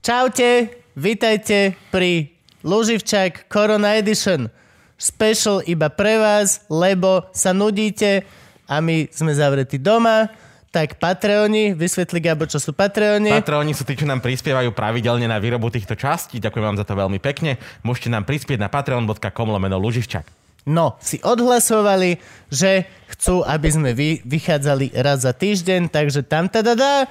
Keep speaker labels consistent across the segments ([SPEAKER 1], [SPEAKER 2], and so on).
[SPEAKER 1] Čaute, vítajte pri Luživčák Corona Edition. Special iba pre vás, lebo sa nudíte a my sme zavretí doma. Tak Patreoni, vysvetli Gabo, čo sú Patreoni.
[SPEAKER 2] Patróni sú tí, čo nám prispievajú pravidelne na výrobu týchto častí. Ďakujem vám za to veľmi pekne. Môžete nám prispieť na patreon.com lomeno Luživčak.
[SPEAKER 1] No, si odhlasovali, že chcú, aby sme vy, vychádzali raz za týždeň, takže tam teda dá.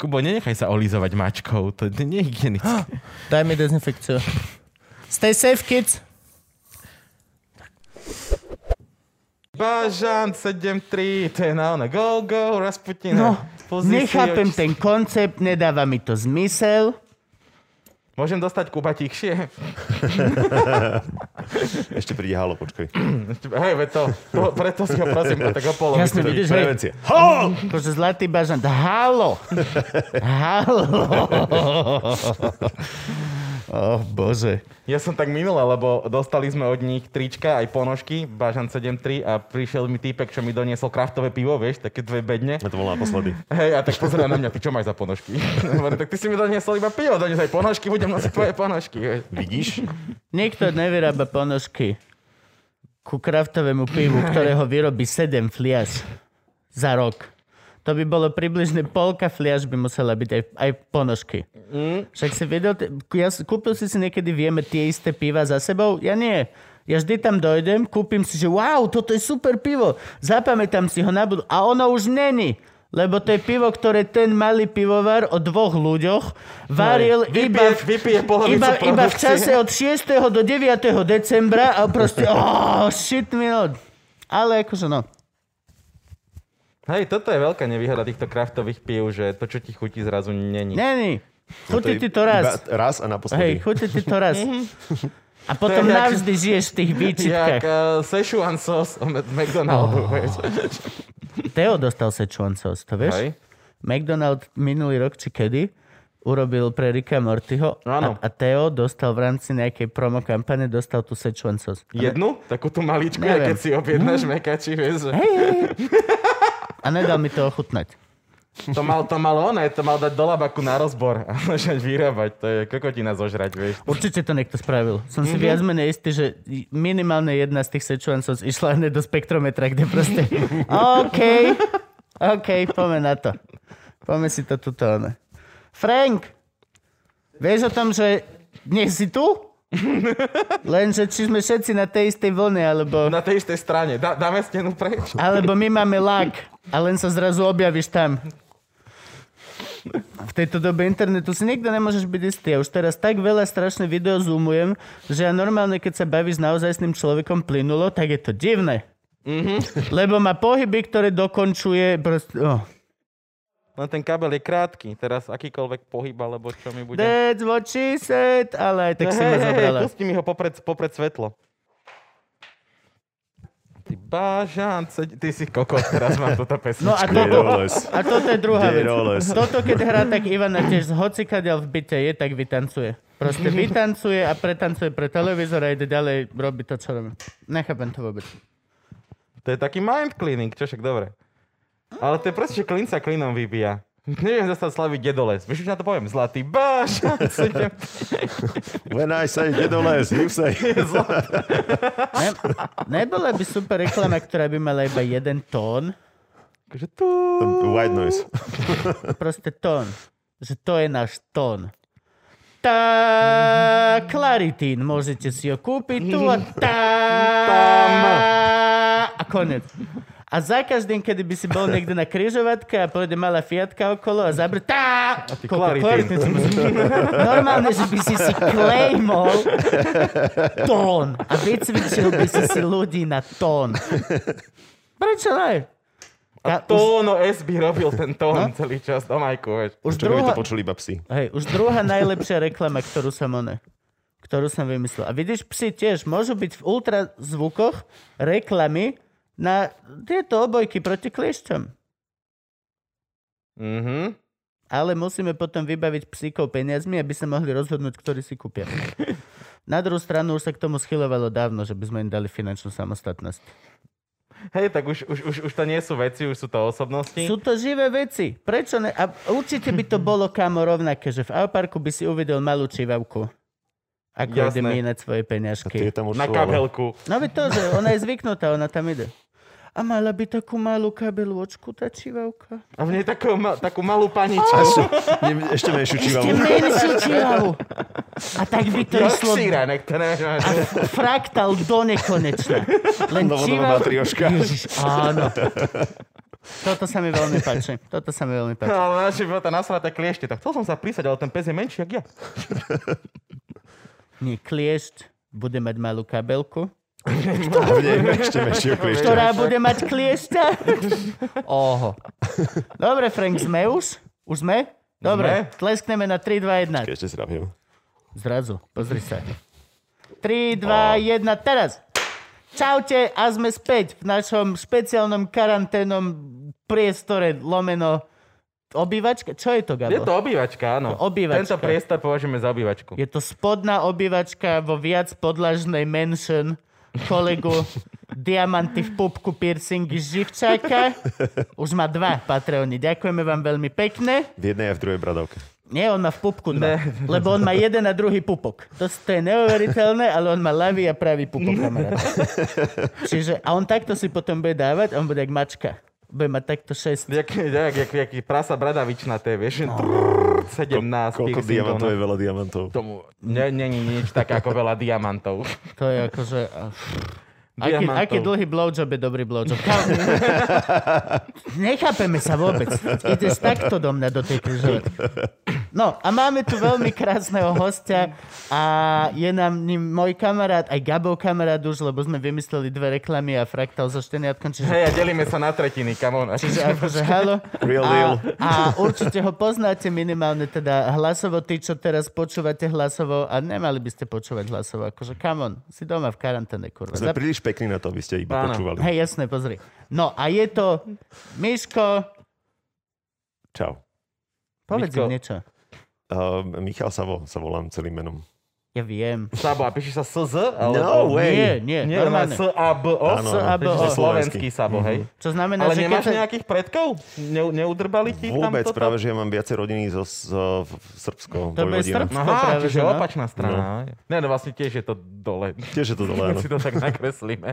[SPEAKER 2] Kubo, nenechaj sa olizovať mačkou, to je nehygienické.
[SPEAKER 1] Daj mi dezinfekciu. Stay safe, kids.
[SPEAKER 2] Bažant 7-3, to je na ona, go, go, Rasputina.
[SPEAKER 1] No,
[SPEAKER 2] Pozri si
[SPEAKER 1] nechápem
[SPEAKER 2] oči-
[SPEAKER 1] ten koncept, nedáva mi to zmysel.
[SPEAKER 2] Môžem dostať Kuba tichšie?
[SPEAKER 3] Ešte príde halo, počkaj.
[SPEAKER 2] Hej, veď to, to, preto si ho prosím, tak o polovicu.
[SPEAKER 1] Jasne, vidíš, hej,
[SPEAKER 3] Prevencia.
[SPEAKER 1] akože zlatý bažant. Halo! Halo! oh, bože.
[SPEAKER 2] Ja som tak minul, lebo dostali sme od nich trička, aj ponožky, Bažan 73 a prišiel mi týpek, čo mi doniesol kraftové pivo, vieš, také dve bedne.
[SPEAKER 3] Ja to bol naposledy.
[SPEAKER 2] Hej, a tak pozrel na mňa, ty čo máš za ponožky? Hovorím, tak ty si mi doniesol iba pivo, donies aj ponožky, budem nosiť tvoje ponožky. vieš.
[SPEAKER 3] Vidíš?
[SPEAKER 1] Nikto nevyrába ponožky ku kraftovému pivu, ktorého vyrobí 7 fliaž za rok. To by bolo približne polka fliaž by musela byť aj, aj ponožky. Však si vedel, t- ja, s- kúpil si si niekedy, vieme, tie isté piva za sebou? Ja nie. Ja vždy tam dojdem, kúpim si, že wow, toto je super pivo. Zapamätám si ho na budu- A ono už není. Lebo to je pivo, ktoré ten malý pivovar o dvoch ľuďoch varil iba,
[SPEAKER 2] Vypije,
[SPEAKER 1] v-
[SPEAKER 2] vypije polovicu
[SPEAKER 1] iba, iba v
[SPEAKER 2] produkcie.
[SPEAKER 1] čase od 6. do 9. decembra a proste, oh, shit, minút. Ale akože no.
[SPEAKER 2] Hej, toto je veľká nevýhoda týchto kraftových pív, že to, čo ti chutí, zrazu není.
[SPEAKER 1] Není.
[SPEAKER 2] No
[SPEAKER 1] Chutí ti
[SPEAKER 3] je
[SPEAKER 1] to raz.
[SPEAKER 3] iba Raz a naposledy.
[SPEAKER 1] Hej, chutí ti to raz. A potom
[SPEAKER 2] jak-
[SPEAKER 1] navždy žiješ v tých
[SPEAKER 2] Jak
[SPEAKER 1] výčitkách.
[SPEAKER 2] uh, Szechuan sauce od McDonaldu,
[SPEAKER 1] Oh,
[SPEAKER 2] vieš.
[SPEAKER 1] Teo dostal Szechuan sauce, to vieš?
[SPEAKER 2] Hej.
[SPEAKER 1] McDonald minulý rok, či kedy, urobil pre Ricka Mortyho
[SPEAKER 2] Áno.
[SPEAKER 1] a, a Teo dostal v rámci nejakej promo kampane, dostal tú Szechuan sauce.
[SPEAKER 2] Jednu, takú tú maličku,
[SPEAKER 1] Neviem. Mm.
[SPEAKER 2] keď si objednáš mekači, vieš. že-
[SPEAKER 1] Hej, hej, hej. A nedal mi to ochutnať.
[SPEAKER 2] To mal, to mal ono, to mal dať do labaku na rozbor a začať vyrábať. To je kokotina zožrať, vieš.
[SPEAKER 1] Určite to niekto spravil. Som si viac menej istý, že minimálne jedna z tých Szechuan sauce išla hneď do spektrometra, kde proste OK, OK, poďme na to. Poďme si to tuto. Ono. Frank, vieš o tom, že nie si tu? Lenže či sme všetci na tej istej vlne, alebo,
[SPEAKER 2] Na tej istej strane. Dá, dáme stenu preč.
[SPEAKER 1] alebo my máme lak a len sa zrazu objavíš tam. v tejto dobe internetu si nikto nemôžeš byť istý. Ja už teraz tak veľa strašne video zoomujem, že ja normálne, keď sa bavíš naozaj s tým človekom plynulo, tak je to divné. Mm-hmm. Lebo má pohyby, ktoré dokončuje... Prost... Oh.
[SPEAKER 2] Len No, ten kabel je krátky. Teraz akýkoľvek pohyb, alebo čo mi bude...
[SPEAKER 1] That's what she said, ale aj tak si ma zobrala.
[SPEAKER 2] pusti mi ho popred, popred svetlo. Ty bážan, se- ty si kokot, teraz mám túto
[SPEAKER 1] No a
[SPEAKER 2] pesničku.
[SPEAKER 1] toto,
[SPEAKER 3] Roles.
[SPEAKER 1] a toto je druhá
[SPEAKER 3] Dead
[SPEAKER 1] vec.
[SPEAKER 3] Rollers.
[SPEAKER 1] Toto, keď hrá, tak Ivana tiež z hocikadiaľ v byte je, tak vytancuje. Proste vytancuje a pretancuje pre televízor a ide ďalej robiť to, čo robí. Nechápem to vôbec.
[SPEAKER 2] To je taký mind cleaning, čo však dobre. Ale to je proste, že klin sa klinom vybíja. Neviem zastať slaviť dedoles. Vieš, už na to poviem. Zlatý bážan, sedem...
[SPEAKER 3] When I say get on les, you say.
[SPEAKER 1] Ne, nebola by super reklama, ktorá by mala iba jeden tón,
[SPEAKER 2] Takže Akože tu...
[SPEAKER 3] White noise.
[SPEAKER 1] proste tón. Že to je náš tón. Tá Claritin, môžete si ju kúpiť tu a tá... A konec. A za každým, kedy by si bol niekde na križovatke a pôjde malá fiatka okolo a zabre tá... A
[SPEAKER 2] ty Claritin.
[SPEAKER 1] Normálne, že by si si klejmol tón a vycvičil by si si ľudí na tón. Prečo ne? Ja, už,
[SPEAKER 4] Tóno S by robil ten
[SPEAKER 3] No.
[SPEAKER 4] tón celý čas do majku, vieš.
[SPEAKER 1] už
[SPEAKER 3] Čo by
[SPEAKER 1] druhá...
[SPEAKER 3] to počuli iba psi.
[SPEAKER 1] Hej, už druhá najlepšia reklama, ktorú som one, ktorú som vymyslel. A vidíš, psi tiež môžu byť v ultrazvukoch reklamy na tieto obojky proti kliešťom.
[SPEAKER 4] Mhm.
[SPEAKER 1] Ale musíme potom vybaviť psíkov peniazmi, aby sa mohli rozhodnúť, ktorý si kúpia. Na druhú stranu už sa k tomu schylovalo dávno, že by sme im dali finančnú samostatnosť.
[SPEAKER 4] Hej, tak už, už, už, už to nie sú veci, už sú to osobnosti.
[SPEAKER 1] Sú to živé veci. Prečo ne? A určite by to bolo kamo rovnaké, že v Alparku by si uvidel malú čivavku. Ako ide
[SPEAKER 4] Jasné.
[SPEAKER 1] mínať svoje
[SPEAKER 3] A ty je
[SPEAKER 1] peňažky.
[SPEAKER 3] tam už
[SPEAKER 4] Na kabelku.
[SPEAKER 1] No veď to, že ona je zvyknutá, ona tam ide. A mala by takú malú kabelôčku, tá čivavka.
[SPEAKER 4] A v nej takú, ma, takú malú paničku.
[SPEAKER 3] Ešte, ne- ešte menšiu
[SPEAKER 1] Ešte
[SPEAKER 3] čivavu.
[SPEAKER 1] menšiu čivavu. A tak by to išlo
[SPEAKER 4] Yorkshire, nech to nemáš.
[SPEAKER 1] a f- fraktál do nekonečna. Len
[SPEAKER 3] Novodobá
[SPEAKER 1] čivav...
[SPEAKER 3] matrioška.
[SPEAKER 1] Ježiš, áno. Toto sa mi veľmi páči. Toto sa mi veľmi páči.
[SPEAKER 4] Ale naši bolo tá nasraté kliešte. Tak chcel som sa prísať, ale ten pes je menší, jak ja.
[SPEAKER 1] Nie, kliešť bude mať malú kabelku,
[SPEAKER 3] A v nej ešte menšiu kliešťa.
[SPEAKER 1] ktorá bude mať kliešťa. Oho. Dobre, Frank, sme už? Už sme? Dobre,
[SPEAKER 4] Sme.
[SPEAKER 1] tleskneme na 3, 2, 1.
[SPEAKER 3] Ešte sravňujem.
[SPEAKER 1] Zrazu, pozri sa. 3, 2, 1, teraz. Čaute a sme späť v našom špeciálnom karanténnom priestore lomeno obývačka. Čo je to, Gabo?
[SPEAKER 4] Je to obývačka, áno.
[SPEAKER 1] Obývačka.
[SPEAKER 4] Tento priestor považujeme za obývačku.
[SPEAKER 1] Je to spodná obývačka vo viac podlažnej mansion kolegu Diamanty v pupku piercingy Živčáka. Už má dva Patreony. Ďakujeme vám veľmi pekne.
[SPEAKER 3] V jednej a v druhej bradovke.
[SPEAKER 1] Nie, on má v pupku dva.
[SPEAKER 4] Ne.
[SPEAKER 1] Lebo on má jeden a druhý pupok. To, to je neuveriteľné, ale on má ľavý a pravý pupok, kamarát. Čiže, a on takto si potom bude dávať, on bude jak mačka. Bude mať takto 6.
[SPEAKER 4] Jak, jak, jak, jak prasa bradavičnaté, vieš.
[SPEAKER 1] No.
[SPEAKER 4] Trrr, 17
[SPEAKER 3] Koľko
[SPEAKER 4] piercingov
[SPEAKER 3] diamantov
[SPEAKER 4] na
[SPEAKER 3] je veľa diamantov.
[SPEAKER 4] tomu. Nie, nie, nie, nič také ako veľa diamantov.
[SPEAKER 1] To je akože... Aký,
[SPEAKER 4] Diamantov.
[SPEAKER 1] aký dlhý blowjob je dobrý blowjob? Kam... Nechápeme sa vôbec. Ideš takto do mňa, do tej križovatky. No a máme tu veľmi krásneho hostia a je nám ním môj kamarát, aj Gabov kamarát už, lebo sme vymysleli dve reklamy a fraktál so šteniatkom, čiže
[SPEAKER 4] Hej, a delíme sa na tretiny, come on.
[SPEAKER 1] Čiže akože halo.
[SPEAKER 3] Real
[SPEAKER 1] a,
[SPEAKER 3] deal.
[SPEAKER 1] a určite ho poznáte minimálne teda hlasovo, tí, čo teraz počúvate hlasovo a nemali by ste počúvať hlasovo. Akože come on, si doma v karanténe, kurva.
[SPEAKER 3] Sme
[SPEAKER 1] Zap-
[SPEAKER 3] príliš pekní na to, aby ste iba
[SPEAKER 4] Áno.
[SPEAKER 3] počúvali.
[SPEAKER 1] Hej, jasné, pozri. No a je to Miško,
[SPEAKER 3] Čau.
[SPEAKER 1] povedz
[SPEAKER 4] Miško.
[SPEAKER 1] im niečo.
[SPEAKER 3] Uh, Michal Savo sa volám celým menom.
[SPEAKER 1] Ja viem.
[SPEAKER 4] Sabo, a píše sa SZ? Ale
[SPEAKER 3] No way.
[SPEAKER 1] Nie, nie,
[SPEAKER 4] Nie, normálne.
[SPEAKER 1] normálne.
[SPEAKER 4] S-A-B-O?
[SPEAKER 1] áno.
[SPEAKER 3] Áno,
[SPEAKER 4] Takže
[SPEAKER 3] Slovenský.
[SPEAKER 4] slovenský Sabo, hej.
[SPEAKER 1] Čo znamená, Mhm.
[SPEAKER 4] Ale
[SPEAKER 1] No, že
[SPEAKER 4] nemáš
[SPEAKER 1] keď sa-
[SPEAKER 4] nejakých predkov? Ne, neudrbali ti
[SPEAKER 3] Vôbec,
[SPEAKER 4] tam toto?
[SPEAKER 3] práve, že ja mám viacej rodiny zo, z, v v Srbsko.
[SPEAKER 1] To
[SPEAKER 3] boj
[SPEAKER 1] bude
[SPEAKER 3] rodina.
[SPEAKER 1] Srb-
[SPEAKER 4] Aha,
[SPEAKER 1] práve,
[SPEAKER 4] čiže
[SPEAKER 1] že no.
[SPEAKER 4] opačná strana. No. Ne, no vlastne tiež je to dole.
[SPEAKER 3] Tiež je to dole,
[SPEAKER 4] Keď
[SPEAKER 3] áno.
[SPEAKER 4] si to tak nakreslíme.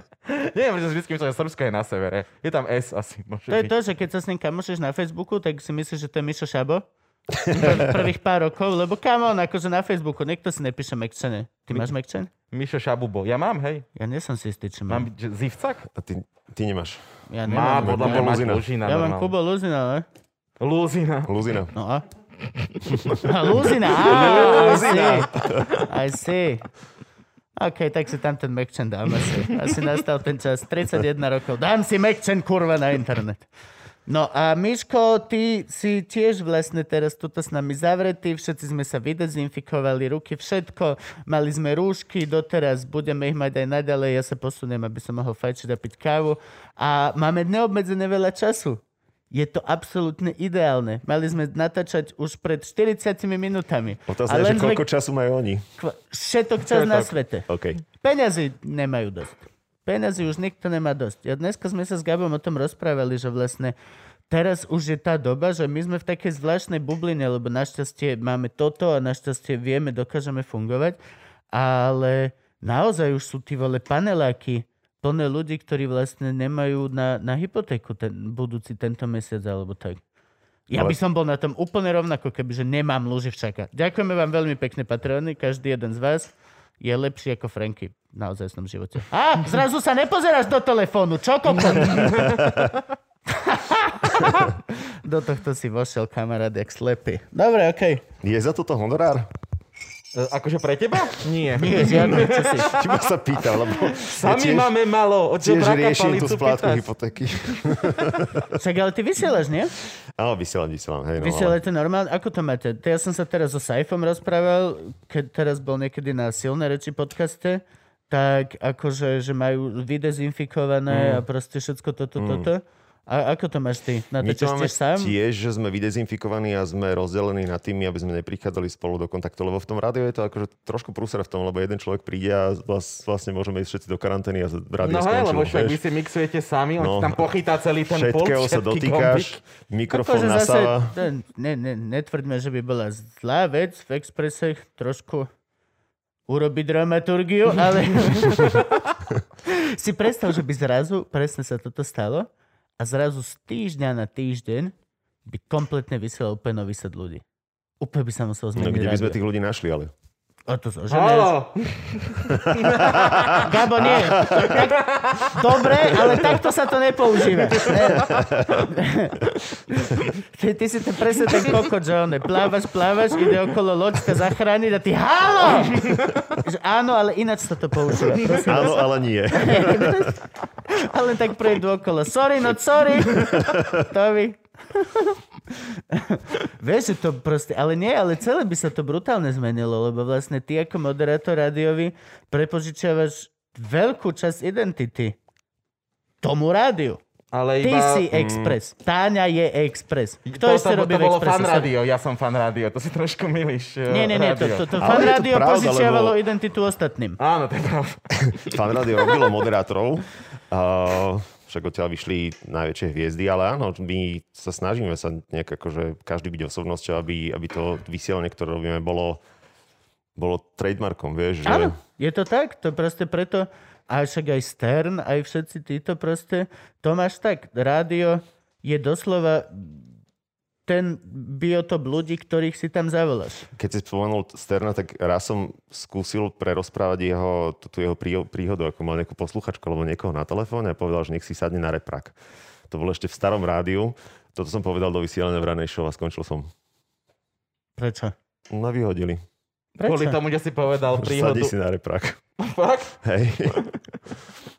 [SPEAKER 4] Nie, pretože vždy myslel, že Srbsko je na severe. Je tam S asi, môže
[SPEAKER 1] To je
[SPEAKER 4] byť.
[SPEAKER 1] to, že keď sa s ním kamošeš na Facebooku, tak si myslíš, že to je Mišo Šabo. Pr- prvých pár rokov, lebo come on, akože na Facebooku, niekto si nepíše Mekčene. Ty máš Mekčen?
[SPEAKER 4] Mišo Šabubo. Ja mám, hej.
[SPEAKER 1] Ja nie som si istý, či mám.
[SPEAKER 3] No.
[SPEAKER 4] Mám byť že zivcak?
[SPEAKER 3] A ty, ty nemáš.
[SPEAKER 1] Ja
[SPEAKER 4] Má,
[SPEAKER 1] nemám.
[SPEAKER 4] podľa
[SPEAKER 3] Kubo
[SPEAKER 4] mňa máš
[SPEAKER 3] Luzina.
[SPEAKER 4] Luzina.
[SPEAKER 1] Ja mám
[SPEAKER 4] normálne.
[SPEAKER 1] Kubo Luzina, ale...
[SPEAKER 4] Luzina.
[SPEAKER 3] Luzina.
[SPEAKER 1] No a? A Luzina, Ah, á, I see. I see. OK, tak si tam ten Mekčen dám asi. Asi nastal ten čas. 31 rokov. Dám si Mekčen, kurva, na internet. No a Miško, ty si tiež vlastne teraz tuto s nami zavretý, všetci sme sa vydezinfikovali, ruky, všetko, mali sme rúšky, doteraz budeme ich mať aj naďalej, ja sa posuniem, aby som mohol fajčiť a piť kávu a máme neobmedzené veľa času. Je to absolútne ideálne. Mali sme natáčať už pred 40 minútami.
[SPEAKER 3] Otázka je, že koľko času majú oni.
[SPEAKER 1] kva- všetok čas na
[SPEAKER 4] Všetok.
[SPEAKER 1] svete.
[SPEAKER 3] OK.
[SPEAKER 1] Peňazí nemajú dosť. Peňazí už nikto nemá dosť. A dneska sme sa s Gabom o tom rozprávali, že vlastne teraz už je tá doba, že my sme v takej zvláštnej bubline, lebo našťastie máme toto a našťastie vieme, dokážeme fungovať, ale naozaj už sú tí vole paneláky plné ľudí, ktorí vlastne nemajú na, na hypotéku ten budúci tento mesiac alebo tak. Ja
[SPEAKER 3] Ale-
[SPEAKER 1] by som bol na tom úplne rovnako, kebyže nemám Luživčaka. Ďakujeme vám veľmi pekne, patrony. Každý jeden z vás je lepší ako Franky v naozajstnom živote. Á, zrazu sa nepozeráš do telefónu, čo kokot? do tohto si vošiel kamarát jak slepý. Dobre, okej.
[SPEAKER 3] Je za toto honorár?
[SPEAKER 4] akože pre teba? Nie.
[SPEAKER 1] Nie, žiadny, čo si.
[SPEAKER 3] Iba sa pýtam, lebo ja
[SPEAKER 4] Sami
[SPEAKER 3] tiež,
[SPEAKER 4] máme malo, od
[SPEAKER 3] tiež
[SPEAKER 4] žebráka
[SPEAKER 3] riešim tú
[SPEAKER 4] palicu
[SPEAKER 3] splátku
[SPEAKER 4] pýtať.
[SPEAKER 3] hypotéky.
[SPEAKER 1] Však ale ty vysielaš, nie?
[SPEAKER 3] Áno, vysielam, vysielam. Hej, no, ale...
[SPEAKER 1] Vysielate normálne? Ako to máte? To Ja som sa teraz so Saifom rozprával, keď teraz bol niekedy na silné reči podcaste, tak akože, že majú
[SPEAKER 3] Mm.
[SPEAKER 1] vydezinfikované a proste všetko toto, toto. A ako to máš ty?
[SPEAKER 3] My to
[SPEAKER 1] Natáčaš
[SPEAKER 3] máme
[SPEAKER 1] tiež sám?
[SPEAKER 3] tiež, že sme vydezinfikovaní a sme rozdelení na týmy, aby sme neprichádzali spolu do kontaktu, lebo v tom rádiu je to akože trošku prúser v tom, lebo jeden človek príde a vlast, vlastne môžeme ísť všetci do karantény a rádio
[SPEAKER 4] No hej,
[SPEAKER 3] skončilo.
[SPEAKER 4] lebo však
[SPEAKER 3] vieš.
[SPEAKER 4] vy si mixujete sami, on
[SPEAKER 3] No,
[SPEAKER 4] no, tam pochytá celý ten pult,
[SPEAKER 3] Všetkého sa
[SPEAKER 4] všetky
[SPEAKER 3] dotýkáš, mikrofón
[SPEAKER 1] Akože zase,
[SPEAKER 3] nasáva.
[SPEAKER 1] to je- ne, ne, netvrďme, že by bola zlá vec v exprese trošku urobiť dramaturgiu, ale si predstav, že by zrazu, presne sa toto stalo, a zrazu z týždňa na týždeň by kompletne vysielal úplne nový set ľudí. Úplne by sa musel zmeniť.
[SPEAKER 3] No kde by sme
[SPEAKER 1] rádio.
[SPEAKER 3] tých ľudí našli, ale...
[SPEAKER 1] A to sa oženil.
[SPEAKER 4] Haló,
[SPEAKER 1] Gabo, nie. To je tak... Dobre, ale takto sa to nepoužíva. Ne. Ty, ty si ten presne ten kokot, že one, plávaš, plávaš, ide okolo loďka zachrániť a ty halo! Že áno, ale ináč sa to používa. Prosím,
[SPEAKER 3] Áno, ale nie.
[SPEAKER 1] ale tak prejdú okolo. Sorry, no sorry. to by... Vieš, že to proste, ale nie, ale celé by sa to brutálne zmenilo, lebo vlastne ty ako moderátor rádiovi prepožičiavaš veľkú časť identity tomu rádiu.
[SPEAKER 4] ale
[SPEAKER 1] Ty
[SPEAKER 4] iba...
[SPEAKER 1] si Express. Táňa je Express. Kto
[SPEAKER 4] to,
[SPEAKER 1] ešte
[SPEAKER 4] to,
[SPEAKER 1] robí
[SPEAKER 4] to
[SPEAKER 1] v
[SPEAKER 4] bolo
[SPEAKER 1] Expresse?
[SPEAKER 4] fan rádio, ja som fan rádio, to si trošku milíš. eh,
[SPEAKER 1] Nie, nie, nie, to, to, to
[SPEAKER 3] Ale
[SPEAKER 1] fan
[SPEAKER 3] je to
[SPEAKER 1] rádio
[SPEAKER 3] pravda,
[SPEAKER 1] požičiavalo
[SPEAKER 3] lebo-
[SPEAKER 1] identitu ostatným.
[SPEAKER 4] Áno, to je pravda.
[SPEAKER 3] Fan rádio robilo moderátorov. Uh, však odtiaľ vyšli najväčšie hviezdy, ale áno, my sa snažíme sa nejak akože každý byť osobnosťou, aby, aby to vysielanie, ktoré robíme, bolo, bolo trademarkom, vieš, že...
[SPEAKER 1] Áno, je to tak, to proste preto, a však aj Stern, aj všetci títo proste, to máš tak, rádio je doslova ten biotop ľudí, ktorých si tam zavoláš.
[SPEAKER 3] Keď si spomenul Sterna, tak raz som skúsil prerozprávať jeho, tú, tú jeho prí- príhodu, ako mal nejakú posluchačku alebo niekoho na telefóne a povedal, že nech si sadne na reprak. To bolo ešte v starom rádiu. Toto som povedal do vysielania v ranej show a skončil som.
[SPEAKER 1] Prečo?
[SPEAKER 3] No vyhodili.
[SPEAKER 1] Prečo?
[SPEAKER 4] Kvôli tomu, že si
[SPEAKER 3] Že
[SPEAKER 4] povedal
[SPEAKER 3] Sadni
[SPEAKER 4] príhodu.
[SPEAKER 3] si na reprak.
[SPEAKER 4] Fakt?
[SPEAKER 3] Hej.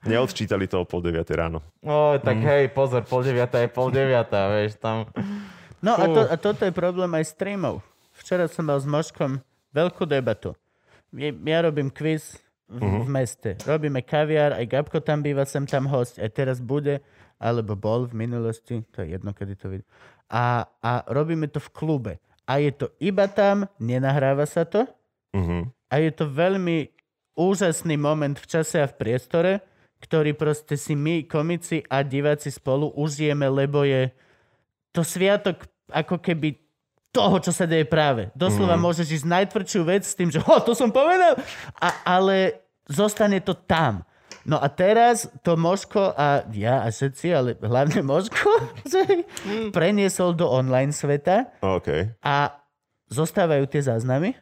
[SPEAKER 3] Neodčítali to o pol 9 ráno.
[SPEAKER 4] O,
[SPEAKER 3] Mm.
[SPEAKER 4] tak hej, pozor, pol deviatá je pol deviatá, vieš, tam...
[SPEAKER 1] No a,
[SPEAKER 4] Fú.
[SPEAKER 1] to, a toto je problém aj streamov. Včera som mal s Moškom veľkú debatu. Ja, ja robím quiz v, uh-huh. v meste. Robíme kaviár, aj Gabko tam býva, sem tam host, aj teraz bude, alebo bol v minulosti, to je jedno, kedy to vidím. A, a robíme to v klube. A je to iba tam, nenahráva sa to.
[SPEAKER 3] Uh-huh.
[SPEAKER 1] A je to veľmi úžasný moment v čase a v priestore, ktorý proste si my, komici a diváci spolu užijeme, lebo je to sviatok ako keby toho, čo sa deje práve. Doslova mm. môžeš ísť najtvrdšiu vec s tým, že ho, to som povedal, a, ale zostane to tam. No a teraz to Moško a ja a všetci, ale hlavne Moško, že preniesol do online sveta
[SPEAKER 3] OK.
[SPEAKER 1] a zostávajú tie záznamy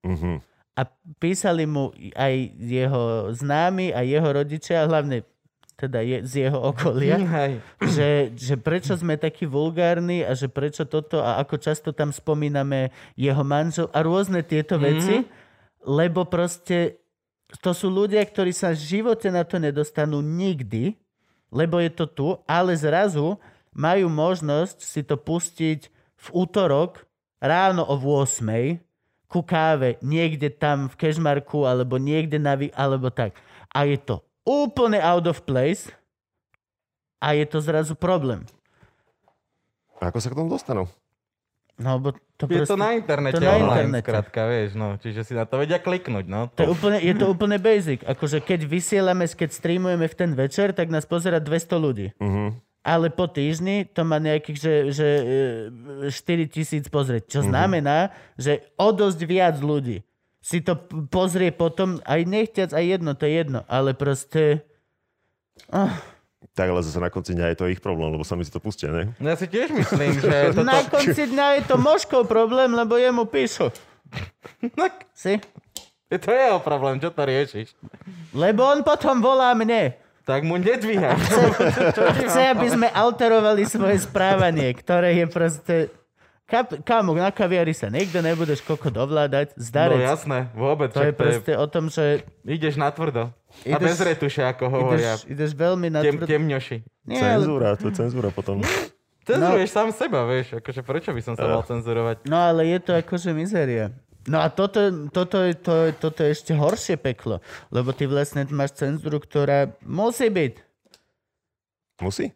[SPEAKER 3] Uh-huh.
[SPEAKER 1] a písali mu aj jeho známi a jeho rodičia, hlavne teda je, z jeho okolia,
[SPEAKER 4] Hej.
[SPEAKER 1] že, že prečo sme takí vulgárni a že prečo toto a ako často tam spomíname jeho manžel a rôzne tieto veci, lebo proste to sú ľudia, ktorí sa v živote na to nedostanú nikdy, lebo je to tu, ale zrazu majú možnosť si to pustiť v útorok ráno o 8 ku káve niekde tam v Kešmarku alebo niekde na vy, alebo tak. A je to úplne out of place a je to zrazu problém.
[SPEAKER 3] Ako sa k tomu dostanú?
[SPEAKER 1] No, bo to
[SPEAKER 4] Je
[SPEAKER 1] proste,
[SPEAKER 4] to na internete
[SPEAKER 1] to na
[SPEAKER 4] online,
[SPEAKER 1] internete.
[SPEAKER 4] skrátka, vieš, no. Čiže si na to vedia kliknúť, no.
[SPEAKER 1] to je, úplne, je to úplne basic. Akože keď vysielame, keď streamujeme v ten večer, tak nás pozera 200 ľudí.
[SPEAKER 3] Uh-huh.
[SPEAKER 1] ale po týždni to má nejakých, že, že e, 4 tisíc pozrieť,
[SPEAKER 4] Mhm.
[SPEAKER 1] čo znamená, že o dosť viac ľudí si to p- pozrie potom, aj nechťac, aj jedno, to je jedno, ale proste... Oh,
[SPEAKER 3] Tak ale zase na konci dňa je to ich problém, lebo sami si to pustia, ne?
[SPEAKER 2] No ja si tiež myslím, že
[SPEAKER 4] No
[SPEAKER 2] toto...
[SPEAKER 1] Na konci dňa je to možkov problém, lebo jemu píšu.
[SPEAKER 2] Tak,
[SPEAKER 1] Si?
[SPEAKER 2] to je jeho problém, čo to riešiš?
[SPEAKER 1] Lebo on potom volá mne.
[SPEAKER 2] Tak mu nedvíhaj.
[SPEAKER 1] Chce, aby sme alterovali svoje správanie, ktoré je proste... Kap, kámo, na kaviari sa nikto nebudeš koko dovládať.
[SPEAKER 2] No
[SPEAKER 1] Zdarec.
[SPEAKER 2] jasné, vôbec.
[SPEAKER 1] to je proste o tom, že
[SPEAKER 2] Ideš na tvrdo. A
[SPEAKER 1] Ideš-
[SPEAKER 2] bez retuše, ako hovoria.
[SPEAKER 1] ideš, ideš veľmi na...
[SPEAKER 2] Tem,
[SPEAKER 1] tvrdo- No.
[SPEAKER 2] temňoši.
[SPEAKER 1] Nie, ale-
[SPEAKER 3] Cenzúra, to je cenzúra potom.
[SPEAKER 2] Cenzuruješ sám seba, vieš. Akože prečo by som sa mal cenzurovať?
[SPEAKER 1] No ale je to akože mizeria. No a toto, toto, je, to, je- toto je ešte horšie peklo, lebo ty vlastne máš cenzúru, ktorá musí byť.
[SPEAKER 3] Musí?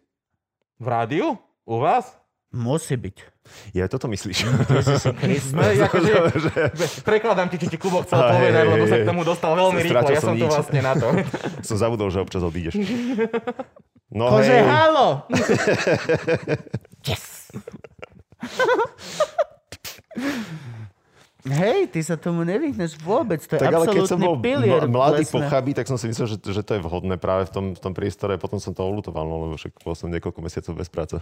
[SPEAKER 2] V rádiu? U vás?
[SPEAKER 1] Musí byť.
[SPEAKER 3] Ja toto myslíš.
[SPEAKER 2] No, akože,
[SPEAKER 3] že...
[SPEAKER 2] prekladám ti, čo ti Kubo chcel
[SPEAKER 3] Hej,
[SPEAKER 2] povedať,
[SPEAKER 3] hej,
[SPEAKER 2] lebo sa k
[SPEAKER 3] hej.
[SPEAKER 2] tomu dostal veľmi rýchlo.
[SPEAKER 3] Strátil
[SPEAKER 2] Ja
[SPEAKER 3] som
[SPEAKER 2] som to
[SPEAKER 3] nič.
[SPEAKER 2] vlastne na to.
[SPEAKER 3] Som zabudol, že občas odídeš. No
[SPEAKER 1] Kože,
[SPEAKER 3] hej,
[SPEAKER 1] halo! yes! Hej, ty sa tomu nevyhneš vôbec. To je
[SPEAKER 3] tak ale
[SPEAKER 1] absolútny
[SPEAKER 3] keď som bol
[SPEAKER 1] pilier.
[SPEAKER 3] mla- mladý
[SPEAKER 1] lesné.
[SPEAKER 3] pochabý, tak som si myslel, že, že to je vhodné práve v tom, v tom priestore. Potom som to olutoval, no lebo však bol som niekoľko mesiacov bez práce.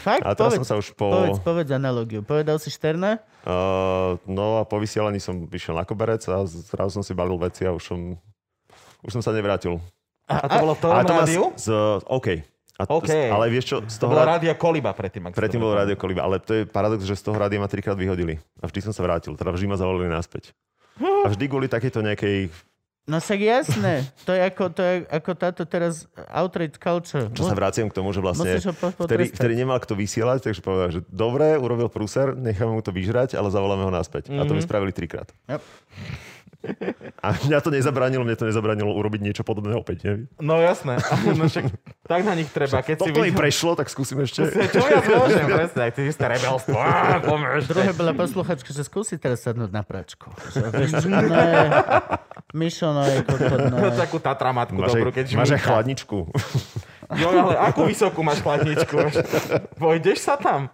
[SPEAKER 1] Fakt?
[SPEAKER 3] A teraz
[SPEAKER 1] povedz,
[SPEAKER 3] som sa už po...
[SPEAKER 1] povedz, povedz analogiu. Povedal si 14?
[SPEAKER 3] Uh, no a po vysielaní som išiel na koberec a zrazu som si balil veci a už som, už som sa nevrátil.
[SPEAKER 2] A to bolo v tom
[SPEAKER 3] a to
[SPEAKER 2] rádiu?
[SPEAKER 3] z, OK. A,
[SPEAKER 2] OK.
[SPEAKER 3] z, ale vieš čo, z
[SPEAKER 2] To
[SPEAKER 3] toho...
[SPEAKER 2] bola
[SPEAKER 3] rád-
[SPEAKER 2] rádia Koliba predtým. ak si
[SPEAKER 3] Predtým
[SPEAKER 2] to
[SPEAKER 3] bol
[SPEAKER 2] pamätám.
[SPEAKER 3] rádio Koliba, ale to je paradox, že z toho rádia ma trikrát vyhodili. A vždy som sa vrátil, teda vždy ma zavolili naspäť. A vždy kvôli takejto nejakej,
[SPEAKER 1] No však jasné. To je ako, to je ako táto teraz outrage culture.
[SPEAKER 3] čo sa vraciam k tomu, že vlastne
[SPEAKER 1] No, Musíš ho po-
[SPEAKER 3] vtedy,
[SPEAKER 1] potrestať.
[SPEAKER 3] vtedy nemal kto vysielať, takže povedal, že dobre, urobil prúser, necháme mu to vyžrať, ale zavoláme ho naspäť. A to
[SPEAKER 1] Mhm.
[SPEAKER 3] mi spravili trikrát.
[SPEAKER 1] Yep.
[SPEAKER 3] A mňa to nezabránilo, mne to nezabránilo urobiť niečo podobné opäť. Ne?
[SPEAKER 2] No jasné. No, však, tak na nich treba. Keď si
[SPEAKER 3] Toto mi
[SPEAKER 2] vidíš-
[SPEAKER 3] prešlo, tak skúsim ešte.
[SPEAKER 2] Čo ja môžem, presne, aj ty isté rebelstvo. Á, pomôžte.
[SPEAKER 1] Druhé bola posluchačka, že skúsi teraz sadnúť na pračku. Že, vieš, čo, ne, Mišo, no je kokot, ne.
[SPEAKER 2] Takú tatramatku
[SPEAKER 3] Máš
[SPEAKER 2] dobrú,
[SPEAKER 3] aj,
[SPEAKER 2] keď
[SPEAKER 3] máš aj
[SPEAKER 2] žmýka.
[SPEAKER 3] chladničku.
[SPEAKER 2] Jo, ale akú vysokú máš chladničku? Vojdeš sa tam?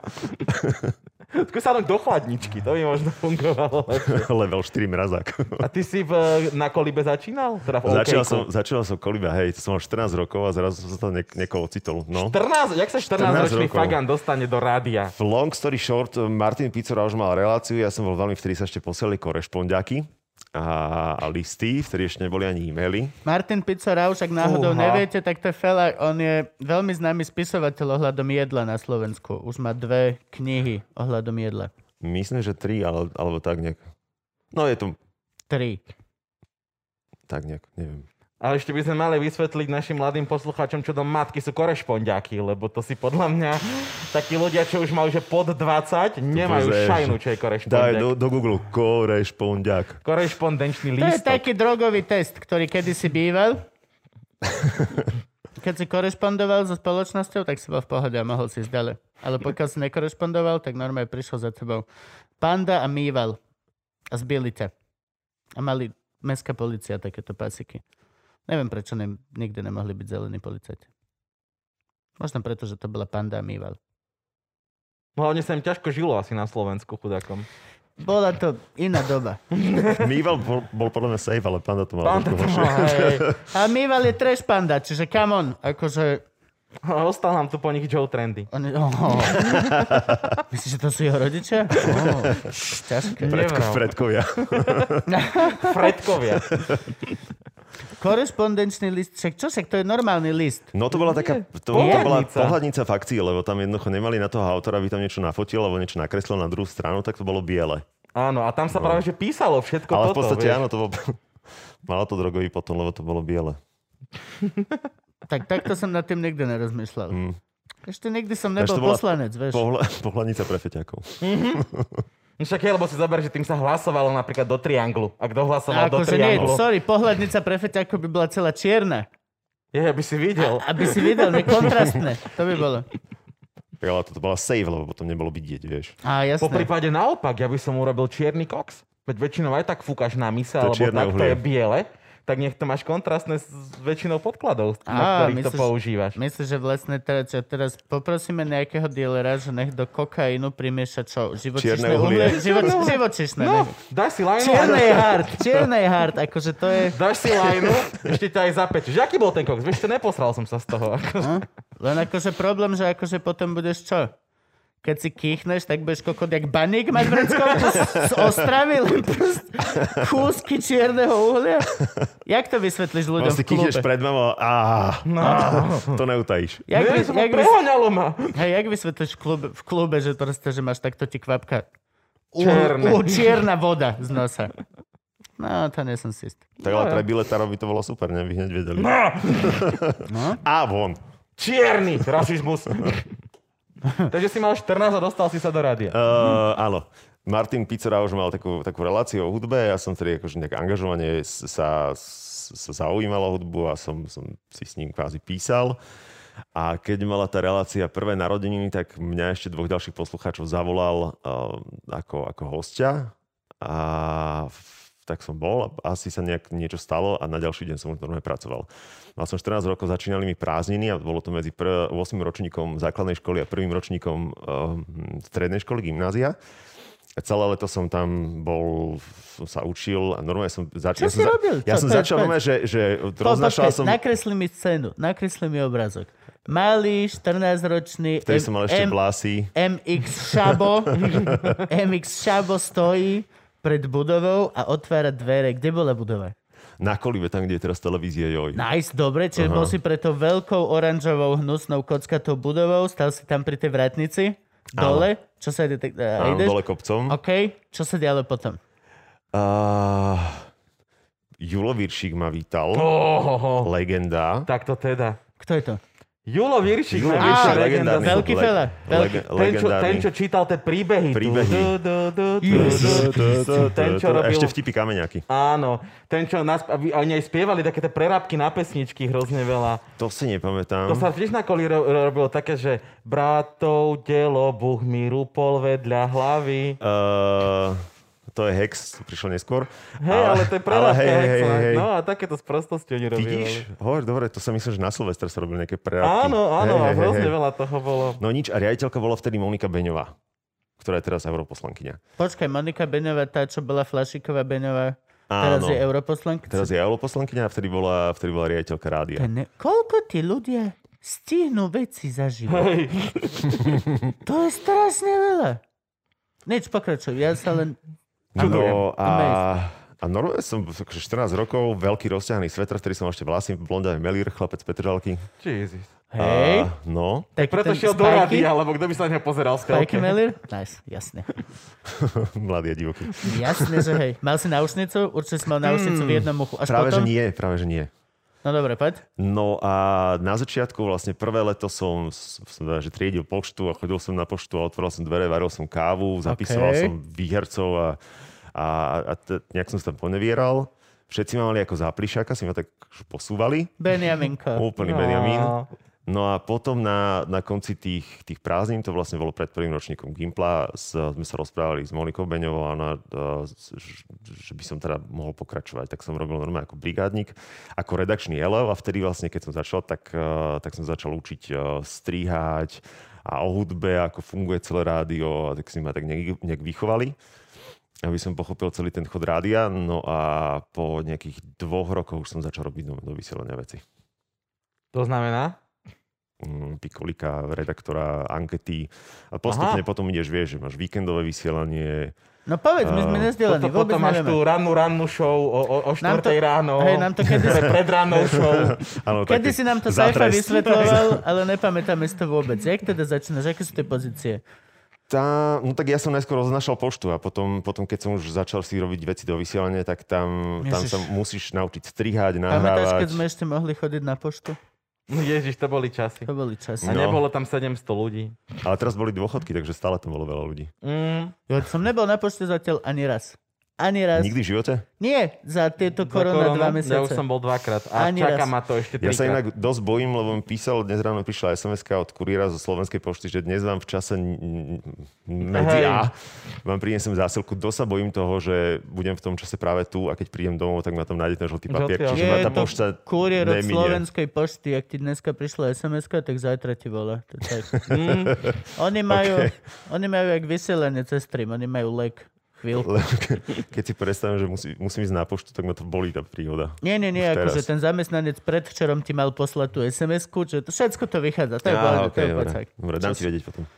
[SPEAKER 2] Skús sa tam do chladničky, to by možno fungovalo. lepšie.
[SPEAKER 3] Level 4 mrazák.
[SPEAKER 2] A ty si v, na kolibe začínal? Teda v
[SPEAKER 3] Začal
[SPEAKER 2] okejku.
[SPEAKER 3] som, začal som koliba, hej, to som mal 14 rokov a zrazu som sa tam niek- niekoho ocitol. No.
[SPEAKER 2] 14, jak sa 14 ročný
[SPEAKER 3] 14 rokov.
[SPEAKER 2] Fagan dostane do rádia?
[SPEAKER 3] V long story short, Martin Picora už mal reláciu, ja som bol veľmi vtedy sa ešte posielali korešpondiaky a, a listy, vtedy ešte neboli ani e-maily.
[SPEAKER 1] Martin Picora, však náhodou
[SPEAKER 2] Fúha.
[SPEAKER 1] neviete, tak to je fela, on je veľmi známy spisovateľ ohľadom jedla na Slovensku. Už má dve knihy ohľadom jedla.
[SPEAKER 3] Myslím, že 3, ale, alebo tak nejak. No je to
[SPEAKER 1] Tri.
[SPEAKER 3] tak nejak, neviem.
[SPEAKER 2] Ale ešte by sme mali vysvetliť našim mladým poslucháčom, čo do matky sú korešpondiaky, lebo to si podľa mňa takí ľudia, čo už majú že pod 20, nemajú
[SPEAKER 3] pozrieš.
[SPEAKER 2] šajnu, čo je
[SPEAKER 3] Daj
[SPEAKER 2] korešpondiak.
[SPEAKER 3] do, do Google korešpondiak.
[SPEAKER 2] Korešpondenčný
[SPEAKER 1] To je
[SPEAKER 2] lístok.
[SPEAKER 1] taký drogový test, ktorý kedysi býval. Keď si korešpondoval so spoločnosťou, tak si bol v pohode a mohol si ísť ďalej. Ale pokiaľ si nekorešpondoval, tak normálne prišiel za tebou panda a mýval. A zbili ťa. A mali mestská policia takéto pasiky. Neviem, prečo ne, nikdy nemohli byť zelení policajti. Možno preto, že to bola panda a mýval.
[SPEAKER 2] Hlavne sa im ťažko žilo asi na Slovensku chudakom.
[SPEAKER 1] Bola to iná doba.
[SPEAKER 3] Mýval bol, bol podľa mňa safe, ale panda to mal
[SPEAKER 2] Pán to
[SPEAKER 3] trošku horšie.
[SPEAKER 2] mal, No, hej.
[SPEAKER 1] A mýval je trash panda, čiže come on. Akože
[SPEAKER 2] Ostal nám tu po nich Joe Trendy.
[SPEAKER 1] On, oh. Myslíš, že to sú jeho rodičia? Oh. Ťažké.
[SPEAKER 3] Predko,
[SPEAKER 2] Nevral.
[SPEAKER 3] predkovia.
[SPEAKER 2] Fredkovia.
[SPEAKER 1] Korespondenčný list, však čo však, to je normálny list.
[SPEAKER 3] No to bola taká to, to
[SPEAKER 2] Pohľadnica.
[SPEAKER 3] bola pohľadnica fakcií, lebo tam jednoducho nemali na toho autora, aby tam niečo nafotil alebo niečo nakreslil na druhú stranu, tak to bolo biele.
[SPEAKER 2] Áno, a tam sa práve že písalo všetko
[SPEAKER 3] No. Ale
[SPEAKER 2] toto.
[SPEAKER 3] v podstate
[SPEAKER 2] vieš.
[SPEAKER 3] áno, to bolo... Malo to drogový potom, lebo to bolo biele.
[SPEAKER 1] Tak takto som nad tým nikdy nerozmýšľal. Ešte nikdy som
[SPEAKER 3] Takže
[SPEAKER 1] nebol
[SPEAKER 3] to bola
[SPEAKER 1] poslanec, vieš.
[SPEAKER 3] Pohľa, pohľadnica pre feťakov.
[SPEAKER 2] No Však je, lebo si zaber, že tým sa hlasovalo napríklad do trianglu. A kto hlasoval do
[SPEAKER 1] Akože nie,
[SPEAKER 2] trianglu?
[SPEAKER 1] sorry, pohľadnica pre feťakov by bola celá čierna.
[SPEAKER 2] Je, aby si videl.
[SPEAKER 1] Aby si videl, ne, kontrastné. To by bolo.
[SPEAKER 3] Tak Ale toto bola save, lebo potom nebolo vidieť, vieš.
[SPEAKER 1] Á,
[SPEAKER 2] Po
[SPEAKER 1] jasné.
[SPEAKER 2] prípade naopak, ja by som urobil čierny kox. Veď väčšinou aj tak fúkaš na mise,
[SPEAKER 3] To
[SPEAKER 2] alebo
[SPEAKER 3] je čierne
[SPEAKER 2] tak, to
[SPEAKER 3] uhlie.
[SPEAKER 2] je biele. tak nech to máš kontrastné s s väčšinou podkladov,
[SPEAKER 1] Á,
[SPEAKER 2] na ktorých to
[SPEAKER 1] myslíš-
[SPEAKER 2] používaš.
[SPEAKER 1] Myslím, že vlastne teraz, čo teraz poprosíme nejakého dealera, že nech do kokainu primieša čo? Živočišné
[SPEAKER 3] Čierne uhlie.
[SPEAKER 1] Živoč, živočišné.
[SPEAKER 2] No,
[SPEAKER 1] nech-
[SPEAKER 2] dáš si lajnu. a-
[SPEAKER 1] Čiernej hard, čiernej hard, akože to je...
[SPEAKER 2] Dáš si lajnu, ešte ťa aj zapečeš. Aký bol ten koks? Vieš, čo, neposral som sa z toho. Ako...
[SPEAKER 1] No? Len akože problém, že akože potom budeš čo? Keď si kýchneš, tak budeš kokot jak baník mať vrecko, čo z Ostravy, len prost kúsky čierneho uhlia. Jak to vysvetlíš ľuďom
[SPEAKER 3] Vlastne
[SPEAKER 1] v klube?
[SPEAKER 3] kýchneš pred mamou a
[SPEAKER 2] No.
[SPEAKER 3] to neutajíš.
[SPEAKER 1] Jak, vy,
[SPEAKER 2] Vieš,
[SPEAKER 1] jak, vys-
[SPEAKER 2] preháňalo ma.
[SPEAKER 1] hej, jak vysvetlíš v klube, v klube, že proste, že máš takto ti kvapka u,
[SPEAKER 2] Čierne.
[SPEAKER 1] u, čierna voda z nosa. No, to nie som si istý.
[SPEAKER 3] Tak ale pre biletárov by to bolo super, ne? By hneď vedeli.
[SPEAKER 1] No!
[SPEAKER 3] A von.
[SPEAKER 2] Čierny rasizmus. Takže si mal 14 a dostal si sa do rádia.
[SPEAKER 3] Uh, áno. Martin Picera už mal takú, takú reláciu o hudbe, ja som tedy akože nejak angažovane s- sa, s- sa zaujímala hudbu a som, som si s ním kvázi písal. A keď mala tá relácia prvé narodeniny, tak mňa ešte dvoch ďalších poslucháčov zavolal uh, ako, ako hostia a f- tak som bol a asi sa nejak niečo stalo a na ďalší deň som už normálne pracoval. Mal som 14 rokov, začínali mi prázdniny a bolo to medzi pr- 8. ročníkom základnej školy a prvým ročníkom um, strednej školy, gymnázia. A celé leto som tam bol, som sa učil a normálne som, zač-
[SPEAKER 1] Čo
[SPEAKER 3] ja som,
[SPEAKER 1] si robil?
[SPEAKER 3] ja
[SPEAKER 1] Čo
[SPEAKER 3] som
[SPEAKER 1] to je
[SPEAKER 3] začal
[SPEAKER 1] fakt?
[SPEAKER 3] normálne, že, že
[SPEAKER 1] Po-
[SPEAKER 3] roznašal
[SPEAKER 1] počkaj,
[SPEAKER 3] som...
[SPEAKER 1] Nakresli mi scénu, nakresli mi obrázok. Malý, 14-ročný
[SPEAKER 3] Vtedy
[SPEAKER 1] M-
[SPEAKER 3] som mal ešte
[SPEAKER 1] M-
[SPEAKER 3] vlasy.
[SPEAKER 1] MX Šabo, MX Šabo stojí pred budovou a otvára dvere. Kde bola budova?
[SPEAKER 3] Na kolibe, tam, kde je teraz televízia, joj.
[SPEAKER 1] Nice, dobre, čiže bol si preto veľkou oranžovou hnusnou kockatou budovou, stal si tam pri tej vratnici, dole, čo sa ide, tak, a
[SPEAKER 3] Áno,
[SPEAKER 1] ideš?
[SPEAKER 3] dole kopcom.
[SPEAKER 1] OK, čo sa dialo potom?
[SPEAKER 3] Uh, Julo Viršík ma vítal.
[SPEAKER 2] Ohoho.
[SPEAKER 3] Legenda.
[SPEAKER 2] Tak to teda.
[SPEAKER 1] Kto je to?
[SPEAKER 2] Julo Viršik.
[SPEAKER 3] Julo
[SPEAKER 2] na-
[SPEAKER 3] Viršík,
[SPEAKER 1] Á,
[SPEAKER 2] legenda.
[SPEAKER 3] legendárny.
[SPEAKER 1] Veľký
[SPEAKER 3] Le-
[SPEAKER 1] fela, veľký.
[SPEAKER 3] lege-
[SPEAKER 2] Ten čo, ten,
[SPEAKER 3] Legendárny.
[SPEAKER 2] čo čítal tie príbehy. tu.
[SPEAKER 3] Príbehy.
[SPEAKER 2] Du, du, du, du,
[SPEAKER 1] Ježiš.
[SPEAKER 2] du. ten, čo robil-
[SPEAKER 3] Ešte vtipy kameňaky.
[SPEAKER 2] Áno, ten čo nás, a vy- a oni aj spievali také tie prerábky na pesničky hrozne veľa.
[SPEAKER 3] To si
[SPEAKER 2] To
[SPEAKER 3] nepamätám.
[SPEAKER 2] sa tiež na koli ro- ro- robilo také, že bratov delo, Búh mi rúpol vedľa hlavy.
[SPEAKER 3] Uh, to je Hex, to prišlo neskôr.
[SPEAKER 2] Hej, ale, to je prerábka.
[SPEAKER 3] hej, hej,
[SPEAKER 2] Hexo.
[SPEAKER 3] hej, hej.
[SPEAKER 2] No a takéto sprostosti oni robili.
[SPEAKER 3] Vidíš? Hovor, dobre, to sa myslím, že na Silvestre sa robili nejaké prerábky.
[SPEAKER 2] Áno, áno,
[SPEAKER 3] Hej,
[SPEAKER 2] a
[SPEAKER 3] hej, hej,
[SPEAKER 2] hrozne
[SPEAKER 3] hej.
[SPEAKER 2] veľa toho bolo.
[SPEAKER 3] No nič, a riaditeľka bola vtedy Monika Beňová, ktorá je teraz europoslankyňa.
[SPEAKER 1] Počkaj, Monika Beňová, tá, čo bola Flašiková Beňová, teraz
[SPEAKER 3] Áno.
[SPEAKER 1] je europoslanka.
[SPEAKER 3] Teraz je europoslankyňa a vtedy bola, vtedy bola riaditeľka rádia.
[SPEAKER 1] To je Ne- koľko tí ľudia stihnú veci za život?
[SPEAKER 2] Hej,
[SPEAKER 1] To je strašne veľa. Nič, pokračuj. Ja sa len...
[SPEAKER 3] No a,
[SPEAKER 1] Amazing.
[SPEAKER 3] a normálne som akože 14 rokov, veľký rozťahný sveter, ktorý som mal ešte vlasy, blondáve melír, chlapec Petržalky.
[SPEAKER 2] Jesus.
[SPEAKER 1] Hej.
[SPEAKER 3] A, no,
[SPEAKER 1] Tak
[SPEAKER 2] Preto šiel do rady, alebo kto by sa na neho pozeral z
[SPEAKER 1] Spajky
[SPEAKER 2] telke?
[SPEAKER 1] Melir? Nice, jasne.
[SPEAKER 3] mladý a divoký.
[SPEAKER 1] Jasne, že hej. Mal si náušnicu? Určite si mal náušnicu v jednom uchu. Až
[SPEAKER 3] Práve, že
[SPEAKER 1] potom?
[SPEAKER 3] nie, práve, že nie.
[SPEAKER 1] No dobre, poď.
[SPEAKER 3] No a na začiatku vlastne prvé leto som, som teda, že triedil poštu a chodil som na poštu a otvoril som dvere, varil som kávu, zapisoval
[SPEAKER 1] Okej.
[SPEAKER 3] som výhercov a, a, a t- nejak som sa tam ponevieral. Všetci ma mali ako záplišáka, si ma tak posúvali.
[SPEAKER 1] Benjaminko.
[SPEAKER 3] Úplný Benjamín. No a potom na, na konci tých, tých prázdnin, to vlastne bolo pred prvým ročníkom Gimpla, s, sme sa rozprávali s Monikou Beňovou a ona, eh, s- ž- že by som teda mohol pokračovať. Tak som robil normálne ako brigádnik, ako redakčný elev a vtedy vlastne, keď som začal, tak, eh, tak som začal učiť eh, strihať a o hudbe, ako funguje celé rádio a tak si ma tak nejak, nejak vychovali aby som pochopil celý ten chod rádia. No a po nejakých dvoch rokoch už som začal robiť do, do vysielania veci
[SPEAKER 2] To znamená?
[SPEAKER 3] mm, Pikolika, redaktora, ankety. A postupne Aha. potom ideš, vieš, že máš víkendové vysielanie.
[SPEAKER 1] No povedz, my sme
[SPEAKER 3] Ehm,
[SPEAKER 1] nezdielaní,
[SPEAKER 2] Potom-
[SPEAKER 1] vôbec
[SPEAKER 2] potom máš
[SPEAKER 1] nevieme.
[SPEAKER 2] tú rannú rannú show o, o, o 4
[SPEAKER 1] Nám to-
[SPEAKER 2] ráno.
[SPEAKER 1] hej, nám to kedy-
[SPEAKER 2] Pre- pred rannou show.
[SPEAKER 3] Áno,
[SPEAKER 1] Kedy
[SPEAKER 3] taký
[SPEAKER 1] si nám to
[SPEAKER 3] za
[SPEAKER 1] Saifa
[SPEAKER 3] trest.
[SPEAKER 1] vysvetľoval, ale nepamätáme si to vôbec. Jak teda začínaš? Aké sú tie pozície?
[SPEAKER 3] Tá, no tak ja som najskôr roznašal poštu a potom, potom keď som už začal si robiť veci do vysielania, tak tam, tam
[SPEAKER 1] Ježiš.
[SPEAKER 3] sa musíš naučiť strihať,
[SPEAKER 1] Pamätáš, keď
[SPEAKER 3] nahrávať.
[SPEAKER 1] sme ešte mohli chodiť na poštu?
[SPEAKER 2] No Ježiš, to boli časy.
[SPEAKER 1] To boli časy.
[SPEAKER 2] A
[SPEAKER 3] No.
[SPEAKER 2] nebolo tam 700 ľudí.
[SPEAKER 3] Ale teraz boli dôchodky, takže stále tam bolo veľa ľudí.
[SPEAKER 2] Mm,
[SPEAKER 1] Ja som nebol na pošte zatiaľ ani raz. Ani raz.
[SPEAKER 3] Nikdy v živote?
[SPEAKER 1] Nie, za tieto korona dva
[SPEAKER 4] Ja už
[SPEAKER 1] mesiace.
[SPEAKER 4] som bol dvakrát a
[SPEAKER 1] Ani raz.
[SPEAKER 4] čaká ma to ešte
[SPEAKER 3] Ja sa
[SPEAKER 4] trikrát.
[SPEAKER 3] inak dosť bojím, lebo mi písal, dnes ráno prišla sms od kuriéra zo Slovenskej pošty, že dnes vám v čase n- n- medzi
[SPEAKER 4] Hej.
[SPEAKER 3] a vám prinesem zásilku. Dosť sa bojím toho, že budem v tom čase práve tu a keď prídem domov, tak ma tam nájde ten žltý papier.
[SPEAKER 4] Žltý,
[SPEAKER 3] Žltý, čiže
[SPEAKER 1] Je
[SPEAKER 3] ma tá
[SPEAKER 1] to
[SPEAKER 3] pošta
[SPEAKER 1] kuriér od
[SPEAKER 3] neminie.
[SPEAKER 1] Slovenskej pošty. Ak ti dneska prišla sms tak zajtra ti volá. To tak.
[SPEAKER 3] Mm.
[SPEAKER 1] oni, majú, oni majú jak vysielanie cez stream. Oni majú lek. Chvíľku.
[SPEAKER 3] Lebo ke- keď si predstavím, že musí, musím ísť na poštu, tak ma to bolí tá príhoda.
[SPEAKER 1] Nie, nie, nie,
[SPEAKER 3] Už
[SPEAKER 1] akože
[SPEAKER 3] teraz.
[SPEAKER 1] ten zamestnanec predvčerom ti mal poslať tú SMS-ku, že to, všetko to vychádza. To je pohode, to je
[SPEAKER 3] dobre.
[SPEAKER 1] pocak.
[SPEAKER 3] Dobre, dám ti vedieť potom.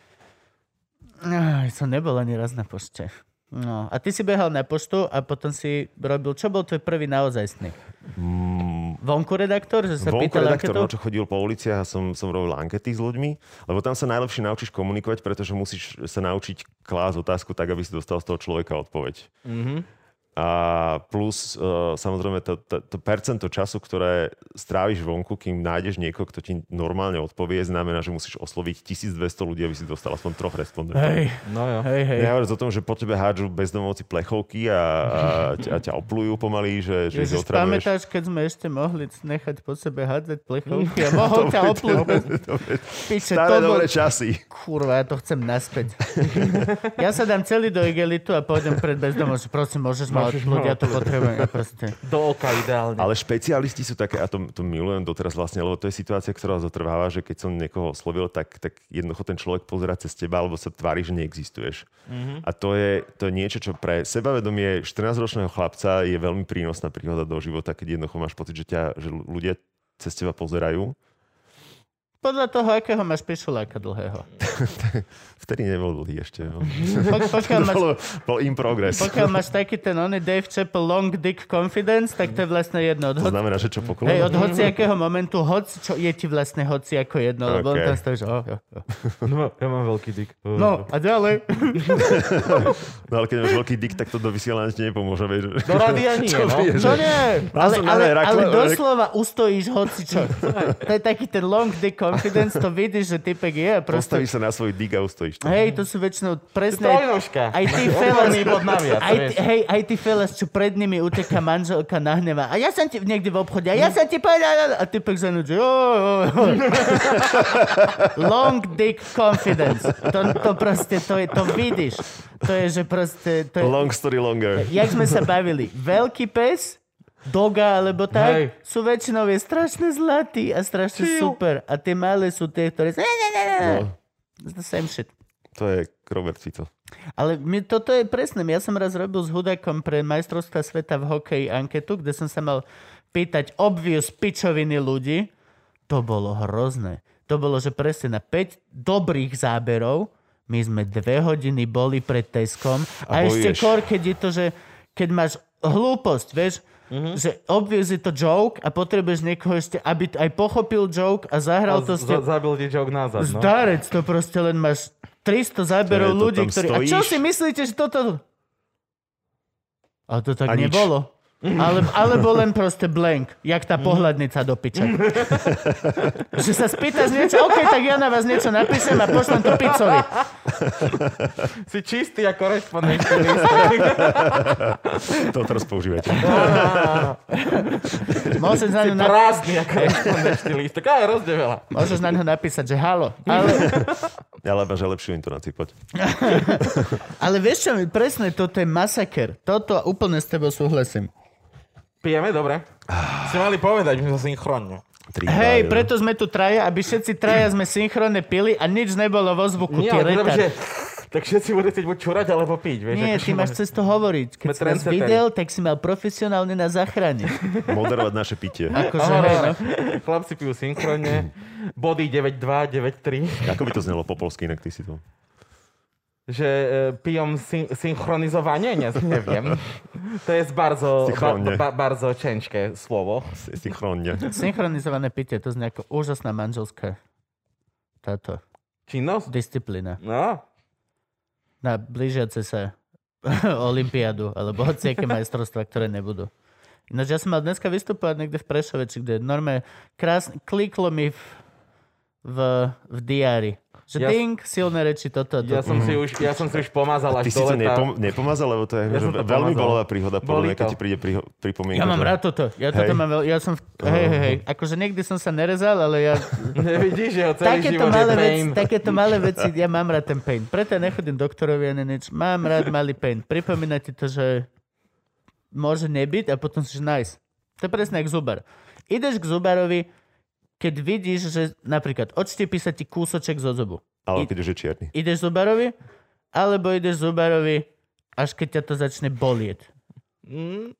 [SPEAKER 1] Aj, som nebol ani raz na pošte. No, a ty si behal na poštu a potom si robil, čo bol tvoj prvý naozajstný? Vonku redaktor, že sa
[SPEAKER 3] Mm. Vonku
[SPEAKER 1] pýtal
[SPEAKER 3] redaktor, no,
[SPEAKER 1] aké to?
[SPEAKER 3] čo chodil po uliciach a som, som robil ankety s ľuďmi, lebo tam sa najlepšie naučíš komunikovať, pretože musíš sa naučiť klásť otázku tak, aby si dostal z toho človeka odpoveď.
[SPEAKER 4] Mhm.
[SPEAKER 3] A plus uh, samozrejme to, to, to percento času, ktoré stráviš vonku, kým nájdeš niekoho, kto ti normálne odpovie, znamená, že musíš osloviť 1200 ľudí, aby si dostal aspoň troch respondentov.
[SPEAKER 1] Hej,
[SPEAKER 4] No jo.
[SPEAKER 1] hej, hej.
[SPEAKER 3] Nehovoriac o tom, že po tebe hádžu bezdomovci plechovky a, a, ťa- a ťa oplujú pomaly, že, že ich
[SPEAKER 1] Ježiš,
[SPEAKER 3] otravuješ.
[SPEAKER 1] pamätáš, keď sme ešte mohli nechať po sebe hádzať plechovky a mohol ťa oplúť bez piče, to
[SPEAKER 3] Staré
[SPEAKER 1] bol...
[SPEAKER 3] dobré časy.
[SPEAKER 1] Kurva, ja to chcem naspäť. ja sa dám celý do igelitu a pôjdem pred bezdomom, že prosím, môžeš ma
[SPEAKER 4] Môžeš
[SPEAKER 1] odplúť,
[SPEAKER 4] ma
[SPEAKER 1] ja to potrebujem. Ja proste.
[SPEAKER 4] Do oka ideálne.
[SPEAKER 3] Ale špecialisti sú také, a to, to milujem doteraz vlastne, lebo to je situácia, ktorá zotrváva, že keď som niekoho oslovil, tak, tak jednoducho ten človek pozera cez teba, alebo sa tvári, že neexistuješ.
[SPEAKER 1] Mhm.
[SPEAKER 3] Mm-hmm. A to je, to je niečo, čo pre sebavedomie 14-ročného chlapca je veľmi prínosná príhoda do života, keď jednoducho máš pocit, že, ťa, že ľudia cez teba pozerajú.
[SPEAKER 1] Podľa toho, akého máš pišuláka dlhého.
[SPEAKER 3] Vtedy nebol dlhý ešte. no.
[SPEAKER 1] Pok- pokiaľ máš
[SPEAKER 3] bol, bol in progress.
[SPEAKER 1] Pokiaľ máš taký ten oný Dave Chappell long dick confidence, tak to je vlastne jedno. Od ho-
[SPEAKER 3] To znamená, že čo po
[SPEAKER 1] hej, od
[SPEAKER 3] kolene?
[SPEAKER 1] hociakého momentu hoci, čo je ti vlastne hoci ako jedno, lebo on
[SPEAKER 3] Okay.
[SPEAKER 1] tam stojí, že oh, oh, oh.
[SPEAKER 4] No, ja mám veľký dik.
[SPEAKER 1] No a ďalej.
[SPEAKER 3] No ale keď máš veľký dik, tak to do vysielania ti nepomôže. Vieš.
[SPEAKER 4] Do rádia nie,
[SPEAKER 3] Čo
[SPEAKER 4] no.
[SPEAKER 3] vieš?
[SPEAKER 1] Čo nie?
[SPEAKER 3] Mal
[SPEAKER 1] Ale,
[SPEAKER 3] som na
[SPEAKER 1] ale,
[SPEAKER 3] nej rakle-
[SPEAKER 1] ale doslova ustojíš hoci čo. To je taký ten long dick confidence, to vidíš, že typek je a proste...
[SPEAKER 3] Postavíš sa na svoj dig a ustojíš. to.
[SPEAKER 1] Hej, to sú väčšinou presne...
[SPEAKER 4] Trojnožka.
[SPEAKER 1] Aj tí fellas,
[SPEAKER 4] Odborný bod naviac,
[SPEAKER 1] aj,
[SPEAKER 4] vieš.
[SPEAKER 1] tí- hej, aj tí fellas, čo pred nimi uteká manželka nahnevá. A ja som ti niekde v obchode, a ja som ti povedal, a ty pek za že jo, jo, jo. Long dick confidence. To, to proste, to, je, to vidíš. To je, že proste... To je,
[SPEAKER 3] Long story longer.
[SPEAKER 1] jak sme sa bavili, veľký pes, doga alebo tak,
[SPEAKER 4] Hej.
[SPEAKER 1] sú väčšinou je strašne zlatý a strašne
[SPEAKER 4] Čiu.
[SPEAKER 1] super. A tie malé sú tie, ktoré... No. The same shit.
[SPEAKER 3] To je Robert Fico.
[SPEAKER 1] Ale mi, toto je presné. Ja som raz robil s Hudakom pre majstrovstva sveta v hokeji anketu, kde som sa mal pýtať obvious pičoviny ľudí. To bolo hrozné. To bolo, že presne na 5 dobrých záberov my sme dve hodiny boli pred Teskom a,
[SPEAKER 3] A
[SPEAKER 1] ešte
[SPEAKER 3] bojuješ.
[SPEAKER 1] skôr, keď je to, že keď máš hlúposť, vieš,
[SPEAKER 3] Mhm.
[SPEAKER 1] že obvious je to joke a potrebuješ niekoho ešte, aby t- aj pochopil joke a zahral to s tebou.
[SPEAKER 4] Zabil ti joke nazad, no.
[SPEAKER 1] Zdarec, to proste len máš 300 záberov
[SPEAKER 3] To je, to
[SPEAKER 1] ľudí,
[SPEAKER 3] tam
[SPEAKER 1] ktorí... A čo
[SPEAKER 3] stojíš?
[SPEAKER 1] si myslíte, že toto... A to tak
[SPEAKER 3] A nič.
[SPEAKER 1] nebolo. Ale, alebo len proste blank, jak tá pohľadnica do piče. že sa spýtaš niečo, OK, tak ja na vás niečo napíšem a pošlem to picovi.
[SPEAKER 4] Si čistý ako korešpondenčný list.
[SPEAKER 3] To teraz používajte.
[SPEAKER 1] Môžeš na
[SPEAKER 4] Si
[SPEAKER 1] ňu na...
[SPEAKER 4] prázdny ako korešpondenčný list. Tak aj hrozne veľa.
[SPEAKER 1] Môžeš na ňo napísať, že halo. Ale,
[SPEAKER 3] Ale že lepšiu intonáciu, poď.
[SPEAKER 1] ale vieš čo, mi- presne toto je masaker. Toto úplne s tebou súhlasím.
[SPEAKER 4] Pijeme, dobre. Ste mali povedať, my sme synchronne.
[SPEAKER 3] Tri,
[SPEAKER 1] Hej,
[SPEAKER 3] dva,
[SPEAKER 1] preto sme tu traja, aby všetci traja sme synchronne pili a nič nebolo vo zvuku. ty
[SPEAKER 4] Nie, ale
[SPEAKER 1] retard.
[SPEAKER 4] že... Tak všetci budú chcieť buď čurať, alebo piť, vieš.
[SPEAKER 1] Nie,
[SPEAKER 4] akože
[SPEAKER 1] ty máš cez to hovoriť. Keď si
[SPEAKER 4] Sme
[SPEAKER 1] nás
[SPEAKER 4] trendsetteri.
[SPEAKER 1] videl, tak si mal profesionálne na záchrane.
[SPEAKER 3] jeden. Moderovať naše pitie.
[SPEAKER 1] Akože,
[SPEAKER 4] Áno,
[SPEAKER 1] hej, no.
[SPEAKER 4] áno. Chlapci pijú synchronne. Body 9-2, 9-3.
[SPEAKER 3] Ako by to znelo po polsky, inak ty si to...
[SPEAKER 4] Že e, piją syn- synchronizowanie? Nie, nie wiem. To jest bardzo, ba,
[SPEAKER 3] Synchronnie.
[SPEAKER 4] ba, bardzo ciężkie słowo.
[SPEAKER 3] si- Synchronne.
[SPEAKER 1] Synchronizované pitie, to znie ako úžasná manželská táto
[SPEAKER 4] Činnosť?
[SPEAKER 1] disciplína.
[SPEAKER 4] No,
[SPEAKER 1] Na blížiace sa olimpiádu, alebo hociaké majstrovstvá, ktoré nebudú. Ináč ja som mal dneska vystupovať niekde v Prešove, či kde normálne krásne, kliklo mi v v, v diári. Že
[SPEAKER 2] Ja-
[SPEAKER 1] ding, silné reči, toto, toto.
[SPEAKER 2] Ja som si už, ja som si už pomazal
[SPEAKER 3] Mhm. Ty
[SPEAKER 2] až do
[SPEAKER 3] si to
[SPEAKER 2] leta.
[SPEAKER 3] nepom- nepomazal, lebo to je
[SPEAKER 2] Ja
[SPEAKER 3] ja
[SPEAKER 2] som to
[SPEAKER 3] veľmi
[SPEAKER 2] pomazal.
[SPEAKER 3] bolavá príhoda, podľa mňa,
[SPEAKER 2] Boli
[SPEAKER 3] keď
[SPEAKER 2] to.
[SPEAKER 3] ti príde priho- pripomienka.
[SPEAKER 1] Ja mám
[SPEAKER 3] že-
[SPEAKER 1] rád toto. Ja toto
[SPEAKER 3] Hej.
[SPEAKER 1] mám veľ... Ja som... v- Hej, hej, hej. Akože niekdy som sa nerezal, ale ja...
[SPEAKER 2] Nevidíš, že ho celý
[SPEAKER 1] Takéto
[SPEAKER 2] život
[SPEAKER 1] malé,
[SPEAKER 2] je
[SPEAKER 1] veci,
[SPEAKER 2] pain.
[SPEAKER 1] takéto malé veci, ja mám rád ten pain. Preto ja nechodím doktorovi ani nič. Mám rád malý pain. Pripomína ti to, že môže nebyť a potom si že nice. To je presne jak zubar. Ideš k zubarovi, keď vidíš, že napríklad odštepí sa ti kúsoček zo zubu.
[SPEAKER 3] Ale keď už je čierny.
[SPEAKER 1] Ideš zubarovi, alebo ideš zubarovi, až keď ťa to začne bolieť.
[SPEAKER 2] Mm,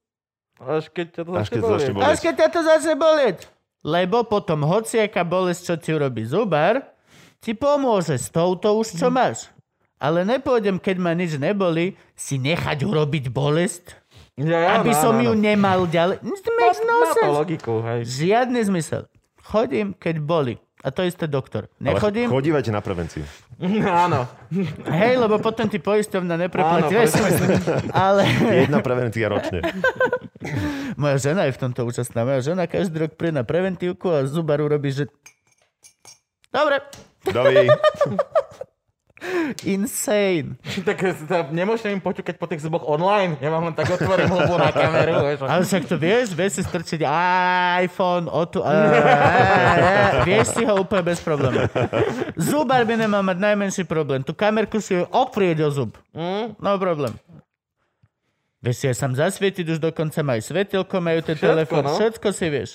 [SPEAKER 2] Až keď ťa to
[SPEAKER 3] Až
[SPEAKER 2] začne
[SPEAKER 3] keď začne
[SPEAKER 2] bolieť.
[SPEAKER 3] bolieť.
[SPEAKER 1] Až keď ťa to začne bolieť. Lebo potom hociaká bolesť, čo ti urobí zubar, ti pomôže s touto už, čo máš. Ale nepôjdem, keď ma nič neboli, si nechať urobiť bolesť,
[SPEAKER 2] Ja, no, ja,
[SPEAKER 1] aby
[SPEAKER 2] áno,
[SPEAKER 1] som
[SPEAKER 2] áno,
[SPEAKER 1] ju
[SPEAKER 2] áno.
[SPEAKER 1] nemal ďalej. It
[SPEAKER 2] Má,
[SPEAKER 1] makes no
[SPEAKER 2] má to
[SPEAKER 1] sense.
[SPEAKER 2] logiku, hej.
[SPEAKER 1] Žiadny zmysel. Chodím, keď boli. A to isté doktor.
[SPEAKER 3] Ale
[SPEAKER 1] Nechodím.
[SPEAKER 3] Chodívajte na prevenciu.
[SPEAKER 2] Áno.
[SPEAKER 1] Hej, lebo potom ti poistovna
[SPEAKER 2] Áno,
[SPEAKER 1] nepreplatí. vieš. Ale
[SPEAKER 3] Jedna prevencia ročne.
[SPEAKER 1] moja žena je v tomto účastná. Moja žena každý rok príde na preventívku a zubar urobí, že... Dobre,
[SPEAKER 3] Dovi.
[SPEAKER 1] insane.
[SPEAKER 2] tak sa- nemôžete im poťukať po tých zuboch online. Ja vám len tak otvorím hubu na kameru. Vieš.
[SPEAKER 1] Ale však to vieš, vieš si strčiť iPhone, o tu, á, á, á, vieš si ho úplne bez problémov. Zubar by nemal mať najmenší problém. Tu kamerku si oprieť o zub.
[SPEAKER 2] Hm?
[SPEAKER 1] No problém. Vieš si aj sám zasvietiť, už dokonca majú svetelko, majú ten
[SPEAKER 2] Všetko,
[SPEAKER 1] telefón,
[SPEAKER 2] no.
[SPEAKER 1] všetko si vieš.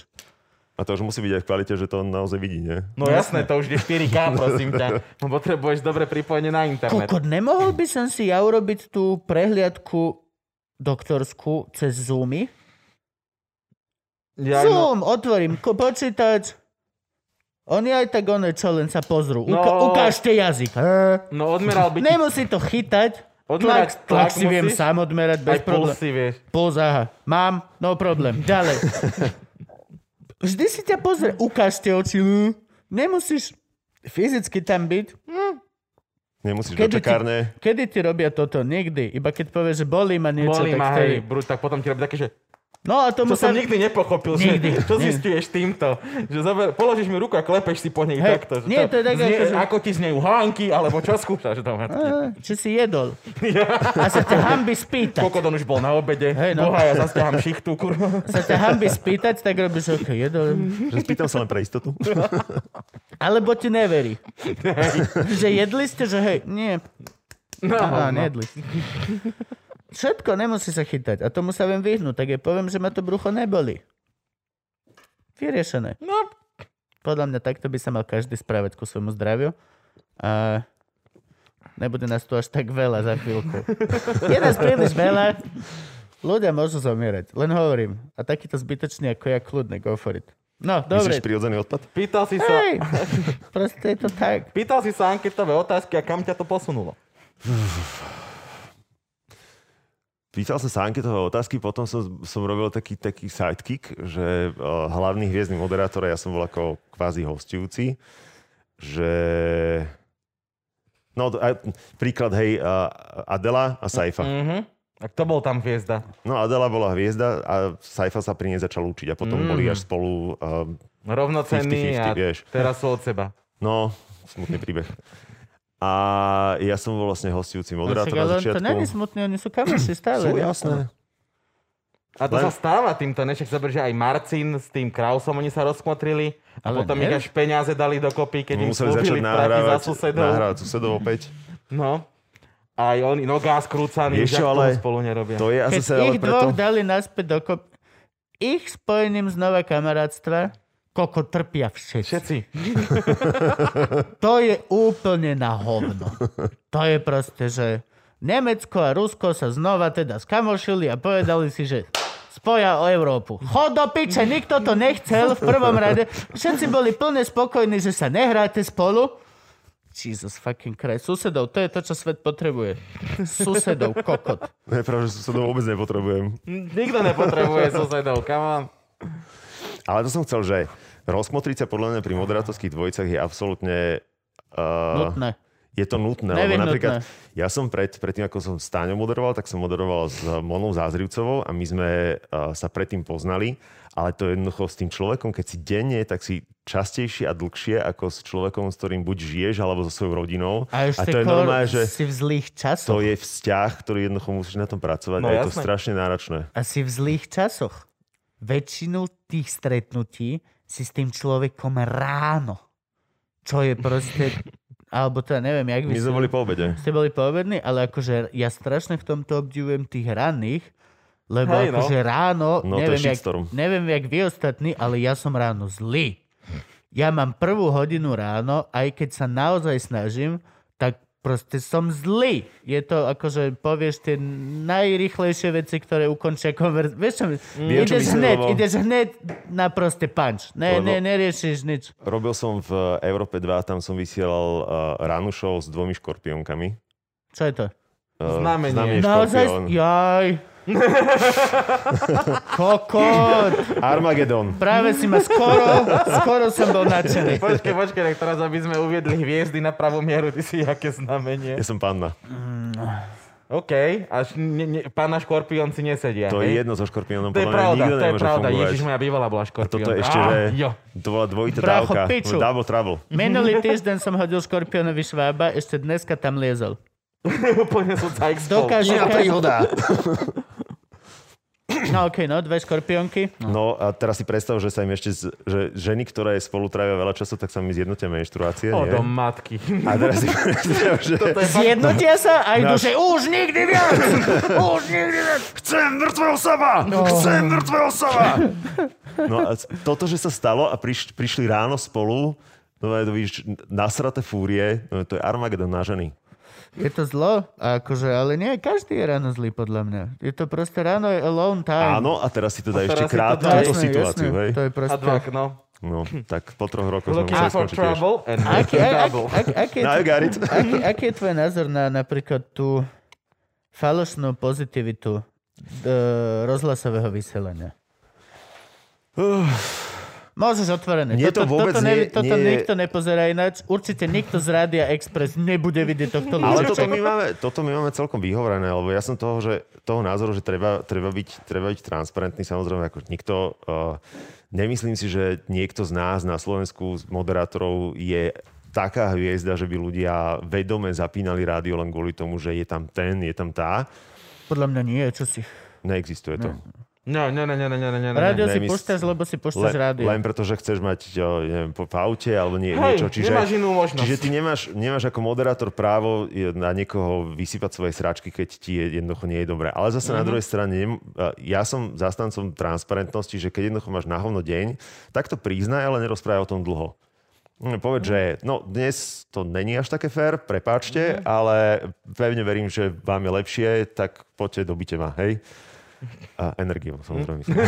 [SPEAKER 3] A to už musí byť aj v kvalite, že to on naozaj vidí, nie?
[SPEAKER 2] No jasné, to už je 4K, prosím ťa. No Potrebuješ dobre pripojenie na internet.
[SPEAKER 1] Kokot, nemohol by som si ja urobiť tú prehliadku doktorskú cez Zoomy?
[SPEAKER 2] Ja, no,
[SPEAKER 1] Zoom, otvorím ko- počítač. Oni aj tak one čo len sa pozrú. Uka-
[SPEAKER 2] No.
[SPEAKER 1] Ukážte jazyk.
[SPEAKER 2] no odmeral by ti
[SPEAKER 1] Nemusí to chytať. Tlak,
[SPEAKER 2] Odmerať
[SPEAKER 1] tlak
[SPEAKER 2] tlak
[SPEAKER 1] si viem
[SPEAKER 2] musíš?
[SPEAKER 1] sám odmerať bez
[SPEAKER 2] aj
[SPEAKER 1] problémov.
[SPEAKER 2] pulsy, vieš.
[SPEAKER 1] Puls, aha. Mám, no problém. Ďalej. Vždy si ťa pozrie. Ukážte oči. Hm. Nemusíš fyzicky tam byť.
[SPEAKER 2] No
[SPEAKER 3] Nemusíš
[SPEAKER 1] Kedy
[SPEAKER 3] do čakárne.
[SPEAKER 1] ti, kedy ti robia toto? Nikdy. Iba keď povieš, že bolí ma niečo,
[SPEAKER 2] Boli
[SPEAKER 1] tak
[SPEAKER 2] ma,
[SPEAKER 1] vtedy.
[SPEAKER 2] hej, brud, tak potom ti robí také, že
[SPEAKER 1] No a tomu
[SPEAKER 2] To
[SPEAKER 1] sa...
[SPEAKER 2] som nikdy nepochopil,
[SPEAKER 1] Nikdy.
[SPEAKER 2] že čo
[SPEAKER 1] Nie.
[SPEAKER 2] zistuješ týmto. Že zober, položíš mi ruku a klepeš si po nej
[SPEAKER 1] Hej,
[SPEAKER 2] takto. Že
[SPEAKER 1] nie, to je tak,
[SPEAKER 2] znie,
[SPEAKER 1] akože-
[SPEAKER 2] ako ti znejú hánky, alebo čo skúšaš
[SPEAKER 1] Á,
[SPEAKER 2] doma.
[SPEAKER 1] Eh, Či si jedol. A sa ťa hambi spýtať.
[SPEAKER 2] Koľko on už bol na obede,
[SPEAKER 1] Hej, no.
[SPEAKER 2] boha, ja zasťahám šichtu, kurva.
[SPEAKER 1] sa ťa hambi spýtať, tak robíš OK, jedol.
[SPEAKER 3] Že spýtam sa len pre istotu.
[SPEAKER 1] Alebo ti neverí. že jedli ste, že hej, nie.
[SPEAKER 2] No,
[SPEAKER 1] Aha,
[SPEAKER 2] no.
[SPEAKER 1] nejedli ste. Všetko nemusí sa chytať a tomu sa viem vyhnúť, tak jej poviem, že ma to brucho neboli. Vyriešené.
[SPEAKER 2] no.
[SPEAKER 1] Podľa mňa takto by sa mal každý správať ku svojmu zdraviu. A nebude nás tu až tak veľa za chvíľku. Je nás príliš veľa. Ľudia môžu zomierať, len hovorím. A takýto zbytočný ako ja, kľudne, go for it. No, dobre.
[SPEAKER 3] Myslíš prirodzený odpad?
[SPEAKER 2] Pýtal si sa...
[SPEAKER 1] Hej, proste je to tak.
[SPEAKER 2] Pýtal si sa anketové otázky a kam ťa to posunulo?
[SPEAKER 3] Pýtal som sa anketové otázky, potom som, som robil taký, taký sidekick, že uh, hlavný hviezdny moderátor, a ja som bol ako kvázi hostujúci, že... No, to- a, príklad, hej, uh, Adela a Saifa.
[SPEAKER 2] Mhm. A kto bol tam hviezda?
[SPEAKER 3] No, Adela bola hviezda a Saifa sa pri nej začal učiť a potom
[SPEAKER 2] Mm.
[SPEAKER 3] boli až spolu... Uh,
[SPEAKER 2] Rovnocenný
[SPEAKER 3] 50-50,
[SPEAKER 2] a
[SPEAKER 3] vieš.
[SPEAKER 2] teraz sú od seba.
[SPEAKER 3] no, smutný príbeh. A ja som bol vlastne hostujúci moderátor
[SPEAKER 1] No, Však, ale
[SPEAKER 3] na
[SPEAKER 1] on to není
[SPEAKER 3] začiatku.
[SPEAKER 1] smutné, oni sú kamoši stále.
[SPEAKER 3] Sú
[SPEAKER 1] ne?
[SPEAKER 3] jasné.
[SPEAKER 2] A to
[SPEAKER 3] Len-
[SPEAKER 2] sa stáva týmto, ne? Však zober, že aj Marcin s tým Krausom oni sa rozkmotrili a
[SPEAKER 1] Ale
[SPEAKER 2] potom
[SPEAKER 1] nie.
[SPEAKER 2] ich až peniaze dali dokopy, keď im
[SPEAKER 3] Museli
[SPEAKER 2] slúbili
[SPEAKER 3] začať
[SPEAKER 2] prachy za
[SPEAKER 3] nahrávať,
[SPEAKER 2] susedov.
[SPEAKER 3] nahrávať susedov opäť.
[SPEAKER 2] No. Aj oni, no gás krúcaný, že
[SPEAKER 3] Vieš čo,
[SPEAKER 2] ale...
[SPEAKER 3] ale-
[SPEAKER 2] spolu nerobia.
[SPEAKER 3] To je
[SPEAKER 1] Keď
[SPEAKER 3] asi sa
[SPEAKER 1] ich
[SPEAKER 3] ale preto...
[SPEAKER 1] dvoch dali naspäť dokop, ich spojením znova kamarátstva, koľko trpia všetci.
[SPEAKER 2] Všetci.
[SPEAKER 1] To je úplne na hovno. To je proste, že Nemecko a Rusko sa znova teda skamošili a povedali si, že spoja o Európu. Chod do piče, nikto to nechcel v prvom rade. Všetci boli plne spokojní, že sa nehráte spolu. Jesus fucking Christ. Susedov, to je to, čo svet potrebuje. Susedov, kokot.
[SPEAKER 3] No je pravda, že susedov vôbec nepotrebujem.
[SPEAKER 2] Nikto nepotrebuje susedov, come on.
[SPEAKER 3] Ale to som chcel, že rozmotriť sa podľa mňa pri moderátorských dvojicách je absolútne... Uh,
[SPEAKER 1] Nutné.
[SPEAKER 3] Je to nutné, lebo
[SPEAKER 1] Nevyhnutné.
[SPEAKER 3] napríklad ja som pred, predtým, ako som s Táňou moderoval, tak som moderoval s Monou Zázrivcovou a my sme uh, sa predtým poznali, ale to je jednoducho s tým človekom, keď si denne, tak si častejšie a dlhšie ako s človekom, s ktorým buď žiješ, alebo so svojou rodinou.
[SPEAKER 1] A ešte
[SPEAKER 3] to je normálne, že
[SPEAKER 1] si v zlých časoch.
[SPEAKER 3] to je vzťah, ktorý jednoducho musíš na tom pracovať
[SPEAKER 4] No,
[SPEAKER 3] a je to
[SPEAKER 4] jasné.
[SPEAKER 3] strašne náročné.
[SPEAKER 1] A si v zlých časoch. Väčšinu tých stretnutí si s tým človekom ráno. Čo je proste... Alebo to ja neviem, jak by
[SPEAKER 3] My
[SPEAKER 1] ste-
[SPEAKER 3] sme boli po obede.
[SPEAKER 1] ste boli povední, ale akože ja strašne v tomto obdivujem tých ranných, lebo
[SPEAKER 4] Hej,
[SPEAKER 1] Hej,
[SPEAKER 4] no.
[SPEAKER 1] akože ráno,
[SPEAKER 3] No, to je
[SPEAKER 1] neviem, jak,
[SPEAKER 3] shitstorm.
[SPEAKER 1] neviem jak vy ostatní, ale ja som ráno zlý. Ja mám prvú hodinu ráno, aj keď sa naozaj snažím, tak proste som zlý. Je to akože, povieš tie najrychlejšie veci, ktoré ukončia konverz... Vieš čo,
[SPEAKER 3] Viem, čo
[SPEAKER 1] ideš
[SPEAKER 3] myslím,
[SPEAKER 1] hneď,
[SPEAKER 3] lebo-
[SPEAKER 1] ideš hneď na proste punch. Ne,
[SPEAKER 3] Lebo-
[SPEAKER 1] ne, neriešiš nič.
[SPEAKER 3] Robil som v Európe 2, tam som vysielal uh, ránu show s dvomi škorpiónkami.
[SPEAKER 1] Čo je to?
[SPEAKER 3] Uh,
[SPEAKER 4] Znamenie.
[SPEAKER 3] Znamenie škorpión.
[SPEAKER 1] Naozaj? Jaj. Kokot.
[SPEAKER 3] Armagedon.
[SPEAKER 1] Práve si ma skoro, skoro som bol nadšený.
[SPEAKER 4] Počkej, počkej, No, tak teraz aby sme uviedli hviezdy na pravú mieru, ty si aké znamenie.
[SPEAKER 3] Ja som panna.
[SPEAKER 4] OK, až ne, ne, pána škorpión si nesedia.
[SPEAKER 3] To
[SPEAKER 4] hej?
[SPEAKER 3] je jedno so škorpiónom.
[SPEAKER 4] To je
[SPEAKER 3] podľa mňa
[SPEAKER 4] pravda,
[SPEAKER 3] nikto
[SPEAKER 4] to je
[SPEAKER 3] nemôže
[SPEAKER 4] pravda.
[SPEAKER 3] fungovať.
[SPEAKER 4] Ježiš, moja bývalá bola škorpión.
[SPEAKER 3] Toto ešte,
[SPEAKER 4] Á,
[SPEAKER 3] že
[SPEAKER 4] jo.
[SPEAKER 3] to bola dvojitá
[SPEAKER 1] Brácho,
[SPEAKER 3] dávka.
[SPEAKER 1] piču.
[SPEAKER 3] Double trouble.
[SPEAKER 1] Minulý týždeň som hodil škorpiónovi švába, ešte dneska tam liezol.
[SPEAKER 4] Úplne sú sa expol.
[SPEAKER 1] Dokáže každý...
[SPEAKER 2] príhoda.
[SPEAKER 1] No okej, no, dve škorpiónky.
[SPEAKER 3] No a teraz si predstav, že sa im ešte, z, že ženy, ktoré spolu trávia veľa času, tak sa mi zjednotia menštruácie.
[SPEAKER 4] O, do
[SPEAKER 3] nie?
[SPEAKER 4] matky.
[SPEAKER 3] A teraz si predstav, že
[SPEAKER 1] Zjednotia sa a idú,
[SPEAKER 3] Náš-
[SPEAKER 1] že už nikdy viac! Už nikdy viac!
[SPEAKER 3] chcem mŕtvého saba! No. Chcem mŕtvého saba! No a toto, že sa stalo a priš, prišli ráno spolu, no a to víš, nasraté fúrie, no to je Armagedon na ženy.
[SPEAKER 1] Je to zlo, a akože, ale nie, každý je ráno zlý podľa mňa. Je to proste ráno je alone time.
[SPEAKER 3] Áno, a teraz si to dá
[SPEAKER 4] A
[SPEAKER 3] ešte
[SPEAKER 4] teraz si to
[SPEAKER 3] krát
[SPEAKER 4] dá-
[SPEAKER 3] túto situáciu, hej?
[SPEAKER 1] To je
[SPEAKER 4] A
[SPEAKER 1] proste...
[SPEAKER 4] dva, no.
[SPEAKER 3] No, tak po troch rokoch sme
[SPEAKER 4] Looking
[SPEAKER 3] museli
[SPEAKER 4] for
[SPEAKER 3] skončiť tiež.
[SPEAKER 4] trouble and
[SPEAKER 1] Aký,
[SPEAKER 4] looking
[SPEAKER 1] ak,
[SPEAKER 4] double.
[SPEAKER 1] ak, aký, je
[SPEAKER 3] No, I
[SPEAKER 1] tvoj,
[SPEAKER 3] got it.
[SPEAKER 1] aký, aký je tvoj názor na napríklad tú falošnú pozitivitu e, rozhlasového vysielania? Môžeš otvorené.
[SPEAKER 3] Nie, to vôbec
[SPEAKER 1] toto,
[SPEAKER 3] nie-
[SPEAKER 1] toto
[SPEAKER 3] nie-
[SPEAKER 1] nikto nepozerá ináč. Určite nikto z Rádia Express nebude vidieť tohto
[SPEAKER 3] Ale toto
[SPEAKER 1] ľudíčka.
[SPEAKER 3] my, máme, toto my máme celkom vyhovorené, lebo ja som toho, že, toho názoru, že treba, treba, byť, treba byť transparentný, samozrejme, ako nikto... Uh, nemyslím si, že niekto z nás na Slovensku z moderátorov je taká hviezda, že by ľudia vedome zapínali rádio len kvôli tomu, že je tam ten, je tam tá.
[SPEAKER 1] Podľa mňa nie, čo si...
[SPEAKER 3] Neexistuje to.
[SPEAKER 4] No, no, no, no, no, no, no, no.
[SPEAKER 1] Rádio
[SPEAKER 3] ne,
[SPEAKER 1] si
[SPEAKER 3] my-
[SPEAKER 1] púšťaš, lebo si púšťaš
[SPEAKER 3] Le,
[SPEAKER 1] rádio.
[SPEAKER 3] len preto, že chceš mať ja, neviem, po, v aute alebo nie,
[SPEAKER 4] Hej,
[SPEAKER 3] niečo. Čiže,
[SPEAKER 4] nemáš inú možnosť.
[SPEAKER 3] Čiže ty nemáš, nemáš ako moderátor právo je- na niekoho vysypať svoje sračky, keď ti je, jednoducho nie je dobré. Ale zase mm-hmm. na druhej strane, nem- a ja som zastancom transparentnosti, že keď jednoducho máš na hovno deň, tak to priznaj, ale nerozprávaj o tom dlho. Mm, Povedz, že no, dnes to není až také fér, prepáčte, mm-hmm. ale pevne verím, že vám je lepšie, tak poďte, dobite ma, hej? A energiou, samozrejme. myslím.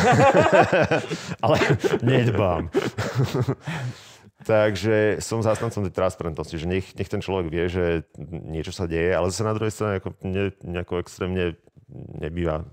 [SPEAKER 3] ale nedbám. Takže som zástancom tej transparentnosti, že nech, nech ten človek vie, že niečo sa deje, ale zase na druhej strane ako ne, nejako extrémne nebýva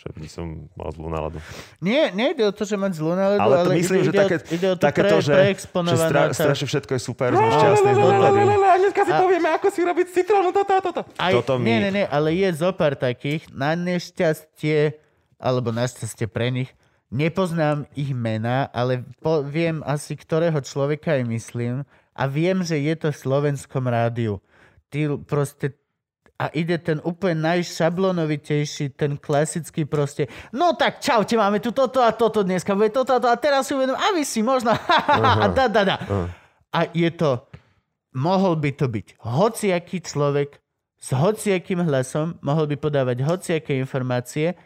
[SPEAKER 3] že by som mal zlú náladu.
[SPEAKER 1] Nie, nejde o to, že mať zlú náladu,
[SPEAKER 3] Ale,
[SPEAKER 1] ale,
[SPEAKER 3] to myslím,
[SPEAKER 1] ide,
[SPEAKER 3] že
[SPEAKER 1] ide,
[SPEAKER 3] také,
[SPEAKER 1] o, ide o to
[SPEAKER 3] také to,
[SPEAKER 1] pre,
[SPEAKER 3] že, že
[SPEAKER 1] preexponovaná
[SPEAKER 3] stra,
[SPEAKER 1] tá-
[SPEAKER 3] strašne všetko je super, som šťastný, som dobrý.
[SPEAKER 4] A dneska si povieme, ako si robiť citrónu, toto, toto.
[SPEAKER 1] Aj,
[SPEAKER 3] Toto mi-
[SPEAKER 1] Nie, nie, nie, ale je zo pár takých. Na nešťastie, alebo našťastie pre nich, nepoznám ich mená, ale po, viem asi, ktorého človeka aj myslím a viem, že je to v slovenskom rádiu. Ty proste a ide ten úplne najšablonovitejší, ten klasický proste, no tak čaute, máme tu toto a toto dneska, bude toto a toto a teraz si uvedom, a vy si možno, ha, ha, ha, a da, da, da. A je to, mohol by to byť hociaký človek s hociakým hlasom, mohol by podávať hociaké informácie,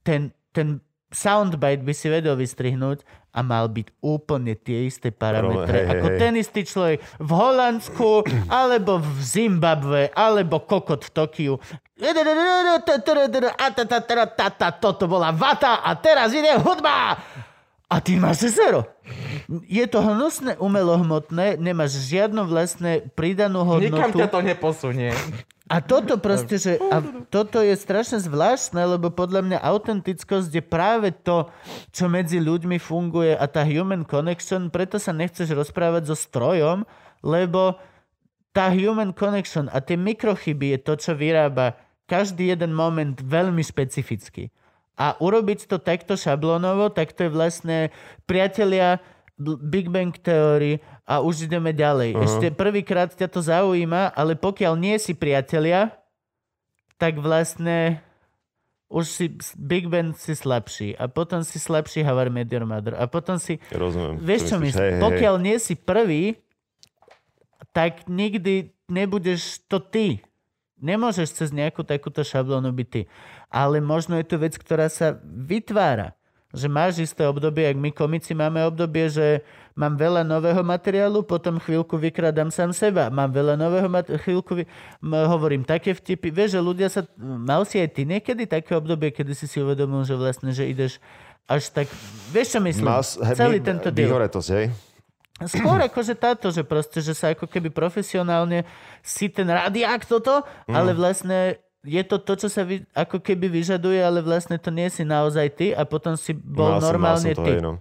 [SPEAKER 1] ten, ten soundbite by si vedel vystrihnúť a mal byť úplne tie isté parametre
[SPEAKER 3] hej,
[SPEAKER 1] ako
[SPEAKER 3] hej.
[SPEAKER 1] ten istý človek v Holandsku alebo v Zimbabve alebo kokot v Tokiu. A ta, ta, ta, ta, ta, Toto bola vata a teraz ide hudba! A ty máš zero. Je to hnusné umelohmotné, nemáš žiadnu vlastné pridanú
[SPEAKER 4] Nikam
[SPEAKER 1] hodnotu.
[SPEAKER 4] ťa to neposunie.
[SPEAKER 1] A toto proste, že a toto je strašne zvláštne, lebo podľa mňa autentickosť je práve to, čo medzi ľuďmi funguje a tá human connection, preto sa nechceš rozprávať so strojom, lebo tá human connection a tie mikrochyby je to, čo vyrába každý jeden moment veľmi špecificky. A urobiť to takto šablónovo, tak to je vlastne priatelia bl- Big Bang Theory a už ideme ďalej. Uh-huh. Ešte prvýkrát ťa to zaujíma, ale pokiaľ nie si priatelia, tak vlastne už si Big Bang si slabší a potom si slabší Havar Medior Mother a potom si...
[SPEAKER 3] Rozumiem.
[SPEAKER 1] Vieš čo myslím? Hej, hej. Pokiaľ nie si prvý, tak nikdy nebudeš to ty. Nemôžeš cez nejakú takúto šablónu byť ty. Ale možno je to vec, ktorá sa vytvára. Že máš isté obdobie, ak my komici máme obdobie, že mám veľa nového materiálu, potom chvíľku vykradám sám seba. Mám veľa nového materiálu, chvíľku vy... m- hovorím také vtipy. Vieš, že ľudia sa... Mal si aj ty niekedy také obdobie, kedy si si uvedomil, že vlastne, že ideš až tak... Vieš, čo myslím?
[SPEAKER 3] Mas, he,
[SPEAKER 1] Celý tento deal.
[SPEAKER 3] Vyhoretosť, hej?
[SPEAKER 1] Skôr akože táto, že proste, že sa ako keby profesionálne si ten radiák toto, mm. ale vlastne je to to, čo sa vy, ako keby vyžaduje, ale vlastne to nie si naozaj ty a potom si bol
[SPEAKER 3] Mal som- mal som
[SPEAKER 1] normálne
[SPEAKER 3] to,
[SPEAKER 1] ty.
[SPEAKER 3] hej, no.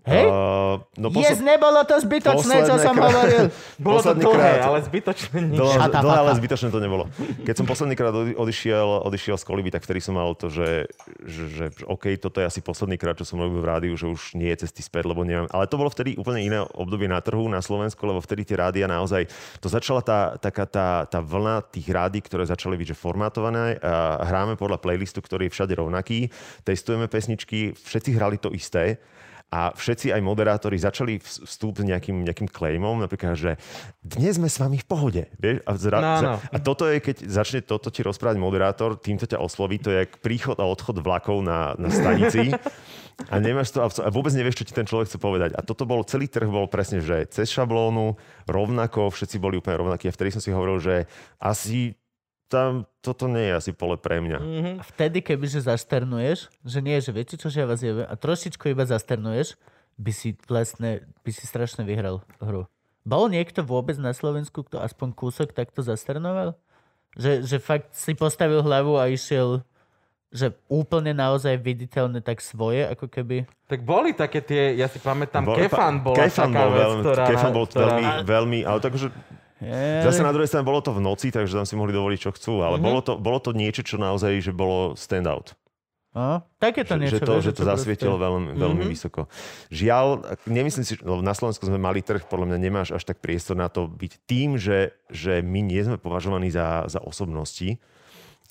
[SPEAKER 1] Hej?
[SPEAKER 3] Uh, no
[SPEAKER 1] Yes, nebolo to zbytočné, čo
[SPEAKER 3] posledné
[SPEAKER 1] som
[SPEAKER 3] krát-
[SPEAKER 1] hovoril.
[SPEAKER 4] Bolo to
[SPEAKER 3] posledný
[SPEAKER 4] dlhé,
[SPEAKER 3] krát.
[SPEAKER 4] ale zbytočne nič.
[SPEAKER 3] Dlhé,
[SPEAKER 1] Shut up,
[SPEAKER 3] dlhé, ale
[SPEAKER 1] fuck up.
[SPEAKER 3] zbytočné to nebolo. Keď som poslednýkrát odi- odišiel, odišiel z koliby, tak vtedy som mal to, že, že, že OK, toto je asi posledný krát, čo som robil v rádiu, že už nie je cesty späť, lebo nemám. Ale to bolo vtedy úplne iné obdobie na trhu na Slovensku, lebo vtedy tie rádia naozaj, to začala tá, taká tá, tá vlna tých rádií, ktoré začali byť že formátované, a hráme podľa playlistu, ktorý je všade rovnaký, testujeme pesničky, všetci hrali to isté a všetci aj moderátori začali vs- vstúp s nejakým, nejakým claimom, napríklad, že dnes sme s vami v pohode. Vieš? A, zra,
[SPEAKER 4] No, no.
[SPEAKER 3] Za, a toto je, keď začne toto ti rozprávať moderátor, týmto ťa osloví, to je jak príchod a odchod vlakov na, na stanici. A nemáš to, abso- a vôbec nevieš, čo ti ten človek chce povedať. A toto bol, celý trh bol presne, že cez šablónu, rovnako, všetci boli úplne rovnakí. A vtedy som si hovoril, že asi tam, toto nie je asi pole pre mňa.
[SPEAKER 1] A vtedy, kebyže zasternuješ, že nie, že viete čo, že ja vás jebem a trošičku iba zasternuješ, by si vlastne, by si strašne vyhral hru. Bol niekto vôbec na Slovensku, kto aspoň kúsok takto zasternoval? Že, že fakt si postavil hlavu a išiel že úplne naozaj viditeľne tak svoje, ako keby...
[SPEAKER 4] Tak boli také tie, ja si pamätám,
[SPEAKER 3] Bol-
[SPEAKER 4] Kefan bola
[SPEAKER 3] Kefan
[SPEAKER 4] taká
[SPEAKER 3] bol
[SPEAKER 4] vec,
[SPEAKER 3] veľmi,
[SPEAKER 4] ktorá...
[SPEAKER 3] Kefan bol
[SPEAKER 4] ktorá-
[SPEAKER 3] veľmi, veľmi, ale takže
[SPEAKER 1] Je,
[SPEAKER 3] Zase na druhej strane bolo to v noci, takže tam si mohli dovoliť, čo chcú,
[SPEAKER 1] Mhm.
[SPEAKER 3] ale mm-hmm. bolo, to, bolo to niečo, čo naozaj, že bolo stand-out.
[SPEAKER 1] no, také to
[SPEAKER 3] Že,
[SPEAKER 1] niečo.
[SPEAKER 3] že to,
[SPEAKER 1] vieš,
[SPEAKER 3] že to
[SPEAKER 1] proste- Mhm.
[SPEAKER 3] zasvietilo veľmi, veľmi mm-hmm. vysoko. Žiaľ, ak- nemyslím si, že- lebo na Slovensku sme mali trh, podľa mňa nemáš až tak priestor na to byť tým, že, že my nie sme považovaní za, za osobnosti.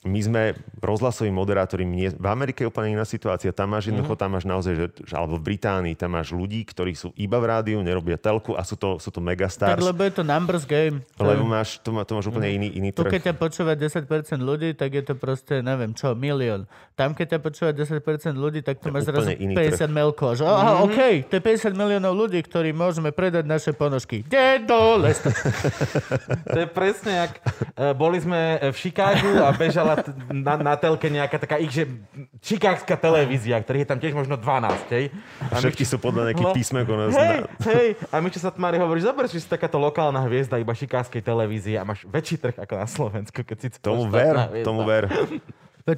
[SPEAKER 3] My sme rozhlasoví moderátori. my Nie, v Amerike je úplne iná situácia. Tam
[SPEAKER 1] Mhm.
[SPEAKER 3] máš jednoducho, tam máš naozaj, že, že, alebo v Británii, tam máš ľudí, ktorí sú iba v rádiu, nerobia telku a sú to, sú to
[SPEAKER 1] Tak
[SPEAKER 3] megastars.
[SPEAKER 1] lebo je to numbers game. To je-
[SPEAKER 3] Lebo máš, to, má, to máš úplne iný, iný
[SPEAKER 1] Tu
[SPEAKER 3] trh.
[SPEAKER 1] keď ťa počúva 10% ľudí, tak je to proste, neviem čo, milión. Tam keď ťa počúva 10% ľudí, tak to
[SPEAKER 3] To je
[SPEAKER 1] máš zrazu
[SPEAKER 3] úplne iný Mhm.
[SPEAKER 1] 50 melkov. Že, aha, mm-hmm. OK, to je 50 miliónov ľudí, ktorí môžeme predať naše ponožky. Kde dole?
[SPEAKER 4] To je presne, jak eh, boli sme eh, v Chicagu a bežala t- na, na telke nejaká taká ich, že čikagská televízia, ktorých je tam tiež možno 12, hej.
[SPEAKER 3] A Všetky sú podľa nejakých
[SPEAKER 4] No.
[SPEAKER 3] písmenok. ono-
[SPEAKER 4] Hej, hej, a my čo sa tmári hovorí, zober, že si takáto lokálna hviezda iba šikárskej televízie a máš väčší trh ako na Slovensku, keď si
[SPEAKER 3] Tomu
[SPEAKER 4] štátna
[SPEAKER 3] ver,
[SPEAKER 4] hviezda.
[SPEAKER 2] да.
[SPEAKER 3] tomu ver.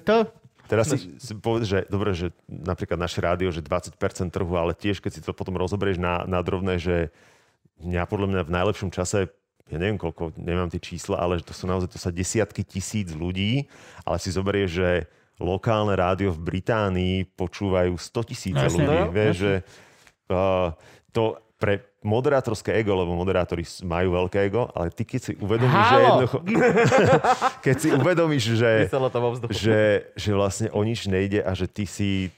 [SPEAKER 1] To,
[SPEAKER 3] Teraz
[SPEAKER 1] No.
[SPEAKER 3] si, si povedz, že dobre, že napríklad naše rádio, že 20% trhu, ale tiež, keď si to potom rozoberieš na, na drobné, že ja podľa mňa v najlepšom čase, ja neviem koľko, nemám tie čísla, ale že to sú naozaj, to sa desiatky tisíc ľudí, ale si zoberieš, že lokálne rádio v Británii počúvajú 100 tisíce
[SPEAKER 1] Jasne.
[SPEAKER 3] ľudí.
[SPEAKER 4] No jo,
[SPEAKER 3] Vieš, že uh, to pre moderátorské ego, lebo moderátori s- majú veľké ego, ale ty keď si uvedomíš, že
[SPEAKER 1] Halo.
[SPEAKER 3] jednoducho... keď si uvedomíš, že
[SPEAKER 4] Vyselo to vo vzduchu.
[SPEAKER 3] že, že vlastne o nič nejde a že ty si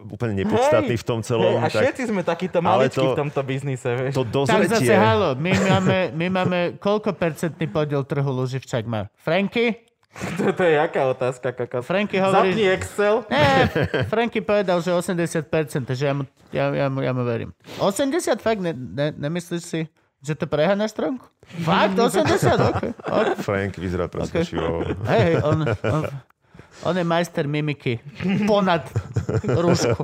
[SPEAKER 3] úplne nepodstatný v
[SPEAKER 4] Hej,
[SPEAKER 3] tom celom.
[SPEAKER 4] Hej, a všetci sme takíto maličkí
[SPEAKER 3] Ale to-
[SPEAKER 4] v tomto biznise, vieš.
[SPEAKER 3] to
[SPEAKER 1] tam zase,
[SPEAKER 3] dozretie.
[SPEAKER 1] halo, my máme, my máme koľko percentný podiel trhu Luživčák má? Franky?
[SPEAKER 4] To, to je jaká otázka, kakos.
[SPEAKER 1] Franky hovorí...
[SPEAKER 4] Zapni Excel.
[SPEAKER 1] Ne, Franky povedal, že 80%, takže ja mu, ja, ja mu, ja mu verím. 80 fakt, ne, ne, nemyslíš si, že to preháňaš tromku? Fakt, 80, ok. okay.
[SPEAKER 3] Frank vyzerá presvedčivo.
[SPEAKER 1] Hej, hej, on, on, on je majster mimiky. Ponad rúšku.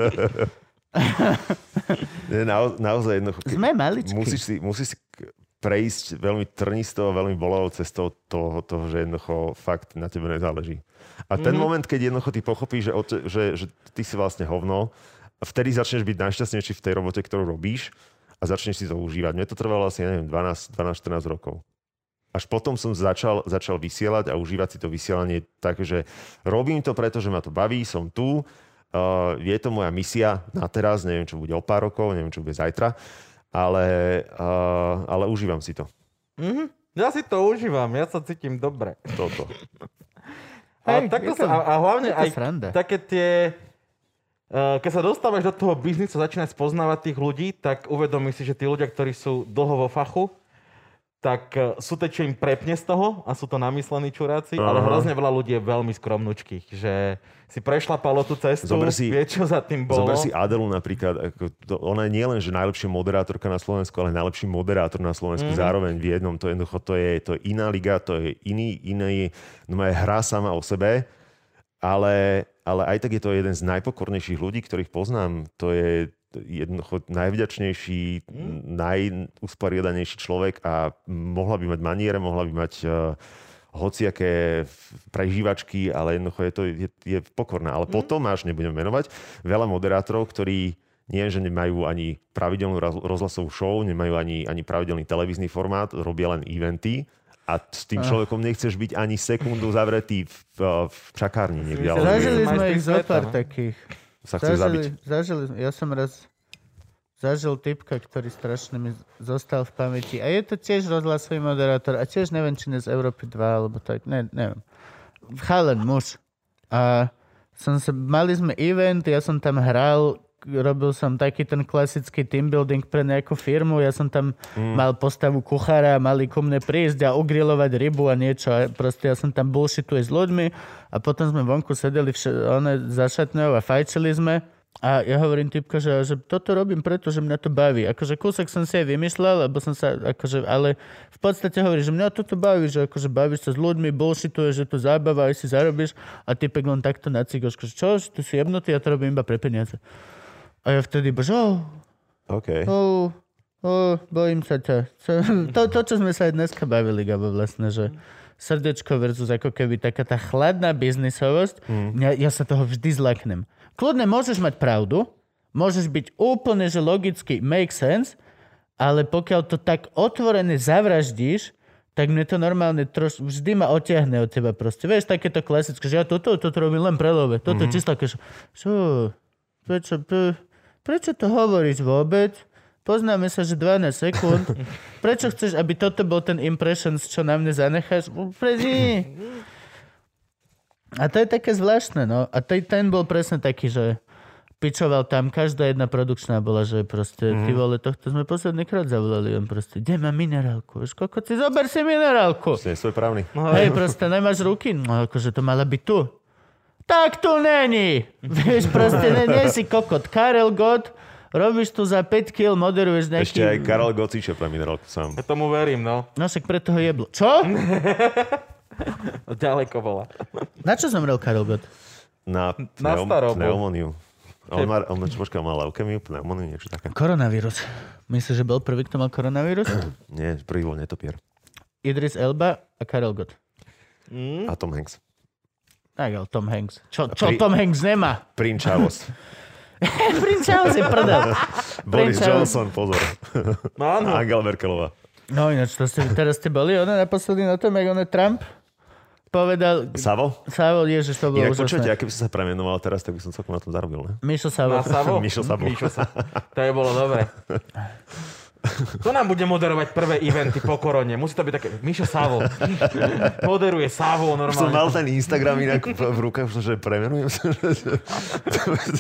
[SPEAKER 3] Okay. Nao, naozaj jednoducho. ke-
[SPEAKER 1] Sme maličkí.
[SPEAKER 3] Musíš si, musíš si k- prejsť veľmi trnistou a veľmi bolavou cestou toho, toho, že jednoducho fakt na tebe nezáleží. A ten
[SPEAKER 4] Mhm.
[SPEAKER 3] mm-hmm. moment, keď jednoducho ty pochopíš, že, od, že, že ty si vlastne hovno, vtedy začneš byť najšťastnejší v tej robote, ktorú robíš a začneš si to užívať. Mne to trvalo asi, ja neviem, 12-14 rokov. až potom som začal, začal vysielať a užívať si to vysielanie tak, že robím to, pretože ma to baví, som tu, uh, je to moja misia na teraz, neviem, čo bude o pár rokov, neviem, čo bude zajtra, ale, uh, ale užívam si to.
[SPEAKER 2] Mhm. Ja si to užívam, ja sa cítim dobre.
[SPEAKER 3] Toto.
[SPEAKER 2] A,
[SPEAKER 1] Hej, je
[SPEAKER 2] takto
[SPEAKER 1] to-
[SPEAKER 2] sa, a, a hlavne
[SPEAKER 1] je to
[SPEAKER 2] aj
[SPEAKER 1] sranda.
[SPEAKER 2] také tie... eh, Keď sa dostávaš do toho biznisu, začínaš spoznávať tých ľudí, tak uvedomíš si, že tí ľudia, ktorí sú dlho vo fachu, tak eh, sú to, čo im prepne z toho a sú to namyslení čuráci, ale
[SPEAKER 3] Aha.
[SPEAKER 2] hrozne veľa ľudí je veľmi skromnučkých, že si prešlapalo tú cestu,
[SPEAKER 3] Zober si-
[SPEAKER 2] vie, čo za tým bolo.
[SPEAKER 3] Zober si Adelu napríklad, ako to, ona je nielen, že najlepšia moderátorka na Slovensku, ale najlepší moderátor na Slovensku mm. zároveň v jednom. To, je jednoducho, to, je, to je iná liga, to je iný, iný, no má hra sama o sebe, ale, ale aj tak je to jeden z najpokornejších ľudí, ktorých poznám. To je jednoducho najvďačnejší, mm. najusporiadanejší človek a mohla by mať maniere, mohla by mať uh, hociaké prežívačky, ale jednoducho je to je, je pokorná. Ale potom máš, nebudem menovať, veľa moderátorov, ktorí nie, že nemajú ani pravidelnú raz- rozhlasovú show, nemajú ani, ani pravidelný televízny formát, robia len eventy a t- s tým človekom nechceš byť ani sekundu zavretý v, v, v čakárni
[SPEAKER 2] myslím,
[SPEAKER 3] niekde. alebo
[SPEAKER 1] Zažili
[SPEAKER 2] že-
[SPEAKER 1] sme
[SPEAKER 2] Majstri
[SPEAKER 1] ich zo
[SPEAKER 2] sveta,
[SPEAKER 1] pár
[SPEAKER 2] no.
[SPEAKER 1] takých.
[SPEAKER 3] sa chceš zabiť.
[SPEAKER 1] zažili, ja som raz zažil typka, ktorý strašne mi zostal v pamäti. A je to tiež rozhlasový moderátor. A tiež neviem, či nie z Európy 2, alebo tak. Ne, neviem. Chalen, muž. A som sa, mali sme event, ja som tam hral, robil som taký ten klasický team building pre nejakú firmu, ja som tam mm. mal postavu kuchára, mali ku mne prísť a ugrilovať rybu a niečo. A proste ja som tam bullshituje s ľuďmi a potom sme vonku sedeli vš- one za šatňou a fajčili sme. A ja hovorím typka, že, že toto robím, pretože mňa to baví. Akože kúsok som si aj vymýšľal, lebo som sa, akože, ale v podstate hovorí, že mňa toto baví, že akože bavíš sa s ľuďmi, bullshituje, že to zábava, aj si zarobíš a typek len takto na cigošku, že čo, že ty si jebnutý, ja to robím iba pre peniaze. A ja vtedy iba, že oh,
[SPEAKER 3] OK.
[SPEAKER 1] oh, oh, bojím sa ťa. Čo- To, to, čo sme sa aj dneska bavili, Gabo, vlastne, že srdečko versus ako keby taká tá chladná biznisovosť, ja, ja sa toho vždy zlaknem. Kľudne môžeš mať pravdu, môžeš byť úplne, že logicky make sense, ale pokiaľ to tak otvorene zavraždíš, tak mne to normálne troš, vždy ma otiahne od teba proste. Vieš, takéto klasické, že ja toto, toto robím len pre love. Toto mm-hmm. je čisto také, že čo, prečo, pre, prečo to hovoríš vôbec? Poznáme sa, že 12 sekúnd. Prečo chceš, aby toto bol ten impressions, čo na mne zanecháš? Prečo? A to je také zvláštne, no. A tej, ten bol presne taký, že pičoval tam, každá jedna produkčná bola, že proste, mm. ty
[SPEAKER 3] Mhm.
[SPEAKER 1] vole, tohto sme posledný krát zavolali, on proste, kde má minerálku? Vieš, koľko si, zober si minerálku.
[SPEAKER 3] Ste nesvojprávny.
[SPEAKER 1] Hej, proste, nemáš ruky? No, akože to mala byť tu. Tak tu není! Vieš, proste, ne, nie si kokot. Karel God, robíš tu za 5 kg, moderuješ nejaký...
[SPEAKER 3] Ešte aj Karel Gociče pre minerálku sám.
[SPEAKER 2] Ja tomu verím, no.
[SPEAKER 1] No však preto ho jeblo. Čo?
[SPEAKER 2] Ďaleko bola.
[SPEAKER 1] Na čo zomrel Karel God?
[SPEAKER 3] Na,
[SPEAKER 2] Na
[SPEAKER 3] pneum-
[SPEAKER 2] starobu.
[SPEAKER 3] pneumóniu. A On má, on má, počkaj, on má leukemiu, pneumóniu, niečo také.
[SPEAKER 1] Koronavírus. Myslíš, že bol prvý, kto mal koronavírus?
[SPEAKER 3] Nie, prvý bol netopier.
[SPEAKER 1] Idris Elba a Karel Gott.
[SPEAKER 3] A Tom Hanks.
[SPEAKER 1] Tak, ale Tom Hanks. Čo, čo
[SPEAKER 3] pri-
[SPEAKER 1] Tom Hanks nemá?
[SPEAKER 3] Prince Charles.
[SPEAKER 1] Prince Charles je prdel.
[SPEAKER 3] Boris
[SPEAKER 1] Prince Charles.
[SPEAKER 3] Johnson, pozor.
[SPEAKER 2] No áno.
[SPEAKER 3] Angela Merkelová.
[SPEAKER 1] No ináč, to ste, teraz ste boli, ona naposledy na tom, jak on je Trump povedal...
[SPEAKER 3] Savo?
[SPEAKER 1] Savo, ježiš, to bolo
[SPEAKER 3] Inak
[SPEAKER 1] úžasné.
[SPEAKER 3] počujete, aké by som sa premenoval teraz, tak by som celkom na tom zarobil, ne?
[SPEAKER 1] Mišo Savo.
[SPEAKER 2] Na Savo?
[SPEAKER 3] Mišo Sabo.
[SPEAKER 2] Mišo Sa- To je bolo dobre. To nám bude moderovať prvé eventy po korone. Musí to byť také... Mišo Savo. Moderuje Savo
[SPEAKER 3] Už som mal
[SPEAKER 2] normálne.
[SPEAKER 3] ten Instagram inak v, v rukách, že premenujem sa. že-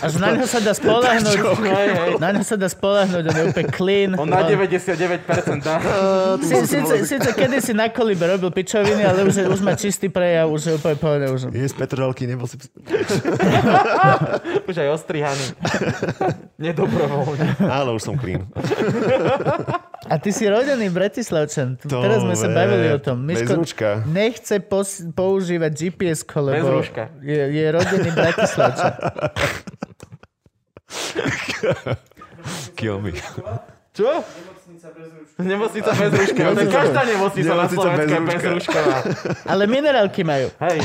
[SPEAKER 1] Až na ňo sa dá spolahnuť.
[SPEAKER 2] Hej, hej.
[SPEAKER 1] Na ňo sa dá spolahnuť, on je úplne clean.
[SPEAKER 2] On na 99% dá.
[SPEAKER 1] Si- Sice, sice kedy si na kolibe robil pičoviny, ale už, je- už má čistý prejav, už je úplne povedal, už
[SPEAKER 3] Je z Petržalky, nebol si...
[SPEAKER 2] Už aj ostrihaný. Nedobrovoľne.
[SPEAKER 3] Áno, už som clean.
[SPEAKER 1] A ty si rodený Bratislavčan.
[SPEAKER 3] To
[SPEAKER 1] Teraz sme sa
[SPEAKER 3] je
[SPEAKER 1] bavili o tom.
[SPEAKER 3] bez rúška.
[SPEAKER 1] nechce pos- používať GPS-ko,
[SPEAKER 2] Bez
[SPEAKER 1] lebo
[SPEAKER 2] rúška.
[SPEAKER 1] je, je rodený Bratislavčan.
[SPEAKER 3] Kill me.
[SPEAKER 2] Čo? Nemocnica bez rúška. To je
[SPEAKER 1] Nemocnica-
[SPEAKER 2] každá nemocnica na
[SPEAKER 3] nemocnica bez
[SPEAKER 2] Slovensku je bez
[SPEAKER 3] rúška.
[SPEAKER 2] rúška.
[SPEAKER 1] Ale minerálky majú.
[SPEAKER 2] Hej,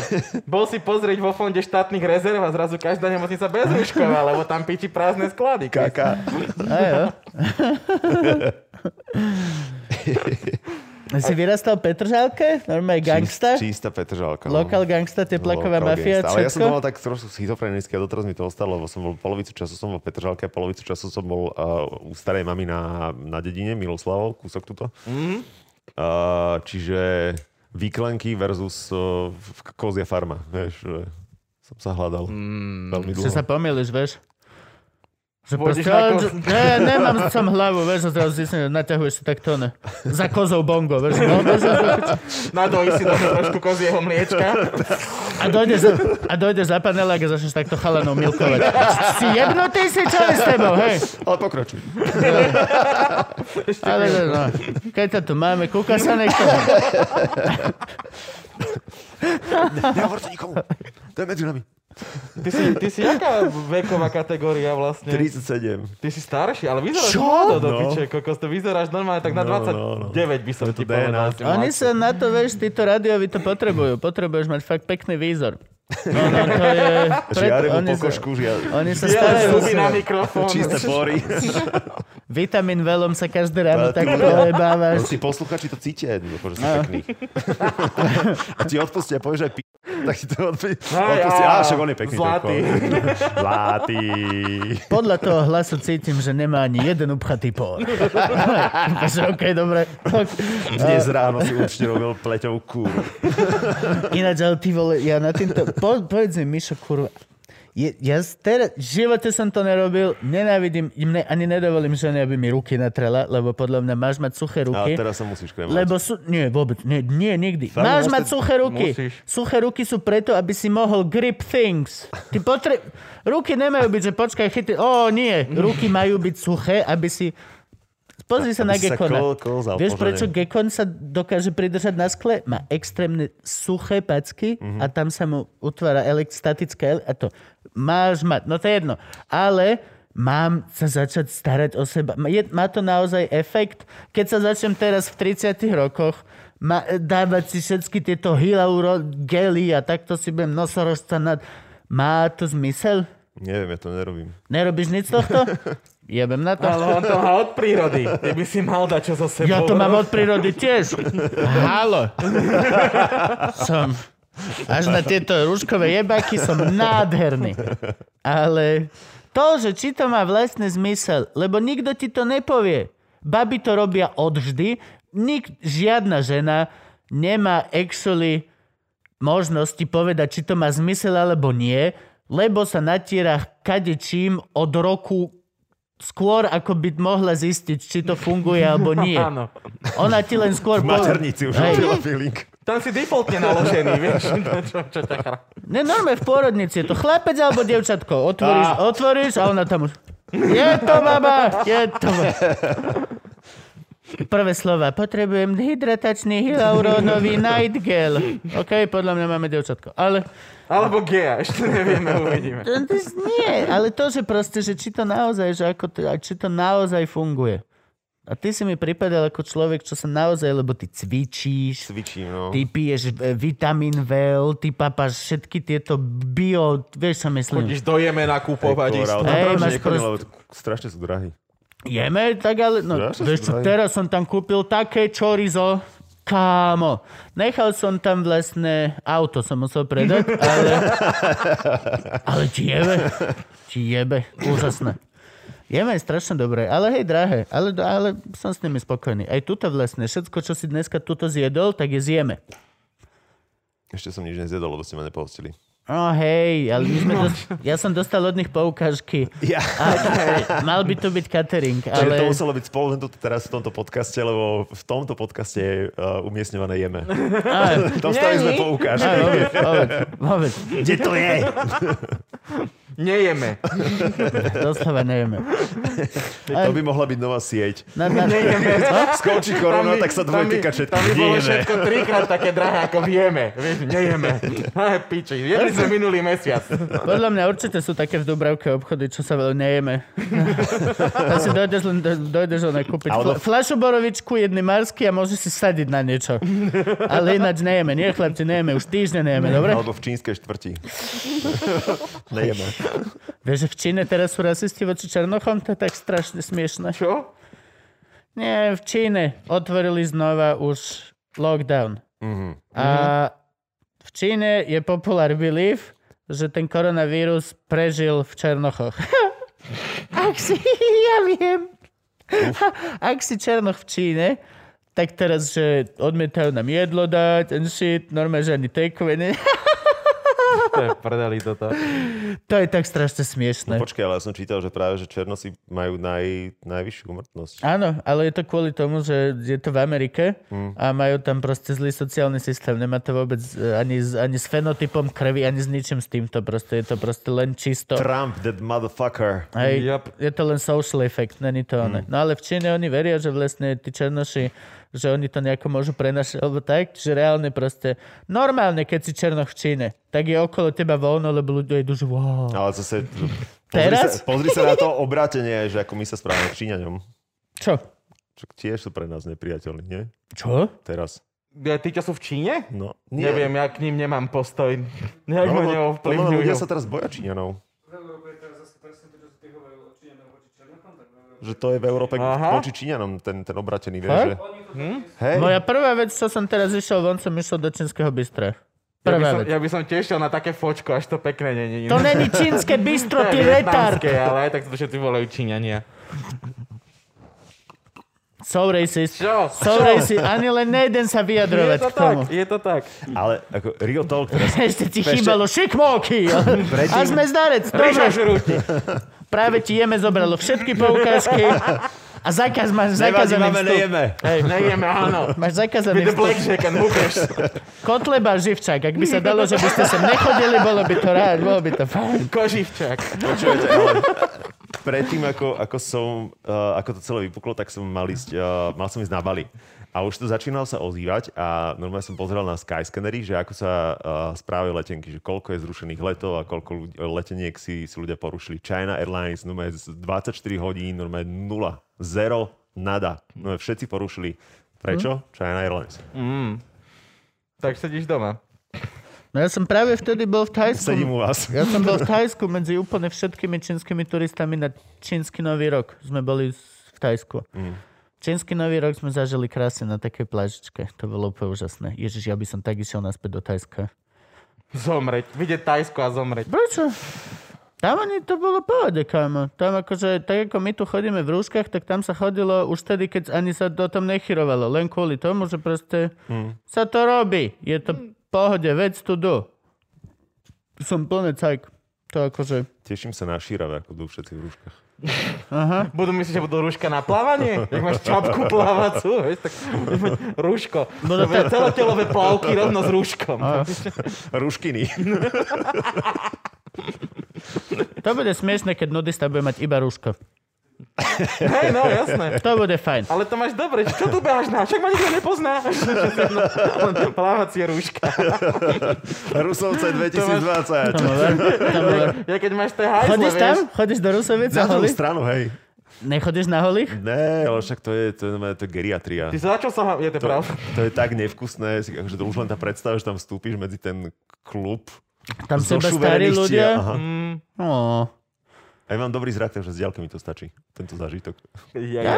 [SPEAKER 2] bol si pozrieť vo fonde štátnych rezerv a zrazu každá nemocnica bez rúška, lebo tam piči prázdne sklady.
[SPEAKER 3] Kaká.
[SPEAKER 1] A jo. Si vyrastal v Petržalke? Normálne gangsta?
[SPEAKER 3] Čist, čistá Petržalka. no.
[SPEAKER 1] Lokal gangsta, teplaková
[SPEAKER 3] Local
[SPEAKER 1] mafia,
[SPEAKER 3] gangsta. Ale ja som to mal
[SPEAKER 1] všetko?
[SPEAKER 3] tak trošku schizofrenické a doteraz mi to ostalo, lebo som bol polovicu času som bol v Petržalke a polovicu času som bol uh, u starej mamy na, na dedine, Miloslavov, kúsok tuto. Mm. Uh, čiže výklenky versus uh, k- kozia farma, vieš, že som sa hľadal mm. veľmi dlho.
[SPEAKER 1] Že sa pomýliš, vieš? Že
[SPEAKER 2] Pôjdeš
[SPEAKER 1] proste,
[SPEAKER 2] na
[SPEAKER 1] ale,
[SPEAKER 2] koz-
[SPEAKER 1] že- ne, nemám som hlavu, vieš, a teraz zistím, že naťahuješ si takto, ne. Za kozou bongo, vieš. No, vieš že-
[SPEAKER 2] Nadojí si do trošku kozieho mliečka.
[SPEAKER 1] a, dojdeš, a dojdeš za panelák a začneš takto chalanov milkovať. Si jebnutý si, čo je s tebou, hej?
[SPEAKER 3] Ale pokračuj.
[SPEAKER 1] Ale no, no. Keď to tu máme, kúka sa niekto.
[SPEAKER 3] Nehovor to nikomu. To je medzi nami.
[SPEAKER 2] Ty si, ty si jaká veková kategória vlastne?
[SPEAKER 3] 37.
[SPEAKER 2] Ty si starší, ale vyzeráš
[SPEAKER 3] Čo?
[SPEAKER 2] mladý do
[SPEAKER 3] No.
[SPEAKER 2] piče, kokos, to vyzeráš normálne tak na
[SPEAKER 3] No, no,
[SPEAKER 2] 29
[SPEAKER 3] no.
[SPEAKER 2] by som
[SPEAKER 3] To je to
[SPEAKER 2] ti
[SPEAKER 3] DNA.
[SPEAKER 2] povedal. ty
[SPEAKER 1] Oni
[SPEAKER 2] mladší.
[SPEAKER 1] sa na to, vieš, títo radiovi to potrebujú. Potrebuješ mať fakt pekný výzor. No, no, to je...
[SPEAKER 3] Žiare mu
[SPEAKER 1] oni,
[SPEAKER 3] po
[SPEAKER 1] sa,
[SPEAKER 3] košku, žiare.
[SPEAKER 1] oni sa
[SPEAKER 2] Biele
[SPEAKER 1] starajú.
[SPEAKER 2] zuby na mikrofón.
[SPEAKER 3] Čisté pory.
[SPEAKER 1] Vitamin veľom sa každé ráno
[SPEAKER 3] Ale ty-
[SPEAKER 1] tak dojebávaš.
[SPEAKER 3] Si posluchači to cítia jednoducho, že si pekný. a ti odpustia, povieš aj p***, tak ti to odpustia.
[SPEAKER 2] Aj,
[SPEAKER 3] odpustia.
[SPEAKER 2] aj.
[SPEAKER 3] Á, však on je pekný.
[SPEAKER 2] Zlatý.
[SPEAKER 3] toľko. Zlatý.
[SPEAKER 1] Podľa toho hlasu cítim, že nemá ani jeden upchatý por. Takže okej, dobre.
[SPEAKER 3] Dnes ráno si určite robil pleťovú kúru.
[SPEAKER 1] Ináč, ale ty vole, ja na týmto... Po, povedz mi, Mišo, kurva. Je, ja z- teraz, v živote som to nerobil, nenávidím, ne, ani nedovolím žene, aby mi ruky natrela, lebo podľa mňa máš mať suché
[SPEAKER 3] A
[SPEAKER 1] ruky.
[SPEAKER 3] teraz sa musíš kremovať.
[SPEAKER 1] Lebo sú... Nie, vôbec. Nie, nie nikdy.
[SPEAKER 3] Fakt,
[SPEAKER 1] Máš
[SPEAKER 3] máš
[SPEAKER 1] mať
[SPEAKER 3] to-
[SPEAKER 1] suché ruky.
[SPEAKER 2] musíš.
[SPEAKER 1] Suché ruky sú preto, aby si mohol grip things. Ty potre... Ruky nemajú byť, že počkaj, chytí... Ó, nie. Ruky majú byť suché, aby si... Pozri sa na
[SPEAKER 3] Aby si sa
[SPEAKER 1] gekona.
[SPEAKER 3] kol- kolzal
[SPEAKER 1] Vieš,
[SPEAKER 3] po žene.
[SPEAKER 1] prečo gekon sa dokáže pridržať na skle? Má extrémne suché packy a
[SPEAKER 3] Mhm.
[SPEAKER 1] tam sa mu utvára elekt, statická ele- a to. Máš mať, no to je jedno. Ale mám sa začať starať o seba. Ma- Je, má to naozaj efekt? Keď sa začnem teraz v 30 rokoch ma, dávať si všetky tieto hylauro gely a takto si budem nosorožca nad... Má to zmysel?
[SPEAKER 3] Neviem, ja to nerobím.
[SPEAKER 1] Nerobíš nič z tohto? Jebem na to.
[SPEAKER 2] Ale on to má od prírody. Ty by si mal dať čo so sebou.
[SPEAKER 1] Ja to mám od prírody tiež. Halo. Som až na tieto rúškové jebaky som nádherný. Ale to, že či to má vlastne zmysel, lebo nikto ti to nepovie. Baby to robia odvždy. Nik, žiadna žena nemá actually možnosti povedať, či to má zmysel alebo nie, lebo sa natiera kadečím od roku skôr, ako by mohla zistiť, či to funguje alebo nie.
[SPEAKER 2] Áno.
[SPEAKER 1] Ona ti len skôr...
[SPEAKER 3] V
[SPEAKER 1] povie-
[SPEAKER 3] maternici už
[SPEAKER 1] Hej.
[SPEAKER 3] robila feeling.
[SPEAKER 2] Tam si defaultne naložený, vieš. Čo, čo ťa chrá-
[SPEAKER 1] Ne, normálne v pôrodnici je to chlapec alebo devčatko. Otvoríš, a... otvoríš a ona tam už... Je to mama, je to mama. Prvé slova. Potrebujem hydratačný hyaluronový night gel. OK, podľa mňa máme devčatko. Ale
[SPEAKER 2] Alebo Gea, ešte nevieme, uvidíme.
[SPEAKER 1] to- to nie, ale to, že proste, že či to naozaj, že ako to, a či to naozaj funguje. A ty si mi pripadal ako človek, čo sa naozaj, lebo ty cvičíš,
[SPEAKER 3] Cvičím, no.
[SPEAKER 1] Ty piješ e, vitamín VL, ty papáš všetky tieto bio, vieš čo myslím.
[SPEAKER 2] Chodíš do Jemena kúpovať
[SPEAKER 3] Ktorá-
[SPEAKER 2] isto.
[SPEAKER 3] Tam
[SPEAKER 1] Hej,
[SPEAKER 3] práve, že
[SPEAKER 1] máš
[SPEAKER 3] nechodím,
[SPEAKER 1] prost-
[SPEAKER 3] lebo strašne sú drahí.
[SPEAKER 1] Jeme, tak ale, no,
[SPEAKER 3] Ja sa
[SPEAKER 1] vieš čo,
[SPEAKER 3] zdravím.
[SPEAKER 1] teraz som tam kúpil také chorizo, kámo. Nechal som tam vlastne, auto som musel predať, ale, ale ti jebe, ti jebe, úžasné. Jeme je strašne dobré, ale hej, drahé, ale, ale som s nimi spokojný. Aj tuto vlastne, všetko, čo si dneska tuto zjedol, tak je zjeme.
[SPEAKER 3] Ešte som nič nezjedol, lebo ste ma nepostili.
[SPEAKER 1] No hej, ale my sme
[SPEAKER 3] No.
[SPEAKER 1] dos- ja som dostal od nich poukážky.
[SPEAKER 3] Ja.
[SPEAKER 1] A mal by to byť catering,
[SPEAKER 3] Čiže to
[SPEAKER 1] ale...
[SPEAKER 3] muselo byť spomenuté teraz v tomto podcaste, lebo v tomto podcaste je uh, umiestňované jeme. Dostali sme
[SPEAKER 1] Á,
[SPEAKER 3] poukážky.
[SPEAKER 1] vôbec, vôbec, vôbec.
[SPEAKER 3] Kde to je?
[SPEAKER 2] Nejeme.
[SPEAKER 1] Doslova nevieme.
[SPEAKER 3] To by mohla byť nová sieť.
[SPEAKER 1] Na, na,
[SPEAKER 3] Skončí korona, tak sa dvojtyka všetko.
[SPEAKER 2] Tam by bolo
[SPEAKER 3] Nejeme.
[SPEAKER 2] všetko trikrát také drahé, ako vieme. Vieš, nejeme. Ale piči, jedli sme minulý mesiac.
[SPEAKER 1] podľa mňa určite sú také v Dubravke obchody, čo sa veľa nejeme. Tam si dojdeš len do, dojdeš len kúpiť fla,
[SPEAKER 3] Alebo-
[SPEAKER 1] fľašu borovičku, jedný marsky a môžeš si sadiť na niečo. Ale ináč nejeme, nie chlapci, nejeme, už týždne nejeme, dobre?
[SPEAKER 3] Alebo v čínskej štvrti. Nejeme.
[SPEAKER 1] Vieš, že v Číne teraz sú rasisti voči Černochom, to je tak strašne smiešne.
[SPEAKER 2] Čo?
[SPEAKER 1] Nie, v Číne otvorili znova už lockdown.
[SPEAKER 3] Mm-hmm.
[SPEAKER 1] A v Číne je popular belief, že ten koronavírus prežil v Černochoch. Ak si, ja viem. Ak si Černoch v Číne, tak teraz, že odmietajú nám jedlo dať and shit, normálne, že ani takeaway. ne-
[SPEAKER 2] To je predali toto.
[SPEAKER 1] To je tak strašne
[SPEAKER 3] No
[SPEAKER 1] smiešné.
[SPEAKER 3] počkaj, ale ja som čítal, že práve že Černosi majú naj, najvyššiu umrtnosť.
[SPEAKER 1] Áno, ale je to kvôli tomu, že je to v Amerike
[SPEAKER 2] Mm.
[SPEAKER 1] a majú tam proste zlý sociálny systém. Nemá to vôbec e, ani s, ani s fenotypom krvi, ani s ničím s týmto. Proste je to proste len čisto.
[SPEAKER 3] Trump, that motherfucker.
[SPEAKER 1] Hej,
[SPEAKER 2] Yep. Mm.
[SPEAKER 1] Je to len social effect, není to ono. No ale v Číne oni veria, že vlastne tí černoši, že oni to nejako môžu prenašať, alebo tak, že reálne proste, normálne, keď si černoch v Číne, tak je okolo teba voľno, lebo ľudia idú, že wow.
[SPEAKER 2] No.
[SPEAKER 3] Ale zase... Pozri sa,
[SPEAKER 1] Teraz?
[SPEAKER 3] pozri sa na to obrátenie, že ako my sa správame k Číňaňom.
[SPEAKER 1] Čo?
[SPEAKER 3] Čo tiež sú pre nás nepriateľní, nie?
[SPEAKER 1] Čo?
[SPEAKER 3] Teraz.
[SPEAKER 2] Ja, tí, čo sú v Číne?
[SPEAKER 3] No,
[SPEAKER 2] Nie. Neviem, ja k ním nemám postoj. Nejak ma
[SPEAKER 3] No, lebo- podľa mňa
[SPEAKER 2] neovplyvňujú.
[SPEAKER 3] ľudia sa teraz boja Číňanov. Že to je v Európe
[SPEAKER 2] Aha. Hm? No
[SPEAKER 3] voči Číňanom ten, ten obratený, vieš,
[SPEAKER 1] Fakt?
[SPEAKER 3] že... Hej,
[SPEAKER 1] Moja prvá vec, čo som teraz išiel von, som išiel do čínskeho bystra.
[SPEAKER 2] Ja by, som,
[SPEAKER 1] Prvá vec.
[SPEAKER 2] ja by som tiež šiel na také fočko, až to pekné není.
[SPEAKER 1] To není čínske bistro, ty retard.
[SPEAKER 2] vietnamské, ale aj tak to všetci volajú Číňania.
[SPEAKER 1] So racist.
[SPEAKER 2] Čo?
[SPEAKER 1] So racist. Ani len nejeden sa
[SPEAKER 2] Je
[SPEAKER 1] vyjadrovať
[SPEAKER 2] to
[SPEAKER 1] k
[SPEAKER 2] tak,
[SPEAKER 1] tomu.
[SPEAKER 2] je to tak.
[SPEAKER 3] ale ako real talk teraz.
[SPEAKER 1] Ešte ti
[SPEAKER 3] Ešte-
[SPEAKER 1] chýbalo šikmóky. A sme zdarec. Dobre.
[SPEAKER 2] Ríša žrúti.
[SPEAKER 1] Práve ti jeme zobralo všetky poukázky a zákaz máš
[SPEAKER 3] Nevadí,
[SPEAKER 1] zakázaný
[SPEAKER 3] máme,
[SPEAKER 1] vstup.
[SPEAKER 3] nejeme.
[SPEAKER 1] Hej,
[SPEAKER 2] Nejeme, áno.
[SPEAKER 1] máš zakázaný
[SPEAKER 2] With the
[SPEAKER 1] vstup.
[SPEAKER 2] blackjack and hookers.
[SPEAKER 1] Kotleba Živčák, ak by sa dalo, že by ste sem nechodili, bolo by to rád, bolo by to fajn.
[SPEAKER 2] Koživčak.
[SPEAKER 3] Počujete, ale predtým, ako, ako, som, uh, ako to celé vypuklo, tak som mal ísť, uh, mal som ísť na Bali. A už to začínal sa ozývať a normálne som pozeral na Skyscannery, že ako sa uh, správajú letenky, že koľko je zrušených letov a koľko ľudí, leteniek si, si ľudia porušili. China Airlines, normálne z 24 hodín, normálne nula, zero, nada. No všetci porušili.
[SPEAKER 1] Hm?
[SPEAKER 3] Prečo? China Airlines.
[SPEAKER 2] Tak sedíš doma.
[SPEAKER 1] No ja som práve vtedy bol v Thajsku.
[SPEAKER 3] Sedím u vás.
[SPEAKER 1] Ja som bol v Thajsku medzi úplne všetkými čínskymi turistami na čínsky nový rok. Sme boli s- v Thajsku. Čínsky nový rok sme zažili krásne na takej plážičke. To bolo úplne úžasné. Ježiš, ja by som tak išiel naspäť do Thajska.
[SPEAKER 2] Zomreť. Vidieť Tajsko a zomreť.
[SPEAKER 1] Prečo? Tam ani to bolo pohode, kámo. Tam akože, tak ako my tu chodíme v rúškach, tak tam sa chodilo už tedy, keď ani sa o tom nechyrovalo. Len kvôli tomu, že proste sa to robí. Je to pohode, vec tu do. Som plne cajk. To akože...
[SPEAKER 3] Teším sa na šírave, ako idú všetci v rúškach.
[SPEAKER 2] Budú myslieť, že budú rúška na plávanie? Jak máš čapku plávacú, vieš, tak rúško.
[SPEAKER 1] Budú
[SPEAKER 2] Budú celotelové plavky rovno s rúškom.
[SPEAKER 3] Rúškiny.
[SPEAKER 1] To bude smiešne, keď nudista bude mať iba rúško.
[SPEAKER 2] Hej, no, jasné.
[SPEAKER 1] To bude fajn.
[SPEAKER 2] Ale to máš dobre, čo tu behaš na? Však ma nikto nepozná. Len plávacie rúška.
[SPEAKER 3] Rusovce 2020.
[SPEAKER 1] To ma ver, to ma ver.
[SPEAKER 2] Ja keď máš tie hajzle,
[SPEAKER 1] Chodíš tam?
[SPEAKER 2] vieš,
[SPEAKER 1] Chodíš do Rusovica
[SPEAKER 3] Na
[SPEAKER 1] holý?
[SPEAKER 3] druhú stranu, hej.
[SPEAKER 1] Nechodíš na holých?
[SPEAKER 3] Ne, ale však to je, to je, normálne- to je geriatria.
[SPEAKER 2] Ty sa začal sa... ha- Je to
[SPEAKER 3] To,
[SPEAKER 2] pravda.
[SPEAKER 3] to je tak nevkusné, si- akože to už len tá predstava, že tam vstúpiš medzi ten klub.
[SPEAKER 1] Tam sú iba starí
[SPEAKER 3] zošuverených tiel.
[SPEAKER 1] ľudia.
[SPEAKER 3] Aha.
[SPEAKER 1] Ó.
[SPEAKER 3] A ja mám dobrý zrak, takže z diaľky mi to stačí, tento zážitok.
[SPEAKER 2] Ja,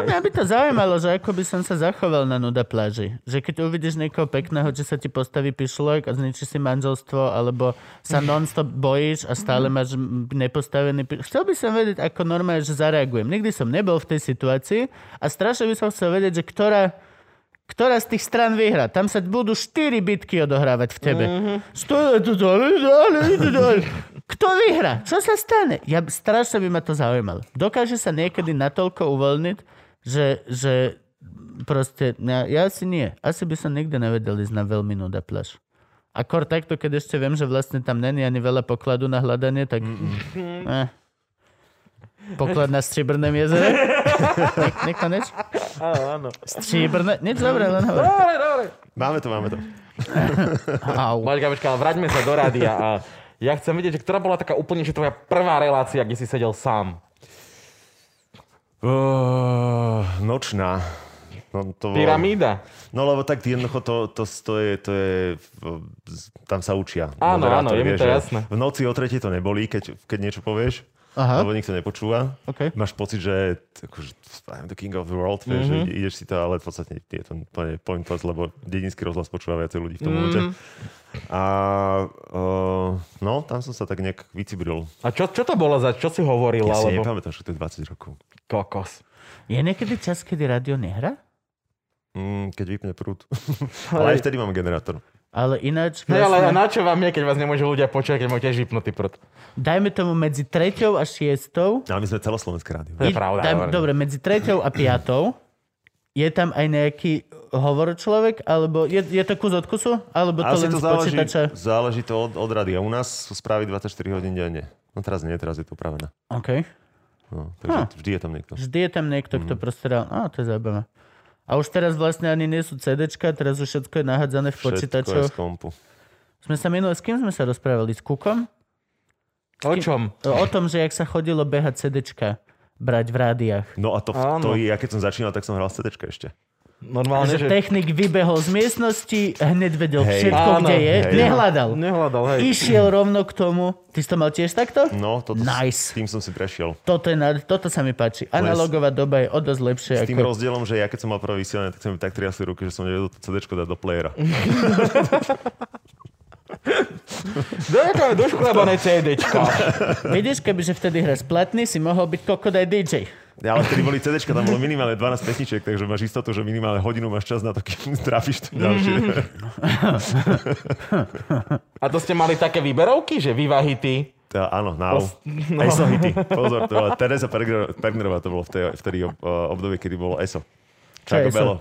[SPEAKER 1] Ja,
[SPEAKER 2] ja.
[SPEAKER 1] mňa by to zaujímalo, že ako by som sa zachoval na nuda pláži. Že keď uvidíš niekoho pekného, že sa ti postaví pišlok a zničí si manželstvo, alebo sa non-stop bojíš a stále máš m, nepostavený pišlok. Chcel by som vedieť, ako normálne, že zareagujem. Nikdy som nebol v tej situácii a strašne by som chcel vedieť, že ktorá ktorá z tých stran vyhrá. Tam sa budú 4 bitky odohrávať v tebe. Stojí tu dole, dole, tu dole. Kto vyhrá? Čo sa stane? Ja b- strašne by ma to zaujímalo. Dokáže sa niekedy natoľko uvoľniť, že, že proste, ja, ja asi nie. Asi by som nikdy nevedel ísť na veľmi nuda pláž. Akor takto, keď ešte viem, že vlastne tam není ani veľa pokladu na hľadanie, tak... Eh. Poklad na Stříbrném jezere? Nik- Nikto nič?
[SPEAKER 2] Áno, áno.
[SPEAKER 1] Stříbrné? Nič dobré, len hovor.
[SPEAKER 2] Dobre, dobre.
[SPEAKER 3] Máme to, máme to.
[SPEAKER 1] Au.
[SPEAKER 2] Mať Gabička, ale vraťme sa do rádia a ja chcem vedieť, že ktorá bola taká úplne že tvoja prvá relácia, kde si sedel sám.
[SPEAKER 3] Uh, nočná. No, to bolo-
[SPEAKER 2] Pyramída.
[SPEAKER 3] No lebo tak jednoducho to, to, to, je, to je, tam sa učia.
[SPEAKER 2] Áno, áno,
[SPEAKER 3] Moderátori,
[SPEAKER 2] je mi
[SPEAKER 3] vieš,
[SPEAKER 2] to
[SPEAKER 3] že
[SPEAKER 2] jasné.
[SPEAKER 3] V noci o tretej to nebolí, keď, keď niečo povieš.
[SPEAKER 1] Aha.
[SPEAKER 3] lebo nikto nepočúva.
[SPEAKER 1] OK.
[SPEAKER 3] Máš pocit, že t- akože, I'm the king of the world, mm-hmm.
[SPEAKER 2] Mhm.
[SPEAKER 3] že ide- ideš si to, ale v podstate je to úplne pointless, lebo dedinský rozhlas počúva viacej
[SPEAKER 2] Mhm.
[SPEAKER 3] ľudí v tom momente. A uh, no, tam som sa tak nejak vycibril.
[SPEAKER 2] A čo, čo to bolo za... Čo si hovoril?
[SPEAKER 3] Ja si
[SPEAKER 2] alebo...
[SPEAKER 3] nepamätám, že to je 20 rokov.
[SPEAKER 2] Kokos.
[SPEAKER 1] Je niekedy čas, kedy rádio nehra?
[SPEAKER 3] Mm, keď vypne prúd. ale aj vtedy mám generátor.
[SPEAKER 1] Ale ináč...
[SPEAKER 2] No ale
[SPEAKER 1] vlastne-
[SPEAKER 2] na čo vám je, keď vás nemôžu ľudia počúvať, keď máte tiež vypnutý prd?
[SPEAKER 1] Dajme tomu medzi 3. a 6.
[SPEAKER 3] No, a my sme celoslovenské rádio.
[SPEAKER 2] To je pravda,
[SPEAKER 1] Dajme,
[SPEAKER 2] hovorím.
[SPEAKER 1] dobre, medzi 3. a 5. je tam aj nejaký hovor človek, alebo je, je to kus od kusu, alebo to len
[SPEAKER 3] Asi to
[SPEAKER 1] z
[SPEAKER 3] záleží,
[SPEAKER 1] počítača?
[SPEAKER 3] záleží to od, od rádia. U nás sú správy 24 hodín denne. No teraz nie, teraz je to upravené.
[SPEAKER 1] OK.
[SPEAKER 3] No, takže
[SPEAKER 1] Hm.
[SPEAKER 3] vždy je tam niekto.
[SPEAKER 1] Vždy je tam niekto,
[SPEAKER 2] Mhm.
[SPEAKER 1] kto proste dal. Á, to je zaujímavé. A už teraz vlastne ani nie sú CDčka, teraz už všetko je nahádzané v
[SPEAKER 3] Všetko je
[SPEAKER 1] počítačoch.
[SPEAKER 3] z kompu.
[SPEAKER 1] Sme sa minule, s kým sme sa rozprávali? S Kukom?
[SPEAKER 2] O čom?
[SPEAKER 1] O tom, že jak sa chodilo behať CDčka brať v rádiách.
[SPEAKER 3] No a to,
[SPEAKER 2] Áno.
[SPEAKER 3] to ja keď som začínal, tak som hral CD ešte.
[SPEAKER 2] Normálne,
[SPEAKER 1] že
[SPEAKER 2] že...
[SPEAKER 1] technik vybehol z miestnosti, hneď vedel
[SPEAKER 3] Hej.
[SPEAKER 1] všetko,
[SPEAKER 2] Áno.
[SPEAKER 1] kde je,
[SPEAKER 3] Hej.
[SPEAKER 1] nehľadal.
[SPEAKER 2] Nehľadal, hej.
[SPEAKER 1] Išiel rovno k tomu. Ty si to mal tiež takto?
[SPEAKER 3] No, toto,
[SPEAKER 1] Nice.
[SPEAKER 3] s tým som si prešiel.
[SPEAKER 1] Toto, je, na- toto sa mi páči. Analogová doba je o dosť lepšia.
[SPEAKER 3] S tým
[SPEAKER 1] Ako...
[SPEAKER 3] rozdielom, že ja keď som mal prvé vysielanie, tak som mi tak triasli ruky, že som nevedel to CD dať do playera.
[SPEAKER 2] Dajte do škrabané CDčka.
[SPEAKER 1] Vidíš, kebyže vtedy hráš platný, si mohol byť kokodaj DJ.
[SPEAKER 3] Ja, ale vtedy boli CD, tam bolo minimálne 12 pesničiek, takže máš istotu, že minimálne hodinu máš čas na to, kým trafíš to ďalšie.
[SPEAKER 2] A to ste mali také výberovky, že vyvahity?
[SPEAKER 3] Tá, Teda áno, now. No. ESO hity. Pozor, to bola Teresa Pergner- Pergnerová, to bolo v tej, vtedy ob, obdobie, kedy bolo ESO.
[SPEAKER 1] Čo je
[SPEAKER 3] Čago
[SPEAKER 1] ESO?
[SPEAKER 3] Belo,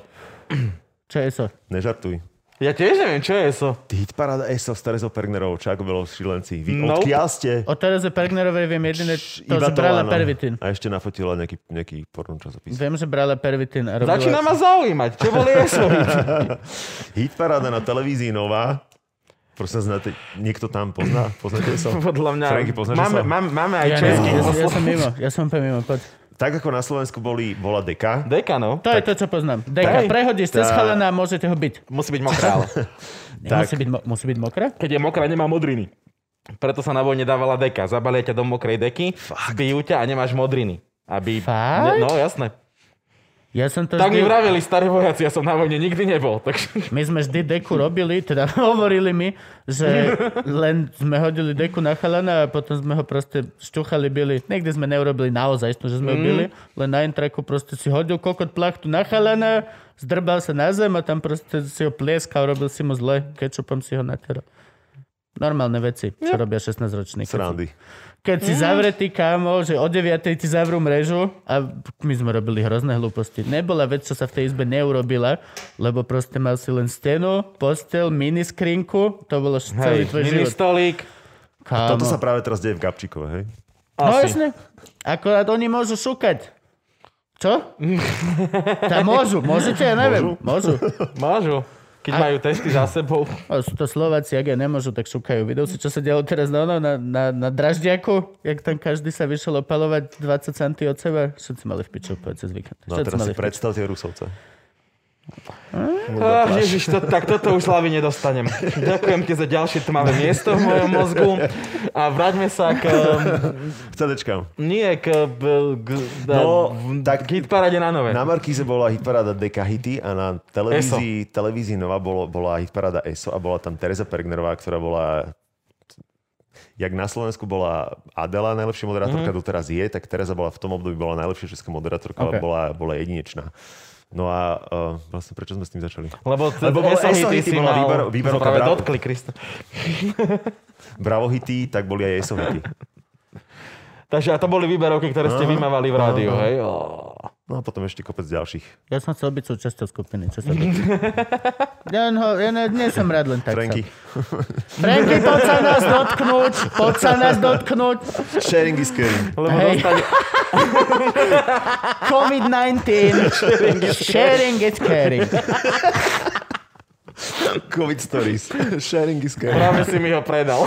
[SPEAKER 1] Čo je to?
[SPEAKER 3] nežartuj.
[SPEAKER 2] Ja tiež neviem, čo je eso.
[SPEAKER 3] Hit paráda ESO s Terezou Pergnerovou, Čago Belo, Šilenci. Vy
[SPEAKER 2] Nope.
[SPEAKER 3] nope. odkiaľ ste?
[SPEAKER 1] O Tereze Pergnerovej viem jediné,
[SPEAKER 3] Š-
[SPEAKER 1] to, že
[SPEAKER 3] to,
[SPEAKER 1] brala
[SPEAKER 3] áno.
[SPEAKER 1] pervitin.
[SPEAKER 3] A ešte nafotila nejaký, nejaký porno časopis.
[SPEAKER 1] Viem, že brala pervitin a robila...
[SPEAKER 2] Začína ma zaujímať, čo boli eso.
[SPEAKER 3] Hit paráda na televízii Nová. Prosím, znáte, niekto tam pozná? Poznáte sa?
[SPEAKER 2] Podľa mňa...
[SPEAKER 3] Franky, poznáš
[SPEAKER 2] máme,
[SPEAKER 3] eso?
[SPEAKER 2] máme, máme aj
[SPEAKER 1] Ja, ne,
[SPEAKER 2] český.
[SPEAKER 1] ja, som- ja, som mimo, ja som úplne mimo. Poď.
[SPEAKER 3] Tak ako na Slovensku boli, bola deka,
[SPEAKER 2] Deka, no.
[SPEAKER 1] To je to, čo poznám. Deka,
[SPEAKER 2] Hej.
[SPEAKER 1] prehodíš cez
[SPEAKER 3] Tá.
[SPEAKER 1] chalana a môžete ho byť.
[SPEAKER 2] Musí byť mokrá, ale.
[SPEAKER 1] Musí byť, mo- musí byť mokré?
[SPEAKER 2] Keď je mokrá, nemá modriny. Preto sa na vojne dávala deka. Zabalia ťa do mokrej deky, zbijú ťa a nemáš modriny. Aby...
[SPEAKER 1] Fakt?
[SPEAKER 2] No, jasné.
[SPEAKER 1] Ja som to
[SPEAKER 2] Tak mi
[SPEAKER 1] vždy-
[SPEAKER 2] vraveli starí vojaci, ja som na vojne nikdy nebol. Takže...
[SPEAKER 1] My sme vždy deku robili, teda hovorili mi, že len sme hodili deku na chalana a potom sme ho proste šťuchali, byli. Niekde sme neurobili naozaj, že sme ho byli, len na intraku proste si hodil kokot plachtu na chalana, zdrbal sa na zem a tam proste si ho plieskal, robil si mu zle, kečupom si ho nateral. Normálne veci, čo robia 16-roční.
[SPEAKER 3] srandy.
[SPEAKER 1] Keď si zavretý, kámo, že o 9 ti zavrú mrežu a my sme robili hrozné hlúposti. Nebola vec, čo sa v tej izbe neurobila, lebo proste mal si len stenu, postel, miniskinku, to bolo š- celý
[SPEAKER 2] Hej,
[SPEAKER 1] tvoj
[SPEAKER 2] mini
[SPEAKER 1] život.
[SPEAKER 2] stolík.
[SPEAKER 1] Kámo.
[SPEAKER 3] Toto sa práve teraz deje v Gabčíkove, hej?
[SPEAKER 1] No
[SPEAKER 2] Asi.
[SPEAKER 1] jasne, akorát oni môžu šukať. Čo? Tá môžu, môžete, ja neviem. Môžu.
[SPEAKER 2] Môžu. Keď majú testy za sebou.
[SPEAKER 1] A sú to Slováci, ak ja nemôžu, tak šukajú. Videl si, čo sa dialo teraz na, ono, na, na, na Draždiaku? Jak tam každý sa vyšiel opalovať 20 centy od seba? Všetci mali v piču, povedz cez víkend.
[SPEAKER 3] No
[SPEAKER 1] Všetci
[SPEAKER 3] a teraz
[SPEAKER 1] mali
[SPEAKER 3] si
[SPEAKER 1] v piču.
[SPEAKER 3] predstavte Rusovca.
[SPEAKER 2] Ah, Ježiš, to, tak toto už hlavy nedostanem. Ďakujem ti za ďalšie tmavé miesto v mojom mozgu. A vráťme sa k... ehm,
[SPEAKER 3] K CDčkám.
[SPEAKER 2] Nie, k... k, k
[SPEAKER 3] No,
[SPEAKER 2] tak... K
[SPEAKER 3] tak-
[SPEAKER 2] hitparade na nové.
[SPEAKER 3] Na Markíze bola hitparáda Deka Hity a na televízii, televízii Nova bolo, bola hitparáda ESO a bola tam Teresa Pergnerová, ktorá bola jak na Slovensku bola Adela najlepšia moderátorka,
[SPEAKER 1] Mhm.
[SPEAKER 3] mm-hmm. doteraz je, tak Teresa bola v tom období bola najlepšia česká moderátorka, okay. ale
[SPEAKER 1] Ok.
[SPEAKER 3] bola, bola jedinečná. No a uh, vlastne prečo sme s tým začali?
[SPEAKER 2] Lebo,
[SPEAKER 3] Lebo bol SO hity, bola výber-
[SPEAKER 2] som
[SPEAKER 3] výberovka
[SPEAKER 2] práve
[SPEAKER 3] Bravo.
[SPEAKER 2] dotkli, Krista.
[SPEAKER 3] Bravo hity, tak boli aj ESO hity.
[SPEAKER 2] Takže a to boli výberovky, ktoré ste vymávali v rádiu, hej? Ó.
[SPEAKER 3] No a potom ešte kopec ďalších.
[SPEAKER 1] Ja som chcel byť súčasťou skupiny, čo sa byť. ja, len ho, ja ne, nie som rád len tak.
[SPEAKER 3] Franky.
[SPEAKER 1] Sám. Franky, poď sa nás dotknúť, poď sa nás dotknúť.
[SPEAKER 3] Sharing is caring.
[SPEAKER 2] Lebo
[SPEAKER 1] Hej.
[SPEAKER 2] dostali...
[SPEAKER 1] COVID-19, sharing is caring.
[SPEAKER 3] COVID stories. Sharing is caring.
[SPEAKER 2] Práve si mi ho predal.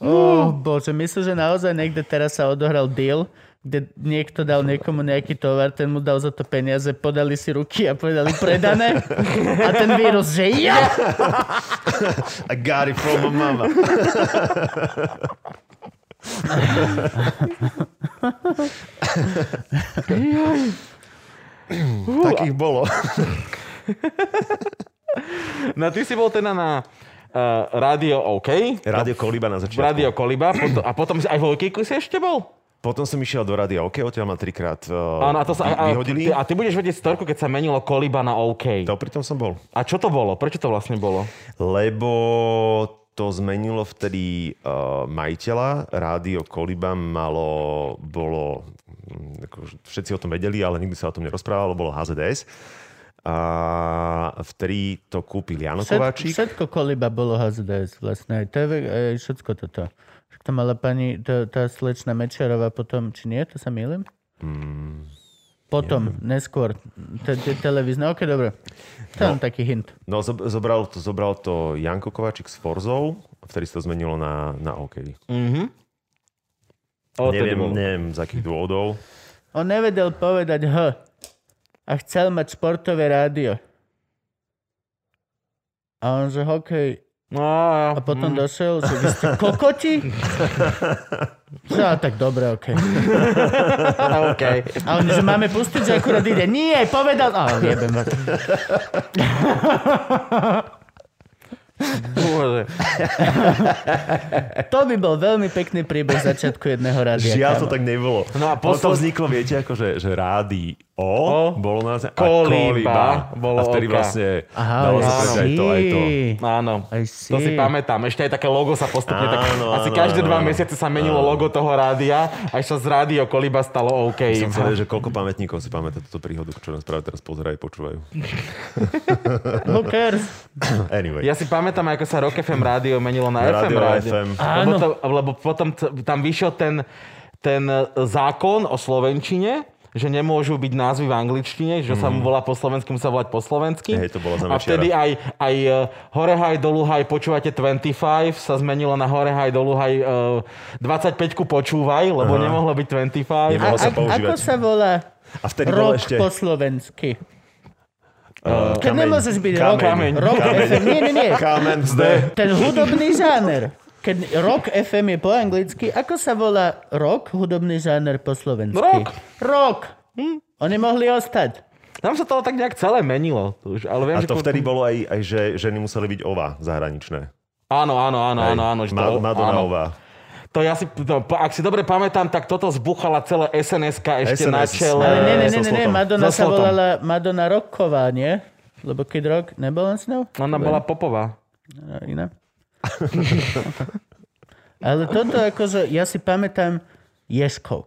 [SPEAKER 1] Oh, bože, myslím, že naozaj niekde teraz sa odohral deal, kde niekto dal niekomu nejaký tovar, ten mu dal za to peniaze, podali si ruky a povedali predané. A ten vírus, že ja!
[SPEAKER 3] I got it from my mama. Takých bolo.
[SPEAKER 2] No ty si bol teda na uh, Radio OK,
[SPEAKER 3] Rádio Koliba na
[SPEAKER 2] v
[SPEAKER 3] začiatku.
[SPEAKER 2] Radio Koliba potom, a potom si aj v Hokejku si ešte bol?
[SPEAKER 3] Potom som išiel do rádia OK, odtiaľ ma trikrát uh,
[SPEAKER 2] Áno, a, to sa, a, a,
[SPEAKER 3] vyhodili.
[SPEAKER 2] ty- a ty budeš vedieť storku, keď sa menilo Koliba na OK.
[SPEAKER 3] To pritom som bol.
[SPEAKER 2] A čo to bolo? Prečo to vlastne bolo?
[SPEAKER 3] Lebo to zmenilo vtedy uh, majiteľa. Rádio Koliba malo, bolo, mm, ako, všetci o tom vedeli, ale nikdy sa o tom nerozprávalo, bolo HZDS. A vtedy to kúpil Jano
[SPEAKER 1] Všet,
[SPEAKER 3] Kováčik.
[SPEAKER 1] všetko koliba bolo HZDS vlastne. Aj TV, aj všetko toto. Však to mala pani, to, tá slečna Mečerová potom, či nie, to sa mýlim? Potom, neskôr. Te, te, televízne, ok, dobre. Tam no. taký hint.
[SPEAKER 3] No, zob- zobral to, zobral to Janko Kováčik s Forzou, vtedy sa to zmenilo na, na OK.
[SPEAKER 2] Mhm. O, No, to
[SPEAKER 3] Neviem,
[SPEAKER 2] bolo.
[SPEAKER 3] neviem, z akých dôvodov.
[SPEAKER 1] On nevedel povedať H. A chcel mať športové rádio. A on že hokej.
[SPEAKER 2] No,
[SPEAKER 1] A
[SPEAKER 3] Mhm.
[SPEAKER 1] potom došiel, že vy ste kokoti? No, tak dobre, okej.
[SPEAKER 2] OK.
[SPEAKER 1] A on, že máme pustiť, že akurát ide. Nie, povedal... A on jebem vás.
[SPEAKER 2] Bože.
[SPEAKER 1] To by bol veľmi pekný príbeh začiatku jedného rádia.
[SPEAKER 3] Žiaľ
[SPEAKER 1] kámo.
[SPEAKER 3] to tak nebolo.
[SPEAKER 2] No a
[SPEAKER 3] Ono to
[SPEAKER 2] posled-
[SPEAKER 3] vzniklo, viete, akože, že rádi o,
[SPEAKER 2] O.
[SPEAKER 3] bolo nás a
[SPEAKER 2] Kolíba
[SPEAKER 3] kolíba.
[SPEAKER 2] bolo
[SPEAKER 3] a vtedy
[SPEAKER 2] oka.
[SPEAKER 3] vlastne
[SPEAKER 1] Aha,
[SPEAKER 3] dalo
[SPEAKER 1] I
[SPEAKER 3] sa povedať aj to, aj to.
[SPEAKER 1] see.
[SPEAKER 2] Áno.
[SPEAKER 1] I
[SPEAKER 2] To si
[SPEAKER 1] see.
[SPEAKER 2] pamätám. Ešte aj také logo sa postupne tak...
[SPEAKER 3] Áno,
[SPEAKER 2] asi
[SPEAKER 3] áno,
[SPEAKER 2] každé
[SPEAKER 3] áno,
[SPEAKER 2] dva
[SPEAKER 3] áno.
[SPEAKER 2] mesiace sa menilo logo toho rádia, až sa z rádio Koliba stalo OK.
[SPEAKER 3] Som chcel, že koľko pamätníkov si pamätá túto príhodu, čo nás práve teraz pozerajú, počúvajú.
[SPEAKER 1] Who cares?
[SPEAKER 3] Anyway.
[SPEAKER 2] Ja si pamätám, ako sa Rock FM rádio menilo na
[SPEAKER 3] Rádio
[SPEAKER 2] FM rádio.
[SPEAKER 3] FM.
[SPEAKER 2] Lebo,
[SPEAKER 1] Áno.
[SPEAKER 2] to, lebo potom t- tam vyšiel ten, ten e, zákon o Slovenčine, že nemôžu byť názvy v angličtine, že sa mu volá po slovensky, musí sa volať po slovensky.
[SPEAKER 3] Mhm. Hej, to bola
[SPEAKER 2] A
[SPEAKER 3] zamečera.
[SPEAKER 2] vtedy aj, aj eh, hore haj, dolu haj, počúvate 25, sa zmenilo na hore haj, dolu haj, eh, 25 počúvaj, lebo
[SPEAKER 3] Aha.
[SPEAKER 2] nemohlo byť
[SPEAKER 1] A,
[SPEAKER 2] 25.
[SPEAKER 3] Nemalo sa
[SPEAKER 1] a, ako
[SPEAKER 3] používať.
[SPEAKER 1] sa volá
[SPEAKER 3] A vtedy bol
[SPEAKER 1] rok
[SPEAKER 3] ešte...
[SPEAKER 1] po slovensky?
[SPEAKER 3] Uh,
[SPEAKER 1] Keď nemôžeš byť rock,
[SPEAKER 2] Kameň.
[SPEAKER 1] rock
[SPEAKER 3] Kameň.
[SPEAKER 1] FM, nie, nie, nie.
[SPEAKER 3] Kamen zde.
[SPEAKER 1] Ten hudobný žáner. Keď rock FM je po anglicky, ako sa volá rock, hudobný žáner po slovensky?
[SPEAKER 2] Rock.
[SPEAKER 1] Rock. Oni mohli ostať.
[SPEAKER 2] Tam sa to tak nejak celé menilo. Už, ale viem,
[SPEAKER 3] A
[SPEAKER 2] že
[SPEAKER 3] to
[SPEAKER 2] ku-
[SPEAKER 3] vtedy bolo aj, aj že ženy museli byť ova zahraničné.
[SPEAKER 2] Áno, áno, áno,
[SPEAKER 3] Hej.
[SPEAKER 2] áno, áno. že
[SPEAKER 3] Ma-
[SPEAKER 2] to-
[SPEAKER 3] Madonna
[SPEAKER 2] áno.
[SPEAKER 3] ova.
[SPEAKER 2] To ja si, to, pa- ak si dobre pamätám, tak toto zbuchala celé sns ešte
[SPEAKER 3] SNS.
[SPEAKER 2] na čele.
[SPEAKER 1] Ale nie, nie, nie, nie,
[SPEAKER 3] Eh, so
[SPEAKER 1] nie.
[SPEAKER 3] slotom.
[SPEAKER 1] Madonna
[SPEAKER 2] So
[SPEAKER 1] sa
[SPEAKER 2] slotom.
[SPEAKER 1] volala Madonna Rocková, nie? Lebo Kid Rock nebol on s ňou?
[SPEAKER 2] Ona bola popová.
[SPEAKER 1] No, Iná. Ale toto akože, ja si pamätám Ješkov.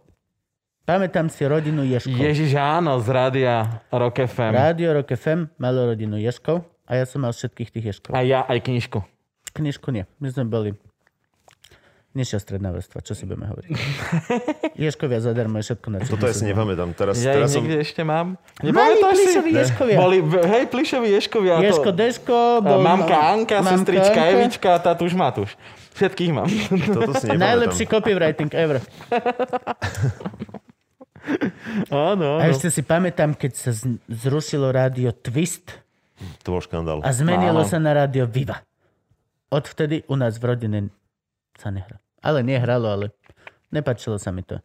[SPEAKER 1] Pamätám si rodinu Ješkov.
[SPEAKER 2] Ježiš, áno, z rádia Rock FM.
[SPEAKER 1] Rádio Rock FM malo rodinu Ješkov a ja som mal všetkých tých Ješkov.
[SPEAKER 2] A ja aj knižku.
[SPEAKER 1] Knižku nie. My sme boli nižšia stredná vrstva, čo si budeme hovoriť. Ješkovia zadarmo je všetko na čo.
[SPEAKER 3] Toto ja si nepamätám. Teraz,
[SPEAKER 2] Ja
[SPEAKER 3] teraz
[SPEAKER 2] ich
[SPEAKER 3] som...
[SPEAKER 2] niekde ešte mám.
[SPEAKER 1] Mali
[SPEAKER 2] Nepamätáš si?
[SPEAKER 1] plišoví Ješkovia.
[SPEAKER 2] Boli, hej, plišoví ješkovia.
[SPEAKER 1] Ješko,
[SPEAKER 2] to,
[SPEAKER 1] Deško,
[SPEAKER 2] a
[SPEAKER 1] bol...
[SPEAKER 2] mamka Anka,
[SPEAKER 1] mamka
[SPEAKER 2] sestrička
[SPEAKER 1] Anka.
[SPEAKER 2] Evička, tatuš Matuš. Všetkých mám.
[SPEAKER 3] Toto si nepamätám.
[SPEAKER 1] Najlepší copywriting ever.
[SPEAKER 2] áno,
[SPEAKER 1] A
[SPEAKER 2] áno.
[SPEAKER 1] ešte si pamätám, keď sa z- zrušilo rádio Twist
[SPEAKER 3] To bol škandál.
[SPEAKER 1] a zmenilo
[SPEAKER 2] Áno.
[SPEAKER 1] sa na rádio Viva. Odvtedy u nás v rodine sa nehra. Ale nehralo, ale nepačilo sa mi to.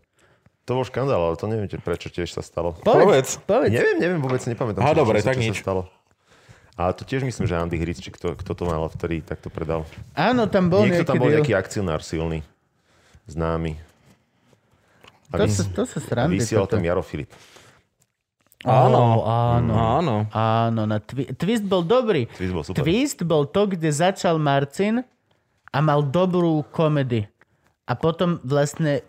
[SPEAKER 3] To bol škandál, ale to neviem tie- prečo tiež sa stalo.
[SPEAKER 1] Povedz, povedz.
[SPEAKER 3] Neviem, neviem, vôbec nepamätám.
[SPEAKER 2] Aha,
[SPEAKER 3] čo- čo
[SPEAKER 2] dobre,
[SPEAKER 3] sa-
[SPEAKER 2] tak
[SPEAKER 3] čo sa
[SPEAKER 2] nič.
[SPEAKER 3] stalo. Ale to tiež myslím, že Andy Hric, či kto, kto to mal vtedy, tak to predal.
[SPEAKER 1] Áno, tam bol
[SPEAKER 3] Niekto
[SPEAKER 1] nejaký
[SPEAKER 3] tam bol
[SPEAKER 1] deal.
[SPEAKER 3] nejaký akcionár silný, známy.
[SPEAKER 1] To
[SPEAKER 3] A,
[SPEAKER 1] sú,
[SPEAKER 3] vys-
[SPEAKER 1] to sú
[SPEAKER 3] a
[SPEAKER 1] strandy.
[SPEAKER 3] vysielal
[SPEAKER 1] toto.
[SPEAKER 3] tam Jaro Filip.
[SPEAKER 2] Áno.
[SPEAKER 1] Ó,
[SPEAKER 3] No.
[SPEAKER 1] áno.
[SPEAKER 2] áno.
[SPEAKER 1] Áno, na twi- Twist bol dobrý.
[SPEAKER 3] Twist bol super.
[SPEAKER 1] Twist bol to, kde začal Marcin a mal dobrú komedy. A potom vlastne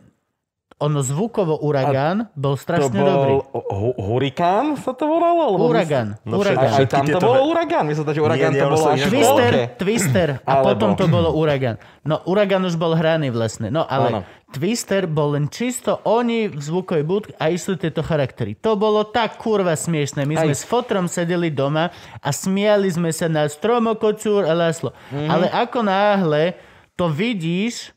[SPEAKER 1] ono zvukovo Uragán bol
[SPEAKER 2] To
[SPEAKER 1] strašne dobrý.
[SPEAKER 2] bol hu- Hurikán sa to volalo? Lebo
[SPEAKER 1] Uragán.
[SPEAKER 3] No
[SPEAKER 1] uragán.
[SPEAKER 2] Aj, aj tam
[SPEAKER 3] Všetky
[SPEAKER 2] to
[SPEAKER 3] tieto-
[SPEAKER 2] bolo uragán. Myslím, že uragán
[SPEAKER 3] nie,
[SPEAKER 2] to
[SPEAKER 3] ono
[SPEAKER 2] bolo
[SPEAKER 3] sa
[SPEAKER 2] až
[SPEAKER 3] inak
[SPEAKER 2] v
[SPEAKER 3] volalo.
[SPEAKER 1] Twister,
[SPEAKER 2] polke.
[SPEAKER 1] Twister a
[SPEAKER 2] Alebo-
[SPEAKER 1] potom to bolo Uragan. No Uragan už bol hraný vlastne. No ale
[SPEAKER 2] Áno.
[SPEAKER 1] Twister bol len čisto oni v zvukovej budke a išli tieto charaktery. To bolo tak kurva smiešne. My sme
[SPEAKER 2] Aj.
[SPEAKER 1] s Fotrom sedeli doma a smiali sme sa
[SPEAKER 2] Mhm.
[SPEAKER 1] na stromokocúr a Laslo. Ale ako náhle to vidíš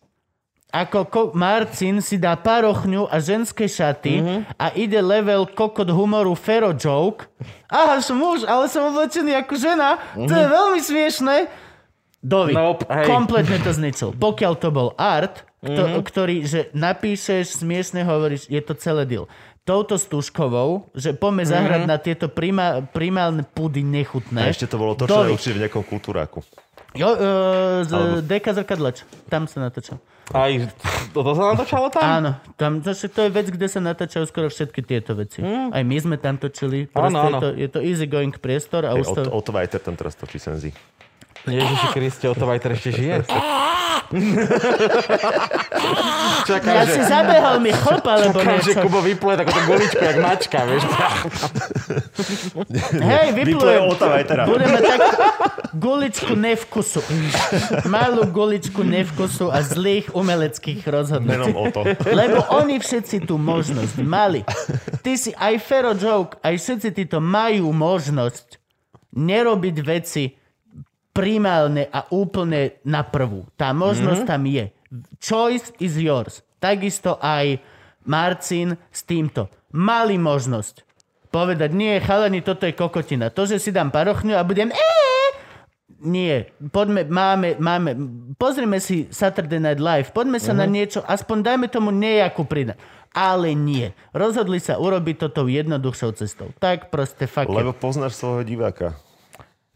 [SPEAKER 1] ako ko- Marcin si dá parochňu a ženské šaty
[SPEAKER 3] Mhm.
[SPEAKER 1] a ide level kokot humoru Fero joke. Aha, som muž, ale som oblečený ako žena. To
[SPEAKER 3] Mhm.
[SPEAKER 1] je veľmi smiešné. Dovi,
[SPEAKER 2] Nope, hej.
[SPEAKER 1] kompletne to zničil. Pokiaľ to bol art, kto,
[SPEAKER 3] Mhm.
[SPEAKER 1] ktorý, že napíšeš, smiešne hovoríš, je to celé deal. Touto stužkovou, že poďme zahrať na tieto prima, primálne pudy nechutné.
[SPEAKER 3] Mhm. A ešte to bolo to, čo
[SPEAKER 1] Dovi.
[SPEAKER 3] je určite v nejakom kultúráku.
[SPEAKER 1] Jo, e, z,
[SPEAKER 3] Alebo-
[SPEAKER 1] Deka zrkadlač, tam sa natočil.
[SPEAKER 2] Aj to, to sa natočalo tam?
[SPEAKER 1] Áno, tam, to, to je vec, kde sa natáčajú skoro všetky tieto veci. Aj my sme tam točili. Proste
[SPEAKER 2] Mm. Áno, áno.
[SPEAKER 1] Je, to, je to easy going priestor a už
[SPEAKER 3] Hej,
[SPEAKER 1] to...
[SPEAKER 3] Ot- Otto Vajter tam teraz točí senzi.
[SPEAKER 2] Ježiši Kriste, o to Vajter ešte žije.
[SPEAKER 1] Ja si zabehol mi chlp, alebo
[SPEAKER 2] Čakám, že
[SPEAKER 1] niečo.
[SPEAKER 2] Kubo vypluje takúto guličku, jak mačka, vieš.
[SPEAKER 1] Hej,
[SPEAKER 3] Vypluje
[SPEAKER 1] vyplujem.
[SPEAKER 3] Otto Vajtera.
[SPEAKER 1] Budeme tak guličku nevkusu. Malú guličku nevkusu a zlých umeleckých rozhodnutí.
[SPEAKER 3] Menom Otto.
[SPEAKER 1] Lebo oni všetci tú možnosť mali. Ty si aj Fero Joke, aj všetci títo majú možnosť nerobiť veci primálne a úplne na prvú. Tá možnosť tam je. Choice is yours. Takisto aj Marcin s týmto. Mali možnosť povedať, nie, chalani, toto je kokotina. To, že si dám parochňu a budem... "Eee, nie, poďme, máme, máme, pozrime si Saturday Night Live, poďme sa na niečo, aspoň dajme tomu nejakú pridať. Ale nie. Rozhodli sa urobiť to tou jednoduchšou cestou. Tak proste fakt. Lebo...
[SPEAKER 3] Lebo poznáš svojho diváka.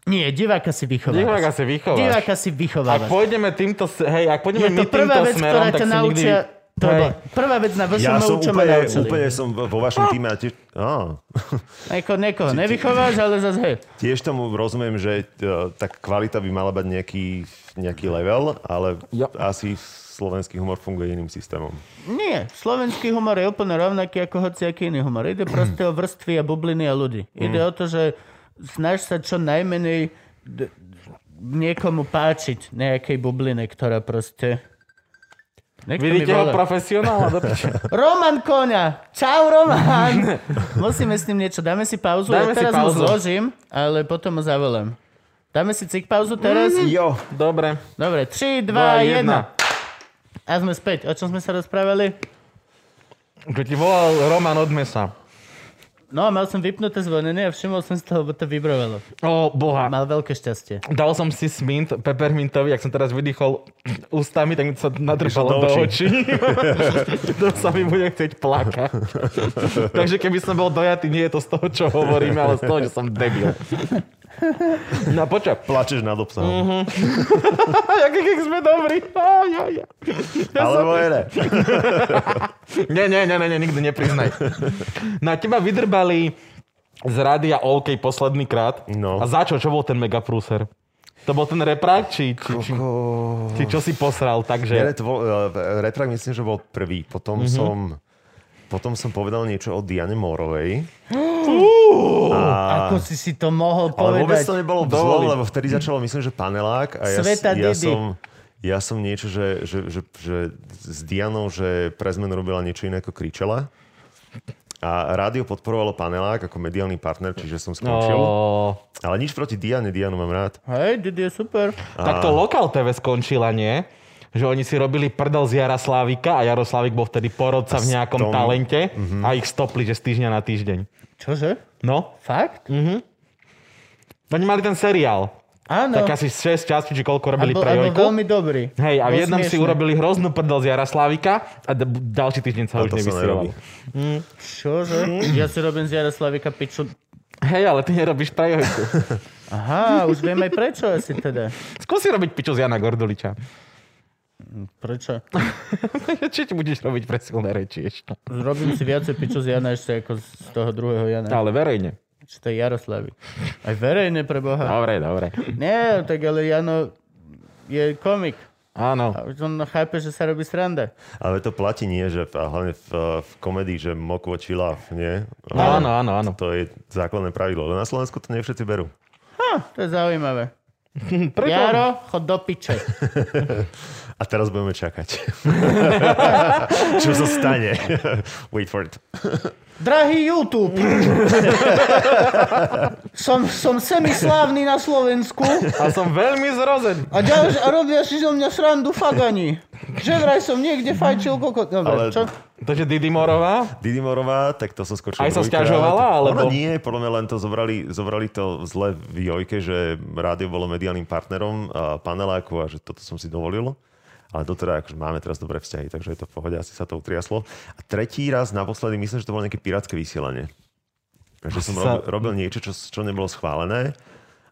[SPEAKER 1] Nie, diváka si vychovávaš.
[SPEAKER 2] Diváka si vychováš.
[SPEAKER 1] Diváka si
[SPEAKER 2] Ak
[SPEAKER 1] vychovávaš.
[SPEAKER 2] pôjdeme týmto, s- hej,
[SPEAKER 1] Je
[SPEAKER 2] ak pôjdeme my
[SPEAKER 1] to prvá
[SPEAKER 2] týmto
[SPEAKER 1] vec,
[SPEAKER 2] smerom,
[SPEAKER 1] ktorá
[SPEAKER 2] tak
[SPEAKER 1] ťa
[SPEAKER 2] si nikdy...
[SPEAKER 1] naučia... To
[SPEAKER 2] Hej.
[SPEAKER 1] bola prvá vec na VŠMU,
[SPEAKER 3] Ja som
[SPEAKER 1] čo ma
[SPEAKER 3] úplne,
[SPEAKER 1] naučili.
[SPEAKER 3] úplne som vo vo vašom týme a tiež, á,
[SPEAKER 1] Ako niekoho nevychováš, ale zase hej.
[SPEAKER 3] tiež tomu rozumiem, že e, tá kvalita by mala mať nejaký, nejaký level, ale
[SPEAKER 2] Ja.
[SPEAKER 3] asi slovenský humor funguje iným systémom.
[SPEAKER 1] Nie, slovenský humor je úplne rovnaký ako hociaký iný humor. Ide proste o vrstvy a bubliny a ľudí.
[SPEAKER 2] Mm.
[SPEAKER 1] Ide o to, že snaž sa čo najmenej d- niekomu páčiť nejakej bubline, ktorá proste... Niekto mi
[SPEAKER 2] Vidíte ho
[SPEAKER 1] volá.
[SPEAKER 2] profesionála? do piče.
[SPEAKER 1] Roman Koňa! Čau, Roman! Musíme s ním niečo. Dáme si pauzu. Dáme
[SPEAKER 2] Dáme
[SPEAKER 1] ja
[SPEAKER 2] si
[SPEAKER 1] teraz mu
[SPEAKER 2] pauzu.
[SPEAKER 1] zložím, ale potom ho zavolám. Dáme si cik pauzu teraz? Mm.
[SPEAKER 2] Jo. Dobre.
[SPEAKER 1] Dobre, 3, 2, 1. A sme späť. O čom sme sa rozprávali?
[SPEAKER 2] Že ti volal Roman od mesa.
[SPEAKER 1] No a mal som vypnuté zvonenie a všimol som si to, lebo to vybrovalo.
[SPEAKER 2] O, boha.
[SPEAKER 1] Mal veľké šťastie.
[SPEAKER 2] Dal som si smint peppermintový, ak som teraz vydýchol ústami, tak mi to sa nadrpalo
[SPEAKER 3] Išlo do
[SPEAKER 2] do očí. to sa mi bude chcieť plakať. Takže keby som bol dojatý, nie je to z toho, čo hovoríme, ale z toho, že som debil. No počkaj,
[SPEAKER 3] Plačeš nad obsahom. Mm-hmm.
[SPEAKER 2] jak, jak sme dobrí. Á, ja, ja. Ja som-
[SPEAKER 3] Alebo je ne.
[SPEAKER 2] Nie, nie, nie, nie, nie, nikdy nepriznaj. Na teba vydrbali z rádia OK posledný krát.
[SPEAKER 3] No.
[SPEAKER 2] A za čo? Čo bol ten megaprúser? To bol ten reprák, či, či, či, či čo si posral,
[SPEAKER 3] Ja,
[SPEAKER 2] takže...
[SPEAKER 3] to bol, e, Retrak myslím, že bol prvý. Potom mm-hmm. som... Potom som povedal niečo o Diane Morovej.
[SPEAKER 1] Ako si si to mohol
[SPEAKER 3] Ale vôbec
[SPEAKER 1] povedať?
[SPEAKER 3] to nebolo
[SPEAKER 2] Dovoli.
[SPEAKER 3] zlo, lebo vtedy začalo, myslím, že panelák a ja,
[SPEAKER 1] Sveta
[SPEAKER 3] ja
[SPEAKER 1] Didi.
[SPEAKER 3] som... Ja som niečo, že, že, že, že s Dianou, že pre zmenu robila niečo iné ako kričela. A rádio podporovalo panelák ako mediálny partner, čiže som skončil.
[SPEAKER 2] Ó,
[SPEAKER 3] Ale nič proti Diane, Dianu mám rád.
[SPEAKER 1] Hej, Didi je super.
[SPEAKER 2] tak to Lokal TV skončila, nie? Že oni si robili prdel z Jaroslávika a Jaroslávik bol vtedy porodca v nejakom
[SPEAKER 3] tom-
[SPEAKER 2] talente
[SPEAKER 3] Mhm.
[SPEAKER 2] a ich stopli, že z týždňa na týždeň.
[SPEAKER 1] Čože?
[SPEAKER 2] No,
[SPEAKER 1] Fakt?
[SPEAKER 2] oni mali ten seriál.
[SPEAKER 1] Áno.
[SPEAKER 2] Tak asi 6 častí, či koľko
[SPEAKER 1] a
[SPEAKER 2] robili
[SPEAKER 1] bol, a
[SPEAKER 2] pre
[SPEAKER 1] bol
[SPEAKER 2] Jojku.
[SPEAKER 1] veľmi dobrý.
[SPEAKER 2] Hej,
[SPEAKER 1] Bol
[SPEAKER 2] a v jednom si
[SPEAKER 1] smiešný.
[SPEAKER 2] urobili hroznú prdel z Jaroslávika a d- ďalší týždeň sa
[SPEAKER 3] A
[SPEAKER 2] už
[SPEAKER 3] to sa nerobí.
[SPEAKER 2] nevysielal.
[SPEAKER 1] Čože? Ja si robím z Jaroslavika piču.
[SPEAKER 2] Hej, ale ty nerobíš prajojku.
[SPEAKER 1] Aha, už viem aj prečo asi teda.
[SPEAKER 2] Skúsi robiť piču z Jana Gorduliča.
[SPEAKER 1] Prečo?
[SPEAKER 2] Či ti budeš robiť presilné reči ešte.
[SPEAKER 1] Robím si viacej piču z Jana ešte ako z toho druhého Jana.
[SPEAKER 2] Ale verejne.
[SPEAKER 1] Či to je Jaroslavik. Aj verejne pre Boha.
[SPEAKER 2] Dobre, dobre.
[SPEAKER 1] Nie, tak ale Jano je komik.
[SPEAKER 2] Áno.
[SPEAKER 1] A už on chápe, že sa robí sranda.
[SPEAKER 3] Ale to platí nie, že v, a hlavne v, v komedii, že mokvo či lav, nie?
[SPEAKER 2] No, Áno, áno, áno.
[SPEAKER 3] To je základné pravidlo. Ale na Slovensku to nie všetci berú.
[SPEAKER 1] To je zaujímavé.
[SPEAKER 2] Prečo?
[SPEAKER 1] Jaro, chod do piče.
[SPEAKER 3] A teraz budeme čakať. Čo sa stane? Wait for it.
[SPEAKER 1] Drahý YouTube! som, som semislávny na Slovensku
[SPEAKER 2] A som veľmi zrozený.
[SPEAKER 1] a, ďalš, a robia si zo mňa srandu fagani. Že vraj som niekde fajčil kokot. Dobre,
[SPEAKER 3] Ale-
[SPEAKER 1] čo?
[SPEAKER 2] Takže Didi Morová.
[SPEAKER 3] Didimorová, tak to som skočil.
[SPEAKER 2] Aj sa
[SPEAKER 3] dvojkrát.
[SPEAKER 2] sťažovala, alebo-
[SPEAKER 3] Ona nie, podľa mňa len to zobrali, zobrali to zle v Jojke, že rádio bolo mediálnym partnerom a paneláku a že toto som si dovolil. Ale doteraz akože máme teraz dobré vzťahy, takže je to v pohode, asi sa to utriaslo. A tretí raz naposledy, myslím, že to bolo nejaké pirátske vysielanie. Takže som
[SPEAKER 2] Sa-
[SPEAKER 3] robil, robil niečo, čo, čo nebolo schválené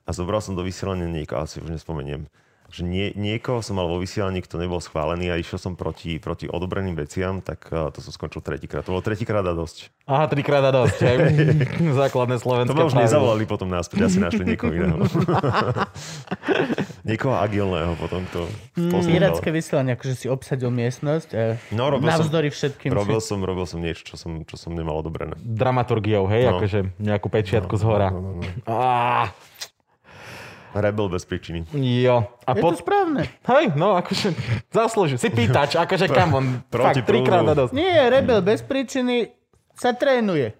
[SPEAKER 3] a zobral som do vysielania niekoho, asi už nespomeniem, že nie, niekoho som mal vo vysielaní, kto nebol schválený a išiel som proti, proti odobreným veciam, tak eh, to som skončil tretíkrát. To bolo tretíkrát a dosť.
[SPEAKER 2] Aha, trikrát a dosť. Hej. Základné slovenské
[SPEAKER 3] To ma už
[SPEAKER 2] pravidlo.
[SPEAKER 3] nezavolali potom náspäť, asi našli niekoho iného. niekoho agilného potom to
[SPEAKER 2] Hmm,
[SPEAKER 3] poznal.
[SPEAKER 1] Pirátske vysielanie, akože si obsadil miestnosť. A
[SPEAKER 3] Mm-hmm. No, robil som-
[SPEAKER 1] navzdory všetkým.
[SPEAKER 3] Robil
[SPEAKER 1] si...
[SPEAKER 3] som, robil som niečo, čo som, čo som nemal odobrené.
[SPEAKER 2] Dramaturgiou, hej,
[SPEAKER 3] No.
[SPEAKER 2] akože nejakú pečiatku z hora. Á,
[SPEAKER 3] Rebel bez príčiny.
[SPEAKER 2] jo. A
[SPEAKER 1] Je
[SPEAKER 2] pod...
[SPEAKER 1] to správne.
[SPEAKER 2] Hej, no, akože zaslúži. Si pýtač, akože kam on.
[SPEAKER 3] proti
[SPEAKER 2] Fakt, trikrát
[SPEAKER 3] prúdu.
[SPEAKER 2] a dosť.
[SPEAKER 1] Nie, rebel bez príčiny sa trénuje.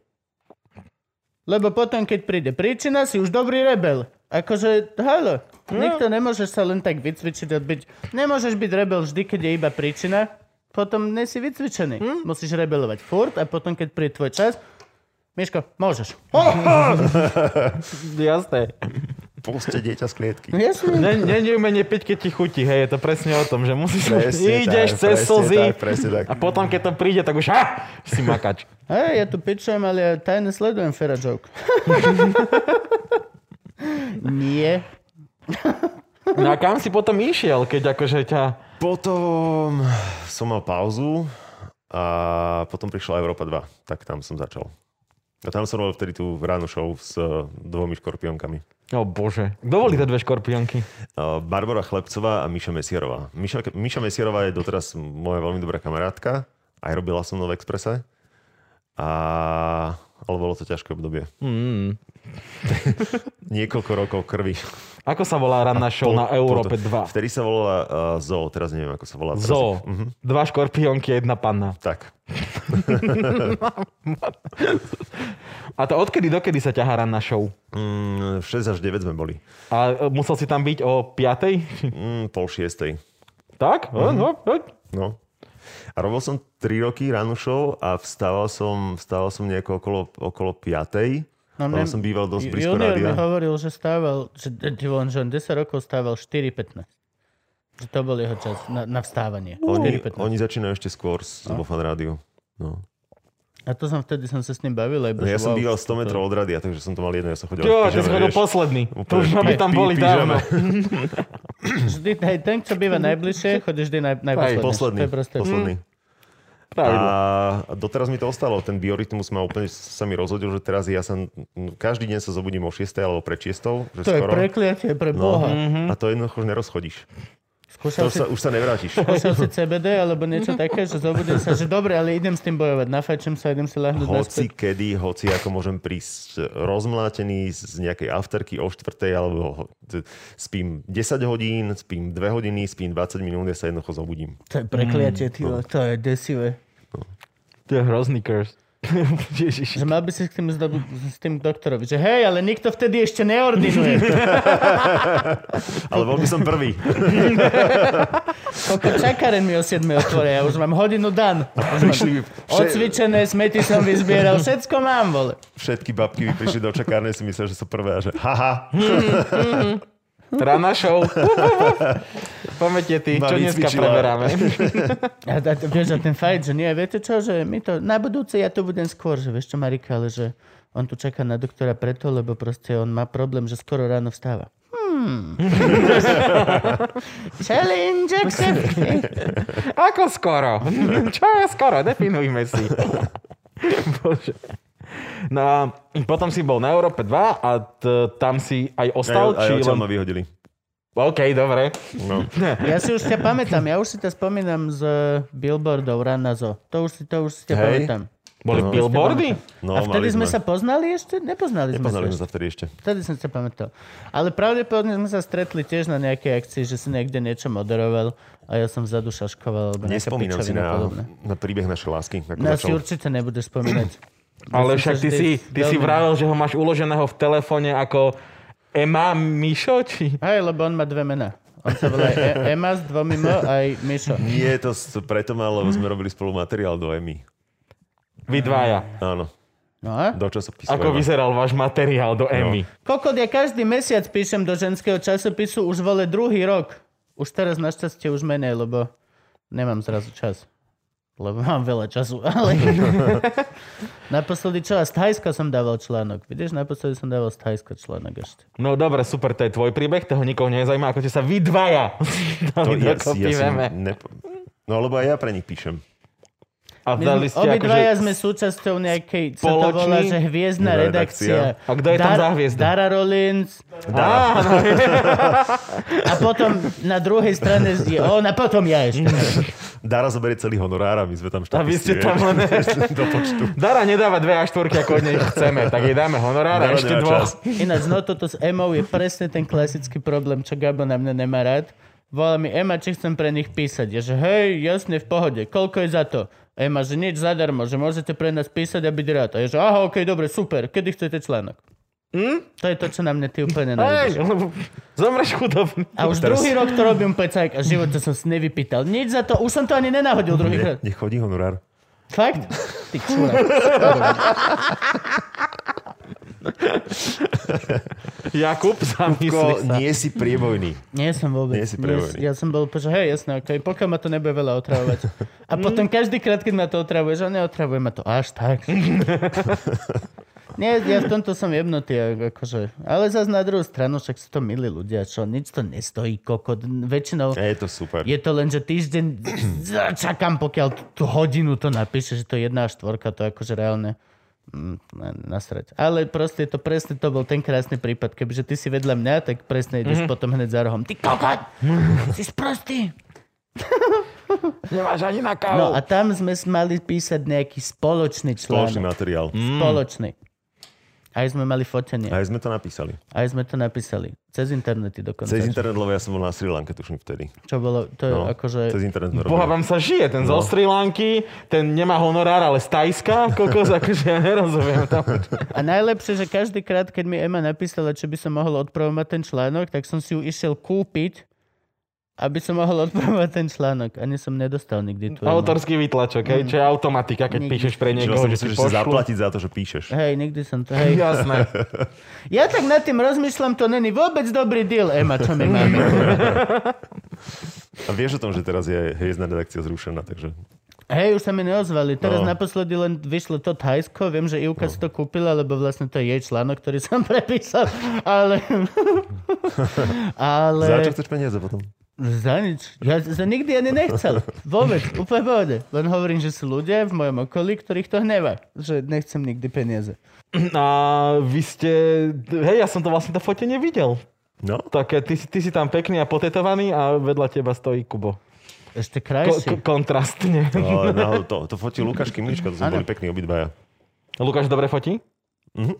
[SPEAKER 1] Lebo potom, keď príde príčina, si už dobrý rebel. Akože, halo,
[SPEAKER 3] No.
[SPEAKER 1] nikto nemôžeš sa len tak vycvičiť a byť... Nemôžeš byť rebel vždy, keď je iba príčina. Potom nie si vycvičený.
[SPEAKER 3] Hm?
[SPEAKER 1] Musíš rebelovať furt a potom, keď príde tvoj čas... Miško, môžeš.
[SPEAKER 2] Jasné.
[SPEAKER 3] Puste dieťa z klietky.
[SPEAKER 1] Jasne.
[SPEAKER 2] Ne- Není umenie piť, keď ti chutí, hej, je to presne o tom, že musíš, ideš
[SPEAKER 3] tak,
[SPEAKER 2] cez
[SPEAKER 3] presne
[SPEAKER 2] slzy
[SPEAKER 3] Tak, presne tak.
[SPEAKER 2] a potom, keď to príde, tak už ha, si makač.
[SPEAKER 1] Hej, ja tu pičujem, ale ja tajne sledujem Fera Joke. Nie.
[SPEAKER 2] No a kam si potom išiel, keď akože ťa...
[SPEAKER 3] Potom som mal pauzu a potom prišla Európa 2, tak tam som začal. A tam som robil vtedy tú ránu show s eh, dvomi Eh, škorpiónkami.
[SPEAKER 2] O bože. Kto boli tie dve škorpionky?
[SPEAKER 3] Eh, Barbara Chlebcová a Miša Mesierová. Miša, Miša Mesierová je doteraz moja veľmi dobrá kamarátka. Aj robila som mnou v Exprese. A, ale bolo to ťažké obdobie.
[SPEAKER 2] Mm.
[SPEAKER 3] Niekoľko rokov krvi.
[SPEAKER 2] Ako sa volá ranná show na Európe 2?
[SPEAKER 3] Vtedy sa volala uh, ZOO, teraz neviem, ako sa volá. teraz-
[SPEAKER 2] Zo. Dva škorpionky, jedna panna.
[SPEAKER 3] Tak.
[SPEAKER 2] A to odkedy dokedy sa ťahá ranná show?
[SPEAKER 3] Mm, 6 až 9 sme boli.
[SPEAKER 2] A e, musel si tam byť o 5?
[SPEAKER 3] Mm, pol šiestej.
[SPEAKER 2] Tak?
[SPEAKER 3] Mhm.
[SPEAKER 2] Mm. No, no.
[SPEAKER 3] No. A robil som 3 roky ránu show a vstával som, vstával som nejako okolo, okolo 5.
[SPEAKER 1] No,
[SPEAKER 3] No,
[SPEAKER 1] mne-
[SPEAKER 3] som býval dosť blízko
[SPEAKER 1] Junior mi
[SPEAKER 3] rádia.
[SPEAKER 1] hovoril, že stával, že, že on, že on 10 rokov stával 4.15. Že to bol jeho čas na, na vstávanie.
[SPEAKER 3] Oni,
[SPEAKER 1] 4.15.
[SPEAKER 3] oni začínajú ešte skôr s no. fan rádiu. No.
[SPEAKER 1] A to som vtedy som sa s ním bavil, lebo...
[SPEAKER 3] No, ja
[SPEAKER 1] že
[SPEAKER 3] som
[SPEAKER 1] wow,
[SPEAKER 3] býval 100 metrov od rádia, takže som to mal jedno, ja som chodil
[SPEAKER 2] Jo, ty
[SPEAKER 3] v pyžame,
[SPEAKER 2] si chodil
[SPEAKER 3] vieš.
[SPEAKER 2] posledný. To už
[SPEAKER 3] Úplne
[SPEAKER 2] by
[SPEAKER 3] pi-
[SPEAKER 2] tam
[SPEAKER 3] pi-
[SPEAKER 2] boli
[SPEAKER 3] pyžame.
[SPEAKER 2] dávno.
[SPEAKER 1] Vždy, hej, ten, čo býva najbližšie, chodí vždy naj, najposledný.
[SPEAKER 3] Posledný,
[SPEAKER 1] To je proste...
[SPEAKER 3] posledný.
[SPEAKER 2] Pravidlo.
[SPEAKER 3] A doteraz mi to ostalo, ten biorytmus ma úplne sa mi rozhodil, že teraz ja sa, každý deň sa zobudím o 6 alebo pre 6, že
[SPEAKER 1] Mm, To je Mhm.
[SPEAKER 3] skoro.
[SPEAKER 1] prekliatie pre
[SPEAKER 3] No,
[SPEAKER 1] Boha.
[SPEAKER 3] a to jednoducho už nerozchodíš.
[SPEAKER 1] Skúšal
[SPEAKER 3] To už
[SPEAKER 1] si,
[SPEAKER 3] sa, už sa nevrátiš.
[SPEAKER 1] skúšal si CBD alebo niečo také, že zobudím sa, že dobre, ale idem s tým bojovať. Nafajčím sa, idem si lahnúť
[SPEAKER 3] Hoci
[SPEAKER 1] naspäť.
[SPEAKER 3] kedy, hoci ako môžem prísť rozmlátený z nejakej afterky o 4 alebo ho- t- spím 10 hodín, spím 2 hodiny, spím 20 minút, ja sa jednoducho zobudím.
[SPEAKER 1] To je prekliatie, ty, vole, to je desivé.
[SPEAKER 2] To je hrozný curse. Ježiši.
[SPEAKER 1] Že mal by si s tým, zdob- s tým doktorovi, že hej, ale nikto vtedy ešte neordinuje.
[SPEAKER 3] Ale bol by som prvý.
[SPEAKER 1] Koľko čakaren mi o 7 otvoria, ja už mám hodinu dan. Už mám
[SPEAKER 3] Prišli by vše,
[SPEAKER 1] Odcvičené smety som vyzbieral, všetko mám, vole.
[SPEAKER 3] všetky babky by prišli do čakárne, si myslel, že sú prvé a že haha,
[SPEAKER 1] Hm,
[SPEAKER 2] Rána show. Pamäte ty,
[SPEAKER 3] Ma
[SPEAKER 2] čo dneska
[SPEAKER 3] vycvičila.
[SPEAKER 2] preberáme.
[SPEAKER 1] A, a, vieš, a ten fajt, že nie, viete čo, že my to, na budúce ja to budem skôr, že vieš čo, Marika, ale že on tu čaká na doktora preto, lebo proste on má problém, že skoro ráno vstáva. Hmm. Challenge accepted.
[SPEAKER 2] Ako skoro? Hm, Čo je skoro? Definujme si. Bože. No a potom si bol na Európe 2 a t- tam si aj ostal,
[SPEAKER 3] aj, aj
[SPEAKER 2] či
[SPEAKER 3] odtiaľ
[SPEAKER 2] len...
[SPEAKER 3] ma vyhodili.
[SPEAKER 2] OK, dobre.
[SPEAKER 3] No.
[SPEAKER 1] Ja si už ťa pamätám, ja už si ťa spomínam z eh, billboardov Rana Zo. To už si, to už si ťa
[SPEAKER 3] Hej.
[SPEAKER 1] pamätám.
[SPEAKER 2] Boli
[SPEAKER 3] No.
[SPEAKER 2] billboardy?
[SPEAKER 3] No,
[SPEAKER 1] A vtedy
[SPEAKER 3] mali
[SPEAKER 1] sme sa poznali ešte? Nepoznali,
[SPEAKER 3] Nepoznali sme
[SPEAKER 1] sme sa.
[SPEAKER 3] sa vtedy ešte.
[SPEAKER 1] Vtedy som sa pamätal. Ale pravdepodobne sme sa stretli tiež na nejakej akcii, že si niekde niečo moderoval a ja som vzadu šaškoval. Alebo nejaká
[SPEAKER 3] Nespomínam si
[SPEAKER 1] pičovina
[SPEAKER 3] na,
[SPEAKER 1] podobná.
[SPEAKER 3] na príbeh našej lásky. Ako
[SPEAKER 1] Na si
[SPEAKER 3] začal.
[SPEAKER 1] určite nebudeš spomínať.
[SPEAKER 2] Ale
[SPEAKER 1] Ja som
[SPEAKER 2] však
[SPEAKER 1] sa
[SPEAKER 2] ty
[SPEAKER 1] vždy
[SPEAKER 2] si, ty si
[SPEAKER 1] veľmi-
[SPEAKER 2] vravel, že ho máš uloženého v telefóne ako Ema Mišo, či...
[SPEAKER 1] Hej, lebo on má dve mená. On sa volá e- Ema s dvomi M aj Mišo.
[SPEAKER 3] Nie, to s- preto mal, lebo sme robili spolu materiál do EMI.
[SPEAKER 2] Vy dvaja.
[SPEAKER 3] Áno,
[SPEAKER 1] No a?
[SPEAKER 3] do časopisu.
[SPEAKER 2] Ako
[SPEAKER 3] Ema.
[SPEAKER 2] vyzeral váš materiál do
[SPEAKER 3] No.
[SPEAKER 2] Emmy?
[SPEAKER 1] Kokot, ja každý mesiac píšem do ženského časopisu, už vole druhý rok. Už teraz našťastie už menej, lebo nemám zrazu čas. Lebo mám veľa času, ale... naposledy čo? A z Thajska som dával článok. Vidíš, naposledy som dával z Thajska článok ešte.
[SPEAKER 2] No dobre, super, to je tvoj príbeh, toho nikoho nezajíma, ako ste sa vy dvaja
[SPEAKER 3] To
[SPEAKER 2] dali
[SPEAKER 3] ja,
[SPEAKER 2] dokopy
[SPEAKER 3] ja
[SPEAKER 2] v
[SPEAKER 3] si
[SPEAKER 2] Eme.
[SPEAKER 3] nepo... No lebo aj ja pre nich píšem.
[SPEAKER 2] A
[SPEAKER 1] My
[SPEAKER 2] dali
[SPEAKER 1] sme,
[SPEAKER 2] ste akože...
[SPEAKER 1] obidvaja sme súčasťou nejakej, sa to
[SPEAKER 2] spoločný-
[SPEAKER 1] volá, že hviezdna redakcia.
[SPEAKER 3] Redakcia.
[SPEAKER 2] A kto je tam za hviezdu?
[SPEAKER 1] Dara Rollins.
[SPEAKER 2] Áno,
[SPEAKER 1] A potom na druhej strane je on a potom ja ešte.
[SPEAKER 3] Dara zoberie celý honorár a my sme tam
[SPEAKER 2] a
[SPEAKER 3] štapisti.
[SPEAKER 2] vy ste
[SPEAKER 3] vieš,
[SPEAKER 2] tam len...
[SPEAKER 3] Do počtu.
[SPEAKER 2] Dara nedáva dve až štvorky, ako od nej chceme, tak jej dáme honorár a
[SPEAKER 3] Dara
[SPEAKER 2] ešte
[SPEAKER 3] nemá
[SPEAKER 2] dvoch.
[SPEAKER 3] čas.
[SPEAKER 1] Ináč, no toto s Emou je presne ten klasický problém, čo Gabo na mňa nemá rád. Volá mi Ema, či chcem pre nich písať. Ja že hej, jasne, v pohode, koľko je za to? Ema, že nič zadarmo, že môžete pre nás písať a byť rád. A ja že aha, okej, dobre, super, kedy chcete článok? To je to, čo na mne ty úplne nájdeš.
[SPEAKER 2] Hej, lebo zomreš chudobný.
[SPEAKER 1] A už
[SPEAKER 3] teraz-
[SPEAKER 1] druhý rok to robím pecajk a život to som si nevypýtal. Nič za to, už som to ani nenahodil druhýkrát.
[SPEAKER 3] Nech chodí honorár.
[SPEAKER 1] Fakt? Ty čurák.
[SPEAKER 2] Jakub,
[SPEAKER 3] Ko,
[SPEAKER 2] zamysli sa.
[SPEAKER 3] nie si priebojný.
[SPEAKER 1] Nie som vôbec.
[SPEAKER 3] Nie si prehovorený.
[SPEAKER 1] ja som bol, že hej, jasné, okay, pokiaľ ma to nebude veľa otravovať. A potom každý krát, keď ma to otravuje, že neotravuje ma to až tak. Nie, ja v tomto som jebnutý, a- akože. Ale zase na druhú stranu, však sú to milí ľudia, čo, nič to nestojí, kokot. Väčšinou
[SPEAKER 3] Je to super.
[SPEAKER 1] je to len, že týždeň z- čakám, pokiaľ tú, tú hodinu to napíše, že to je jedna až štvorka, to je akože reálne mm, na- nasrať. Ale proste je to presne, to bol ten krásny prípad. Kebyže ty si vedľa mňa, tak presne ideš mm-hmm.
[SPEAKER 3] Mhm.
[SPEAKER 1] potom hneď za rohom. Ty kokot! si sprostý!
[SPEAKER 2] Nemáš ani
[SPEAKER 1] No
[SPEAKER 2] na kávu.
[SPEAKER 1] a tam sme s- mali písať nejaký spoločný
[SPEAKER 3] Spoločný
[SPEAKER 1] článok.
[SPEAKER 3] materiál.
[SPEAKER 2] Mm.
[SPEAKER 1] Spoločný. Aj sme mali fotenie.
[SPEAKER 3] Aj sme to napísali.
[SPEAKER 1] Aj sme to napísali. Cez internety dokonca.
[SPEAKER 3] Cez internet, lebo ja som bol na Sri Lanke, tuším vtedy.
[SPEAKER 1] Čo bolo, to je
[SPEAKER 3] No,
[SPEAKER 1] akože...
[SPEAKER 3] Cez internet sme
[SPEAKER 2] Boha,
[SPEAKER 3] robili.
[SPEAKER 2] vám sa žije, ten zo Sri Lanky, ten nemá honorár, ale z Tajska, kokos, akože ja nerozumiem tam.
[SPEAKER 1] A najlepšie, že každý krát, keď mi Ema napísala, či by som mohol odpromovať ten článok, tak som si ju išiel kúpiť, aby som mohol odpromovať ten článok. Ani som nedostal nikdy tú Emu.
[SPEAKER 2] Autorský výtlačok, hej, čo je automatika, keď
[SPEAKER 1] Nikdy.
[SPEAKER 2] píšeš pre
[SPEAKER 3] Čiže
[SPEAKER 2] niekoho,
[SPEAKER 3] vlastne
[SPEAKER 2] že si
[SPEAKER 3] musíš si
[SPEAKER 2] pošlu. Eh?
[SPEAKER 3] zaplatiť za to, že píšeš.
[SPEAKER 1] Hej, nikdy som to... Hej.
[SPEAKER 2] Jasné.
[SPEAKER 1] Ja tak nad tým rozmýšľam, to není vôbec dobrý deal, Ema, čo my máme.
[SPEAKER 3] A vieš o tom, že teraz je hviezdna redakcia zrušená, takže...
[SPEAKER 1] Hej, už sa mi neozvali. Teraz
[SPEAKER 3] No.
[SPEAKER 1] naposledy len vyšlo to Thajsko. Viem, že Ivka si to kúpila, lebo vlastne to je jej článok, ktorý som prepísal. Ale... Ale...
[SPEAKER 3] Za čo chceš peniaze potom?
[SPEAKER 1] Za nič. Ja sa nikdy ani nechcel. Vôbec, úplne v pohode. Len hovorím, že sú ľudia v mojom okolí, ktorých to hneva. Že nechcem nikdy peniaze.
[SPEAKER 2] A vy ste... Hej, ja som to vlastne to fotenie videl.
[SPEAKER 3] No,
[SPEAKER 2] Také, ty, si- ty si tam pekný a potetovaný a vedľa teba stojí Kubo.
[SPEAKER 1] Ešte
[SPEAKER 2] Ko-
[SPEAKER 1] krajšie.
[SPEAKER 2] ko- kontrastne.
[SPEAKER 3] ale náhodou to, to fotil Lukáš Kimlička, to sme boli pekní obidvaja.
[SPEAKER 2] Lukáš dobre fotí?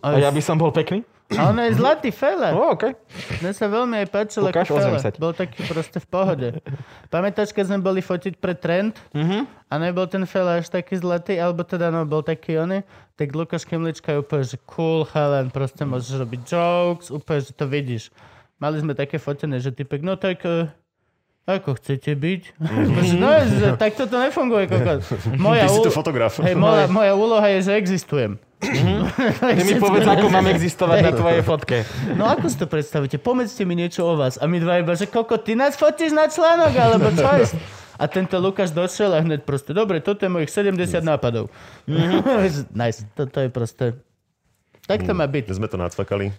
[SPEAKER 2] A ja by som bol pekný?
[SPEAKER 1] A on je zlatý fela.
[SPEAKER 2] O, okay.
[SPEAKER 1] Mne sa veľmi aj páčil ako
[SPEAKER 2] Lukáš, ozvem
[SPEAKER 1] fela.
[SPEAKER 2] sa ti.
[SPEAKER 1] Bol taký proste v pohode. Pamätáš, keď sme boli fotiť pre trend?
[SPEAKER 2] Mhm.
[SPEAKER 1] A nebol ten fela až taký zlatý, alebo teda no, bol taký oný. Tak Lukáš Kemlička je úplne, že cool, chalan, proste môžeš robiť jokes, úplne, že to vidíš. Mali sme také fotené, že typek, no tak... e, Ako chcete byť?
[SPEAKER 2] Mhm.
[SPEAKER 1] Mm-hmm. No, že, tak toto nefunguje, kokos. Moja,
[SPEAKER 3] Ty si
[SPEAKER 1] úlo-
[SPEAKER 3] tu fotograf.
[SPEAKER 1] hej, moja, moja úloha je, že existujem.
[SPEAKER 2] Ty mi povedz, ako mám existovať na tvojej fotke.
[SPEAKER 1] No ako si to predstavíte? Pomedzte mi niečo o vás. A my dva iba, že koko, ty nás fotíš na článok, alebo čo je? A tento Lukáš došiel a hneď proste, dobre, toto je mojich 70 nápadov. nice, toto je proste... Tak to má byť.
[SPEAKER 3] Sme to nacvakali.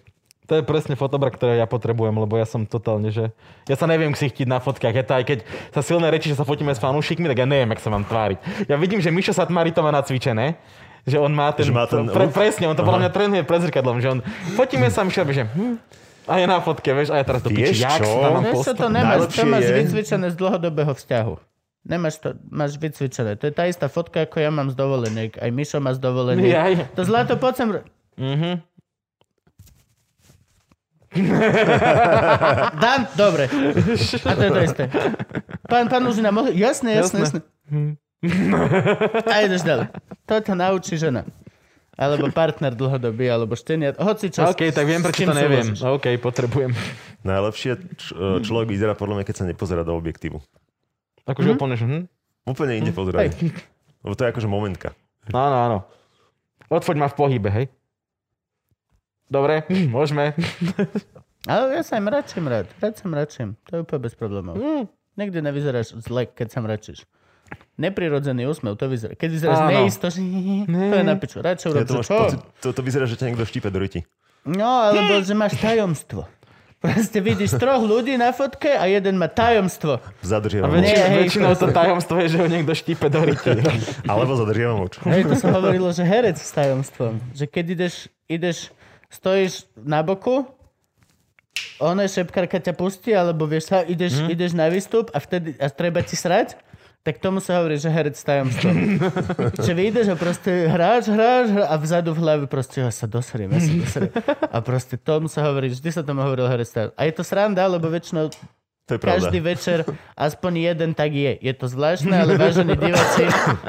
[SPEAKER 2] To je presne fotobrak, ktoré ja potrebujem, lebo ja som totálne, že... Ja sa neviem ksichtiť na fotkách, ja to aj keď sa silné reči, že sa fotíme s fanúšikmi, tak ja neviem, jak sa mám tváriť. Ja vidím, že Mišo Satmari to má nacvičené, že on má ten...
[SPEAKER 3] Že má ten
[SPEAKER 2] pre,
[SPEAKER 3] look.
[SPEAKER 2] presne, on to podľa mňa trénuje pred zrkadlom, že on... Fotíme sa, Mišo, robí, že... Hm, a je na fotke, vieš, a ja teraz to
[SPEAKER 3] Vieš
[SPEAKER 2] piči, jak sa
[SPEAKER 3] čo?
[SPEAKER 2] tam mám
[SPEAKER 1] Vieš, sa
[SPEAKER 2] postaviť?
[SPEAKER 1] to nemá, to
[SPEAKER 3] Najlepšie
[SPEAKER 1] máš
[SPEAKER 3] je-
[SPEAKER 1] vycvičené z dlhodobého vzťahu. Nemáš to, máš vycvičené. To je tá istá fotka, ako ja mám z dovoleniek. Aj Mišo má z dovoleniek.
[SPEAKER 2] Jaj.
[SPEAKER 1] To zlato poď sem... ro-
[SPEAKER 2] Mhm.
[SPEAKER 1] Dám? Dobre. A to je to isté. Pán, pán Užina, mohli... Jasné, jasné, jasné.
[SPEAKER 2] Jasné.
[SPEAKER 1] A ideš ďalej. To ťa naučí žena. Alebo partner dlhodobý, alebo šteniat. Hoci čo.
[SPEAKER 2] OK, tak viem, prečo to neviem. OK, potrebujem.
[SPEAKER 3] Najlepšie č- e, človek vyzerá podľa mňa, keď sa nepozerá do objektívu.
[SPEAKER 1] Mhm.
[SPEAKER 2] Akože úplne, že... Hm?
[SPEAKER 3] Úplne inde pozerá. Lebo to je akože momentka.
[SPEAKER 2] Áno, No, áno. Odfoď ma v pohybe, hej. Dobre, hm, môžeme.
[SPEAKER 1] Ale ja sa im račím rád. Rád sa mračím. To je úplne bez problémov.
[SPEAKER 2] Hm.
[SPEAKER 1] Nikdy nevyzeráš zle, keď sa mračíš. Neprirodzený úsmev, to vyzerá. Keď vyzeráš
[SPEAKER 2] Áno.
[SPEAKER 1] neisto, že... to je na piču. Radšej
[SPEAKER 3] Ja
[SPEAKER 1] urob,
[SPEAKER 3] to,
[SPEAKER 1] že
[SPEAKER 3] máš
[SPEAKER 1] čo?
[SPEAKER 3] pocit, to, to vyzerá, že ťa niekto štípe do ryti.
[SPEAKER 1] No, alebo že máš tajomstvo. Proste vidíš troch ľudí na fotke a jeden má tajomstvo.
[SPEAKER 2] A
[SPEAKER 3] Zadržiavam
[SPEAKER 1] Nie,
[SPEAKER 3] oč.
[SPEAKER 2] väčšinou,
[SPEAKER 1] hej,
[SPEAKER 2] väčšinou to tajomstvo je, že ho niekto štípe do ryti.
[SPEAKER 3] Alebo zadržiavam oč.
[SPEAKER 1] Hej, to sa hovorilo, že herec s tajomstvom. Že keď ideš, ideš, stojíš na boku, ona šepkárka ťa pustí, alebo vieš sa, ideš, mm. ideš na výstup a vtedy a treba ti srať, tak tomu sa hovorí, že herec s tajomstvom. že vyjdeš a proste hráš, hráš hráš a vzadu v hlave proste ja sa doseriem, ja sa doseriem. A proste tomu sa hovorí, vždy sa tomu hovoril herec s tajomstvom. A je to sranda, lebo väčšinou
[SPEAKER 3] To je pravda.
[SPEAKER 1] každý večer aspoň jeden tak je. Je to zvláštne, ale vážení diváci,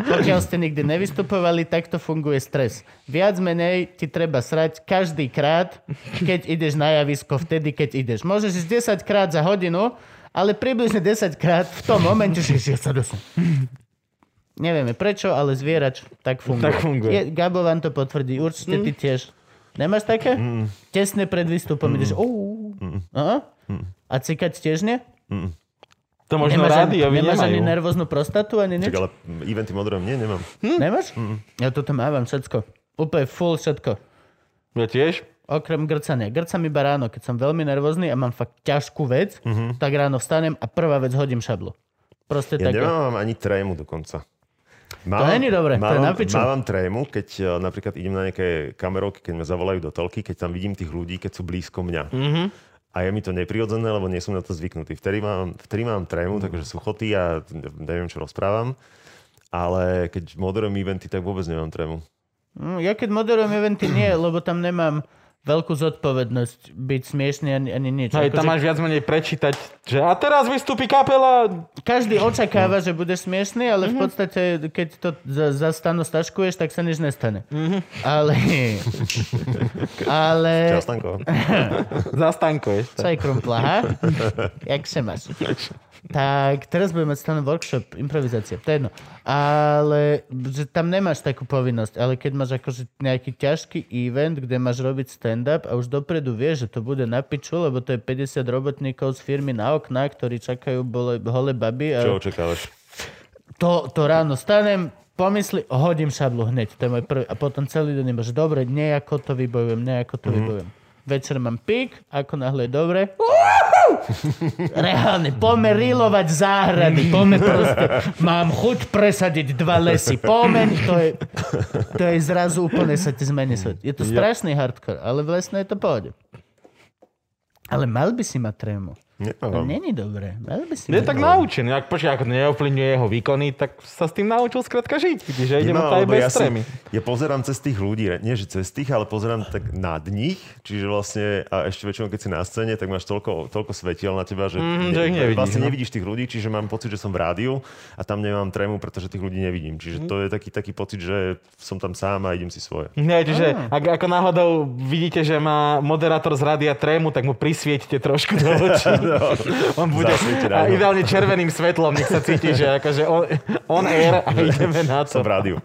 [SPEAKER 1] pokiaľ ste nikdy nevystupovali, takto funguje stres. Viac menej ti treba srať každý krát, keď ideš na javisko, vtedy, keď ideš. Môžeš ísť 10 krát za hodinu, ale približne 10 krát v tom momente, že ja sa dosť. Nevieme prečo, ale zvierač tak funguje.
[SPEAKER 2] Tak funguje.
[SPEAKER 1] Je, Gabo vám to potvrdí, určite ty tiež. Nemáš také? Mm. Tesne pred výstupom mm. ideš, "Ou." Aha. A cikať tiež nie?
[SPEAKER 2] To možno
[SPEAKER 1] Nemáš ani-
[SPEAKER 2] rádio
[SPEAKER 1] Nemáš ani
[SPEAKER 2] nemajú.
[SPEAKER 1] nervóznu prostatu, ani nič? Hm?
[SPEAKER 3] Čak, ale mm, eventy modrém nie, nemám.
[SPEAKER 1] Nemáš? Ja toto mávam všetko. Úplne full všetko.
[SPEAKER 2] Ja tiež?
[SPEAKER 1] Okrem grcania. Grcam iba ráno, keď som veľmi nervózny a mám fakt ťažkú vec, tak ráno vstanem a prvá vec hodím šablu. Proste
[SPEAKER 3] Mhm. Ja
[SPEAKER 1] tak.
[SPEAKER 3] nemám ani trému dokonca.
[SPEAKER 1] není dobré, to je
[SPEAKER 3] mávam,
[SPEAKER 1] na piču.
[SPEAKER 3] Mávam trému, keď uh, napríklad idem na nejaké kamerovky, keď ma zavolajú do telky, keď tam vidím tých ľudí, keď sú blízko mňa.
[SPEAKER 1] Mhm.
[SPEAKER 3] Mm-hmm. A je mi to neprirodzené, lebo nie som na to zvyknutý. Vtedy mám, vtedy mám trému, mm.
[SPEAKER 1] Mhm.
[SPEAKER 3] takže sú choty a neviem, čo rozprávam. Ale keď moderujem eventy, tak vôbec nemám trému.
[SPEAKER 1] Mm, Ja keď moderujem eventy, nie, lebo tam nemám veľkú zodpovednosť byť smiešný ani, ani nič.
[SPEAKER 2] No, Hej, tam
[SPEAKER 1] Akože
[SPEAKER 2] máš viac menej prečítať, že a teraz vystúpi kapela.
[SPEAKER 1] Každý
[SPEAKER 2] Mhm.
[SPEAKER 1] očakáva, že budeš smiešný, ale v podstate, keď to za, za stano staškuješ, tak sa nič nestane.
[SPEAKER 2] Mhm.
[SPEAKER 1] Ale... ale...
[SPEAKER 3] Čau, Stanko.
[SPEAKER 2] Zastankuješ.
[SPEAKER 1] Co je krumpla, ha? Jak sa máš? Tak, teraz budem mať stále workshop, improvizácie, to je jedno. Ale že tam nemáš takú povinnosť, ale keď máš akože nejaký ťažký event, kde máš robiť stand-up a už dopredu vieš, že to bude na piču, lebo to je 50 robotníkov z firmy na okná, ktorí čakajú bole, holé baby. A
[SPEAKER 3] Čo očakávaš?
[SPEAKER 1] to, to ráno stanem, pomysli, hodím šablu hneď, to je môj prvý. A potom celý deň iba, že dobre, nejako to vybojujem, nejako
[SPEAKER 2] Mhm.
[SPEAKER 1] to vybojujem. Večer mám pík, ako náhle je dobre. Reálne, poďme rilovať záhrady, poďme proste, mám chuť presadiť dva lesy, poďme, to je, to je zrazu úplne sa ti zmení
[SPEAKER 2] Mhm.
[SPEAKER 1] svet. Je to strašný hardcore, ale vlastne je to v pohode. Ale mal by si mať trému. To
[SPEAKER 3] Nemám.
[SPEAKER 1] není dobré. Mal by si
[SPEAKER 2] No Je
[SPEAKER 1] mať
[SPEAKER 2] tak
[SPEAKER 3] No.
[SPEAKER 2] naučený. Ak, počkaj, ak to neovplyvňuje jeho výkony, tak sa s tým naučil skrátka žiť. Vidíš, že idem to
[SPEAKER 3] Nemám,
[SPEAKER 2] aj
[SPEAKER 3] No, lebo
[SPEAKER 2] bez
[SPEAKER 3] ja, si,
[SPEAKER 2] trémy.
[SPEAKER 3] ja pozerám cez tých ľudí, nie že cez tých, ale pozerám tak nad nich, čiže vlastne, a ešte väčšinou keď si na scéne, tak máš toľko, toľko svetiel na teba, že,
[SPEAKER 2] Mm, že ich nevidíš,
[SPEAKER 3] vlastne
[SPEAKER 2] no.
[SPEAKER 3] nevidíš tých ľudí, čiže mám pocit, že som v rádiu a tam nemám trému, pretože tých ľudí nevidím.
[SPEAKER 2] Mhm.
[SPEAKER 3] Čiže to je taký, taký pocit, že som tam sám a idem si svoje.
[SPEAKER 2] Nie, čiže ak, ako náhodou vidíte, že má moderátor z rádia trému, tak mu prisvietite trošku do očí.
[SPEAKER 3] No,
[SPEAKER 2] on bude
[SPEAKER 3] Zasvieti
[SPEAKER 2] a
[SPEAKER 3] ráno.
[SPEAKER 2] ideálne červeným svetlom, nech sa cíti, že akože on, on air a ideme na to.
[SPEAKER 3] Som v rádiu.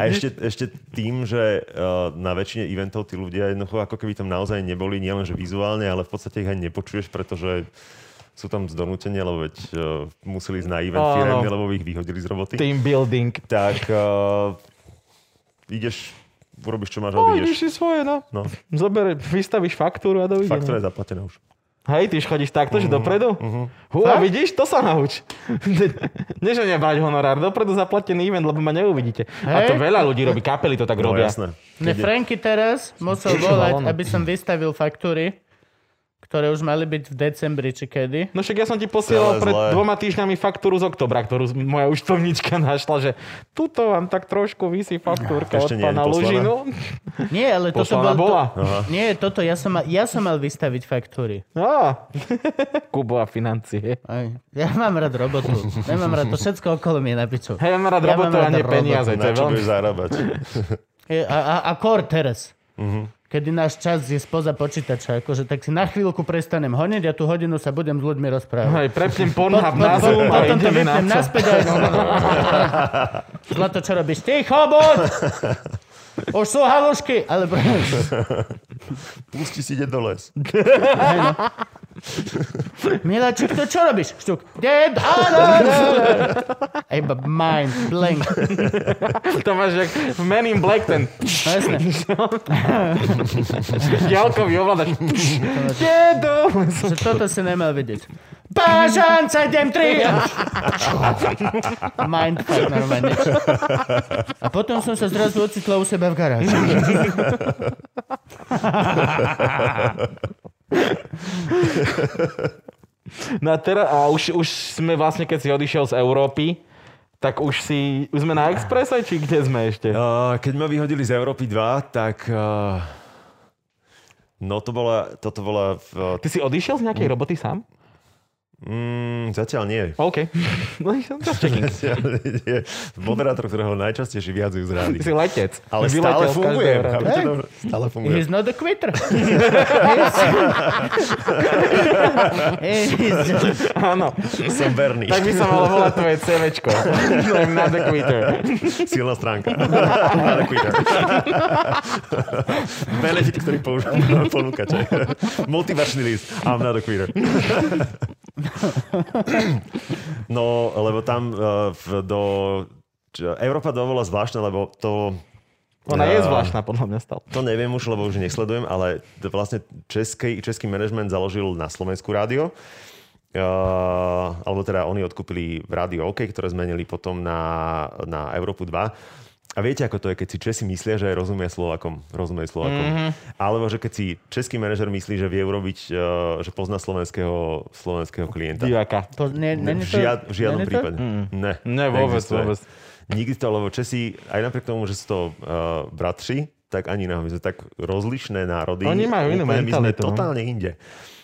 [SPEAKER 3] A ešte, ešte tým, že uh, na väčšine eventov tí ľudia jednoducho ako keby tam naozaj neboli, nielenže vizuálne, ale v podstate ich ani nepočuješ, pretože sú tam z donútenia, lebo veď uh, museli ísť na event
[SPEAKER 2] Áno.
[SPEAKER 3] firemne, lebo ich vyhodili z roboty. Ty.
[SPEAKER 2] Team building.
[SPEAKER 3] Tak uh, ideš, urobíš čo máš,
[SPEAKER 2] No,
[SPEAKER 3] odídeš.
[SPEAKER 2] ideš si svoje, no.
[SPEAKER 3] No,
[SPEAKER 2] Zober, vystavíš faktúru a dovidenia.
[SPEAKER 3] faktúra Mhm, je zaplatená už.
[SPEAKER 2] Hej, ty už chodíš takto, že dopredu? Uh-huh.
[SPEAKER 1] Fakt?
[SPEAKER 2] vidíš, to sa nauč. Nie, že nebrať honorár, dopredu zaplatený event, lebo ma neuvidíte. A to
[SPEAKER 1] Hej.
[SPEAKER 2] veľa ľudí robí, kapely to tak
[SPEAKER 3] No
[SPEAKER 2] robia.
[SPEAKER 3] jasné.
[SPEAKER 1] Mne Franky teraz musel
[SPEAKER 2] Čo,
[SPEAKER 1] volať,
[SPEAKER 2] ono?
[SPEAKER 1] aby som vystavil faktúry, ktoré už mali byť v decembri, či kedy.
[SPEAKER 2] No však ja som ti posielal
[SPEAKER 3] Celé
[SPEAKER 2] pred
[SPEAKER 3] zlé.
[SPEAKER 2] dvoma týždňami faktúru z oktobra, ktorú z- moja účtovníčka našla, že tuto vám tak trošku vysí faktúrka od
[SPEAKER 3] Ešte nie je
[SPEAKER 2] pána
[SPEAKER 3] poslaná.
[SPEAKER 2] Lužinu.
[SPEAKER 1] Nie, ale toto
[SPEAKER 2] Poslaná
[SPEAKER 1] bol...
[SPEAKER 2] bola.
[SPEAKER 1] To, nie, toto, ja som, mal, ja som mal vystaviť faktúry.
[SPEAKER 2] Á, Kubo a financie.
[SPEAKER 1] Aj. Ja mám rád robotu. Nemám rád to všetko okolo mi je na piču.
[SPEAKER 2] Hej, ja mám rád
[SPEAKER 1] Ja mám
[SPEAKER 2] robotu a
[SPEAKER 1] rád
[SPEAKER 2] nie
[SPEAKER 1] robotu.
[SPEAKER 2] peniaze. To
[SPEAKER 3] Na
[SPEAKER 2] je
[SPEAKER 3] čo
[SPEAKER 2] veľmi...
[SPEAKER 3] budeš zarábať?
[SPEAKER 1] Je- A, a, a kor teraz.
[SPEAKER 2] Mhm.
[SPEAKER 1] Kedy náš čas je spoza počítača, akože tak si na chvíľku prestanem honiť a tú hodinu sa budem s ľuďmi rozprávať.
[SPEAKER 2] Hej, prepnem Pornhub na
[SPEAKER 1] po-
[SPEAKER 2] Zoom a
[SPEAKER 1] potom to
[SPEAKER 2] ideme
[SPEAKER 1] vypnem
[SPEAKER 2] na
[SPEAKER 1] naspäť a... Zlato, čo robíš? Ticho, buď! Už sú halušky! Ale
[SPEAKER 3] Pusti si ide do les.
[SPEAKER 1] Miláčik, to čo robíš? Štuk. Dead, áno, áno, áno. A Iba mind blank.
[SPEAKER 2] To máš jak v Men in Black ten
[SPEAKER 1] No jasné.
[SPEAKER 2] ďalkový ovládač. Dedo!
[SPEAKER 1] Že toto si nemal vidieť. Pážan 7-3! Mindfuck normálne. čo. A potom som sa zrazu ocitla u seba v garáži.
[SPEAKER 2] No a, teraz, a už, už sme vlastne, keď si odišiel z Európy, tak už si, už sme na Expresse, či kde sme ešte?
[SPEAKER 3] Uh, keď ma vyhodili z Európy 2, tak... Uh, no to bola, toto bola... eh, V,
[SPEAKER 2] Ty si odišiel z nejakej roboty sám?
[SPEAKER 3] mm, zatiaľ nie.
[SPEAKER 2] OK. No, som just checking.
[SPEAKER 3] Zatiaľ nie. Moderátor, ktorého najčastejšie vyhadzujú z rády.
[SPEAKER 2] Ty si letec.
[SPEAKER 3] Ale
[SPEAKER 2] Vyletel
[SPEAKER 3] stále
[SPEAKER 2] z každého
[SPEAKER 3] fungujem.
[SPEAKER 2] rádia.
[SPEAKER 3] chápete to? Stále fungujem.
[SPEAKER 1] He's not a quitter. He's... He's just...
[SPEAKER 2] Áno.
[SPEAKER 3] Som verný.
[SPEAKER 2] Tak by sa malo volať tvoje CVčko. I'm not a quitter.
[SPEAKER 3] Silná stránka. Ale Twitter. Benefit, ktorý použ- ponúkate. Motivačný list. I'm not a quitter. No, lebo tam uh, v, do... Čo, Európa dovolá zvláštne, lebo to... Eh,
[SPEAKER 2] Ona je
[SPEAKER 3] Ja.
[SPEAKER 2] zvláštna, podľa mňa stále.
[SPEAKER 3] To neviem už, lebo už nesledujem, ale t- vlastne český, český manažment založil na Slovensku rádio. Uh, alebo teda oni odkúpili rádio OK, ktoré zmenili potom na, na Európu 2. A viete, ako to je, keď si Česi myslia, že rozumie Slovakom, rozumie Slovakom. Mm-hmm. Alebo že keď si český manažer myslí, že vie urobiť, uh, že pozná slovenského, slovenského klienta.
[SPEAKER 2] Diváka.
[SPEAKER 1] To, ne, ne, ne,
[SPEAKER 3] V, žiad, v žiadnom prípade.
[SPEAKER 2] Mm.
[SPEAKER 3] Ne,
[SPEAKER 2] Ne, vôbec,
[SPEAKER 3] neexistuje.
[SPEAKER 2] vôbec.
[SPEAKER 3] Nikdy to, lebo Česi, aj napriek tomu, že sú to uh, bratři, tak ani na my sme tak rozlišné národy.
[SPEAKER 2] Oni majú inú
[SPEAKER 3] Úplne My sme
[SPEAKER 2] mentalitu, no.
[SPEAKER 3] totálne inde.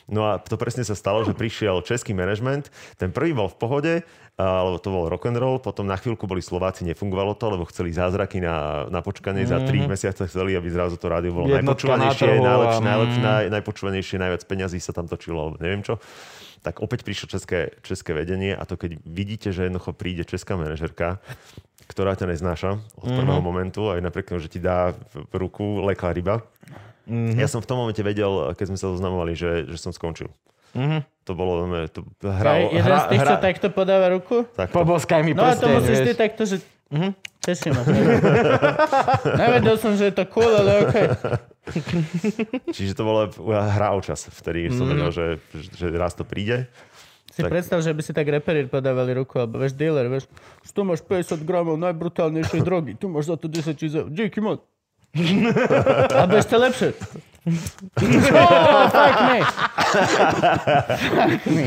[SPEAKER 3] No a to presne sa stalo, že prišiel český manažment, ten prvý bol v pohode, a- lebo to bol rock and roll, potom na chvíľku boli Slováci, nefungovalo to, lebo chceli zázraky na, na počkanie, za
[SPEAKER 2] Mhm.
[SPEAKER 3] tri mesiace chceli, aby zrazu to rádio bolo
[SPEAKER 2] Jednotka na
[SPEAKER 3] najpočúvanejšie,
[SPEAKER 2] trhu a-
[SPEAKER 3] najlepšie, najlepšie, naj, najpočúvanejšie, najviac peňazí sa tam točilo, alebo neviem čo. Tak opäť prišlo české, české vedenie a to keď vidíte, že jednoducho príde česká manažerka, ktorá ťa neznáša od prvého momentu, aj napriek tomu, že ti dá v ruku leká ryba. Ja som v tom momente vedel, keď sme sa zoznamovali, že, že som skončil. To bolo, normálne- to
[SPEAKER 1] Aj
[SPEAKER 3] hral,
[SPEAKER 1] jeden
[SPEAKER 3] hra,
[SPEAKER 1] z tých,
[SPEAKER 3] hra,
[SPEAKER 1] čo takto podáva ruku?
[SPEAKER 3] tak,
[SPEAKER 2] Poboskaj mi
[SPEAKER 1] No a to
[SPEAKER 2] prsteň,
[SPEAKER 1] musíš ty
[SPEAKER 2] vieš.
[SPEAKER 1] takto, že... Mhm. Teším ma. Nevedel som, že je to cool, ale okej.
[SPEAKER 3] Čiže to bola hra o čas, vtedy som vedel, že, že raz to príde.
[SPEAKER 1] Si
[SPEAKER 3] Tak-
[SPEAKER 1] predstav, že by si tak reperi podávali ruku, alebo vieš, dealer, vieš, tu máš 50 gramov najbrutálnejšej drogy, tu máš za to 10 čiže, díky moc. Alebo ešte lepšie. Oh, fuck me. Fuck me.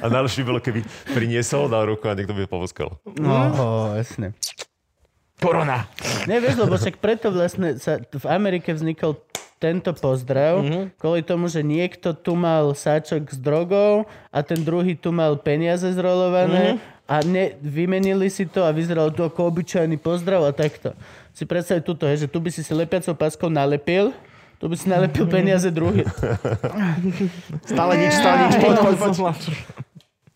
[SPEAKER 3] A najlepšie by bolo, keby priniesol, dal ruku a niekto by povoskal.
[SPEAKER 1] No, jasne.
[SPEAKER 2] Korona.
[SPEAKER 1] Nevieš, lebo však preto vlastne sa t- v Amerike vznikol tento pozdrav, mm-hmm. kvôli tomu, že niekto tu mal sáčok s drogou a ten druhý tu mal peniaze zrolované mm-hmm. a ne, vymenili si to a vyzeralo to ako obyčajný pozdrav a takto. Si predstav tuto, hej, že tu by si si lepiacou paskou nalepil, tu by si nalepil peniaze druhý.
[SPEAKER 3] Stále nič, stále nič. Poď, poď, poď.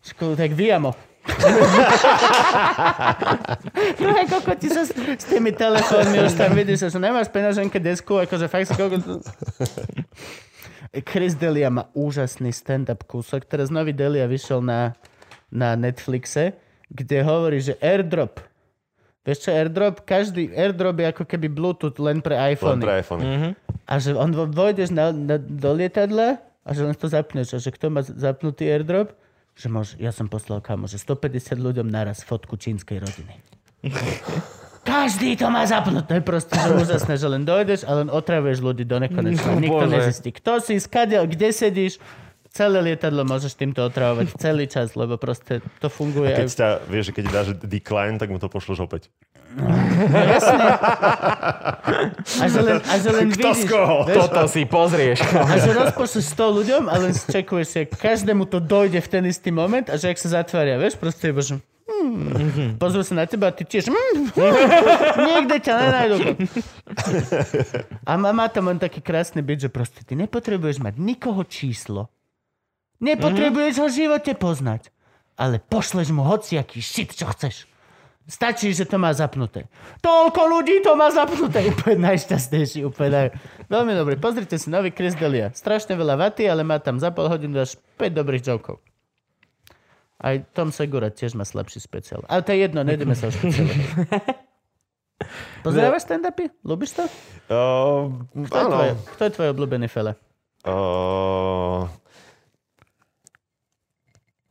[SPEAKER 1] Školu, tak vyjamo. no aj koľko ti sa s, s tými telefónmi už tam vidíš, že nemáš peňaženke desku, akože fakt si koľko... Chris Delia má úžasný stand-up kúsok. Teraz nový Delia vyšiel na, na Netflixe, kde hovorí, že airdrop. Vieš čo, airdrop? Každý airdrop je ako keby Bluetooth len pre
[SPEAKER 3] Len
[SPEAKER 1] iPhone.
[SPEAKER 3] pre iPhone.
[SPEAKER 1] A že on vo- vojdeš na, na, do lietadla a že len to zapneš. A že kto má z- zapnutý airdrop, že môže, ja som poslal kamo, že 150 ľuďom naraz fotku čínskej rodiny. každý to má zapnuté. Proste že úžasné, že len dojdeš a len otravuješ ľudí do nekonečna.
[SPEAKER 2] No,
[SPEAKER 1] Nikto
[SPEAKER 2] bože.
[SPEAKER 1] nezistí, kto si, skade, kde sedíš. Celé lietadlo môžeš týmto otravovať celý čas, lebo proste to funguje.
[SPEAKER 3] Keď
[SPEAKER 1] Aj...
[SPEAKER 3] ťa, vieš, že keď dáš decline, tak mu to pošleš opäť.
[SPEAKER 1] A že len, a že len
[SPEAKER 3] Kto z
[SPEAKER 1] vidíš,
[SPEAKER 3] koho?
[SPEAKER 2] Toto si pozrieš.
[SPEAKER 1] A že rozpošleš 100 ľuďom a len čekuješ si, každému to dojde v ten istý moment a že ak sa zatvária, vieš, proste iba, že hmm, pozrú sa na teba a ty tiež hmm, niekde ťa nenájdu. A má, má tam len taký krásny byt, že proste ty nepotrebuješ mať nikoho číslo. Nepotrebuješ ho v živote poznať. Ale pošleš mu hociaký shit, čo chceš. Stačí, že to má zapnuté. Toľko ľudí to má zapnuté. Úplne najšťastnejší, úplne. Naj... Veľmi dobrý. Pozrite si nový Chris Delia. Strašne veľa vaty, ale má tam za pol hodinu až 5 dobrých jokov. Aj Tom Segura tiež má slabší špeciál. Ale to je jedno, nejdeme sa o špeciále. Pozdravaš stand-upy? Ľubíš to?
[SPEAKER 3] Uh,
[SPEAKER 1] Kto je,
[SPEAKER 3] áno.
[SPEAKER 1] tvoj, kto je tvoj obľúbený fele?
[SPEAKER 3] Uh,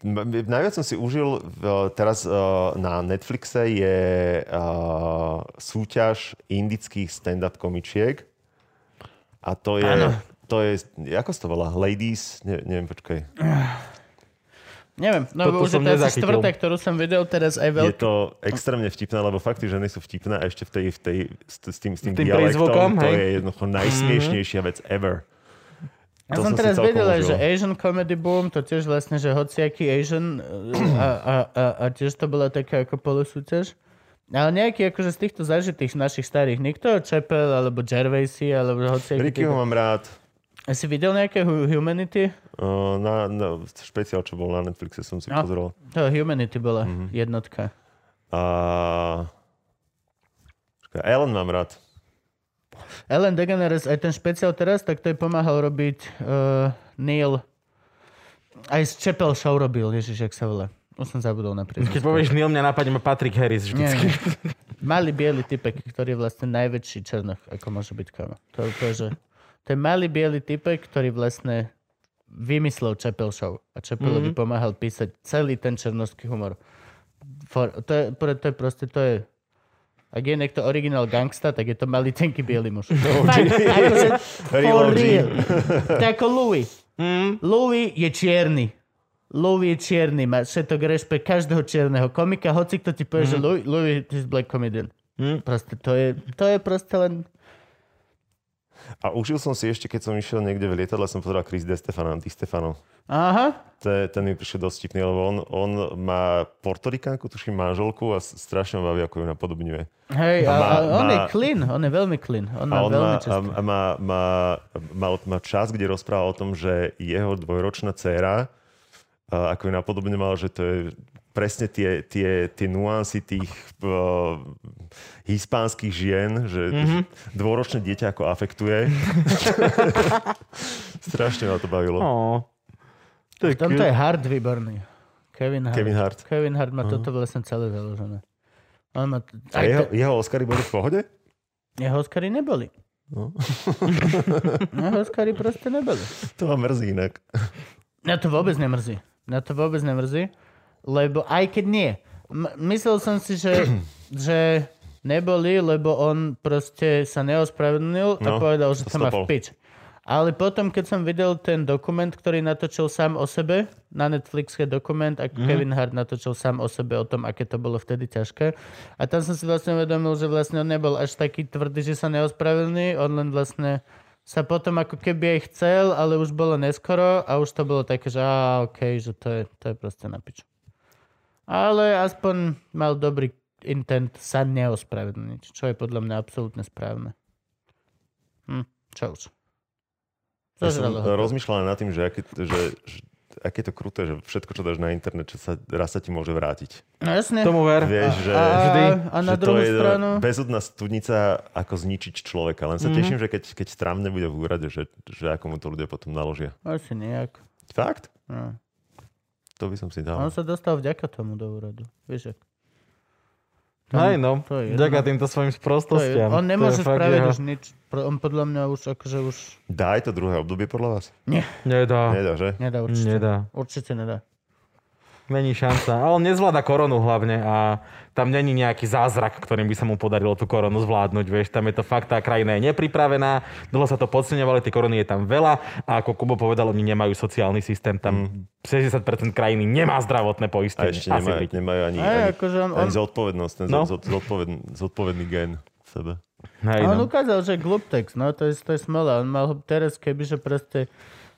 [SPEAKER 3] m- m- najviac som si užil v, teraz uh, na Netflixe je uh, súťaž indických stand-up komičiek. A to je... To je, ako sa to volá? Ladies? Ne, neviem, počkaj.
[SPEAKER 1] Neviem, no
[SPEAKER 2] Toto
[SPEAKER 1] už je
[SPEAKER 2] som
[SPEAKER 1] to asi
[SPEAKER 2] nezachytil.
[SPEAKER 1] štvrté, ktorú som videl teraz aj
[SPEAKER 3] Je
[SPEAKER 1] veľké.
[SPEAKER 3] to extrémne vtipné, lebo fakt, že nie sú vtipné a ešte v tej, v tej, s, s tým, s tým,
[SPEAKER 2] Tým
[SPEAKER 3] dialektom,
[SPEAKER 2] prízvukom,
[SPEAKER 3] to
[SPEAKER 2] hej?
[SPEAKER 3] je jednoducho najsmiešnejšia vec ever.
[SPEAKER 1] Mhm. Ja
[SPEAKER 3] To
[SPEAKER 1] som
[SPEAKER 3] som si
[SPEAKER 1] teraz
[SPEAKER 3] celkom
[SPEAKER 1] vedel, aj,
[SPEAKER 3] užil.
[SPEAKER 1] že Asian Comedy Boom, to tiež vlastne, že hociaký Asian e, a, a, a, a tiež to bola taká ako polosúťaž. Ale nejaký akože z týchto zažitých našich starých, nikto, Chappell alebo Gervaisi alebo hociaký.
[SPEAKER 3] Rickyho mám rád.
[SPEAKER 1] A si videl nejaké hu- Humanity?
[SPEAKER 3] Uh, na, na, špeciál, čo bol na Netflixe, som si
[SPEAKER 1] No.
[SPEAKER 3] pozrel.
[SPEAKER 1] To Humanity bola mm-hmm.
[SPEAKER 3] Mhm.
[SPEAKER 1] jednotka.
[SPEAKER 3] A... Počkaj, Ellen mám rád.
[SPEAKER 1] Ellen DeGeneres, aj ten špeciál teraz, tak to jej pomáhal robiť uh, Neil. Aj z Chappell Show robil, ježiš, jak sa volá. Už som zabudol na
[SPEAKER 2] Keď
[SPEAKER 1] priezvisko.
[SPEAKER 2] povieš Neil, mňa napadne ma Patrick Harris
[SPEAKER 1] Nie,
[SPEAKER 2] vždycky.
[SPEAKER 1] nie. Malý biely typek, ktorý je vlastne najväčší černoch, ako môže byť kamo. To, to, je, že, to je malý biely typek, ktorý vlastne vymyslel Chappell Show. A Chappellovi mm-hmm. pomáhal písať celý ten černovský humor. For, to, je, pre- to je proste, to je... Ak je niekto originál gangsta, tak je to malý tenký biely muž. Fakt, akože, for
[SPEAKER 3] Real OG.
[SPEAKER 1] real. To je ako Louis.
[SPEAKER 3] Hmm?
[SPEAKER 2] Mm.
[SPEAKER 1] Louis je čierny. Louis je čierny, má všetok rešpekt každého čierneho komika, hoci kto ti povie, mm. že
[SPEAKER 3] Hmm?
[SPEAKER 1] Louis, Louis is black comedian. Mm. Proste to je, to je proste len...
[SPEAKER 3] A užil som si ešte, keď som išiel niekde v lietadle, som pozeral Chris De Stefano, Di Stefano.
[SPEAKER 1] Aha,
[SPEAKER 3] Te- Ten mi prišiel dosť vtipný, lebo on, on má portorikánku, tuším manželku a s- strašne ma baví, ako ju napodobňuje.
[SPEAKER 1] hej, a,
[SPEAKER 3] A má-
[SPEAKER 1] a on
[SPEAKER 3] má-
[SPEAKER 1] je clean, on je veľmi clean, on
[SPEAKER 3] A
[SPEAKER 1] má
[SPEAKER 3] on
[SPEAKER 1] veľmi
[SPEAKER 3] má, a,
[SPEAKER 1] čistý.
[SPEAKER 3] a má, má, má, má čas, kde rozpráva o tom, že jeho dvojročná dcéra, a ako ju napodobne mal, že to je presne tie, tie, tie nuancy tých uh, hispánskych žien, že
[SPEAKER 1] Mhm.
[SPEAKER 3] mm-hmm. dvoročné dieťa ako afektuje. Strašne ma to bavilo.
[SPEAKER 2] Ó.
[SPEAKER 1] V tomto je hard výborný. Kevin Hart.
[SPEAKER 3] Kevin Hart. No.
[SPEAKER 1] Kevin Hart má toto vlastne celé založené. On má... t- aj
[SPEAKER 3] A jeho,
[SPEAKER 1] te-
[SPEAKER 3] jeho Oscary boli v pohode?
[SPEAKER 1] Jeho Oscary neboli. No. Jeho Oscary proste neboli.
[SPEAKER 3] To ma mrzí inak.
[SPEAKER 1] Mňa to vôbec nemrzí. Mňa to vôbec nemrzí, lebo aj keď nie. M- myslel som si, že, že neboli, lebo on proste sa neospravedlnil a
[SPEAKER 3] No,
[SPEAKER 1] povedal, že
[SPEAKER 3] to
[SPEAKER 1] to má v
[SPEAKER 3] stopol.
[SPEAKER 1] pič. Ale potom, keď som videl ten dokument, ktorý natočil sám o sebe, na Netflixe dokument, ako
[SPEAKER 3] Mhm.
[SPEAKER 1] mm. Kevin Hart natočil sám o sebe o tom, aké to bolo vtedy ťažké. A tam som si vlastne uvedomil, že vlastne on nebol až taký tvrdý, že sa neospravedlní, on len vlastne sa potom ako keby aj chcel, ale už bolo neskoro a už to bolo také, že á, okej, že to je, to je proste na piču. Ale aspoň mal dobrý intent sa neospravedlniť, čo je podľa mňa absolútne správne. Hm, čo už.
[SPEAKER 3] Ja som
[SPEAKER 1] Zožralo ho. to.
[SPEAKER 3] rozmýšľal nad tým, že aké, že, že aké je to kruté, že všetko, čo dáš na internet, čo sa, raz sa ti môže vrátiť.
[SPEAKER 1] No jasne.
[SPEAKER 2] Tomu ver.
[SPEAKER 3] Vieš, že...
[SPEAKER 1] a,
[SPEAKER 2] vždy,
[SPEAKER 1] a na
[SPEAKER 3] že
[SPEAKER 1] druhú
[SPEAKER 3] to je
[SPEAKER 1] stranu... Mhm.
[SPEAKER 3] bezúdna studnica, ako zničiť človeka. Len sa mm-hmm. teším, že keď, keď Trump nebude v úrade, že, že ako mu to ľudia potom naložia.
[SPEAKER 1] Asi nejak.
[SPEAKER 3] Fakt?
[SPEAKER 1] No.
[SPEAKER 3] To by som
[SPEAKER 1] On
[SPEAKER 3] si dal.
[SPEAKER 1] No sa dostal vďaka tomu do úradu. Vieš, jak-
[SPEAKER 2] Hej, no.
[SPEAKER 1] to je jedno.
[SPEAKER 2] Vďaka týmto svojim
[SPEAKER 1] to je,
[SPEAKER 2] sprostostiam.
[SPEAKER 1] on
[SPEAKER 2] To je
[SPEAKER 1] nemôže
[SPEAKER 2] fakt
[SPEAKER 1] spraviť
[SPEAKER 2] jeho-
[SPEAKER 1] už nič. Pro- On podľa mňa už akože už
[SPEAKER 3] Dá aj to druhé obdobie podľa vás?
[SPEAKER 2] Nedá.
[SPEAKER 3] Nedá, že?
[SPEAKER 1] nedá určite.
[SPEAKER 2] Nedá.
[SPEAKER 1] Určite nedá.
[SPEAKER 2] Není šanca. A on nezvláda koronu hlavne a tam není nejaký zázrak, ktorým by sa mu podarilo tú koronu zvládnuť. Vieš, tam je to fakt, tá krajina je nepripravená, dlho sa to podceňovali, tie korony je tam veľa a ako Kubo povedal, oni nemajú sociálny systém, tam 60% krajiny nemá zdravotné
[SPEAKER 3] Mm. A
[SPEAKER 2] poistenie.
[SPEAKER 3] ešte
[SPEAKER 2] Asi
[SPEAKER 3] nemajú,
[SPEAKER 2] byť.
[SPEAKER 3] nemajú ani,
[SPEAKER 1] Aj,
[SPEAKER 3] ani,
[SPEAKER 1] akože on-
[SPEAKER 3] ani
[SPEAKER 1] on-
[SPEAKER 3] zodpovednosť, ten
[SPEAKER 2] No.
[SPEAKER 3] no. zodpovedný, zodpovedný gen v sebe.
[SPEAKER 2] Hej,
[SPEAKER 1] A on
[SPEAKER 2] no.
[SPEAKER 1] ukázal, že je gluptex, no to je, to je smola. On mal ho teraz, kebyže proste...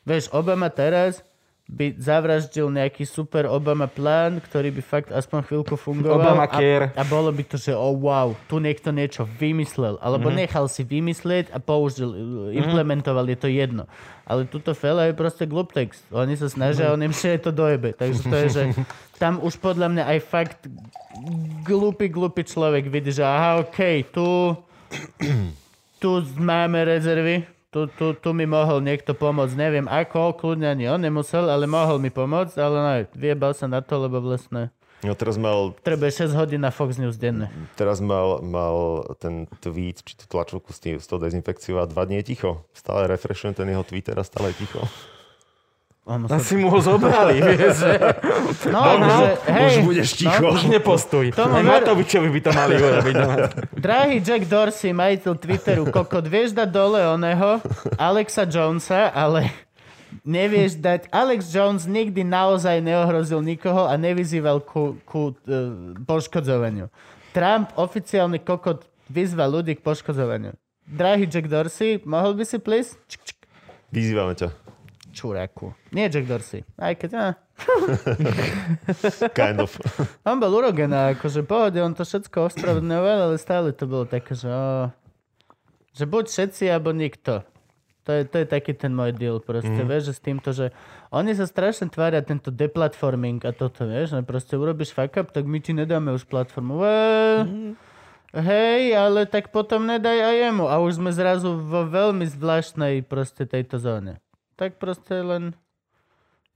[SPEAKER 1] Vieš, Obama teraz by zavraždil nejaký super Obama plán, ktorý by fakt aspoň chvíľku fungoval.
[SPEAKER 2] Obamacare.
[SPEAKER 1] A, a bolo by to, že oh wow, tu niekto niečo vymyslel, alebo mm-hmm. nechal si vymyslieť a použil, implementoval, je to jedno. Ale tuto fela je proste gluptex. Oni sa snažia, mm-hmm. on im všetko to dojebe. Takže to je, že tam už podľa mňa aj fakt glupý, glupý človek vidí, že aha, okej, tu tu máme rezervy, tu, tu, tu mi mohol niekto pomôcť, neviem ako, kľudne ani on nemusel, ale mohol mi pomôcť, ale no, vyjebal sa na to, lebo vlastne
[SPEAKER 3] No teraz mal
[SPEAKER 1] treba 6 hodín na Fox News denne.
[SPEAKER 3] Teraz mal, mal ten tweet, či tú tlačovku s, tým, s tou dezinfekciou a dva dní je ticho. Stále refreshujem ten jeho Twitter a stále je ticho.
[SPEAKER 1] Ono sa...
[SPEAKER 2] Asi mu ho zobrali, vieš, že
[SPEAKER 1] No,
[SPEAKER 2] Bohu,
[SPEAKER 1] že, hej, No.
[SPEAKER 3] ticho.
[SPEAKER 2] už nepostuj.
[SPEAKER 1] Tomu
[SPEAKER 2] Aj
[SPEAKER 1] ver-
[SPEAKER 2] Matovičovi by to mali urobiť. no.
[SPEAKER 1] drahý Jack Dorsey, majiteľ Twitteru, kokot, vieš dať dole oného Alexa Jonesa, ale nevieš dať... Alex Jones nikdy naozaj neohrozil nikoho a nevyzýval ku, ku uh, poškodzovaniu. Trump, oficiálny kokot, vyzval ľudí k poškodzovaniu. Drahý Jack Dorsey, mohol by si please? Čk, čk,
[SPEAKER 3] Vyzývame ťa.
[SPEAKER 1] čuraku. Nie Jack Dorsey. Aj keď... Á.
[SPEAKER 3] Kind of.
[SPEAKER 1] On bol urogen a akože pohode, on to všetko ospravedlňoval, ale stále to bolo také, že, ó, že buď všetci, alebo nikto. To je, to je taký ten môj deal proste, mm. vieš, že s týmto, že oni sa strašne tvária tento deplatforming a toto, vieš, že proste urobíš fuck up, tak my ti nedáme už platformu. Well, mm. Hej, ale tak potom nedaj aj jemu. A už sme zrazu vo veľmi zvláštnej proste tejto zóne. Tak proste len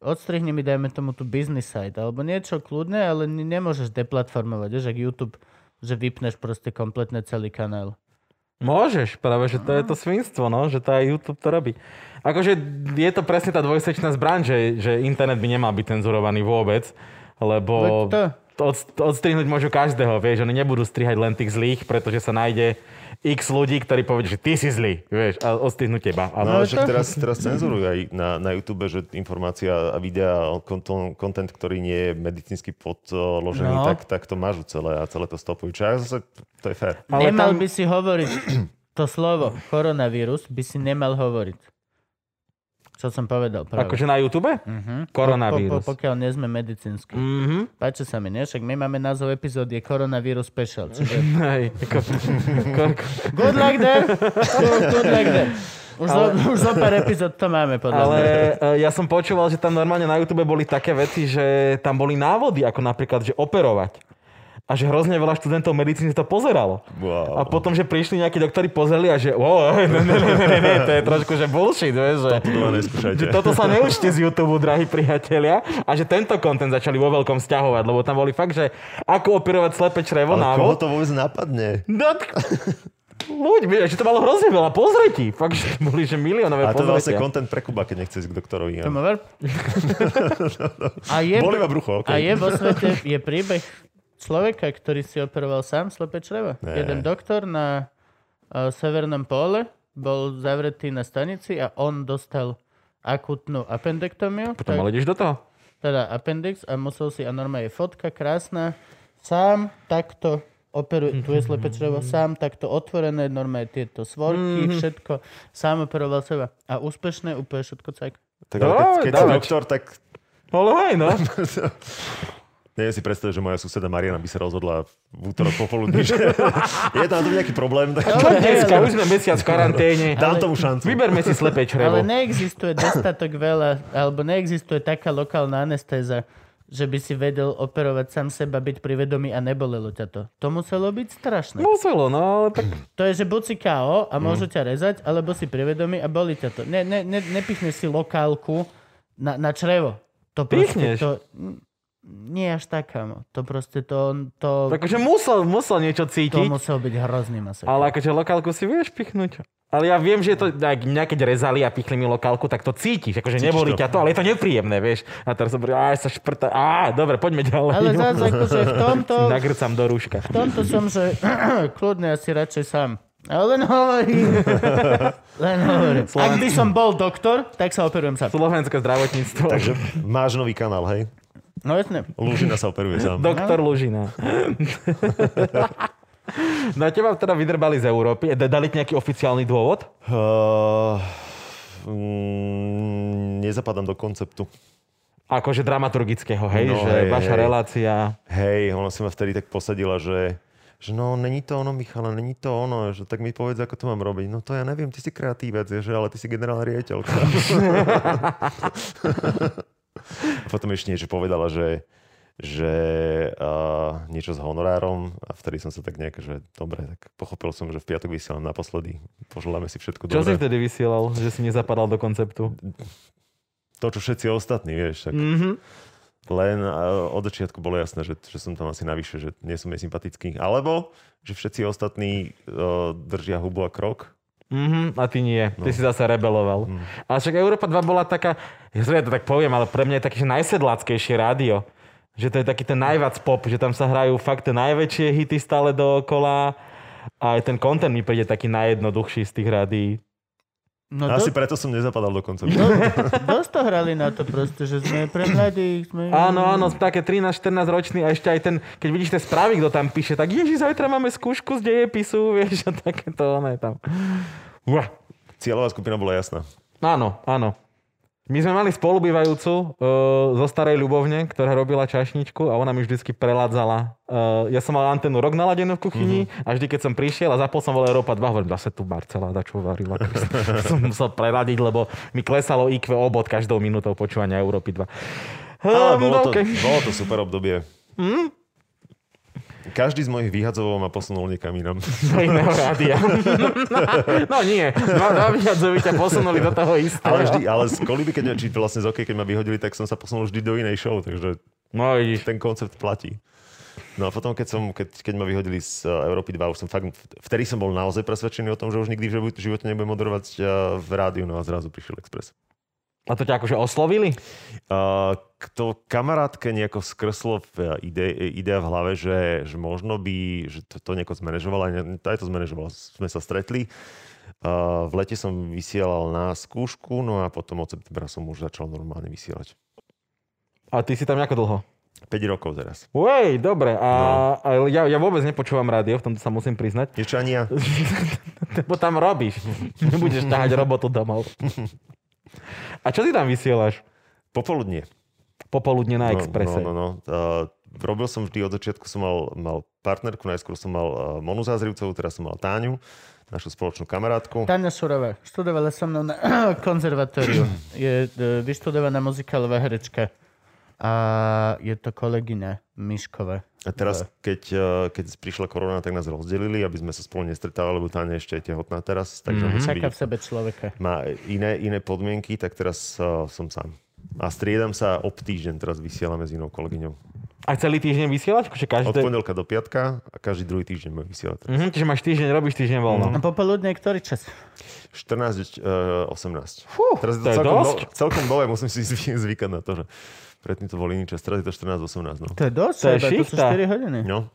[SPEAKER 1] odstrihni mi, dajme tomu tu business site, alebo niečo kľudné, ale ne- nemôžeš deplatformovať, vieš, ak YouTube, že vypneš proste kompletne celý kanál.
[SPEAKER 2] Môžeš, práve, že to je to svinstvo, no, že to aj YouTube to robí. Akože je to presne tá dvojsečná zbraň, že, že internet by nemal byť cenzurovaný vôbec, lebo
[SPEAKER 1] Veď to.
[SPEAKER 2] od, odstrihnúť môžu každého, vieš, oni nebudú strihať len tých zlých, pretože sa nájde x ľudí, ktorí povedia, že ty si zlý, vieš, a odstrihnú teba.
[SPEAKER 3] No,
[SPEAKER 2] Ale...
[SPEAKER 3] ale však teraz, teraz cenzurujú aj na, na YouTube, že informácia a videa, konton- content, ktorý nie je medicínsky podložený,
[SPEAKER 1] No.
[SPEAKER 3] no. tak, tak to mažu celé a celé to stopujú. Čo ja zase, to je fér.
[SPEAKER 1] Ale
[SPEAKER 2] Ale
[SPEAKER 1] nemal
[SPEAKER 2] tam-
[SPEAKER 1] by si hovoriť to slovo koronavírus, by si nemal hovoriť. Čo som povedal práve.
[SPEAKER 2] Akože na YouTube?
[SPEAKER 1] Mhm. Po,
[SPEAKER 2] Koronavírus.
[SPEAKER 1] po, pokiaľ nie sme medicínsky.
[SPEAKER 2] Mhm.
[SPEAKER 1] Páči sa mi, nie? Však my máme názov epizódy Koronavírus Special. Čiže
[SPEAKER 2] Hej, ako, ko- ko-
[SPEAKER 1] good luck there! Good, good luck there! Už, ale... zo, už zo pár epizód to máme, podľa
[SPEAKER 2] Ale
[SPEAKER 1] mňa.
[SPEAKER 2] e, ja som počúval, že tam normálne na YouTube boli také veci, že tam boli návody, ako napríklad, že operovať. A že hrozne veľa študentov medicíny to pozeralo. A
[SPEAKER 3] Wow.
[SPEAKER 2] potom, že prišli nejakí doktori, pozreli a že wow, ne, ne, ne, ne, ne, ne, to je trošku, že bullshit, vieš, že,
[SPEAKER 3] To ma neskúšajte.
[SPEAKER 2] že toto sa neučte z YouTube, drahí priatelia. A že tento kontent začali vo veľkom stiahovať, lebo tam boli fakt, že ako operovať slepe črevo
[SPEAKER 3] ale koho
[SPEAKER 2] návod.
[SPEAKER 3] to vôbec napadne?
[SPEAKER 2] No, t- ľuď, vieš, že to malo hrozne veľa pozretí. Fakt, že to boli, že
[SPEAKER 1] No,
[SPEAKER 2] miliónové
[SPEAKER 3] A to je
[SPEAKER 2] pozretia.
[SPEAKER 3] vlastne content pre Kuba, keď nechce ísť k doktorovi. áno.
[SPEAKER 1] Tomu ver. A je,
[SPEAKER 3] Boli ma brucho,
[SPEAKER 1] a je
[SPEAKER 3] okay.
[SPEAKER 1] vo svete je príbeh človeka, ktorý si operoval sám slepé črevo.
[SPEAKER 3] Ne.
[SPEAKER 1] Jeden doktor na uh, severnom pole bol zavretý na stanici a on dostal akutnú appendektomiu.
[SPEAKER 2] Potom ale ideš do toho.
[SPEAKER 1] teda appendix a musel si, a normálne je fotka krásna, sám takto operuje, tu je slepé črevo, sám takto otvorené, normálne tieto svorky, všetko, sám operoval seba. A úspešné, úplne všetko cajk.
[SPEAKER 3] Tak ale keď, keď si
[SPEAKER 1] No,
[SPEAKER 2] Dávač.
[SPEAKER 3] doktor, tak
[SPEAKER 2] Ale hej, no.
[SPEAKER 3] Neviem si predstaviť, že moja suseda Mariana by sa rozhodla v útorok popoludní, že je tam tu nejaký problém, tak
[SPEAKER 2] Dneska už sme mesiac v karanténe.
[SPEAKER 3] dám tomu šancu.
[SPEAKER 2] Vyberme si slepé
[SPEAKER 1] Ale
[SPEAKER 2] črevo.
[SPEAKER 1] neexistuje dostatok veľa, alebo neexistuje taká lokálna anestéza, že by si vedel operovať sám seba, byť pri vedomí a nebolelo ťa to. To muselo byť strašné.
[SPEAKER 2] Muselo, no ale tak...
[SPEAKER 1] To je, že buď si KO a môžu ťa rezať, alebo si privedomí a boli ťa to. Ne, ne, ne, nepichneš si lokálku na, na črevo. To proste,
[SPEAKER 2] Pichneš.
[SPEAKER 1] To, mm, nie až tak, kámo. To proste to... to
[SPEAKER 2] Takže musel, musel niečo
[SPEAKER 1] to
[SPEAKER 2] cítiť,
[SPEAKER 1] musel byť hrozný masak.
[SPEAKER 2] ale akože lokálku si vieš pichnúť. Ale ja viem, že to, ak mňa keď rezali a pichli mi lokálku, tak to cítiš. Akože
[SPEAKER 3] Cítiš
[SPEAKER 2] neboli
[SPEAKER 3] to.
[SPEAKER 2] ťa to, ale je to nepríjemné, vieš. A teraz som povedal, "Á, sa šprta, á, dobre, poďme ďalej.
[SPEAKER 1] Ale zase akože v tomto,
[SPEAKER 2] Nagrcam do rúška.
[SPEAKER 1] v tomto som, že kľudne asi radšej sám. Ale len hovorím. len hovorím. Ak by som bol doktor, tak sa operujem sám.
[SPEAKER 2] Slovenské zdravotníctvo.
[SPEAKER 3] Takže máš nový kanál, hej?
[SPEAKER 1] No jasne.
[SPEAKER 3] Lúžina sa operuje sám.
[SPEAKER 2] Doktor Lužina. No a teba teda vydrbali z Európy. D- Dali ti nejaký oficiálny dôvod?
[SPEAKER 3] Uh, mm, nezapadám do konceptu.
[SPEAKER 2] Akože dramaturgického, hej?
[SPEAKER 3] No,
[SPEAKER 2] že
[SPEAKER 3] hej,
[SPEAKER 2] vaša
[SPEAKER 3] hej.
[SPEAKER 2] relácia...
[SPEAKER 3] Hej, ona si ma vtedy tak posadila, že že no, není to ono, Michala, není to ono, že tak mi povedz, ako to mám robiť. No to ja neviem, ty si kreatívec, že ale ty si generál riaditeľka. A potom ešte niečo povedala, že, že uh, niečo s honorárom a vtedy som sa tak nejak, že dobre, tak pochopil som, že v piatok vysielam naposledy. Poželáme si všetko
[SPEAKER 2] Čo si
[SPEAKER 3] dobré.
[SPEAKER 2] vtedy vysielal, že si nezapadal do konceptu?
[SPEAKER 3] To, čo všetci ostatní, vieš. Tak.
[SPEAKER 2] Mhm.
[SPEAKER 3] Len uh, od začiatku bolo jasné, že, že som tam asi navyše, že nie som nesympatický. Alebo, že všetci ostatní uh, držia hubu a krok.
[SPEAKER 2] Mhm, a ty nie. Ty
[SPEAKER 3] No.
[SPEAKER 2] si zase rebeloval.
[SPEAKER 3] Mm.
[SPEAKER 2] Ale však Európa 2 bola taká, ja zle to tak poviem, ale pre mňa je také, že najsedláckejšie rádio. Že to je taký ten najviac pop, že tam sa hrajú fakt tie najväčšie hity stále dookola. A aj ten content mi príde taký najjednoduchší z tých rádií.
[SPEAKER 1] No
[SPEAKER 3] No, asi
[SPEAKER 1] do,
[SPEAKER 3] preto som nezapadal do konca.
[SPEAKER 1] do, dosť to hrali na to proste, že sme pre mladých. Sme...
[SPEAKER 2] Áno, áno, také 13-14 ročný a ešte aj ten, keď vidíš tie správy, kto tam píše, tak ježi, zajtra máme skúšku z dejepisu, vieš, a takéto ono je tam. Uah.
[SPEAKER 3] Cieľová skupina bola jasná.
[SPEAKER 2] Áno, áno. My sme mali spolubývajúcu uh, zo starej ľubovne, ktorá robila čašničku a ona mi vždycky preládzala. Uh, ja som mal anténu rok naladenú v kuchyni
[SPEAKER 3] Mhm.
[SPEAKER 2] mm-hmm. a vždy, keď som prišiel a zapol som bol Európa 2, hovorím, zase tu Marcela, da čo varila. Krist." som musel preradiť, lebo mi klesalo IQ obod každou minútou počúvania Európy 2. Ehm,
[SPEAKER 3] Ale bolo, to,
[SPEAKER 2] okej.
[SPEAKER 3] bolo to super obdobie. Každý z mojich vyhadzovov ma posunul niekam inam.
[SPEAKER 2] do iného rádia. no nie, dva, dva vyhadzovi ťa posunuli do toho istého.
[SPEAKER 3] Ale, vždy, ale z koliby, keď ma, či vlastne z OK, keď ma vyhodili, tak som sa posunul vždy do inej show, takže
[SPEAKER 2] No vidíš.
[SPEAKER 3] ten koncept platí. No a potom, keď, som, keď, keď ma vyhodili z uh, Európy 2, už som fakt, vtedy som bol naozaj presvedčený o tom, že už nikdy v živo- živote nebudem moderovať uh, v rádiu, no a zrazu prišiel Express.
[SPEAKER 2] A to ťa akože oslovili?
[SPEAKER 3] Uh, to kamarátke nejako skrslo v, uh, ide, idea v hlave, že, že možno by, že to, to nejako zmanéžovala, ne- aj to zmanéžovala, sme sa stretli. Uh, v lete som vysielal na skúšku, no a potom od septembra som už začal normálne vysielať.
[SPEAKER 2] A ty si tam nejako dlho?
[SPEAKER 3] 5 rokov teraz.
[SPEAKER 2] Uej, dobre. A,
[SPEAKER 3] No.
[SPEAKER 2] a ja, ja vôbec nepočúvam rádio, v tomto sa musím priznať.
[SPEAKER 3] Niečo ani ja.
[SPEAKER 2] Lebo tam robíš. Nebudeš ťahať robotu domov. A čo ty tam vysielaš?
[SPEAKER 3] Popoludnie.
[SPEAKER 2] Popoludne na Exprese.
[SPEAKER 3] No, no, no. no. Uh, robil som vždy od začiatku, som mal, mal partnerku, najskôr som mal uh, Monu Zázrivcovú, teraz som mal Táňu, našu spoločnú kamarátku. Ta-
[SPEAKER 1] Tania Surová. Študovala so mnou na konzervatóriu. Je e, vyštudovaná muzikálová herečka. A je to kolegyňa Miškova.
[SPEAKER 3] a teraz, keď, uh, keď prišla korona, tak nás rozdelili, aby sme sa spolu nestretávali, lebo Táňa ešte je tehotná teraz, takže mm-hmm. musí
[SPEAKER 1] Čaká v
[SPEAKER 3] byť,
[SPEAKER 1] sebe človeka.
[SPEAKER 3] má iné, iné podmienky, tak teraz uh, som sám. A striedam sa ob týždeň, teraz vysielame s inou kolegyňou.
[SPEAKER 2] A celý týždeň vysielaš? Akože
[SPEAKER 3] Od
[SPEAKER 2] každé...
[SPEAKER 3] pondelka do piatka a každý druhý týždeň budem vysielať.
[SPEAKER 2] Mhm, čiže máš týždeň, robíš týždeň voľno.
[SPEAKER 1] A No,
[SPEAKER 3] No.
[SPEAKER 1] popoludne ktorý čas?
[SPEAKER 3] 14, uh, 18.
[SPEAKER 2] Fú,
[SPEAKER 3] Teraz je
[SPEAKER 2] to
[SPEAKER 3] to,
[SPEAKER 2] je
[SPEAKER 3] celkom,
[SPEAKER 2] dosť.
[SPEAKER 3] No, celkom nové, musím si zvy, zvykať na to, že predtým to bol iný čas, teraz je to 14-18, no.
[SPEAKER 1] To je dosť,
[SPEAKER 2] To
[SPEAKER 1] iba,
[SPEAKER 2] je
[SPEAKER 1] to sú
[SPEAKER 2] šichta.
[SPEAKER 1] 4 hodiny.
[SPEAKER 3] no.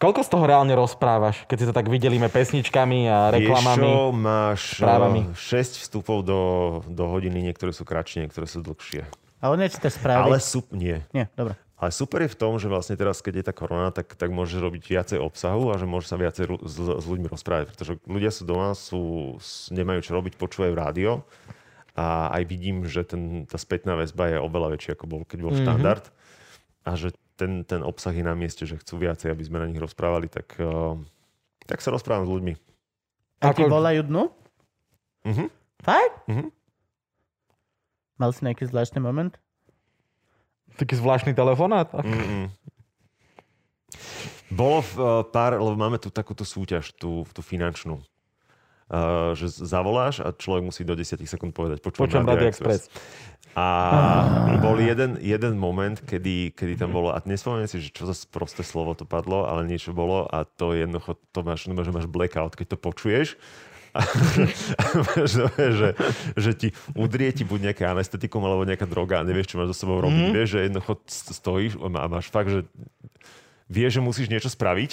[SPEAKER 2] Koľko z toho reálne rozprávaš, keď si to tak vydelíme pesničkami a reklamami?
[SPEAKER 3] Vieš čo, máš
[SPEAKER 2] správami.
[SPEAKER 3] 6 vstupov do, do hodiny, niektoré sú kratšie, niektoré sú dlhšie.
[SPEAKER 1] A on nečíta správy.
[SPEAKER 3] Ale, sú, nie.
[SPEAKER 1] Nie, dobre.
[SPEAKER 3] Ale super je v tom, že vlastne teraz, keď je tá korona, tak, tak môžeš robiť viacej obsahu a že môžeš sa viacej ru- s, s ľuďmi rozprávať, pretože ľudia sú doma, sú, s- nemajú čo robiť, počúvajú rádio a aj vidím, že ten, tá spätná väzba je oveľa väčšia, ako bol, keď bol mm-hmm. štandard a že ten, ten obsah je na mieste, že chcú viacej, aby sme na nich rozprávali, tak, eh, tak sa rozprávam s ľuďmi.
[SPEAKER 1] A ti
[SPEAKER 2] Ako-
[SPEAKER 1] volajú dnu?
[SPEAKER 3] Mhm.
[SPEAKER 1] Fakt?
[SPEAKER 3] Mhm.
[SPEAKER 1] Mal si nejaký zvláštny moment?
[SPEAKER 2] Taký zvláštny telefonát?
[SPEAKER 3] Mm-mm. Bolo v, uh, pár, lebo máme tu takúto súťaž, tú, tú finančnú. Eh, Uh, že z- zavoláš a človek musí do 10 sekúnd povedať, počujem
[SPEAKER 2] Počujem Radio Express.
[SPEAKER 3] Express. A bol jeden, jeden moment, kedy, kedy tam bolo, a nespomínam si, že čo za prosté slovo to padlo, ale niečo bolo a to je jednoducho, to máš, no, že máš blackout, keď to počuješ, a, a máš, no, že, že ti udrie ti buď nejaké anestetikum alebo nejaká droga a nevieš, čo máš so sebou robiť. Mm. Vieš, že jednoducho stojíš a máš fakt, že vieš, že musíš niečo spraviť,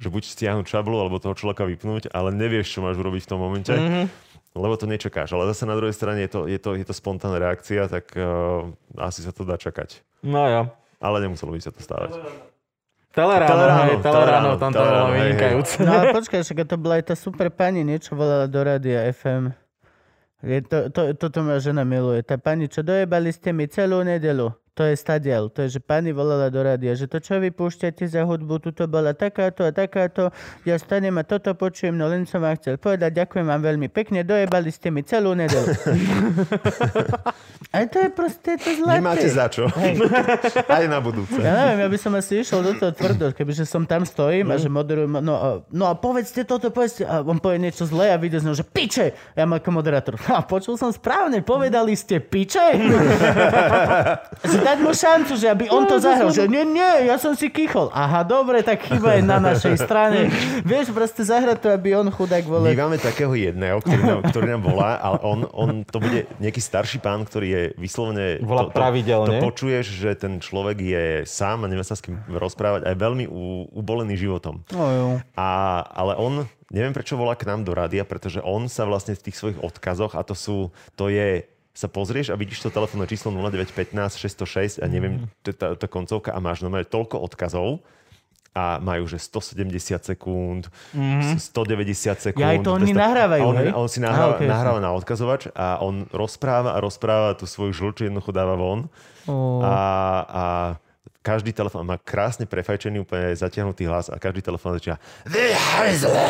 [SPEAKER 3] že buď stiahnuť čablu alebo toho človeka vypnúť, ale nevieš, čo máš urobiť v tom momente. Mm-hmm. Lebo to nečakáš. Ale zase na druhej strane je to, je to, je to spontánna reakcia, tak uh, asi sa to dá čakať.
[SPEAKER 2] No jo.
[SPEAKER 3] Ale nemuselo by sa to stávať.
[SPEAKER 2] Teleráno,
[SPEAKER 3] Teleráno,
[SPEAKER 2] hej, teleráno, tam to
[SPEAKER 3] teleráno,
[SPEAKER 2] bolo
[SPEAKER 3] hej, hej.
[SPEAKER 2] vynikajúce.
[SPEAKER 1] No a počkaj, však to bola aj tá super pani, niečo volala do rádia FM. Je to, to, toto moja žena miluje. Tá pani, čo dojebali ste mi celú nedelu. To je stadiel. To je, že pani volala do rádia, že to čo vy púšťate za hudbu, tuto bola takáto a takáto. Ja stanem a toto počujem, no len som vám chcel povedať, ďakujem vám veľmi pekne, dojebali ste mi celú nedelu. Aj to je proste to zlaté.
[SPEAKER 3] Nemáte za čo. Aj na budúce.
[SPEAKER 1] Ja neviem, ja by som asi išiel do toho tvrdo, kebyže som tam stojím a že
[SPEAKER 2] Mm.
[SPEAKER 1] moderujem, no a, no a povedzte toto, povedzte, a on povie niečo zlé a vyjde z neho, že piče, ja mám ako moderátor, a počul som správne, povedali ste piče? že dať mu šancu, že aby
[SPEAKER 2] No,
[SPEAKER 1] on to zahral, že nie, nie, ja som si kýchol. Aha, dobre, tak chyba je na našej strane. Vieš, proste zahrať to, aby on chudák
[SPEAKER 3] My
[SPEAKER 1] vole.
[SPEAKER 3] máme takého jedného, ktorý nám, ktorý nám volá, ale on, on to bude nejaký starší pán, ktorý je vyslovene...
[SPEAKER 2] Volá
[SPEAKER 3] to, to,
[SPEAKER 2] pravidelne.
[SPEAKER 3] To počuješ, že ten človek je sám a nemá sa s kým rozprávať a je veľmi u, ubolený životom.
[SPEAKER 1] No, jo.
[SPEAKER 3] A, ale on, neviem prečo volá k nám do rádia, pretože on sa vlastne v tých svojich odkazoch, a to sú, to je sa pozrieš a vidíš to telefónne číslo 0915 606 a neviem, to je tá, tá koncovka a máš normálne toľko odkazov a majú, že 170 sekúnd, mm. 190
[SPEAKER 1] Mhm.
[SPEAKER 3] sekúnd.
[SPEAKER 1] Ja, aj to oni
[SPEAKER 3] 200
[SPEAKER 1] nahrávajú,
[SPEAKER 3] a on,
[SPEAKER 1] hej?
[SPEAKER 3] a on si
[SPEAKER 1] Á,
[SPEAKER 3] nahráva,
[SPEAKER 1] okej,
[SPEAKER 3] nahráva na odkazovač a on rozpráva a rozpráva tú svoju žlču, jednoducho dáva von.
[SPEAKER 1] Ó.
[SPEAKER 3] A, a každý telefón má krásne prefajčený, úplne zatiahnutý hlas a každý telefón začína "Vy hajzle!"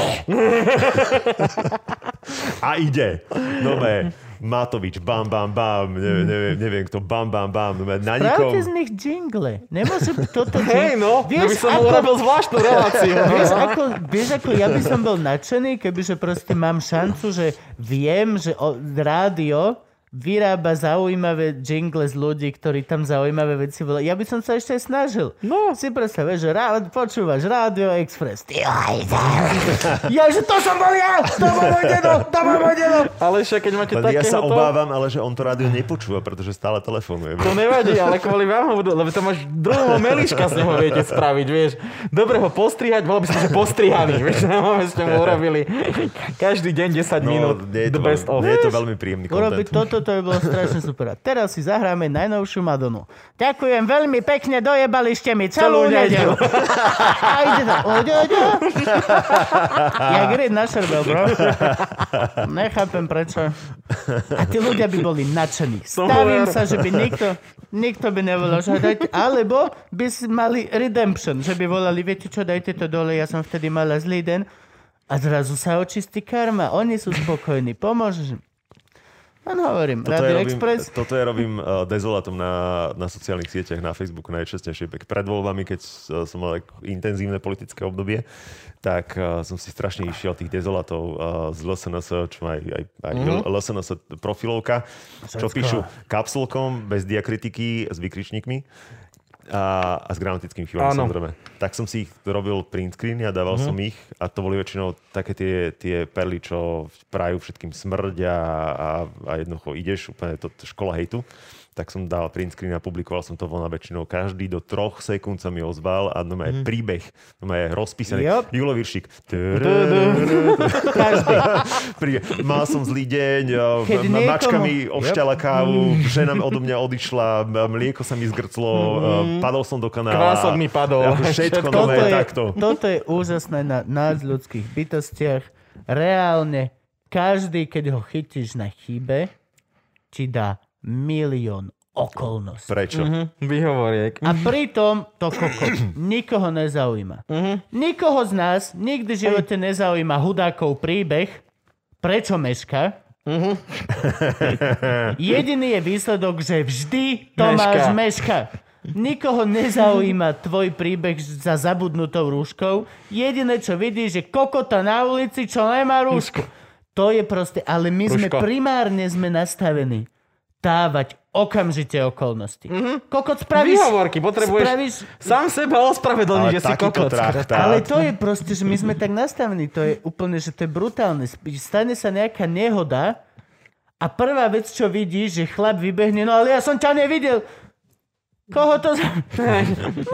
[SPEAKER 3] a ide. No me, Matovič, bam, bam, bam, neviem, neviem, neviem kto, bam, bam, bam, no me, na nikom.
[SPEAKER 1] Právte z nich jingle. Nemôžem toto...
[SPEAKER 2] Hej, no, ja by
[SPEAKER 1] vieš,
[SPEAKER 2] som
[SPEAKER 1] ako-
[SPEAKER 2] urobil zvláštnu reláciu.
[SPEAKER 1] Vieš ako, vieš, ako ja by som bol nadšený, kebyže proste mám šancu, že viem, že o, rádio vyrába zaujímavé jingle z ľudí, ktorí tam zaujímavé veci volajú. Ja by som sa ešte aj snažil. No. Si predstav, vieš, že rád, počúvaš Radio Express. Ty hajzel. Ja, že to som bol ja! To bol môj dedo! To bol môj dedo!
[SPEAKER 2] Ale však, keď máte
[SPEAKER 3] Len ja
[SPEAKER 2] takéhoto...
[SPEAKER 3] sa obávam, ale že on to rádio nepočúva, pretože stále telefonuje.
[SPEAKER 2] To nevadí, ale kvôli vám ho budú, lebo tam máš druhého meliška z neho viete spraviť, vieš. Dobre ho postrihať, bolo by som, že postrihaný, vieš, no, my sme mu urobili každý deň 10 minút,
[SPEAKER 3] No, nie je
[SPEAKER 2] the
[SPEAKER 3] to,
[SPEAKER 2] best
[SPEAKER 3] veľmi,
[SPEAKER 2] of.
[SPEAKER 3] nie je to veľmi príjemný
[SPEAKER 1] Urobiť
[SPEAKER 3] content.
[SPEAKER 1] toto, to by bolo strašne super. A teraz si zahráme najnovšiu Madonu. Ďakujem veľmi pekne, dojebali ste mi celú,
[SPEAKER 2] Celú
[SPEAKER 1] nedelu.
[SPEAKER 2] nedeľu.
[SPEAKER 1] A ide to. Oď, oď, oď. Jak red na šerbel, bro. Nechápem prečo. A tí ľudia by boli nadšení.
[SPEAKER 2] Som
[SPEAKER 1] Stavím
[SPEAKER 2] ver.
[SPEAKER 1] sa, že by nikto, nikto by nevolal, že dajte, alebo by si mali redemption, že by volali, viete čo, dajte to dole, ja som vtedy mala zlý den. A zrazu sa očistí karma. Oni sú spokojní. Pomôžeš im. Len hovorím,
[SPEAKER 3] Toto
[SPEAKER 1] Radio
[SPEAKER 3] ja robím,
[SPEAKER 1] Express.
[SPEAKER 3] toto ja robím uh, dezolatom na, na sociálnych sieťach, na Facebooku najčastejšie. Pek- Pred voľbami, keď uh, som mal tak intenzívne politické obdobie, tak uh, som si strašne išiel tých dezolatov uh, z LSNS, čo má aj, aj, aj
[SPEAKER 2] Mhm.
[SPEAKER 3] mm-hmm. LSNS profilovka, čo píšu kapsulkom, bez diakritiky, s vykričníkmi. A, a s gramatickým chybami
[SPEAKER 2] Áno.
[SPEAKER 3] samozrejme. Tak som si ich robil print screeny a dával
[SPEAKER 1] Mhm.
[SPEAKER 3] mm-hmm. som ich a to boli väčšinou také tie, tie perly, čo prajú všetkým smrť a, a, a jednoducho ideš, úplne to to škola hejtu. Tak som dal print screen a publikoval som to von a väčšinou každý do troch sekúnd sa mi ozval a no je príbeh, no je rozpísaný.
[SPEAKER 1] Mhm. Jop.
[SPEAKER 3] Julo Viršík. Turururu.
[SPEAKER 1] Každý.
[SPEAKER 3] Príbeh. Mal som zlý deň,
[SPEAKER 1] Keď
[SPEAKER 3] m- m- mačka
[SPEAKER 1] niekomu-
[SPEAKER 3] mi ovšťala kávu, žena odo mňa odišla, m- mlieko sa mi zgrclo, mm. padol som do kanála.
[SPEAKER 2] Kvások mi padol.
[SPEAKER 3] Ako všetko,
[SPEAKER 2] Všetko.
[SPEAKER 3] no
[SPEAKER 1] toto,
[SPEAKER 3] je
[SPEAKER 1] je,
[SPEAKER 3] takto.
[SPEAKER 1] toto je úžasné na nás ľudských bytostiach. Reálne každý, keď ho chytíš na chybe, ti dá milión okolností.
[SPEAKER 3] Prečo?
[SPEAKER 1] Mhm.
[SPEAKER 2] Hm, Vyhovoriek.
[SPEAKER 1] A pritom to koko nikoho nezaujíma. Nikoho z nás nikdy v živote nezaujíma hudákov príbeh, prečo meška. Jediný je výsledok, že vždy to
[SPEAKER 2] Mešká.
[SPEAKER 1] máš meška. Nikoho nezaujíma tvoj príbeh za zabudnutou rúškou. Jediné, čo vidíš, je kokota na ulici, čo nemá rúšku. To je proste, ale my sme
[SPEAKER 2] Rúško.
[SPEAKER 1] primárne sme nastavení dávať okamžite okolnosti. Mm-hmm. Kokot spravíš...
[SPEAKER 2] Výhovorky, potrebuješ
[SPEAKER 1] Spravíš,
[SPEAKER 2] sám seba ospravedlniť,
[SPEAKER 3] Ale
[SPEAKER 2] že si
[SPEAKER 3] takýto
[SPEAKER 2] kokot.
[SPEAKER 3] trachtát.
[SPEAKER 1] ale to je proste, že my sme tak nastavení, to je úplne, že to je brutálne. Sp- Stane sa nejaká nehoda a prvá vec, čo vidíš, že chlap vybehne, no ale ja som ťa nevidel. Koho to... za-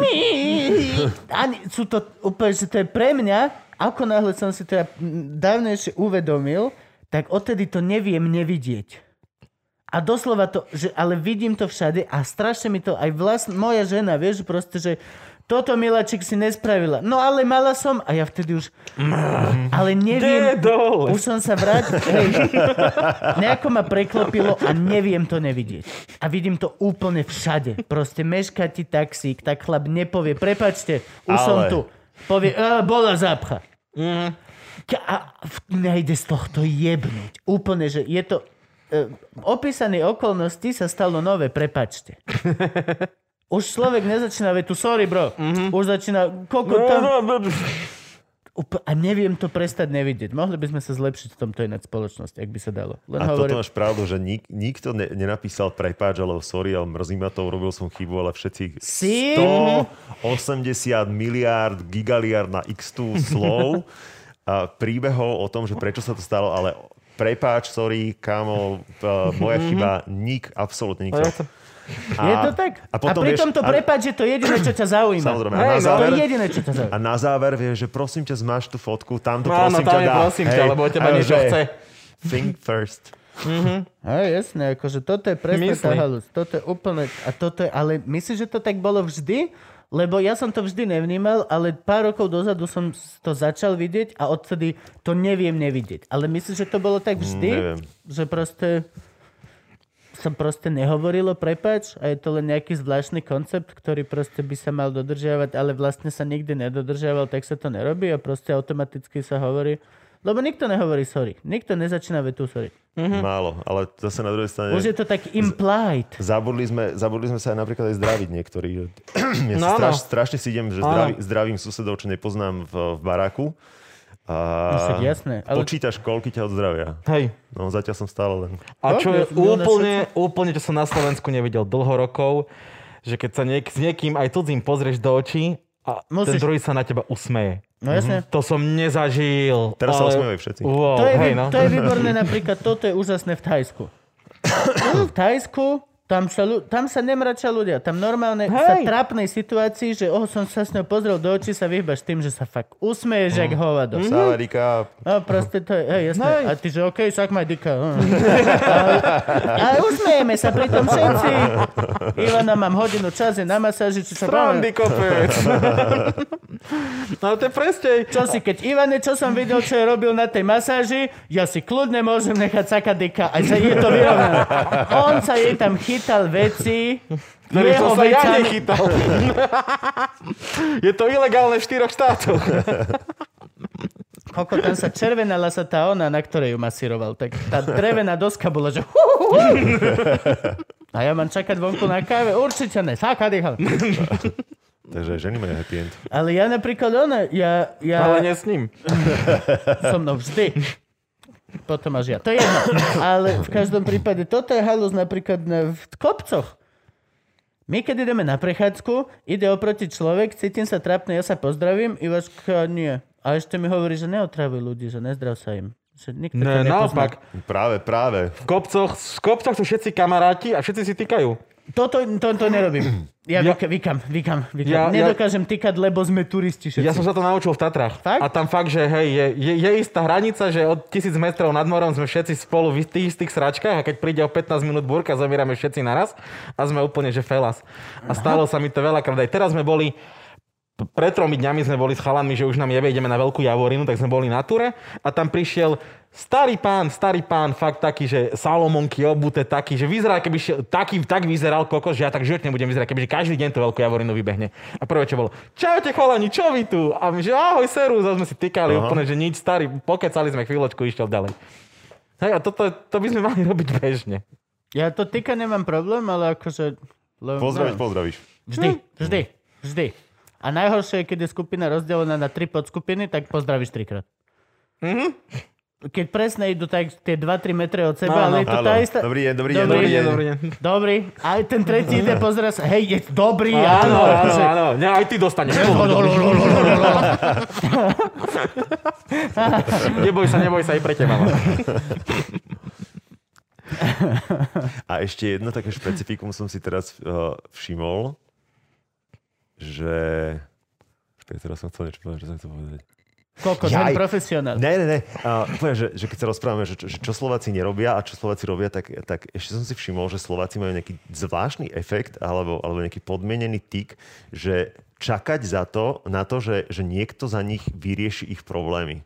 [SPEAKER 1] Ani, sú to úplne, že to je pre mňa, ako náhle som si teda mm, dávnejšie uvedomil, tak odtedy to neviem nevidieť. A doslova to, že, ale vidím to všade a strašne mi to aj vlastne, moja žena, vieš, proste, že toto miláčik si nespravila. No ale mala som a ja vtedy už, ale
[SPEAKER 2] Nie,
[SPEAKER 1] neviem,
[SPEAKER 2] dole.
[SPEAKER 1] už som sa vrátil, hej, nejako ma preklopilo a neviem to nevidieť. A vidím to úplne všade. Proste meška ti taxík, tak chlap nepovie, prepačte, už
[SPEAKER 3] Ale.
[SPEAKER 1] som tu. Povie, e, bola zápcha. Ka- A v- nejde z tohto jebnúť. Úplne, že je to... E, opísané okolnosti sa stalo nové, prepačte. Už človek nezačína vetu, sorry bro, už začína, koľko
[SPEAKER 2] No,
[SPEAKER 1] tam... Úpl- a neviem to prestať nevidieť. Mohli by sme sa zlepšiť v tomto ináč spoločnosti, ak by sa dalo. Len
[SPEAKER 3] A toto
[SPEAKER 1] hovorím,
[SPEAKER 3] máš pravdu, že nik, nikto ne, nenapísal prepáč, ale sorry, ale mrzí ma to, urobil som chybu, ale všetci
[SPEAKER 1] Si-
[SPEAKER 3] 180 miliárd, gigaliard na x tú slov a príbehov o tom, že prečo sa to stalo, ale prepáč, sorry, kámo, p- moja chyba, nik, absolútne nikto.
[SPEAKER 2] Ja chcem-
[SPEAKER 1] Mhm. je to tak? A,
[SPEAKER 3] a potom
[SPEAKER 1] pritom
[SPEAKER 3] vieš-
[SPEAKER 1] to
[SPEAKER 3] a-
[SPEAKER 1] prepáč, že to je jediné, čo ťa zaujíma.
[SPEAKER 3] Samozrejme, a
[SPEAKER 1] Hej,
[SPEAKER 3] na
[SPEAKER 1] no, to je
[SPEAKER 3] záver-
[SPEAKER 1] jediné, čo ťa zaujíma.
[SPEAKER 3] A na záver vieš, že prosím ťa, zmáš tú fotku, tam to
[SPEAKER 2] No Áno,
[SPEAKER 3] prosím
[SPEAKER 2] tam
[SPEAKER 3] ťa
[SPEAKER 2] je
[SPEAKER 3] dá.
[SPEAKER 2] prosím ťa, lebo od teba
[SPEAKER 3] Áno,
[SPEAKER 2] niečo
[SPEAKER 3] že
[SPEAKER 2] chce.
[SPEAKER 3] Think first.
[SPEAKER 1] A jasné, akože toto je presne tá
[SPEAKER 2] Mysli.
[SPEAKER 1] halus. Toto je úplne, a toto je, ale myslím, že to tak bolo vždy, lebo ja som to vždy nevnímal, ale pár rokov dozadu som s- to začal vidieť a odtedy to neviem nevidieť. Ale myslím, že to bolo tak vždy,
[SPEAKER 3] neviem.
[SPEAKER 1] že proste som proste nehovorilo prepač a je to len nejaký zvláštny koncept, ktorý proste by sa mal dodržiavať, ale vlastne sa nikdy nedodržiaval, tak sa to nerobí a proste automaticky sa hovorí, lebo nikto nehovorí sorry. Nikto nezačína vetu sorry.
[SPEAKER 2] Mhm.
[SPEAKER 3] Málo, ale zase na druhej strane...
[SPEAKER 1] Už je to tak implied.
[SPEAKER 3] Zabudli sme, zabudli sme sa aj napríklad aj zdraviť niektorí. že- Ja
[SPEAKER 2] No,
[SPEAKER 3] no,
[SPEAKER 2] áno.
[SPEAKER 3] straš, strašne si idem, že
[SPEAKER 2] Áno.
[SPEAKER 3] zdraví, zdravím susedov, čo nepoznám v, v baráku. A
[SPEAKER 1] No však jasné, ale-
[SPEAKER 3] Počítaš, koľky ťa odzdraviaľ.
[SPEAKER 2] Hej.
[SPEAKER 3] No zatiaľ som stále len...
[SPEAKER 2] A čo je
[SPEAKER 1] Dobre, no, na
[SPEAKER 2] úplne, úplne, čo som na Slovensku nevidel dlho rokov, že keď sa niek- s niekým aj cudzím pozrieš do očí a ten
[SPEAKER 1] Musíš.
[SPEAKER 2] druhý sa na teba usmeje.
[SPEAKER 1] No jasné.
[SPEAKER 2] To som nezažil.
[SPEAKER 3] Teraz sa usmievajú všetci.
[SPEAKER 2] Wow,
[SPEAKER 1] To je,
[SPEAKER 2] hej,
[SPEAKER 1] vy-
[SPEAKER 2] no.
[SPEAKER 1] to je výborné napríklad, toto je úžasné v Thajsku. v Thajsku tam sa, ľu- tam sa nemračia ľudia. Tam normálne sa
[SPEAKER 2] Hej.
[SPEAKER 1] trápnej situácii, že oh, som sa s ňou pozrel do očí, sa vyhbaš tým, že sa fakt usmeješ, jak hovado.
[SPEAKER 3] Sávarika,
[SPEAKER 1] No proste to je, Mhm. hej, jasné.
[SPEAKER 2] Hej.
[SPEAKER 1] A ty, že okej, okay, sak ma dika. A usmejeme sa pri tom všetci. Ivana, mám hodinu čas, je na masáži, či sa bavíme.
[SPEAKER 2] Srandy kopec. no ale to je presne...
[SPEAKER 1] Čo si, keď Ivane, čo som videl, čo je robil na tej masáži, ja si kľudne môžem nechať sakadeka, aj sa je to vyrovnané. On sa jej tam chytal veci,
[SPEAKER 2] Ktorý som
[SPEAKER 1] jeho
[SPEAKER 2] No, sa ja
[SPEAKER 1] vecami,
[SPEAKER 2] nechytal. je to ilegálne v štyroch štátoch.
[SPEAKER 1] Koko, tam sa červenala sa tá ona, na ktorej ju masíroval. Tak tá drevená doska bola, že... A ja mám čakať vonku na káve? Určite ne. Sakadeka.
[SPEAKER 3] takže ženy majú happy end.
[SPEAKER 1] Ale ja napríklad ona, ja, ja...
[SPEAKER 2] Ale nie s ním.
[SPEAKER 1] so mnou vždy. Potom až ja. To je jedno. Ale v každom prípade, toto je halus napríklad na, v kopcoch. My keď ideme na prechádzku, ide oproti človek, cítim sa trápne, ja sa pozdravím, Ivaška nie. A ešte mi hovorí, že neotravuj ľudí, že nezdrav sa im. Že nikto ťa
[SPEAKER 2] Ne,
[SPEAKER 1] nepozná.
[SPEAKER 2] naopak.
[SPEAKER 3] Práve, práve.
[SPEAKER 2] V kopcoch, v kopcoch sú všetci kamaráti a všetci si týkajú.
[SPEAKER 1] Toto to, to nerobím. Ja,
[SPEAKER 2] Ja-
[SPEAKER 1] ja vykam, vykam, vykam. Ja,
[SPEAKER 2] Ja- ja-
[SPEAKER 1] Nedokážem týkať, lebo sme turisti všetci.
[SPEAKER 2] Ja som sa to naučil v Tatrách.
[SPEAKER 1] Fakt?
[SPEAKER 2] A tam fakt, že hej, je, je, je istá hranica, že od tisíc metrov nad morom sme všetci spolu v tých istých sračkách a keď príde o 15 minút búrka, zomierame všetci naraz a sme úplne, že felas. A stalo sa mi to veľakrát. Aj teraz sme boli p- pred tromi dňami sme boli s chalanmi, že už nám jebe, ideme na Veľkú Javorinu, tak sme boli na ture a tam prišiel starý pán, starý pán, fakt taký, že Salomonky obute, taký, že vyzerá, keby šiel, taký, tak vyzeral kokos, že ja tak životne budem vyzerať, kebyže každý deň tú Veľkú Javorinu vybehne. A prvé, čo bolo, čaute chalani, čo vy tu? A my, že ahoj, seru, zase sme si tykali Aha. úplne, že nič, starý, pokecali sme chvíľočku, išiel ďalej. Hej, a toto, to by sme mali robiť bežne.
[SPEAKER 1] ja to týka nemám problém, ale akože... lebo-
[SPEAKER 3] Pozdraviť,
[SPEAKER 1] no.
[SPEAKER 3] pozdravíš.
[SPEAKER 1] Vždy, vždy, vždy. A najhoršie je, keď je skupina rozdelená na tri podskupiny, tak pozdravíš trikrát. keď presne idú tak tie 2-3 metre od seba, ale je to tá
[SPEAKER 3] Halo.
[SPEAKER 1] istá...
[SPEAKER 3] Dobrý deň, dobrý deň,
[SPEAKER 1] Dobrý
[SPEAKER 2] Dobrý
[SPEAKER 1] deň.
[SPEAKER 2] deň, dobrý deň.
[SPEAKER 1] Dobrý. A ten tretí ide, pozera sa, hej, je dobrý,
[SPEAKER 2] Áno,
[SPEAKER 1] áno.
[SPEAKER 2] áno,
[SPEAKER 1] akože-
[SPEAKER 2] áno. Ne, aj ty dostaneš. Neboj sa, neboj sa, aj pre teba. no.
[SPEAKER 3] A ešte jedno také špecifikum som si teraz uh, všimol, že... Počkaj, teraz som chcel niečo povedať, že som chcel povedať.
[SPEAKER 1] Koľko,
[SPEAKER 3] Jaj.
[SPEAKER 1] som profesionál.
[SPEAKER 3] Ne, ne, ne. Uh, poviem, že, že keď sa rozprávame, že, čo- že čo Slováci nerobia a čo Slováci robia, tak, tak ešte som si všimol, že Slováci majú nejaký zvláštny efekt alebo, alebo nejaký podmenený tik, že čakať za to, na to, že, že niekto za nich vyrieši ich problémy.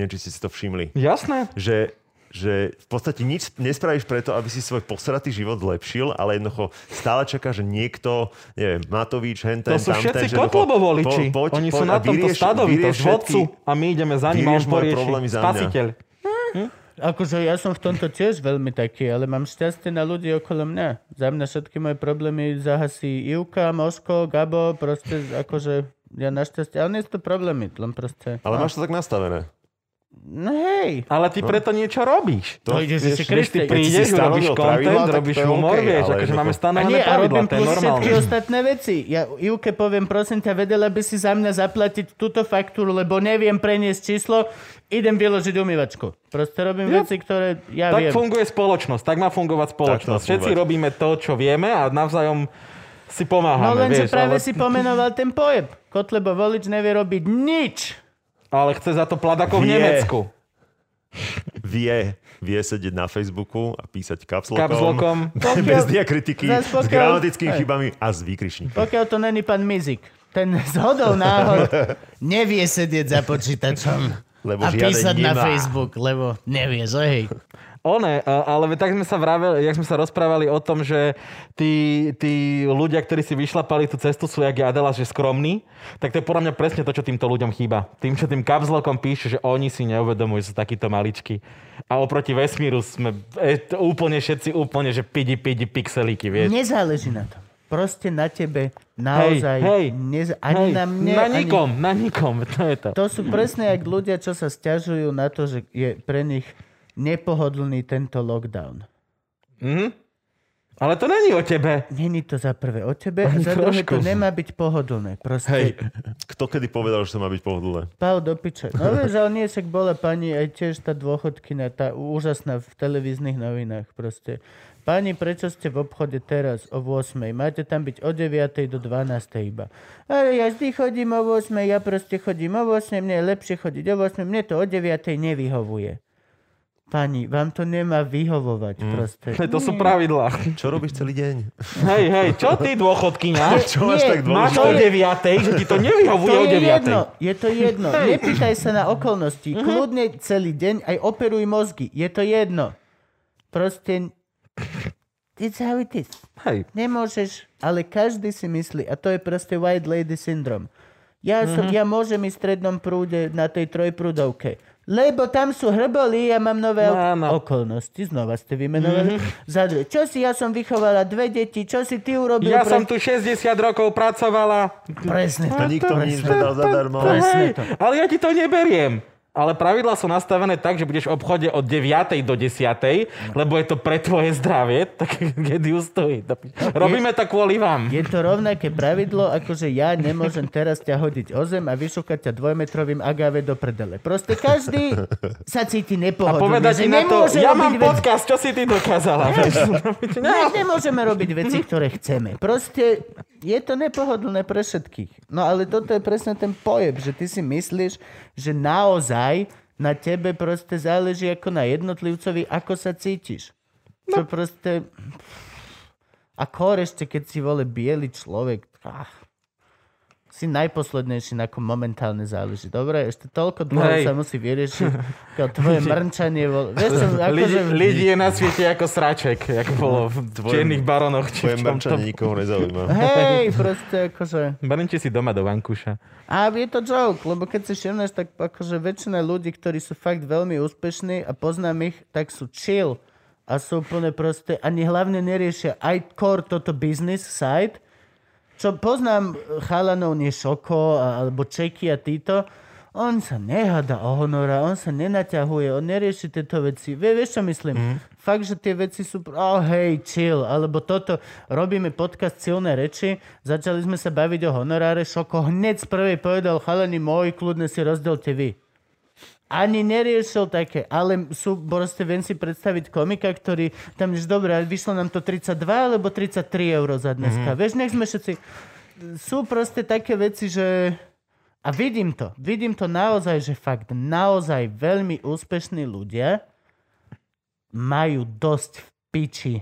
[SPEAKER 3] Neviem, či ste si to všimli
[SPEAKER 2] Jasné.
[SPEAKER 3] že, že v podstate nič nespravíš preto, aby si svoj posratý život zlepšil, ale jednoducho stále čaká, že niekto, neviem, Matovič, henten,
[SPEAKER 2] To sú
[SPEAKER 3] tamten,
[SPEAKER 2] všetci
[SPEAKER 3] že jednoducho
[SPEAKER 2] Kotlobo voliči.
[SPEAKER 3] po- poď,
[SPEAKER 2] Oni sú
[SPEAKER 3] poď
[SPEAKER 2] na
[SPEAKER 3] a
[SPEAKER 2] tomto
[SPEAKER 3] vyrieš-
[SPEAKER 2] stadovi, to
[SPEAKER 3] vyrieš
[SPEAKER 2] žvodcu.
[SPEAKER 3] všetky-
[SPEAKER 2] A my ideme za ním a on
[SPEAKER 3] vyrieš moje
[SPEAKER 2] porieši.
[SPEAKER 3] problémy za mňa.
[SPEAKER 2] Spasiteľ.
[SPEAKER 1] Akože ja som v tomto tiež veľmi taký, ale mám šťastie na ľudí okolo mňa. Za mňa všetky moje problémy zahasí Ivka, Moško, Gabo, proste akože ja našťastie, ale nie sú to problémy, len proste.
[SPEAKER 3] Ale máš to tak nastavené.
[SPEAKER 1] No hej,
[SPEAKER 2] Ale ty preto niečo robíš.
[SPEAKER 1] to
[SPEAKER 3] No,
[SPEAKER 1] ide, No, že si
[SPEAKER 2] Vieš, ty
[SPEAKER 1] Kriste.
[SPEAKER 3] si
[SPEAKER 2] prídeš,
[SPEAKER 3] stanovil
[SPEAKER 2] robíš
[SPEAKER 3] pravidlá,
[SPEAKER 2] content,
[SPEAKER 3] tak to
[SPEAKER 2] robíš
[SPEAKER 3] je
[SPEAKER 2] humor,
[SPEAKER 3] OK,
[SPEAKER 2] vieš,
[SPEAKER 3] ale
[SPEAKER 2] akože
[SPEAKER 3] jednoducho-
[SPEAKER 1] A
[SPEAKER 2] máme
[SPEAKER 1] nie,
[SPEAKER 2] stanovené
[SPEAKER 1] a
[SPEAKER 2] pravidla,
[SPEAKER 1] robím
[SPEAKER 2] to je
[SPEAKER 1] plus
[SPEAKER 2] normálne.
[SPEAKER 1] všetky ostatné veci. Ja Ivke poviem, prosím ťa, vedela by si za mňa zaplatiť túto faktúru, lebo neviem preniesť číslo, idem vyložiť umývačku. Proste robím
[SPEAKER 2] Ja-
[SPEAKER 1] veci, ktoré ja viem.
[SPEAKER 2] Tak funguje spoločnosť, tak má fungovať spoločnosť.
[SPEAKER 3] má
[SPEAKER 2] Všetci
[SPEAKER 3] fungovať.
[SPEAKER 2] robíme to, čo vieme a navzájom si
[SPEAKER 1] No
[SPEAKER 2] pomáhame,
[SPEAKER 1] len, že
[SPEAKER 2] vieš,
[SPEAKER 1] práve
[SPEAKER 2] ale,
[SPEAKER 1] si pomenoval ten pojeb. Kotlebo volič nevie robiť nič.
[SPEAKER 2] ale chce za to plat ako v
[SPEAKER 3] Vie.
[SPEAKER 2] Nemecku.
[SPEAKER 3] Vie, vie sedieť na Facebooku a písať
[SPEAKER 2] Kapslokom.
[SPEAKER 3] kapslokom, bez diakritiky,
[SPEAKER 1] Zas
[SPEAKER 3] s
[SPEAKER 1] pokiaľ-
[SPEAKER 3] gramatickými
[SPEAKER 1] Hej.
[SPEAKER 3] chybami a s výkričníkom.
[SPEAKER 1] Pokiaľ to není pán Mizik. Ten z hodou náhod nevie sedieť za počítačom
[SPEAKER 3] Lebo
[SPEAKER 1] a
[SPEAKER 3] žiaden
[SPEAKER 1] písať na
[SPEAKER 3] nemá.
[SPEAKER 1] Facebook, lebo nevie, že hej.
[SPEAKER 2] One, ale tak sme sa vraveli, jak sme sa rozprávali o tom, že tí, tí ľudia, ktorí si vyšlapali tú cestu, sú jak je Adela, že skromní, tak to je podľa mňa presne to, čo týmto ľuďom chýba. Tým, čo tým kapzlokom píše, že oni si neuvedomujú, že sú takíto maličky. A oproti vesmíru sme e, t- úplne všetci úplne, že pidi, pidi, pixelíky, vieš.
[SPEAKER 1] Nezáleží na tom. Proste na tebe naozaj
[SPEAKER 2] hej,
[SPEAKER 1] neza- ani
[SPEAKER 2] Hej,
[SPEAKER 1] na mne,
[SPEAKER 2] na
[SPEAKER 1] ani
[SPEAKER 2] nikom, na nikom, to je to.
[SPEAKER 1] To sú presne jak ľudia, čo sa stiažujú na to, že je pre nich nepohodlný tento lockdown.
[SPEAKER 2] Mhm. Ale to není o tebe.
[SPEAKER 1] Není to za prvé o tebe a za druhé to
[SPEAKER 2] Trošku.
[SPEAKER 1] nemá byť pohodlné. Proste
[SPEAKER 3] Hej, kto kedy povedal, že to má byť pohodlné?
[SPEAKER 1] Pau do piče. No vieš, ale nie, však bola pani aj tiež tá dôchodkina, tá úžasná v televíznych novinách proste. Pani, prečo ste v obchode teraz o 8? Máte tam byť o 9 do 12 iba. Ale ja vždy chodím o 8, ja proste chodím o 8, mne je lepšie chodiť o 8, mne to o 9 nevyhovuje. Pani, vám to nemá vyhovovať
[SPEAKER 3] Mm.
[SPEAKER 1] proste.
[SPEAKER 2] To sú pravidlá.
[SPEAKER 3] Čo robíš celý deň?
[SPEAKER 2] Hej, hej, čo ty dôchodkyňa?
[SPEAKER 3] Čo máš tak
[SPEAKER 2] Máš
[SPEAKER 3] dôležité?
[SPEAKER 2] o 9, že ti to nevyhovuje o
[SPEAKER 1] to je
[SPEAKER 2] 9.
[SPEAKER 1] jedno, je to jedno. Nepýtaj sa na okolnosti.
[SPEAKER 2] Mhm.
[SPEAKER 1] Kľudne celý deň aj operuj mozgy. Je to jedno. Proste... It's how it is.
[SPEAKER 2] Hej.
[SPEAKER 1] Nemôžeš, ale každý si myslí, a to je proste white lady syndrom. Ja, som,
[SPEAKER 2] Mhm.
[SPEAKER 1] ja môžem ísť v strednom prúde na tej trojprúdovke, lebo tam sú hrbolí, ja mám nové
[SPEAKER 2] Áno.
[SPEAKER 1] no, okolnosti, znova ste
[SPEAKER 2] Mhm.
[SPEAKER 1] vymenovali. Mm-hmm. Zadru, čo si, ja som vychovala dve deti, čo si ty urobil?
[SPEAKER 2] Ja
[SPEAKER 1] pre-
[SPEAKER 2] som tu 60 rokov pracovala.
[SPEAKER 1] Presne
[SPEAKER 3] To
[SPEAKER 1] to.
[SPEAKER 3] nikto mi nič nedal zadarmo.
[SPEAKER 1] Presne
[SPEAKER 2] Hej,
[SPEAKER 1] to.
[SPEAKER 2] ale ja ti to neberiem. Ale pravidla sú nastavené tak, že budeš v obchode od 9. do 10. lebo je to pre tvoje zdravie, tak get used to it. Robíme to kvôli vám.
[SPEAKER 1] Je to rovnaké pravidlo, ako že ja nemôžem teraz ťa hodiť o zem a vyšukať ťa dvojmetrovým agave do prdele. Proste každý sa cíti
[SPEAKER 2] A
[SPEAKER 1] nepohodlný.
[SPEAKER 2] povedať
[SPEAKER 1] že
[SPEAKER 2] im na to,
[SPEAKER 1] nemôže
[SPEAKER 2] ja
[SPEAKER 1] robiť
[SPEAKER 2] mám
[SPEAKER 1] veci-
[SPEAKER 2] podcast, čo si ty dokázala.
[SPEAKER 1] No, nemôžeme robiť veci, ktoré chceme. Proste je to nepohodlné pre všetkých. No ale toto je presne ten pojeb, že ty si myslíš, že naozaj na tebe proste záleží ako na jednotlivcovi, ako sa cítiš. No. To proste... A kor ešte, keď si vole biely človek, ach, si najposlednejší, na kom momentálne záleží. Dobre, ešte toľko dlho
[SPEAKER 2] Hej.
[SPEAKER 1] sa musí vyriešiť, ako tvoje mrnčanie. Vole. Vieš, som,
[SPEAKER 2] Lidi,
[SPEAKER 1] akože...
[SPEAKER 2] lidi je na svete ako sraček, ako bolo v čiernych baronoch. Či
[SPEAKER 3] Tvoje
[SPEAKER 2] v čom to...
[SPEAKER 3] mrčanie nikoho nezaujíma.
[SPEAKER 1] Hej, proste akože...
[SPEAKER 2] Brnite si doma do vankúša.
[SPEAKER 1] A je to joke, lebo keď si všimneš, tak akože väčšina ľudí, ktorí sú fakt veľmi úspešní a poznám ich, tak sú chill a sú úplne proste, ani hlavne neriešia aj core toto business side, čo poznám chalanov, nie Šoko a- alebo Čeky a títo, on sa nehada o honora, on sa nenaťahuje, on nerieši tieto veci. Vie, vieš, čo myslím? Mm. Fakt, že tie veci sú... pr- Oh, hej, chill. Alebo toto. Robíme podcast Silné reči. Začali sme sa baviť o honoráre. Šoko hneď z prvej povedal, chalani môj, kľudne si rozdelte vy. Ani neriešil také, ale sú, proste viem si predstaviť komika, ktorý tam že dobre, vyšlo nám to 32 alebo 33 eur za dneska. Mm-hmm. Vieš, nech sme všetci... Sú proste také veci, že... A vidím to, vidím to naozaj, že fakt naozaj veľmi úspešní ľudia majú dosť v piči.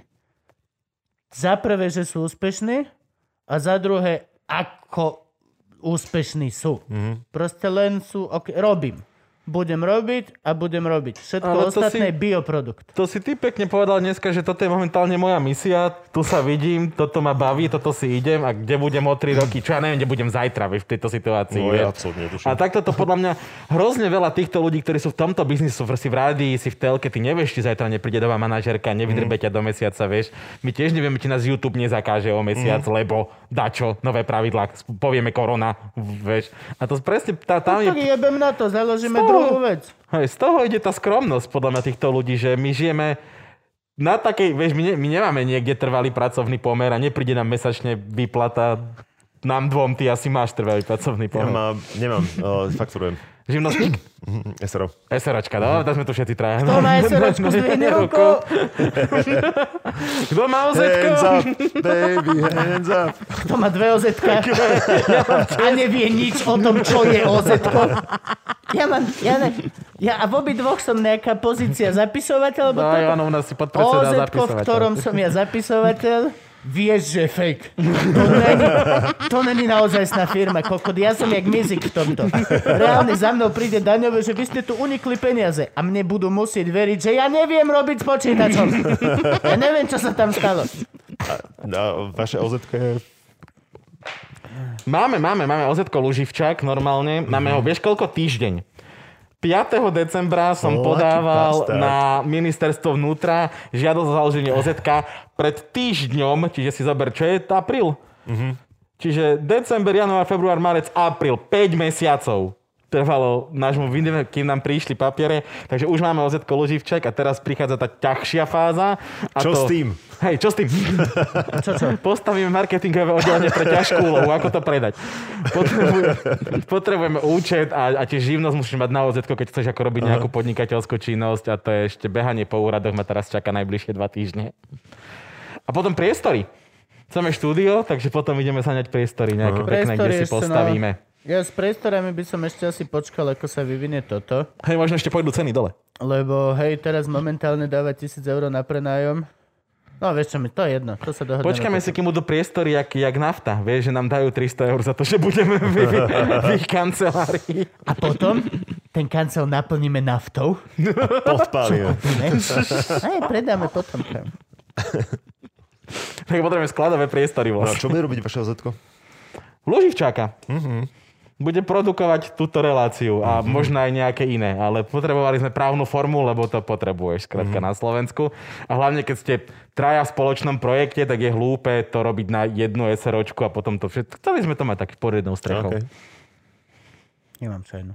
[SPEAKER 1] Za prvé, že sú úspešní a za druhé, ako úspešní sú. Mm-hmm.
[SPEAKER 2] Mhm.
[SPEAKER 1] Proste len sú, ok, robím. Budem robiť a budem robiť.
[SPEAKER 2] Ale to
[SPEAKER 1] Všetko ostatné
[SPEAKER 2] si-
[SPEAKER 1] je bioprodukt.
[SPEAKER 2] To si ty pekne povedal dneska, že toto je momentálne moja misia, tu sa vidím, toto ma baví, toto si idem a kde budem o 3 roky, čo ja neviem, kde budem zajtra, vieš, v tejto situácii.
[SPEAKER 3] No, ja
[SPEAKER 2] vieš.
[SPEAKER 3] absolútne tuším.
[SPEAKER 2] a takto to podľa mňa hrozne veľa týchto ľudí, ktorí sú v tomto biznisu, si v rádii, si v telke, ty nevieš, či zajtra nepríde nová manažerka, nevydrbe ťa
[SPEAKER 3] Mhm.
[SPEAKER 2] do mesiaca, vieš. My tiež nevieme, či nás YouTube nezakáže o mesiac,
[SPEAKER 3] Mhm.
[SPEAKER 2] lebo dačo, nové pravidlá, povieme korona, vieš. A to presne, tá, tam je
[SPEAKER 1] No
[SPEAKER 3] No
[SPEAKER 1] Tak jebem na to, založíme
[SPEAKER 2] Spolu.
[SPEAKER 1] druhú vec.
[SPEAKER 2] Hej, z toho ide tá skromnosť podľa mňa týchto ľudí, že my žijeme na takej, vieš, my, ne, my nemáme niekde trvalý pracovný pomer a nepríde nám mesačne výplata nám dvom, ty asi máš trvalý pracovný
[SPEAKER 3] Ja
[SPEAKER 2] pomer. Ja
[SPEAKER 3] mám, nemám, uh, fakturujem.
[SPEAKER 2] Živnostník?
[SPEAKER 3] SRO.
[SPEAKER 2] SROčka, no, tam sme tu všetci traja.
[SPEAKER 1] To má SROčku, zdvihni ruku.
[SPEAKER 2] Kto má ozetko?
[SPEAKER 3] Hands up, baby, hands up.
[SPEAKER 1] To má dve ozetka a nevie nič o tom, čo je ozetko. Ja mám, ja, ne, ja a v obi dvoch som nejaká pozícia zapisovateľ, alebo
[SPEAKER 2] No,
[SPEAKER 1] toto.
[SPEAKER 2] áno, u nás si podpredseda
[SPEAKER 1] OZ-ko, v
[SPEAKER 2] zapisovateľ.
[SPEAKER 1] ktorom som ja zapisovateľ, vieš, že je fake. To není, to není naozajstná firma, kokot. Ja som jak mizik v tomto. Reálne za mnou príde daňové, že vy ste tu unikli peniaze a mne budú musieť veriť, že ja neviem robiť s počítačom. Ja neviem, čo sa tam stalo.
[SPEAKER 3] No, vaše OZ je...
[SPEAKER 2] Máme, máme, máme ozetko Luživčák normálne. Máme ho, vieš koľko? Týždeň. 5. decembra som
[SPEAKER 3] Lucky
[SPEAKER 2] podával
[SPEAKER 3] bastard.
[SPEAKER 2] na ministerstvo vnútra žiadosť o založenie OZK pred týždňom, čiže si zober, čo je to apríl.
[SPEAKER 3] Mhm.
[SPEAKER 2] Čiže december, január, február, marec, apríl, 5 mesiacov trvalo nášmu videu, kým nám prišli papiere. Takže už máme OZ Luživček a teraz prichádza tá ťažšia fáza. A
[SPEAKER 3] Čo
[SPEAKER 2] to...
[SPEAKER 3] s tým?
[SPEAKER 2] Hej, čo s tým? čo, čo? Postavíme marketingové oddelenie pre ťažkú úlohu. Ako to predať? Potrebujeme, potrebujeme účet a, a tiež živnosť musíš mať na OZ, keď chceš ako robiť nejakú podnikateľskú činnosť a to je ešte behanie po úradoch ma teraz čaká najbližšie dva týždne. A potom priestory. Chceme štúdio, takže potom ideme saňať priestory nejaké pekné,
[SPEAKER 1] Priestory
[SPEAKER 2] kde si
[SPEAKER 1] ešte, no.
[SPEAKER 2] postavíme.
[SPEAKER 1] Ja s priestorami by som ešte asi počkal, ako sa vyvinie toto.
[SPEAKER 2] Hej, možno ešte pôjdu ceny dole.
[SPEAKER 1] Lebo hej, teraz momentálne dáva 1000 eur na prenájom. No vieš čo mi, to je jedno, to sa dohodneme.
[SPEAKER 2] Počkáme si, kým budú priestory, jak, jak nafta. Vieš, že nám dajú 300 eur za to, že budeme v, v, v ich kancelárii.
[SPEAKER 1] A potom ten kancel naplníme naftou.
[SPEAKER 3] Podpália.
[SPEAKER 1] Ne? Aj, predáme potom. kam.
[SPEAKER 2] Tak potrebujeme skladové priestory
[SPEAKER 3] No, a
[SPEAKER 2] vlastne.
[SPEAKER 3] čo bude robiť vaše OZ?
[SPEAKER 2] Luživčáka. Bude produkovať túto reláciu a možno aj nejaké iné, ale potrebovali sme právnu formu, lebo to potrebuješ skrátka na Slovensku. A hlavne, keď ste traja v spoločnom projekte, tak je hlúpe to robiť na jednu SROčku a potom to všetko. Chceli sme to mať taký pod jednou strechou.
[SPEAKER 3] Okay.
[SPEAKER 1] Nemám čo jedno.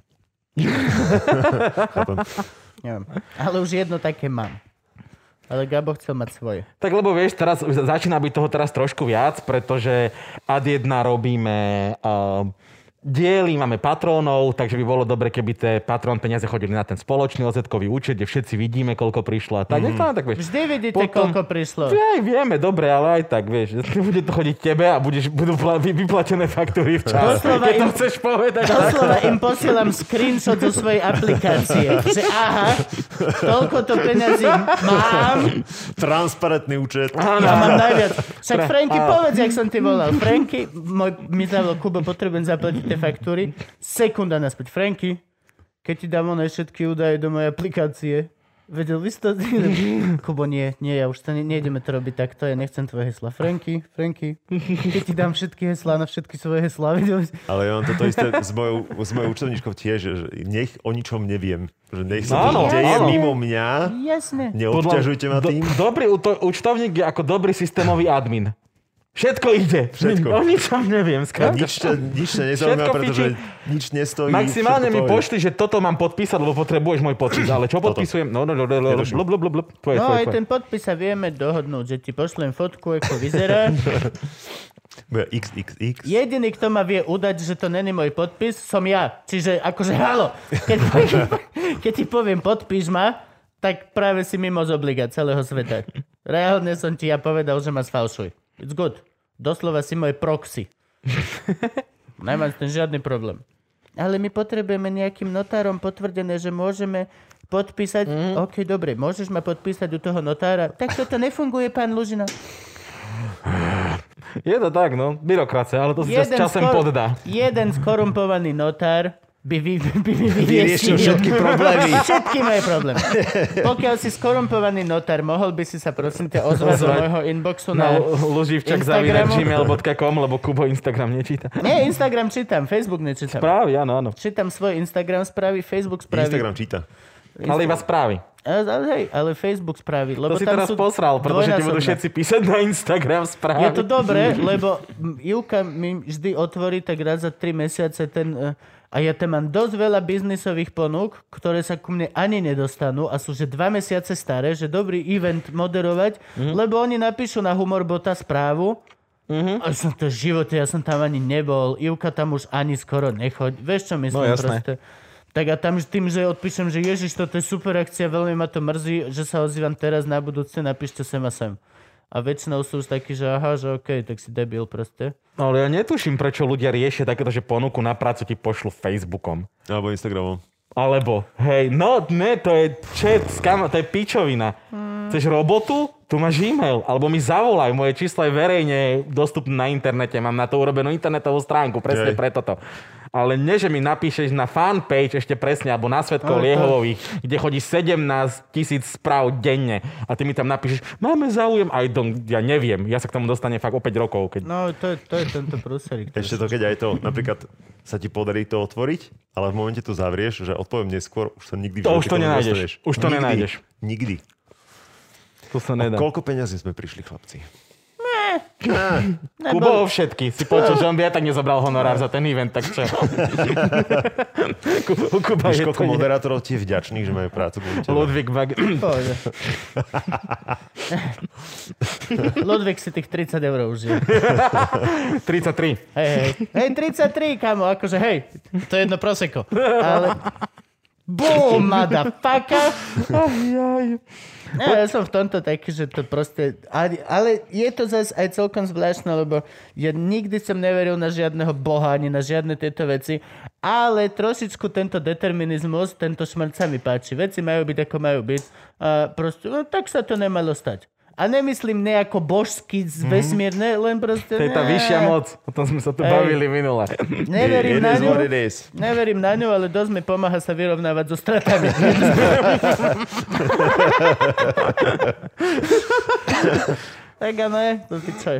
[SPEAKER 1] Neviem. Ale už jedno také mám. Ale Gabo chcel mať svoje.
[SPEAKER 2] Tak lebo vieš, teraz už začína byť toho teraz trošku viac, pretože ad 1 robíme um, diely, máme patrónov, takže by bolo dobre, keby tie patrón peniaze chodili na ten spoločný ozetkový účet, kde všetci vidíme, koľko prišlo a
[SPEAKER 3] Mhm.
[SPEAKER 2] tak. Mm. tak vieš.
[SPEAKER 1] Vždy vidíte,
[SPEAKER 2] Potom-
[SPEAKER 1] koľko prišlo.
[SPEAKER 2] Aj vieme, dobre, ale aj tak, vieš, bude to chodiť tebe a budeš, budú pla- vy- vyplatené faktúry včas.
[SPEAKER 1] Doslova
[SPEAKER 2] Keď to
[SPEAKER 1] im-
[SPEAKER 2] chceš povedať, tak.
[SPEAKER 1] Doslova im posielam screenshot zo svojej aplikácie, že aha, toľko to peňazí mám,
[SPEAKER 3] Transparentný účet.
[SPEAKER 2] Áno.
[SPEAKER 1] ja mám najviac. Však
[SPEAKER 2] Pre-
[SPEAKER 1] Franky,
[SPEAKER 2] áno.
[SPEAKER 1] povedz, jak som ti volal. Franky, môj, mi zavolal, Kubo, potrebujem zaplatiť tie faktúry. Sekunda naspäť. Franky, keď ti dám one všetky údaje do mojej aplikácie, vedel by si to? Kubo, nie, nie, ja už to ne, nejdeme to robiť takto, ja nechcem tvoje hesla. Franky, Franky, keď ti dám všetky heslá na všetky svoje heslá, vedel by si...
[SPEAKER 3] Ale ja mám toto isté s mojou, s mojou účtovníčkou tiež, že nech o ničom neviem. Že nech sa
[SPEAKER 2] Áno,
[SPEAKER 3] to deje
[SPEAKER 2] áno.
[SPEAKER 3] mimo mňa.
[SPEAKER 1] Jasne.
[SPEAKER 3] Neobťažujte ma tým.
[SPEAKER 2] dobrý úto- účtovník je ako dobrý systémový admin. Všetko ide.
[SPEAKER 3] Všetko.
[SPEAKER 2] O ničom neviem, skrátka.
[SPEAKER 3] Nič, ťa- nič sa nezaujíma,
[SPEAKER 2] Všetko
[SPEAKER 3] pretože nič nestojí.
[SPEAKER 2] Maximálne
[SPEAKER 3] všetko
[SPEAKER 2] mi
[SPEAKER 3] to je.
[SPEAKER 2] pošli, že toto mám podpísať, lebo potrebuješ môj podpis. Ale čo
[SPEAKER 3] Toto.
[SPEAKER 2] podpisujem? No, no, no, no, no,
[SPEAKER 3] Nedošlo.
[SPEAKER 2] blub, blub, blub, blub. Tvoje,
[SPEAKER 1] No
[SPEAKER 2] tvoje,
[SPEAKER 1] aj
[SPEAKER 2] tvoje.
[SPEAKER 1] ten podpis sa vieme dohodnúť, že ti pošlem fotku, ako vyzerá.
[SPEAKER 3] Bude XXX.
[SPEAKER 1] Jediný, kto ma vie udať, že to není môj podpis, som ja. Čiže akože halo, keď, poviem, keď ti poviem podpíš ma, tak práve si mimo zobliga celého sveta. Reálne som ti ja povedal, že ma sfalšuj. It's good. Doslova si môj proxy. Nemám s tým žiadny problém. Ale my potrebujeme nejakým notárom potvrdené, že môžeme podpísať... Mm. OK, dobre, môžeš ma podpísať u toho notára. Tak toto nefunguje, pán Lužina.
[SPEAKER 2] Je to tak, no. Byrokracia, ale to si čas, časem
[SPEAKER 1] skor-
[SPEAKER 2] poddá.
[SPEAKER 1] jeden skorumpovaný notár by, vy, by, by
[SPEAKER 3] Vyriešil
[SPEAKER 1] vyriešil
[SPEAKER 3] všetky problémy.
[SPEAKER 1] Všetky moje problémy. Pokiaľ si skorumpovaný notár, mohol by si sa prosím ťa ozvať do
[SPEAKER 2] Ozvať. No.
[SPEAKER 1] môjho inboxu na...
[SPEAKER 2] Na luživčak zavíra
[SPEAKER 1] Instagramu.
[SPEAKER 2] gmail.com, lebo Kubo Instagram nečíta.
[SPEAKER 1] Nie, Instagram čítam, Facebook nečítam.
[SPEAKER 2] Správy, áno, áno.
[SPEAKER 1] Čítam svoj Instagram správy, Facebook správy.
[SPEAKER 3] Instagram číta.
[SPEAKER 2] Ale iba správy.
[SPEAKER 1] Ale, ale hej, ale Facebook správy. Lebo
[SPEAKER 2] To si
[SPEAKER 1] tam
[SPEAKER 2] teraz
[SPEAKER 1] sú
[SPEAKER 2] posral, pretože ti budú
[SPEAKER 1] dvojnásobné.
[SPEAKER 2] všetci písať na Instagram správy.
[SPEAKER 1] Je to dobré, lebo m, Júka mi vždy otvorí tak raz za tri mesiace ten... e, A ja tam mám dosť veľa biznisových ponúk, ktoré sa ku mne ani nedostanú a sú že dva mesiace staré, že dobrý event moderovať, lebo oni napíšu na Humorbota správu
[SPEAKER 2] Hm?
[SPEAKER 1] a som to v živote, ja som tam ani nebol, Ivka tam už ani skoro nechoď. Vieš, čo myslím
[SPEAKER 2] No, jasné.
[SPEAKER 1] proste? Tak a tam tým, že odpíšem, že Ježiš, toto je super akcia, veľmi ma to mrzí, že sa ozývam teraz, na budúce napíšte sem a sem. A väčšinou sú už takí, že aha, že okej, tak si debil proste.
[SPEAKER 2] No, ale ja netuším, prečo ľudia riešia takéto, že ponuku na prácu ti pošlu Facebookom.
[SPEAKER 3] Alebo Instagramom.
[SPEAKER 2] Alebo, hej, no ne, to je chat, skam, to je pičovina.
[SPEAKER 1] Hmm.
[SPEAKER 2] Chceš robotu? Tu máš e-mail. Alebo mi zavolaj, moje číslo je verejne dostupné na internete. Mám na to urobenú internetovú stránku, presne
[SPEAKER 3] Hej.
[SPEAKER 2] pre toto. Ale nie, že mi napíšeš na fanpage ešte presne, alebo na
[SPEAKER 1] Ale
[SPEAKER 2] Svetkov
[SPEAKER 1] to-
[SPEAKER 2] Liehovových, kde chodí 17 tisíc správ denne a ty mi tam napíšeš, máme záujem, I don't, ja neviem, ja sa k tomu dostane fakt o 5 rokov, keď
[SPEAKER 1] No, to je, to je tento prúserik.
[SPEAKER 3] Ešte to, keď aj to, napríklad sa ti podarí to otvoriť, ale v momente to zavrieš, že odpoviem neskôr, už sa nikdy v
[SPEAKER 2] To
[SPEAKER 3] živote
[SPEAKER 2] už to
[SPEAKER 3] k tomu
[SPEAKER 2] nenájdeš.
[SPEAKER 3] nedostaneš.
[SPEAKER 2] Už to
[SPEAKER 3] nikdy,
[SPEAKER 2] nenájdeš.
[SPEAKER 3] Nikdy.
[SPEAKER 2] to sa nedá.
[SPEAKER 3] Koľko peňazí sme prišli, chlapci?
[SPEAKER 2] Kubo o všetky. Si počul, že on by aj tak nezobral honorár za ten event, tak čo? Ku- u Kuba
[SPEAKER 3] Vieš,
[SPEAKER 2] je to
[SPEAKER 3] koľko
[SPEAKER 2] nie.
[SPEAKER 3] moderátorov ti je vďačných, že majú prácu kvôli tebe.
[SPEAKER 2] Ludvík Bag...
[SPEAKER 1] Pohoda. Ludvík si tých 30 eur užije.
[SPEAKER 2] 33.
[SPEAKER 1] Hej, hej. Hej, 33, kamo, akože hej, to je jedno proseko. Ale... Boom, motherfucker! Ne, ja som v tomto taký, že to proste... Ale, ale je to zase aj celkom zvláštne, lebo ja nikdy som neveril na žiadneho boha, ani na žiadne tieto veci, ale trošičku tento determinizmus, tento šmrť sa mi páči. Veci majú byť, ako majú byť. A proste, no, tak sa to nemalo stať. A nemyslím nejako božsky, vesmírne, len proste...
[SPEAKER 2] To je tá
[SPEAKER 1] ne.
[SPEAKER 2] vyššia moc. O tom sme sa tu
[SPEAKER 1] Hej.
[SPEAKER 2] bavili minule.
[SPEAKER 1] Neverím
[SPEAKER 3] It
[SPEAKER 1] na
[SPEAKER 3] is
[SPEAKER 1] ňu.
[SPEAKER 3] what it is.
[SPEAKER 1] Neverím na ňu, ale dosť mi pomáha sa vyrovnávať so stratami. tak a ne, to ty čo?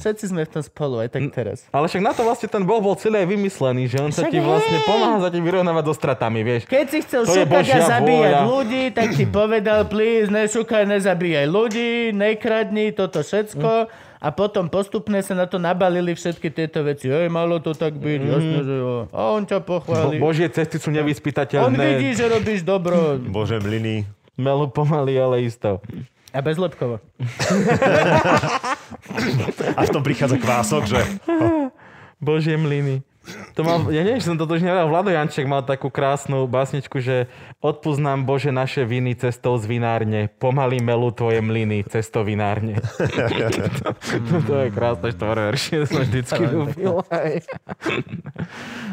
[SPEAKER 1] Všetci sme v tom spolu, aj tak teraz.
[SPEAKER 2] Ale však na to vlastne ten Boh bol celý aj vymyslený, že on sa
[SPEAKER 1] Však
[SPEAKER 2] ti vlastne
[SPEAKER 1] hej.
[SPEAKER 2] pomáha za tým vyrovnávať so stratami, vieš.
[SPEAKER 1] Keď si chcel
[SPEAKER 2] To
[SPEAKER 1] šukať
[SPEAKER 2] je
[SPEAKER 1] a
[SPEAKER 2] Božia
[SPEAKER 1] zabíjať
[SPEAKER 2] vôľa.
[SPEAKER 1] ľudí, tak ti povedal, please, nešukaj, nezabíjaj ľudí, nekradni, toto všetko.
[SPEAKER 2] Mm.
[SPEAKER 1] A potom postupne sa na to nabalili všetky tieto veci. Hej, malo to tak byť, jasne, že jo. A on ťa
[SPEAKER 2] Mm. Bo-
[SPEAKER 1] pochváli.
[SPEAKER 2] Božie cesty sú
[SPEAKER 1] on
[SPEAKER 2] nevyspytateľné.
[SPEAKER 1] vidí, že robíš dobro.
[SPEAKER 3] Bože, mlyny.
[SPEAKER 2] Melu pomaly, ale isto.
[SPEAKER 1] A bezlepkovo.
[SPEAKER 3] A v tom prichádza kvások, že
[SPEAKER 2] Bože mlyny. To mal, ja neviem, či som toto už nevedel, Vlado Janček mal takú krásnu básničku, že odpúznám Bože naše viny cestou z vinárne, pomaly melú tvoje mlyny cestou vinárne. to, to je krásne štvorveršie, som vždycky ľúbil.
[SPEAKER 1] No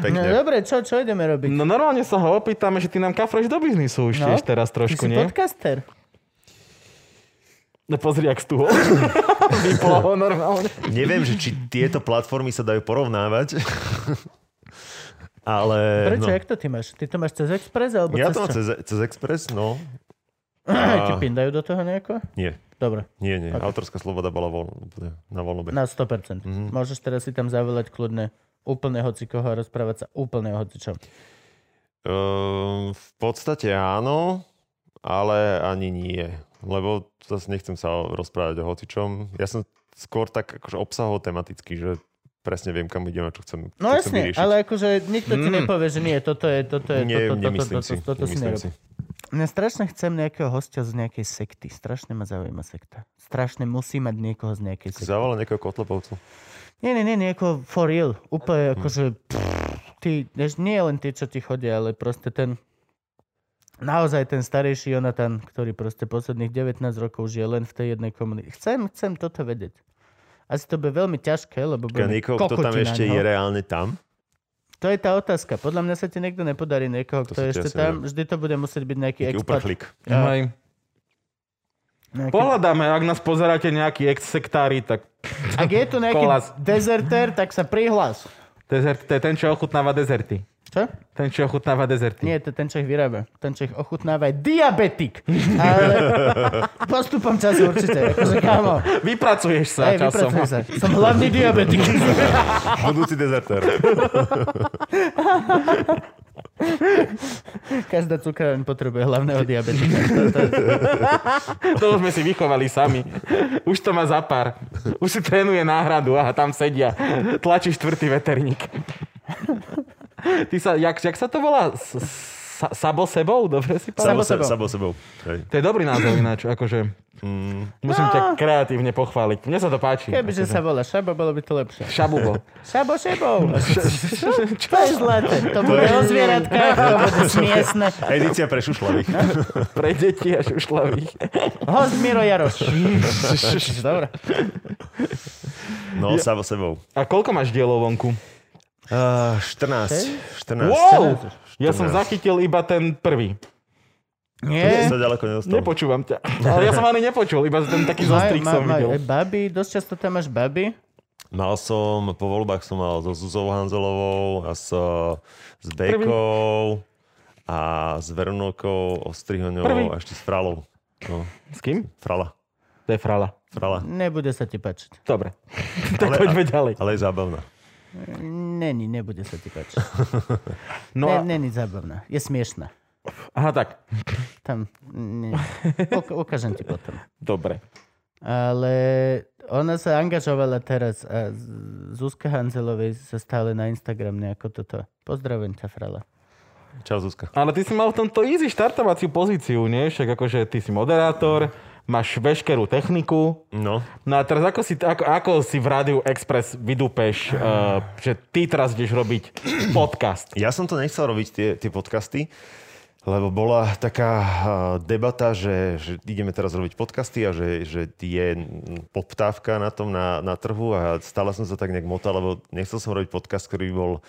[SPEAKER 3] pekne.
[SPEAKER 1] dobre, čo, čo ideme robiť?
[SPEAKER 2] No normálne sa ho opýtame, že ty nám kafreš do biznisu už
[SPEAKER 1] No.
[SPEAKER 2] tiež teraz
[SPEAKER 1] Ty
[SPEAKER 2] trošku,
[SPEAKER 1] si
[SPEAKER 2] nie?
[SPEAKER 1] podcaster.
[SPEAKER 3] Eh,
[SPEAKER 2] No pozri, ak stúhol. Vyplo ho normálne.
[SPEAKER 3] Neviem, že či tieto platformy sa dajú porovnávať, ale...
[SPEAKER 1] Prečo,
[SPEAKER 3] no.
[SPEAKER 1] jak to ty máš? Ty to máš cez Express alebo
[SPEAKER 3] Ja
[SPEAKER 1] cez
[SPEAKER 3] to mám
[SPEAKER 1] čo?
[SPEAKER 3] cez, cez Express, no.
[SPEAKER 1] Ti pindajú do toho nejako?
[SPEAKER 3] Nie,
[SPEAKER 1] Dobre,
[SPEAKER 3] nie, nie. Autorská sloboda bola voľ, na voľnobe.
[SPEAKER 1] na 100%.
[SPEAKER 3] Mhm.
[SPEAKER 1] Môžeš teraz si tam zavolať kľudne úplne hocikoho a rozprávať sa úplne o hocičom.
[SPEAKER 3] Ehm, v podstate áno, ale ani nie. lebo zase nechcem sa rozprávať o hocičom. Ja som skôr tak akože obsahov tematicky, že presne viem, kam idem a čo
[SPEAKER 1] No
[SPEAKER 3] chcem, čo chcem
[SPEAKER 1] jasne,
[SPEAKER 3] vyriešiť. Mm.
[SPEAKER 1] ale akože nikto ti nepovie, že nie, toto je, toto je,
[SPEAKER 3] Nie,
[SPEAKER 1] toto, toto,
[SPEAKER 3] nemyslím
[SPEAKER 1] toto,
[SPEAKER 3] si.
[SPEAKER 1] toto si
[SPEAKER 3] nemyslím
[SPEAKER 1] nerob.
[SPEAKER 3] si.
[SPEAKER 1] Mňa strašne chcem nejakého hostia z nejakej sekty. Strašne ma zaujíma sekta. Strašne musí mať niekoho z nejakej sekty.
[SPEAKER 3] Zavolal nejakého kotlepovcu.
[SPEAKER 1] Nie, nie, nie, nejako for real.
[SPEAKER 3] Mhm.
[SPEAKER 1] Úplne akože... Pff, ty, vieš, nie len tí, čo ti chodia, ale proste ten... Naozaj ten starejší Jonatan, ktorý proste posledných 19 rokov žije len v tej jednej komunite. Chcem, chcem toto vedieť. Asi to bude veľmi ťažké, lebo
[SPEAKER 3] Čaká,
[SPEAKER 1] bude
[SPEAKER 3] niekoho, kto tam ešte je reálne tam.
[SPEAKER 1] To je tá otázka. Podľa mňa sa ti niekto nepodarí niekoho,
[SPEAKER 3] To
[SPEAKER 1] kto je
[SPEAKER 3] si
[SPEAKER 1] ešte
[SPEAKER 3] tiež
[SPEAKER 1] tam. Vždy to bude musieť byť nejaký
[SPEAKER 3] Taký
[SPEAKER 1] expat.
[SPEAKER 3] uprchlík.
[SPEAKER 1] Ja.
[SPEAKER 2] Hej.
[SPEAKER 1] Nejaký...
[SPEAKER 2] Pohľadáme, ak nás pozeráte nejaký ex-sektári, tak
[SPEAKER 1] Ak je tu nejaký
[SPEAKER 2] Kolas.
[SPEAKER 1] dezertér, tak sa prihlás.
[SPEAKER 2] dezert, to je ten, čo ochutnáva dezerty.
[SPEAKER 1] Čo?
[SPEAKER 2] Ten, čo ochutnáva dezerty.
[SPEAKER 1] Nie, to je ten, čo ich vyrába. Ten, čo ich ochutnáva, je diabetik. Ale postupom času určite. Akože, kámo,
[SPEAKER 2] Vypracuješ sa
[SPEAKER 1] Ej,
[SPEAKER 2] časom.
[SPEAKER 1] vypracuj sa. Som hlavný diabetik.
[SPEAKER 3] Budúci dezertér.
[SPEAKER 1] Každá cukráreň potrebuje hlavného diabetika. To, to,
[SPEAKER 2] To už sme si vychovali sami. Už to má za pár. Už si trénuje náhradu. Aha, tam sedia. Tlačí štvrtý veterník. Ty sa, jak, jak sa to volá? S- Sa, sabo sebou? Dobre si pamätám?
[SPEAKER 1] Sabo
[SPEAKER 3] Sabo,
[SPEAKER 1] sebou.
[SPEAKER 3] se, sabo sebou. Hej.
[SPEAKER 2] To je dobrý názov ináč, akože. Musím ťa kreatívne pochváliť. Mne sa to páči.
[SPEAKER 1] kebyže sa volá Šabo, bolo by to lepšie.
[SPEAKER 2] Šabubo.
[SPEAKER 1] Šabo, šebo. To je zlaté. To bude o zvieratkách, to bude smiesne.
[SPEAKER 3] Edícia pre šušlavých.
[SPEAKER 2] Pre deti a šušlavých.
[SPEAKER 1] Host Miro Jaroš. Dobre.
[SPEAKER 3] No, sabo sebou.
[SPEAKER 2] A koľko máš dielov vonku?
[SPEAKER 3] Uh, 14. 14.
[SPEAKER 2] Wow! Ja som
[SPEAKER 3] 14.
[SPEAKER 2] zachytil iba ten prvý.
[SPEAKER 1] Nie.
[SPEAKER 3] Sa ďaleko nedostal.
[SPEAKER 2] Nepočúvam ťa. Ale ja som ani nepočul, iba ten taký zostrik som
[SPEAKER 1] aj
[SPEAKER 2] videl.
[SPEAKER 1] baby, dosť často tam máš baby.
[SPEAKER 3] Mal som, po voľbách som mal so Zuzou Hanzelovou a s, eh, s Bekou a s Veronokou
[SPEAKER 2] Prvý.
[SPEAKER 3] Ostrihoňovou a ešte s Fralou. No,
[SPEAKER 2] S kým?
[SPEAKER 3] Frala.
[SPEAKER 2] To je frala.
[SPEAKER 3] Frala.
[SPEAKER 1] Nebude sa ti páčiť.
[SPEAKER 2] Dobre. tak poďme ďalej.
[SPEAKER 3] Ale je zábavná.
[SPEAKER 1] Není, nebude sa ti páčiť.
[SPEAKER 2] No
[SPEAKER 1] No a...
[SPEAKER 2] a,
[SPEAKER 1] Není zábavná. Je smiešná.
[SPEAKER 2] aha, tak.
[SPEAKER 1] Tam, ne, uk- ukážem ti potom.
[SPEAKER 2] Dobre.
[SPEAKER 1] Ale ona sa angažovala teraz a Z- Zuzka Hanzelovej sa stále na Instagram nejako toto. Pozdravujem ťa, Frala.
[SPEAKER 3] Čau Zuzka.
[SPEAKER 2] Ale ty si mal v tomto easy štartovaciu pozíciu, nie? Však akože ty si moderátor, máš veškerú techniku.
[SPEAKER 3] No,
[SPEAKER 2] No a teraz ako si, ako, ako si v Rádiu Express vydúpeš, uh, že ty teraz ideš robiť podcast?
[SPEAKER 3] Ja som to nechcel robiť, tie, tie podcasty, lebo bola taká eh, debata, že, že ideme teraz robiť podcasty a že, že je mm, podtávka na tom na, na trhu a stále som sa tak nejak motal, lebo nechcel som robiť podcast, ktorý by bol uh,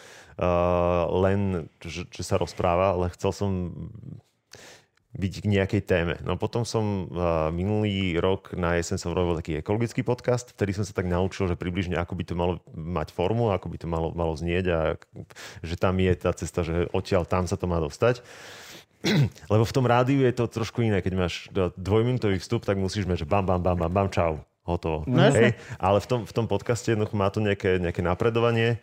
[SPEAKER 3] len, že, že sa rozpráva, ale chcel som byť k nejakej téme. No potom som uh, minulý rok na jeseň som robil taký ekologický podcast, vtedy som sa tak naučil, že približne ako by to malo mať formu, ako by to malo, malo znieť a k- že tam je tá cesta, že odtiaľ tam sa to má dostať. Lebo v tom rádiu je to trošku iné. Keď máš d- dvojminútový vstup, tak musíš mať, že bam, bam, bam, bam, bam, čau. Hotovo.
[SPEAKER 1] No jasne.
[SPEAKER 3] Hej? Ale v tom, v tom podcaste jednoducho má to nejaké, nejaké napredovanie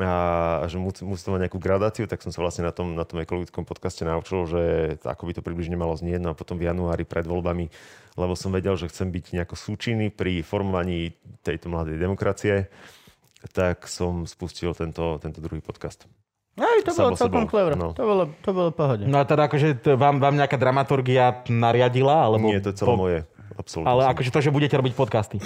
[SPEAKER 3] a že musí, musí to mať nejakú gradáciu, tak som sa vlastne na tom, na tom ekologickom podcaste naučil, že ako by to približne malo znieť, no a potom v januári pred voľbami, lebo som vedel, že chcem byť nejako súčinný pri formovaní tejto mladej demokracie, tak som spustil tento, tento druhý podcast.
[SPEAKER 1] Aj, No to bolo
[SPEAKER 3] Samo
[SPEAKER 1] celkom
[SPEAKER 3] sebou,
[SPEAKER 1] clever.
[SPEAKER 3] no.
[SPEAKER 1] To bolo, to bolo pohode.
[SPEAKER 2] No a teda akože t- vám, vám nejaká dramaturgia nariadila? Alebo
[SPEAKER 3] Nie, to je celé moje. Absolútne.
[SPEAKER 2] Ale
[SPEAKER 3] som-
[SPEAKER 2] akože to, že budete robiť podcasty.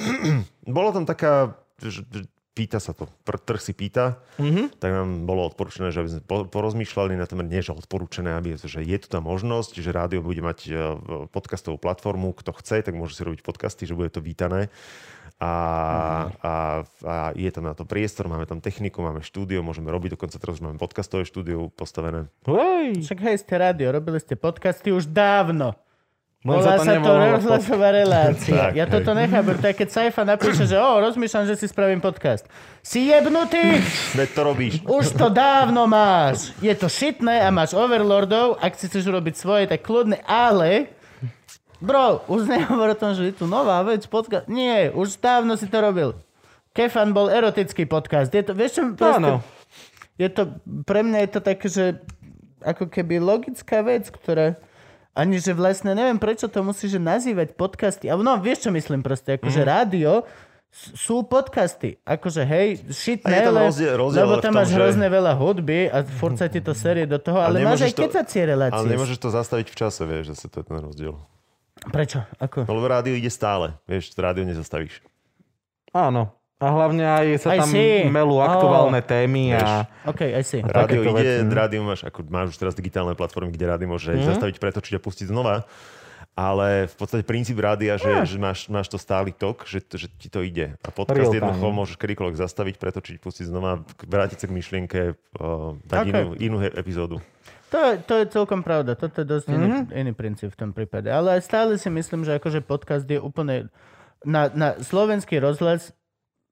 [SPEAKER 3] Bola tam taká, že že pýta sa to, pr- trh si pýta, mm-hmm. tak nám bolo odporúčené, že aby sme po- porozmýšľali na tom, nie že odporúčené, aby, že je tu tá možnosť, že rádio bude mať eh, podcastovú platformu, kto chce, tak môže si robiť podcasty, že bude to vítané. A, a, a je tam na to priestor, máme tam techniku, máme štúdio, môžeme robiť, dokonca teraz už máme podcastové štúdio postavené.
[SPEAKER 2] Hej,
[SPEAKER 1] Však hej, ste rádio, robili ste podcasty už dávno.
[SPEAKER 2] len
[SPEAKER 1] Volá sa to
[SPEAKER 2] No, nevolalo pod-
[SPEAKER 1] rozhlasová relácia.
[SPEAKER 3] Tak,
[SPEAKER 1] ja toto nechápem. To je, keď Saifa napíše, že o, rozmýšľam, že si spravím podcast. Si jebnutý?
[SPEAKER 3] Veď to robíš.
[SPEAKER 1] Už to dávno máš. Je to šitné a máš overlordov. Ak si chceš robiť svoje, tak kľudne. Ale... Bro, už nehovor o tom, že je tu nová vec, podcast. Nie, už dávno si to robil. Kefan bol erotický podcast. Je to, vieš čo, proste,
[SPEAKER 2] Áno.
[SPEAKER 1] je to, pre mňa je to také, že ako keby logická vec, ktorá Ani že vlastne neviem, prečo to musíš nazývať podcasty. Ale no, vieš, čo myslím proste. Akože
[SPEAKER 3] Mhm.
[SPEAKER 1] mm. rádio s- sú podcasty. Akože hej, shit
[SPEAKER 3] A je
[SPEAKER 1] ne,
[SPEAKER 3] tam
[SPEAKER 1] le-
[SPEAKER 3] rozdiel- rozdiel
[SPEAKER 1] lebo
[SPEAKER 3] ale v
[SPEAKER 1] tam
[SPEAKER 3] tom,
[SPEAKER 1] máš
[SPEAKER 3] že-
[SPEAKER 1] hrozne veľa hudby a furt sa ti to série do toho, ale, máš
[SPEAKER 3] nemôžeš
[SPEAKER 1] aj kecacie relácie.
[SPEAKER 3] Ale nemôžeš to zastaviť v čase, vieš, zase to je ten rozdiel.
[SPEAKER 1] Prečo? Ako?
[SPEAKER 3] No lebo rádio ide stále, vieš, rádio nezastavíš.
[SPEAKER 2] Áno. A hlavne aj sa
[SPEAKER 1] Aj
[SPEAKER 2] tam
[SPEAKER 1] si.
[SPEAKER 2] melú aktuálne témy a...
[SPEAKER 1] OK, I see.
[SPEAKER 3] Rádio
[SPEAKER 2] takéto
[SPEAKER 3] ide,
[SPEAKER 2] veci, no.
[SPEAKER 3] rádio máš, ako máš už teraz digitálne platformy, kde rádio môže
[SPEAKER 1] Mhm.
[SPEAKER 3] mm-hmm. zastaviť, pretočiť a pustiť znova. Ale v podstate princíp rádia, že, že máš, máš to stály tok, že, že ti to ide. A
[SPEAKER 2] Real
[SPEAKER 3] podcast
[SPEAKER 2] time.
[SPEAKER 1] no.
[SPEAKER 3] jednoducho môžeš kedykoľvek zastaviť, pretočiť, pustiť znova, k- vrátiť sa k myšlienke, uh, dať
[SPEAKER 1] Okay.
[SPEAKER 3] okay. inú, inú he- epizódu.
[SPEAKER 1] To, je- to je celkom pravda. Toto je dosť
[SPEAKER 3] Mhm.
[SPEAKER 1] mm-hmm. iný, iný princíp v tom prípade. Ale stále si myslím, že akože podcast je úplne... Na, na slovenský rozhlas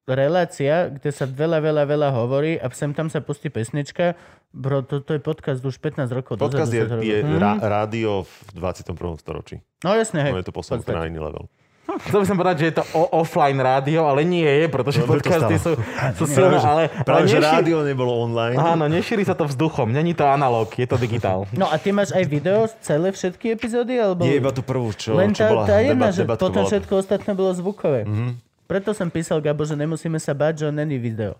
[SPEAKER 1] relácia, kde sa veľa, veľa, veľa hovorí a sem tam sa pustí pesnička. Bro, to, to je podcast už 15 rokov.
[SPEAKER 3] Podcast je,
[SPEAKER 1] dozadu sa to
[SPEAKER 3] je
[SPEAKER 1] robí.
[SPEAKER 3] rá, rádio v 21. storočí.
[SPEAKER 1] No jasne, Mhm. hej.
[SPEAKER 3] No je to
[SPEAKER 1] v
[SPEAKER 3] posunúť
[SPEAKER 1] podstate.
[SPEAKER 3] na iný level.
[SPEAKER 2] Chcel by som povedať, že je to o- offline rádio, ale nie je, pretože
[SPEAKER 3] No, to
[SPEAKER 2] podcasty sú,
[SPEAKER 3] stále.
[SPEAKER 2] sú silné, ale, ale
[SPEAKER 3] Práve, že
[SPEAKER 2] nešíri,
[SPEAKER 3] rádio nebolo online.
[SPEAKER 2] áno, nešíri sa to vzduchom. Není to analóg, je to digitál.
[SPEAKER 1] No a ty máš aj video, celé všetky epizódy? Alebo...
[SPEAKER 3] Nie iba tú prvú, čo,
[SPEAKER 1] Len tá,
[SPEAKER 3] čo bola Mhm.
[SPEAKER 1] tá jedna,
[SPEAKER 3] debat,
[SPEAKER 1] že
[SPEAKER 3] debat,
[SPEAKER 1] potom
[SPEAKER 3] bola...
[SPEAKER 1] všetko ostatné bolo zvukové. Mm-hmm. Preto som písal Gabo, že nemusíme sa báť, že on není video.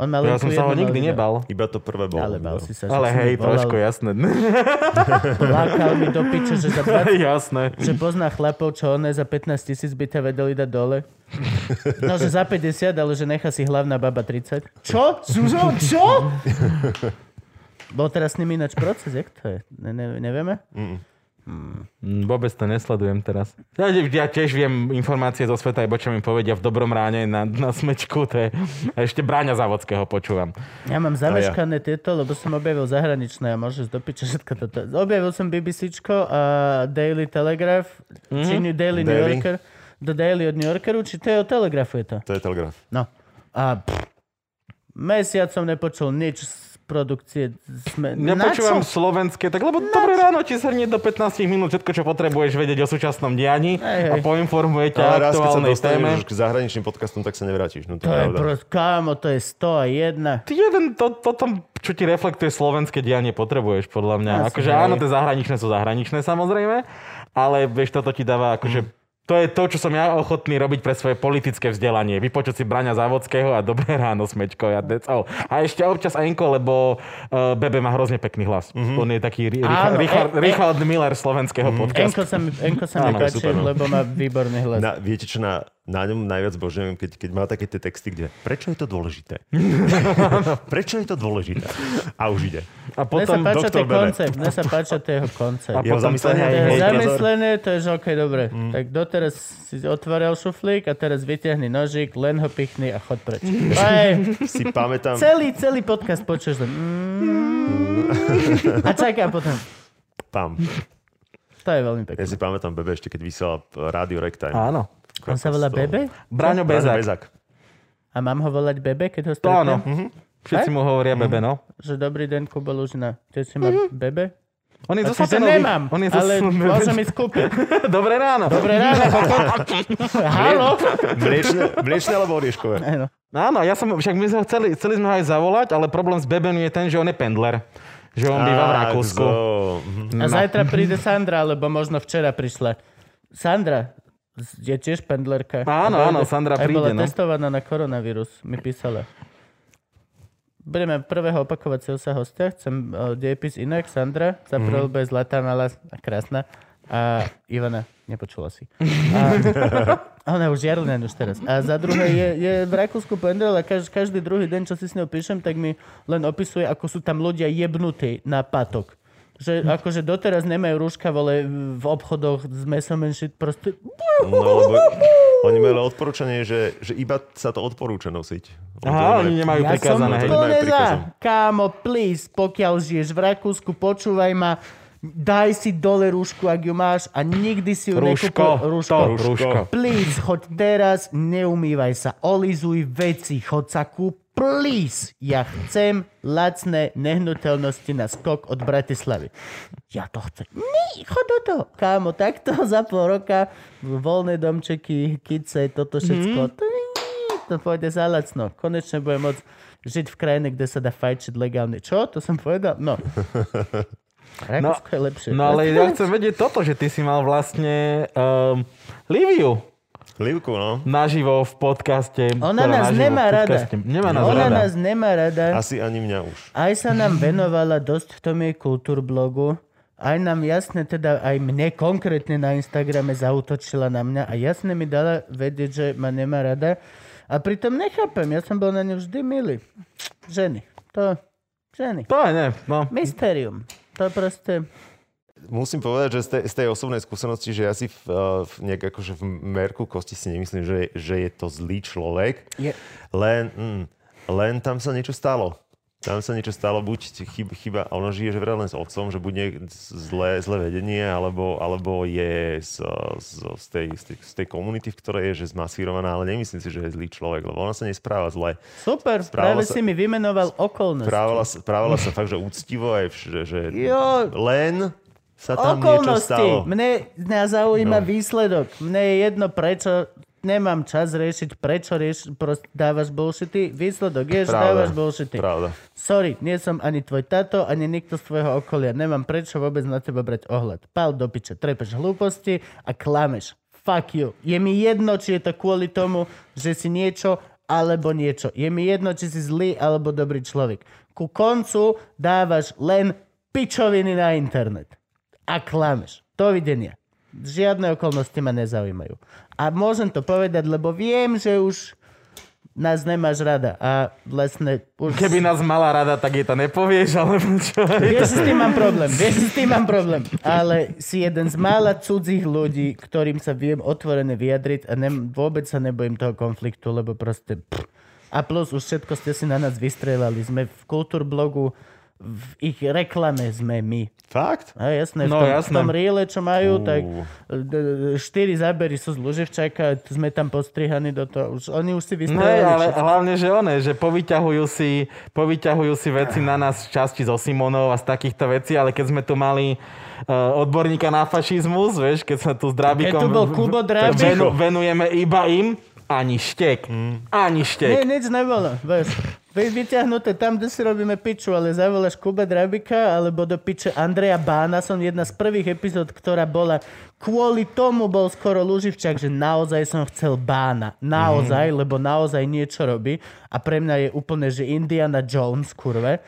[SPEAKER 1] On mal
[SPEAKER 3] No,
[SPEAKER 1] len
[SPEAKER 2] Ja
[SPEAKER 1] tú
[SPEAKER 2] som sa ho
[SPEAKER 1] jednu
[SPEAKER 2] nikdy
[SPEAKER 1] video.
[SPEAKER 2] nebal.
[SPEAKER 3] Iba to prvé bolo. no.
[SPEAKER 1] Ale bal si sa, že si
[SPEAKER 2] Ale
[SPEAKER 1] mi
[SPEAKER 2] hej,
[SPEAKER 1] volal,
[SPEAKER 2] trošku, jasné.
[SPEAKER 1] Plakal mi do piče, že, za 20,
[SPEAKER 2] jasné.
[SPEAKER 1] že pozná chlapov, čo one za 15 tisíc by ťa vedeli dať dole. No, že za 50, ale že nechá si hlavná baba 30. Čo? Zuzo, čo? Bol teraz s ním ináč proces, jak to je? Ne, ne, nevieme?
[SPEAKER 2] Mm, Vôbec to nesledujem teraz. Ja, ja tiež viem informácie zo sveta, iba čo mi povedia v dobrom ráne na, na smečku. To je, a ešte Bráňa Závodského počúvam.
[SPEAKER 1] Ja mám zameškané tieto, lebo som objavil zahraničné a môžeš do piče všetko toto. Objavil som BBCčko a Daily Telegraph,
[SPEAKER 2] Mhm.
[SPEAKER 1] mm-hmm. či New Daily, New
[SPEAKER 3] Daily.
[SPEAKER 1] Yorker. Do Daily od New Yorkeru, či to je od Telegrafu je to?
[SPEAKER 3] To je telegraf.
[SPEAKER 1] No. A pff, mesiac som nepočul nič z produkcie. Sme...
[SPEAKER 2] Ja
[SPEAKER 1] Na
[SPEAKER 2] počúvam
[SPEAKER 1] čo?
[SPEAKER 2] slovenské, tak lebo dobré ráno ti shrnie do 15 minút všetko, čo potrebuješ vedieť o súčasnom dianí
[SPEAKER 1] Hej, hej.
[SPEAKER 2] a poinformuje ťa o
[SPEAKER 3] Ale raz, keď sa
[SPEAKER 2] aktuálnej téme.
[SPEAKER 3] dostaneš už k zahraničným podcastom, tak sa nevrátiš. No to,
[SPEAKER 1] To
[SPEAKER 3] je
[SPEAKER 1] je
[SPEAKER 3] pravda.
[SPEAKER 1] pro... Kámo, to je 101.
[SPEAKER 2] Ty jeden, to, to tam, čo ti reflektuje slovenské dianie, potrebuješ, podľa mňa.
[SPEAKER 1] Asi,
[SPEAKER 2] akože
[SPEAKER 1] hej.
[SPEAKER 2] áno, tie zahraničné sú zahraničné, samozrejme, ale vieš, toto ti dáva, akože
[SPEAKER 1] Mhm.
[SPEAKER 2] to je to, čo som ja ochotný robiť pre svoje politické vzdelanie. Vypočuť si Braňa Závodského a dobré ráno, Smečko. Ja, that's all. A ešte občas Enko, lebo uh, Bebe má hrozne pekný hlas. On je taký ri- Richard,
[SPEAKER 1] Mhm. Áno,
[SPEAKER 2] Richard,
[SPEAKER 1] e- Mhm. e-
[SPEAKER 2] Richard Miller slovenského podcastu.
[SPEAKER 1] Enko sa mi, Enko sa mi
[SPEAKER 2] Áno,
[SPEAKER 1] páči,
[SPEAKER 3] super, no.
[SPEAKER 1] lebo má výborný hlas.
[SPEAKER 3] Na, viete, čo na, na ňom najviac božujem, keď, keď má také tie texty, kde prečo je to dôležité? prečo je to dôležité? A už ide.
[SPEAKER 2] A
[SPEAKER 1] Mne sa
[SPEAKER 2] potom...
[SPEAKER 1] páčia
[SPEAKER 3] doktor
[SPEAKER 1] tie
[SPEAKER 3] Bebe.
[SPEAKER 1] konce. Mne sa páčia tie jeho konce.
[SPEAKER 2] A
[SPEAKER 3] Jeho
[SPEAKER 2] potom to
[SPEAKER 3] zamyslenie
[SPEAKER 2] hej,
[SPEAKER 1] To
[SPEAKER 3] je
[SPEAKER 1] je
[SPEAKER 2] hej,
[SPEAKER 3] Hej,
[SPEAKER 1] zamyslené, to je že OK, dobre. Mm. Tak doteraz si otváral šuflík a teraz vyťahni nožík, len ho pichni a chod preč. Aj,
[SPEAKER 3] Si pamätám,
[SPEAKER 1] celý, celý podcast počuješ len. Mm. A čakaj a potom.
[SPEAKER 3] pam,
[SPEAKER 1] To je veľmi
[SPEAKER 3] ja
[SPEAKER 1] pekné.
[SPEAKER 3] si pamätám Bebe ešte, keď vysiela Radio Ragtime.
[SPEAKER 2] Áno.
[SPEAKER 1] On sa volá Bebe?
[SPEAKER 2] Braňo
[SPEAKER 3] Bezak.
[SPEAKER 2] Bezák.
[SPEAKER 3] Bezak.
[SPEAKER 1] A mám ho volať Bebe, keď ho
[SPEAKER 2] To áno.
[SPEAKER 1] stretnem?
[SPEAKER 2] Mhm. Všetci mu hovoria
[SPEAKER 1] Mhm.
[SPEAKER 2] Bebe, no.
[SPEAKER 1] Že dobrý deň, Kubo Lužina. Tiež si mám Bebe?
[SPEAKER 2] On je zo
[SPEAKER 1] Akože
[SPEAKER 2] Satenových-
[SPEAKER 1] nemám,
[SPEAKER 2] Mhm. On je zo
[SPEAKER 1] ale môžem ísť kúpiť.
[SPEAKER 2] Dobré ráno.
[SPEAKER 1] Dobre ráno. Halo?
[SPEAKER 3] Mliečne, mliečne alebo orieškové?
[SPEAKER 1] Áno.
[SPEAKER 2] Áno, ja som, však my sme ho chceli, chceli sme ho aj zavolať, ale problém s Bebenu je ten, že on je pendler. Že on býva v
[SPEAKER 3] Á,
[SPEAKER 2] Rakúsku. No.
[SPEAKER 3] zo- mhm.
[SPEAKER 1] A zajtra príde Sandra, alebo možno včera prišla. Sandra z- je tiež pendlerka.
[SPEAKER 2] Áno,
[SPEAKER 1] A
[SPEAKER 2] áno, Sandra
[SPEAKER 1] aj bola
[SPEAKER 2] príde, no.
[SPEAKER 1] testovaná na koronavírus, mi písala. Budeme prvého opakovacieho sa hostia, chcem eh, dejepis inak, Sandra, za prelbe zlatá, malá a krásna. A Ivana, nepočula si. A ona už jarlen už teraz. A za druhé je, je v Rakúsku pendel a kaž, každý druhý deň, čo si s ňou píšem, tak mi len opisuje, ako sú tam ľudia jebnutí na patok. Že akože doteraz nemajú rúška, vole, v obchodoch s mesom and shit, proste...
[SPEAKER 3] No, lebo oni mali odporúčanie, že, že iba sa to odporúča nosiť.
[SPEAKER 2] Aha, oni nemajú
[SPEAKER 1] Ja som
[SPEAKER 2] prikázané. hej.
[SPEAKER 3] to-
[SPEAKER 1] úplne
[SPEAKER 3] Nemajú
[SPEAKER 1] za.
[SPEAKER 3] príkazom.
[SPEAKER 1] Kámo, please, pokiaľ žiješ v Rakúsku, počúvaj ma, daj si dole rúšku, ak ju máš a nikdy si ju
[SPEAKER 2] Rúško,
[SPEAKER 1] nekúpil.
[SPEAKER 2] to, rúško.
[SPEAKER 1] Please, choď teraz, neumývaj sa, olizuj veci, choď sa kúp, please. Ja chcem lacné nehnuteľnosti na skok od Bratislavy. Ja to chcem. Nie, choď do toho. Kámo, takto za pol roka voľné domčeky, kice, toto všetko.
[SPEAKER 2] Mhm.
[SPEAKER 1] To, to pôjde za lacno. Konečne No. budem môcť žiť v krajine, kde sa dá fajčiť legálne. Čo? To som povedal? No. Rakúsko je lepšie.
[SPEAKER 2] No ale ja chcem vedieť toto, že ty si mal vlastne um, Liviu
[SPEAKER 3] Livku, no.
[SPEAKER 2] naživo v podcaste.
[SPEAKER 1] Ona
[SPEAKER 2] teda
[SPEAKER 1] nás
[SPEAKER 2] naživo
[SPEAKER 1] nemá
[SPEAKER 2] v
[SPEAKER 1] rada.
[SPEAKER 2] podcaste. Nemá nás
[SPEAKER 1] Ona
[SPEAKER 2] rada.
[SPEAKER 1] nás nemá rada.
[SPEAKER 3] Asi ani mňa už.
[SPEAKER 1] Aj sa nám venovala dosť v tom jej kultúrblogu. Aj nám jasne, teda aj mne konkrétne na Instagrame zautočila na mňa a jasne mi dala vedieť, že ma nemá rada. A pritom nechápem, ja som bol na ňu vždy milý. Ženy. To, ženy.
[SPEAKER 2] To je ne, no.
[SPEAKER 1] Mysterium. To proste...
[SPEAKER 3] Musím povedať, že z tej, z tej osobnej skúsenosti, že ja si v, eh, v, nejak akože v merku kosti si nemyslím, že, že je to zlý človek.
[SPEAKER 1] Je,
[SPEAKER 3] Len, mm, len tam sa niečo stalo. Tam sa niečo stalo, buď chyba, chyba a ono žije že vraj len s otcom, že buď nie zlé, zlé vedenie, alebo, alebo je z, z, z, tej, z, tej, z tej komunity, v ktorej je, že zmasírovaná, ale nemyslím si, že je zlý človek, lebo ona sa nespráva zle.
[SPEAKER 1] super,
[SPEAKER 3] Správalo
[SPEAKER 1] práve
[SPEAKER 3] sa-
[SPEAKER 1] si mi vymenoval okolnosti.
[SPEAKER 3] Správala, sa- správala sa fakt, že úctivo, aj vš, že, že
[SPEAKER 1] Jo.
[SPEAKER 3] len sa tam niečo
[SPEAKER 1] Okolnosti.
[SPEAKER 3] stalo.
[SPEAKER 1] Mne mňa zaujíma
[SPEAKER 3] No.
[SPEAKER 1] výsledok. Mne je jedno, prečo nemám čas riešiť, prečo rieš, prost, dávaš bullshity. Výsledok je, že
[SPEAKER 3] Pravda.
[SPEAKER 1] dávaš bullshity.
[SPEAKER 3] Pravda.
[SPEAKER 1] Sorry, nie som ani tvoj tato, ani nikto z tvojho okolia. Nemám prečo vôbec na teba brať ohľad. Pál do piče, trepeš hlúposti a klameš. Fuck you. Je mi jedno, či je to kvôli tomu, že si niečo alebo niečo. Je mi jedno, či si zlý alebo dobrý človek. Ku koncu dávaš len pičoviny na internet. A klameš. Dovidenia. Žiadne okolnosti ma nezaujímajú. A môžem to povedať, lebo viem, že už nás nemáš rada. A vlastne už...
[SPEAKER 2] Keby nás mala rada, tak jej to nepovieš, alebo čo?
[SPEAKER 1] Vieš, že s tým mám problém, vieš, že s tým mám problém. Ale si jeden z mála cudzích ľudí, ktorým sa viem otvorene vyjadriť a ne, vôbec sa nebojím toho konfliktu, lebo proste... Pff. A plus už všetko ste si na nás vystrelali. Sme v kultúrblogu, v ich reklame sme my.
[SPEAKER 3] Fakt?
[SPEAKER 1] A jasné,
[SPEAKER 2] No,
[SPEAKER 1] v tom,
[SPEAKER 2] jasné.
[SPEAKER 1] v tom reele, čo majú,
[SPEAKER 3] Ú.
[SPEAKER 1] tak d- d- štyri zábery sú z Luževčaka, t- sme tam postrihaní do toho. Už, oni už si
[SPEAKER 2] No
[SPEAKER 1] vystrelali.
[SPEAKER 2] ale
[SPEAKER 1] všetko.
[SPEAKER 2] hlavne, že one, že povyťahujú si, povyťahujú si veci na nás z časti zo Simonov a z takýchto vecí, ale keď sme tu mali uh, odborníka na fašizmus, vieš, keď sme tu s
[SPEAKER 1] Keď
[SPEAKER 2] Drabikom
[SPEAKER 1] tu bol Kubo Drábik. Mm.
[SPEAKER 2] venu, venujeme iba im, ani štek,
[SPEAKER 1] Nie,
[SPEAKER 2] ani štek.
[SPEAKER 1] nič nebolo. Vieš, Vy vyťahnuté tam, kde si robíme piču, ale zavoláš Kuba Drabika alebo do piče Andreja Bána. Som jedna z prvých epizód, ktorá bola kvôli tomu bol skoro Luživčak, že naozaj som chcel Bána. Naozaj, lebo naozaj niečo robí. A pre mňa je úplne, že Indiana Jones, kurve.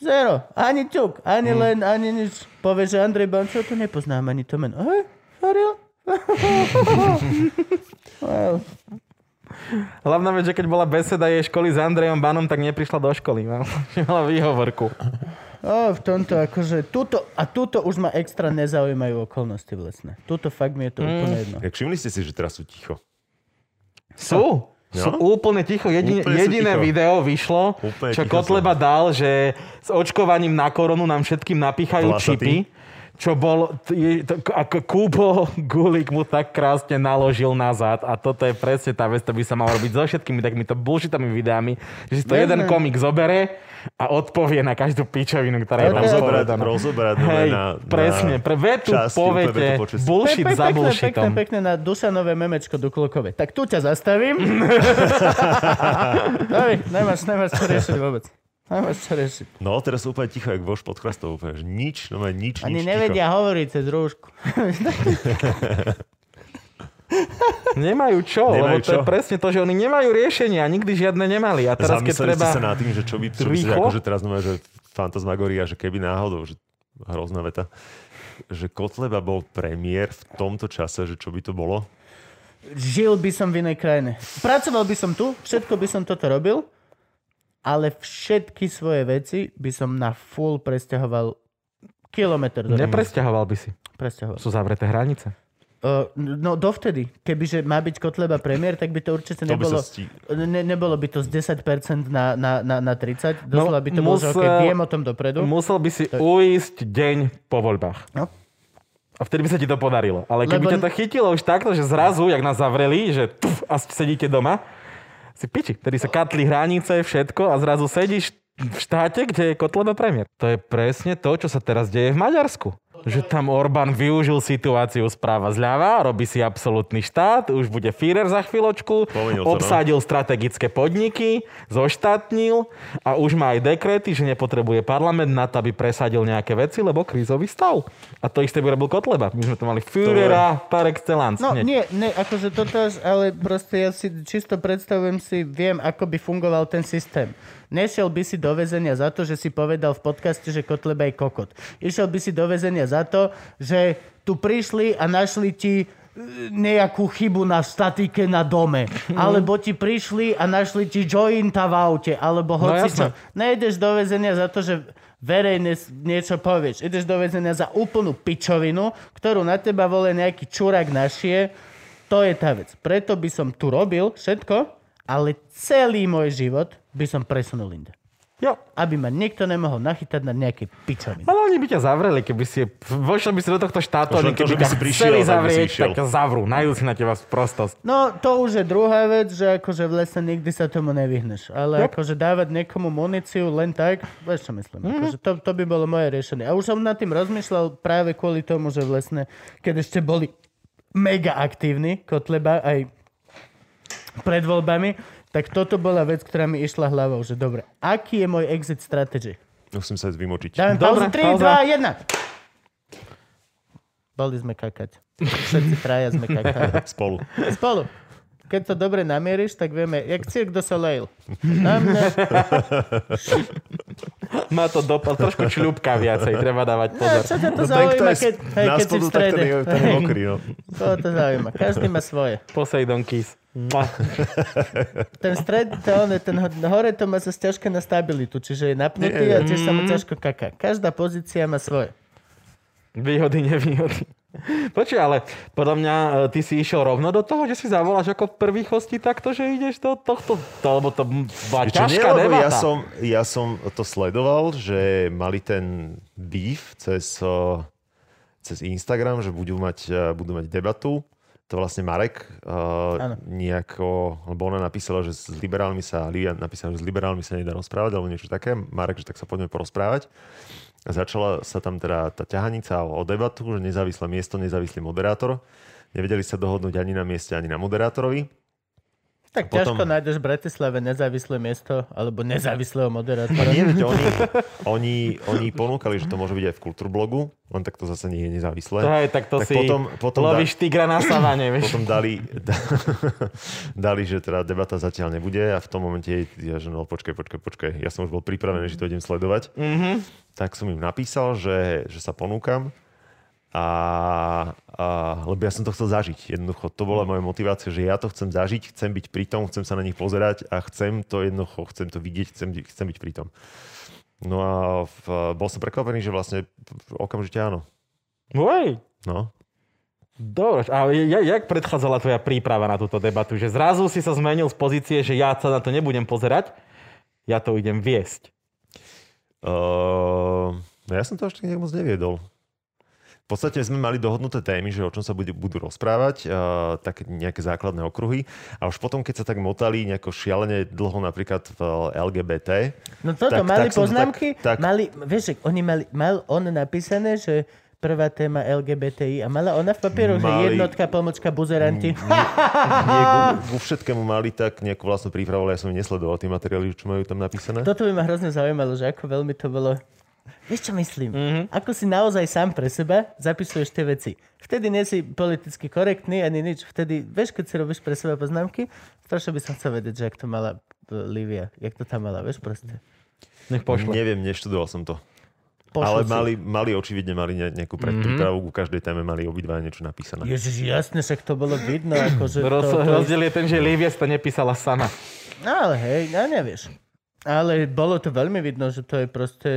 [SPEAKER 1] Zero. Ani ťuk, ani len, ani nič. Povie, že Andrej Bán, čo to nepoznám ani to meno. Hej, for real? well,
[SPEAKER 2] Hlavná vec, že keď bola beseda jej školy s Andrejom Banom, tak neprišla do školy. No. Mala výhovorku.
[SPEAKER 1] O, v tomto akože, tuto, a tuto už ma extra nezaujímajú okolnosti vlastne. Tuto fakt mi
[SPEAKER 2] Mm.
[SPEAKER 1] je to úplne jedno.
[SPEAKER 3] Tak všimli ste si, že teraz sú ticho.
[SPEAKER 2] Sú. Sú úplne ticho. Jedine,
[SPEAKER 3] Úplne sú
[SPEAKER 2] jediné
[SPEAKER 3] ticho.
[SPEAKER 2] video vyšlo,
[SPEAKER 3] Úplne
[SPEAKER 2] čo
[SPEAKER 3] ticho
[SPEAKER 2] Kotleba dal, že s očkovaním na koronu nám všetkým napíchajú
[SPEAKER 3] Vlasatý.
[SPEAKER 2] čipy. Čo bol, t- je, to, k- ako Kubo Gulik mu tak krásne naložil nazad a toto je presne tá vec, to by sa mal robiť so všetkými takýmito bullshitami videami, že si to
[SPEAKER 1] Jasné.
[SPEAKER 2] jeden komik zobere a odpovie na každú pičovinu, ktorá je tam
[SPEAKER 3] Rozobrať,
[SPEAKER 2] povedaná.
[SPEAKER 3] rozobrať
[SPEAKER 2] Hej,
[SPEAKER 3] na,
[SPEAKER 2] presne,
[SPEAKER 3] na
[SPEAKER 2] pre vetu
[SPEAKER 3] časti, úplne
[SPEAKER 2] povete
[SPEAKER 3] vetu po časti.
[SPEAKER 2] bullshit
[SPEAKER 1] Pe- pe-
[SPEAKER 2] za
[SPEAKER 1] pekné, pekné,
[SPEAKER 2] bullshitom.
[SPEAKER 1] pekné na Dusanové memečko Duklokové. Tak tu ťa zastavím. Dobre, nemáš, nemáš čo riešiť vôbec. Nemáš čo riešiť.
[SPEAKER 3] No, teraz sú úplne ticho, jak voš pod chrastou. Úplne, že nič, no nič,
[SPEAKER 1] Ani
[SPEAKER 3] nič
[SPEAKER 1] nevedia hovoriť cez rúšku.
[SPEAKER 2] Nemajú čo, nemajú
[SPEAKER 3] Nemajú
[SPEAKER 2] lebo to je
[SPEAKER 3] čo.
[SPEAKER 2] presne to, že oni nemajú riešenia, nikdy žiadne nemali. A
[SPEAKER 3] ticho.
[SPEAKER 2] teraz, keď
[SPEAKER 3] Zamysleli
[SPEAKER 2] treba...
[SPEAKER 3] ste sa nad tým, že čo by, čo by si,
[SPEAKER 2] Rýchlo?
[SPEAKER 3] akože teraz znamená, že fantasmagoria, že keby náhodou, že hrozná veta, že Kotleba bol premiér v tomto čase, že čo by to bolo?
[SPEAKER 1] Žil by som v inej krajine. Pracoval by som tu, všetko by som toto robil, ale všetky svoje veci by som na full presťahoval kilometr do Ríma.
[SPEAKER 2] Nepresťahoval by si.
[SPEAKER 1] Presťahoval.
[SPEAKER 2] Sú zavreté hranice.
[SPEAKER 1] Uh, no dovtedy, kebyže má byť Kotleba premiér, tak by to určite
[SPEAKER 3] To by
[SPEAKER 1] nebolo,
[SPEAKER 3] sa stí-
[SPEAKER 1] ne, nebolo by to z 10% na, na, na, na 30,
[SPEAKER 2] No,
[SPEAKER 1] doslova by to bolo, že
[SPEAKER 2] musel-
[SPEAKER 1] okay, viem o tom
[SPEAKER 3] No.
[SPEAKER 1] dopredu.
[SPEAKER 2] Musel by si uísť deň po voľbách.
[SPEAKER 1] No.
[SPEAKER 2] A vtedy by sa ti to podarilo. Ale keby
[SPEAKER 1] Lebo-
[SPEAKER 2] ťa to chytilo už takto, že zrazu, jak nás zavreli, že tuf, a sedíte doma, si piči, vtedy sa katli hranice, všetko a zrazu sedíš v štáte, kde je Kotleba premiér. To je presne to, čo sa teraz deje v Maďarsku. že tam Orbán využil situáciu správa zľava, robí si absolútny štát, už bude Führer za chvíľočku,
[SPEAKER 3] Pomenil sa, no.
[SPEAKER 2] obsadil strategické podniky, zoštátnil a už má aj dekrety, že nepotrebuje parlament na to, aby presadil nejaké veci, lebo krízový stav. A to isté by robil Kotleba. My sme tu mali Führera par excellence.
[SPEAKER 1] No
[SPEAKER 2] hneď.
[SPEAKER 1] nie, nie, akože toto, až- ale proste ja si čisto predstavujem si, viem, ako by fungoval ten systém. Nešiel by si do väzenia za to, že si povedal v podcaste, že Kotleba je kokot. Išiel by si do väzenia za to, že tu prišli a našli ti e, nejakú chybu na statike na dome. Alebo ti prišli a našli ti jointa v aute. Alebo hoci čo.
[SPEAKER 2] jasné.
[SPEAKER 1] Nejdeš do väzenia za to, že verejne s- niečo povieš. Ideš do väzenia za úplnú pičovinu, ktorú na teba vole nejaký čurák našie. To je tá vec. Preto by som tu robil všetko, ale celý môj život by som presunul inde.
[SPEAKER 2] Jo.
[SPEAKER 1] Aby ma nikto nemohol nachytať na nejakej pičovine.
[SPEAKER 2] Ale oni by ťa zavreli, keby si... Vošiel by si do tohto štátu,
[SPEAKER 3] Už
[SPEAKER 2] oni
[SPEAKER 3] len
[SPEAKER 2] keby
[SPEAKER 3] to, že by
[SPEAKER 2] ťa
[SPEAKER 3] si prišiel,
[SPEAKER 2] chceli
[SPEAKER 3] tak by si
[SPEAKER 2] zavrieť,
[SPEAKER 3] išiel.
[SPEAKER 2] tak ťa zavrú. Najú si na teba sprostosť.
[SPEAKER 1] No, to už je druhá vec, že akože vlastne nikdy sa tomu nevyhneš.
[SPEAKER 2] No.
[SPEAKER 1] Ale akože dávať niekomu muníciu len tak, vieš čo
[SPEAKER 2] Mhm.
[SPEAKER 1] myslím. Akože to, to by bolo moje riešenie. A už som nad tým rozmýšľal práve kvôli tomu, že vlastne, keď ešte boli mega aktívni, Kotleba aj pred voľbami, tak toto bola vec, ktorá mi išla hlavou, že dobre, aký je môj exit strategy?
[SPEAKER 3] Musím sa vymočiť.
[SPEAKER 1] Dáme pauzu,
[SPEAKER 2] Dobre,
[SPEAKER 1] 3,
[SPEAKER 2] pauza.
[SPEAKER 1] 2, 1. Boli sme kakať. Všetci traja sme kakali.
[SPEAKER 3] Spolu.
[SPEAKER 1] Spolu. Keď to dobre namieríš, tak vieme, jak cirk do Soleil. Na mne,
[SPEAKER 2] Má to dopad, trošku čľúbka viacej, treba dávať pozor.
[SPEAKER 1] Eh, čo ťa to
[SPEAKER 3] No
[SPEAKER 1] zaujíma, keď, hej,
[SPEAKER 3] na
[SPEAKER 1] keď si v
[SPEAKER 3] spodu, tak
[SPEAKER 1] strede.
[SPEAKER 3] ten je, ten je mokrý, no.
[SPEAKER 1] To, to zaujíma. Každý má svoje.
[SPEAKER 2] Poseidon Kiss. Mua.
[SPEAKER 1] Ten stred, to on, je- ten ho- hore to má zase ťažké na stabilitu, čiže je napnutý a tiež sa mu ťažko kaká. Každá pozícia má svoje.
[SPEAKER 2] Výhody, nevýhody. Počuj, ale podľa mňa e, ty si išiel rovno do toho, že si zavoláš ako prvý hosti takto, že ideš do tohto, to, lebo to bola
[SPEAKER 3] Čo, nie,
[SPEAKER 2] ťažká
[SPEAKER 3] lebo
[SPEAKER 2] debata.
[SPEAKER 3] ja som, ja som to sledoval, že mali ten beef cez, eh, cez Instagram, že budú mať, eh, budú mať debatu. To vlastne Marek uh,
[SPEAKER 1] Áno.
[SPEAKER 3] nejako, lebo ona napísala, že s liberálmi sa, Livia napísala, že s liberálmi sa nedá rozprávať, alebo niečo také. Marek, že tak sa poďme porozprávať. A Začala sa tam teda tá ťahanica o, o debatu, že nezávislé miesto, nezávislý moderátor. Nevedeli sa dohodnúť ani na mieste, ani na moderátorovi.
[SPEAKER 1] Tak
[SPEAKER 3] A potom-
[SPEAKER 1] ťažko nájdeš v Bratislave nezávislé miesto alebo nezávislého moderátora.
[SPEAKER 3] Nie, veď oni, oni, oni ponúkali, že to môže byť aj v kultúrblogu, len tak to zase nie je nezávislé.
[SPEAKER 2] To je, tak to
[SPEAKER 3] Tak
[SPEAKER 2] si
[SPEAKER 3] potom, potom,
[SPEAKER 2] lovíš
[SPEAKER 3] da,
[SPEAKER 2] tigra na savane, vieš.
[SPEAKER 3] potom dali, da, dali, že teda debata zatiaľ nebude a v tom momente je, ja, že no počkaj, počkaj, počkaj, ja som už bol pripravený, že to idem sledovať. Mm-hmm. Tak som im napísal, že, že sa ponúkam. A, a, lebo ja som to chcel zažiť. Jednoducho, to bola moja motivácia, že ja to chcem zažiť, chcem byť pri tom, chcem sa na nich pozerať a chcem to jednoducho, chcem to vidieť, chcem, byť- chcem byť pri tom. No a v, bol som prekvapený, že vlastne okamžite áno.
[SPEAKER 2] Uej,
[SPEAKER 3] No.
[SPEAKER 2] Dobre, a ja- jak predchádzala tvoja príprava na túto debatu? Že zrazu si sa zmenil z pozície, že ja sa na to nebudem pozerať, ja to idem viesť.
[SPEAKER 3] Uh, no ja som to až tak nejak moc neviedol. V podstate sme mali dohodnuté témy, že o čom sa bude, budú rozprávať, uh, tak nejaké základné okruhy. A už potom, keď sa tak motali nejako šialene dlho napríklad v LGBT,
[SPEAKER 1] No toto,
[SPEAKER 3] Tak-
[SPEAKER 1] mali
[SPEAKER 3] tak som-
[SPEAKER 1] poznámky,
[SPEAKER 3] tak- tak-
[SPEAKER 1] mali, vieš, že oni mali, mal on napísané, že prvá téma LGBTI a mala ona v papieroch,
[SPEAKER 3] Mali- Mhm.
[SPEAKER 1] že jednotka, pomočka, buzeranti.
[SPEAKER 3] nie, ku, ku všetkému mali tak nejakú vlastnú prípravu, ale ja som ju nesledoval tie materiály, čo majú tam napísané.
[SPEAKER 1] Toto by ma hrozne zaujímalo, že ako veľmi to bolo... Vieš, čo myslím?
[SPEAKER 3] Mhm.
[SPEAKER 1] Mm-hmm. Ako si naozaj sám pre seba zapisuješ tie veci. Vtedy nie si politicky korektný ani nič. Vtedy, vieš, keď si robíš pre seba poznámky, strašne by som chcel vedieť, že ak to mala e, Livia, jak to tam mala, vieš proste.
[SPEAKER 2] Nech pošle.
[SPEAKER 3] Neviem, neštudoval som to.
[SPEAKER 1] Pošli
[SPEAKER 3] ale
[SPEAKER 1] si.
[SPEAKER 3] mali, mali očividne mali ne- nejakú predprípravu, ku každej téme mali obidva niečo napísané.
[SPEAKER 1] Ježiš, jasne, však to bolo vidno, akože... to,
[SPEAKER 2] Roz,
[SPEAKER 1] to,
[SPEAKER 2] rozdiel je ten, že Livia si to nepísala sama.
[SPEAKER 1] No ale hej, ja nevieš. Ale bolo to veľmi vidno, že to je proste...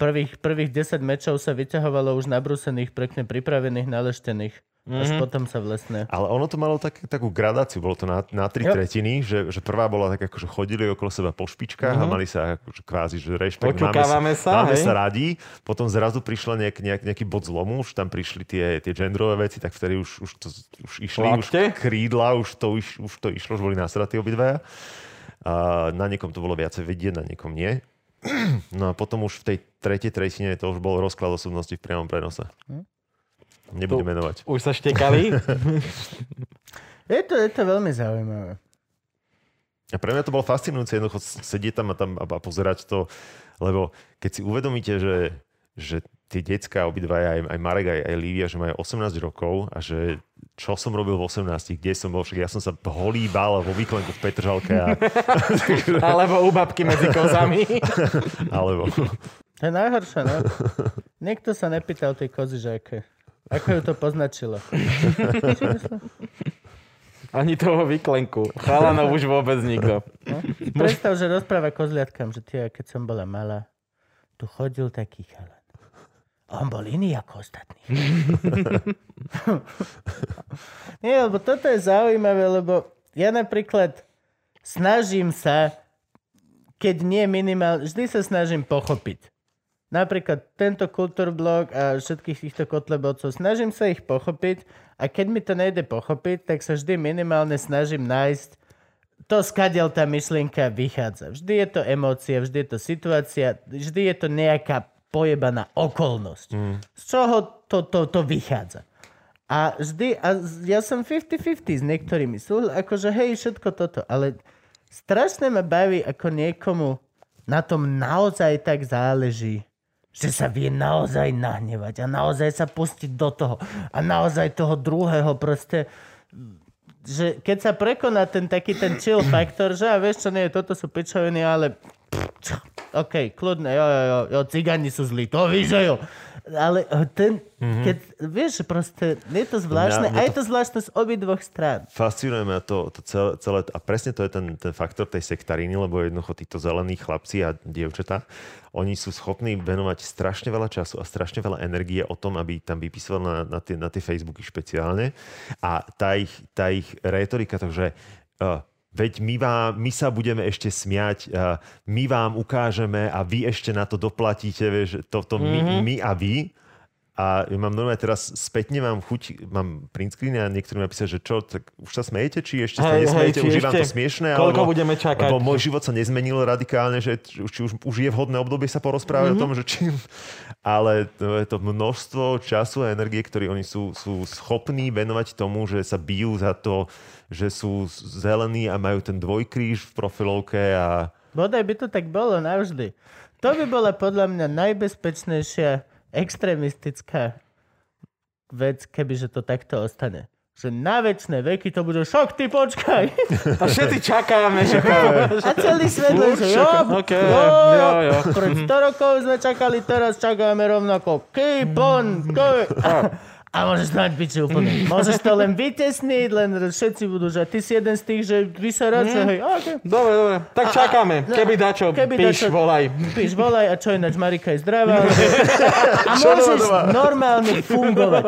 [SPEAKER 1] Prvých, prvých 10 mečov sa vyťahovalo už nabrúsených, pekne pripravených, naleštených. Mm-hmm. Až potom sa vlastne...
[SPEAKER 3] Ale ono to malo tak, takú gradáciu, bolo to na, na tri
[SPEAKER 1] Jo.
[SPEAKER 3] tretiny, že, že prvá bola tak, ako, že chodili okolo seba po špičkách mm-hmm. a mali sa akože kvázi, že rešpekt,
[SPEAKER 2] Oťukávame
[SPEAKER 3] máme
[SPEAKER 2] Mhm. sa,
[SPEAKER 3] máme
[SPEAKER 2] hej.
[SPEAKER 3] sa radi. Potom zrazu prišla nejak, nejak, nejaký bod zlomu, už tam prišli tie, tie genderové veci, tak vtedy už, už, to, už išli,
[SPEAKER 2] Lakte?
[SPEAKER 3] už krídla, už to, iš, už to išlo, už boli násratí obidvaja. A na niekom to bolo viacej vidieť, na niekom nie. No a potom už v tej tretej tretine to už bol rozklad osobnosti v priamom prenose.
[SPEAKER 2] Hm.
[SPEAKER 3] Nebudem
[SPEAKER 2] To-
[SPEAKER 3] menovať.
[SPEAKER 2] Už sa štekali.
[SPEAKER 1] Je to, je to veľmi zaujímavé.
[SPEAKER 3] A pre mňa to bolo fascinujúce jednoducho s- sedieť tam a, tam a, a pozerať to, lebo keď si uvedomíte, že, že tie decka, obidvaja, aj, aj Marek, aj, aj Lívia, že majú 18 rokov a že čo som robil v 18, kde som bol, však ja som sa holíbal vo výklenku v Petržalke a,
[SPEAKER 2] Alebo u babky medzi kozami.
[SPEAKER 3] alebo...
[SPEAKER 1] To je najhoršie, no. Niekto sa nepýtal tej kozy, že aké. Ako ju to poznačilo?
[SPEAKER 2] Ani toho vyklenku. Chalanov už vôbec nikto.
[SPEAKER 1] Predstav, že rozpráva kozliatkám, že tie, keď som bola malá, tu chodil taký chalan. On bol iný ako ostatní. Nie, lebo toto je zaujímavé, lebo ja napríklad snažím sa, keď nie minimálne, vždy sa snažím pochopiť. Napríklad tento kultúrblog a všetkých týchto kotlebovcov, snažím sa ich pochopiť a keď mi to nejde pochopiť, tak sa vždy minimálne snažím nájsť to, skadiaľ tá myšlienka vychádza. Vždy je to emócia, vždy je to situácia, vždy je to nejaká pojebaná okolnosť. Mm. Z čoho to, to, to vychádza? A vždy, a z- ja som 50-50 s niektorými, sú akože hej, všetko toto, ale strašne ma baví, ako niekomu na tom naozaj tak záleží, že sa vie naozaj nahnevať a naozaj sa pustiť do toho a naozaj toho druhého proste že keď sa prekoná ten taký ten chill faktor, že a vieš čo, nie, toto sú pičoviny, ale pff, čo, OK, kľudne, jo, jo, jo, jo, cigani sú zlí, to víš, že jo. Ale eh, ten, mm-hmm. keď, vieš, že proste, je to zvláštne,
[SPEAKER 3] Mňa-
[SPEAKER 1] no,
[SPEAKER 3] mňa
[SPEAKER 1] a je to zvláštne z obidvoch strán.
[SPEAKER 3] fascinuje ma to, to celé, celé, a presne to je ten, ten faktor tej sektariny, lebo jednoducho títo zelení chlapci a dievčatá, oni sú schopní venovať strašne veľa času a strašne veľa energie o tom, aby tam vypísali na, na, tie, na tie Facebooky špeciálne. A tá ich, tá ich retorika, takže uh, veď my, vám, my sa budeme ešte smiať, uh, my vám ukážeme a vy ešte na to doplatíte, vieš, to, to mm-hmm. my, my a vy. A ja mám normálne teraz spätne mám chuť, mám print screen a niektorí mi napísali, že čo, tak už sa smejete, či ešte sa
[SPEAKER 2] Hej, hej,
[SPEAKER 3] nesmejete,
[SPEAKER 2] či
[SPEAKER 3] už je vám
[SPEAKER 2] ešte-
[SPEAKER 3] to smiešné,
[SPEAKER 2] koľko budeme čakať?
[SPEAKER 3] Lebo môj život sa nezmenil radikálne, že či už, či už, už je vhodné obdobie sa porozprávať
[SPEAKER 2] Mhm.
[SPEAKER 3] mm-hmm. o tom, že čím... Ale to je to množstvo času a energie, ktoré oni sú, sú schopní venovať tomu, že sa bijú za to, že sú zelení a majú ten dvojkríž v profilovke a...
[SPEAKER 1] Bodaj by to tak bolo navždy. To by bola podľa mňa najbezpečnejšia extrémistická vec, kebyže to takto ostane. Že na večné veky to bude šok, ty počkaj.
[SPEAKER 2] A všetci čakáme, že
[SPEAKER 1] A celý svet len, že jo,
[SPEAKER 2] Ok,
[SPEAKER 1] jo,
[SPEAKER 2] jo, jo.
[SPEAKER 1] pred 100 rokov sme čakali, teraz čakáme rovnako. Keep on, go. A môžeš mať byť úplne. Môžeš to len vytesniť, len všetci budú, že ty si jeden z tých, že vyserace, hej, okay.
[SPEAKER 2] Dobre, dobre. Tak čakáme. Keby dačo,
[SPEAKER 1] Keby dačo-
[SPEAKER 2] píš, volaj.
[SPEAKER 1] Píš, volaj a čo ináč, Marika je zdravá. ale- A môžeš normálne fungovať.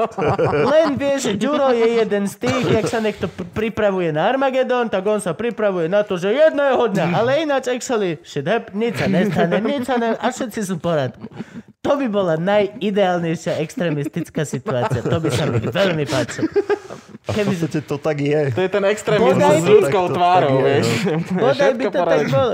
[SPEAKER 1] Len vieš, že Ďuro je jeden z tých, jak sa niekto pr- pripravuje na Armagedon, tak on sa pripravuje na to, že jedného dňa, ale ináč actually, shit hap, nič sa nestane, nič sa ne... A všetci sú v poriadku. To by bola najideálnejšia extrémistická situácia. To by sa mi veľmi páčilo. Keby
[SPEAKER 3] Podstate to tak je.
[SPEAKER 2] To je ten extrémizmus
[SPEAKER 1] Bodaj
[SPEAKER 2] s
[SPEAKER 1] by-
[SPEAKER 2] ľudskou
[SPEAKER 3] Tak to-
[SPEAKER 2] tvárou,
[SPEAKER 3] tak je,
[SPEAKER 2] vieš.
[SPEAKER 1] bodaj by
[SPEAKER 2] Všetko
[SPEAKER 1] to tak
[SPEAKER 2] poriadne.
[SPEAKER 1] bolo.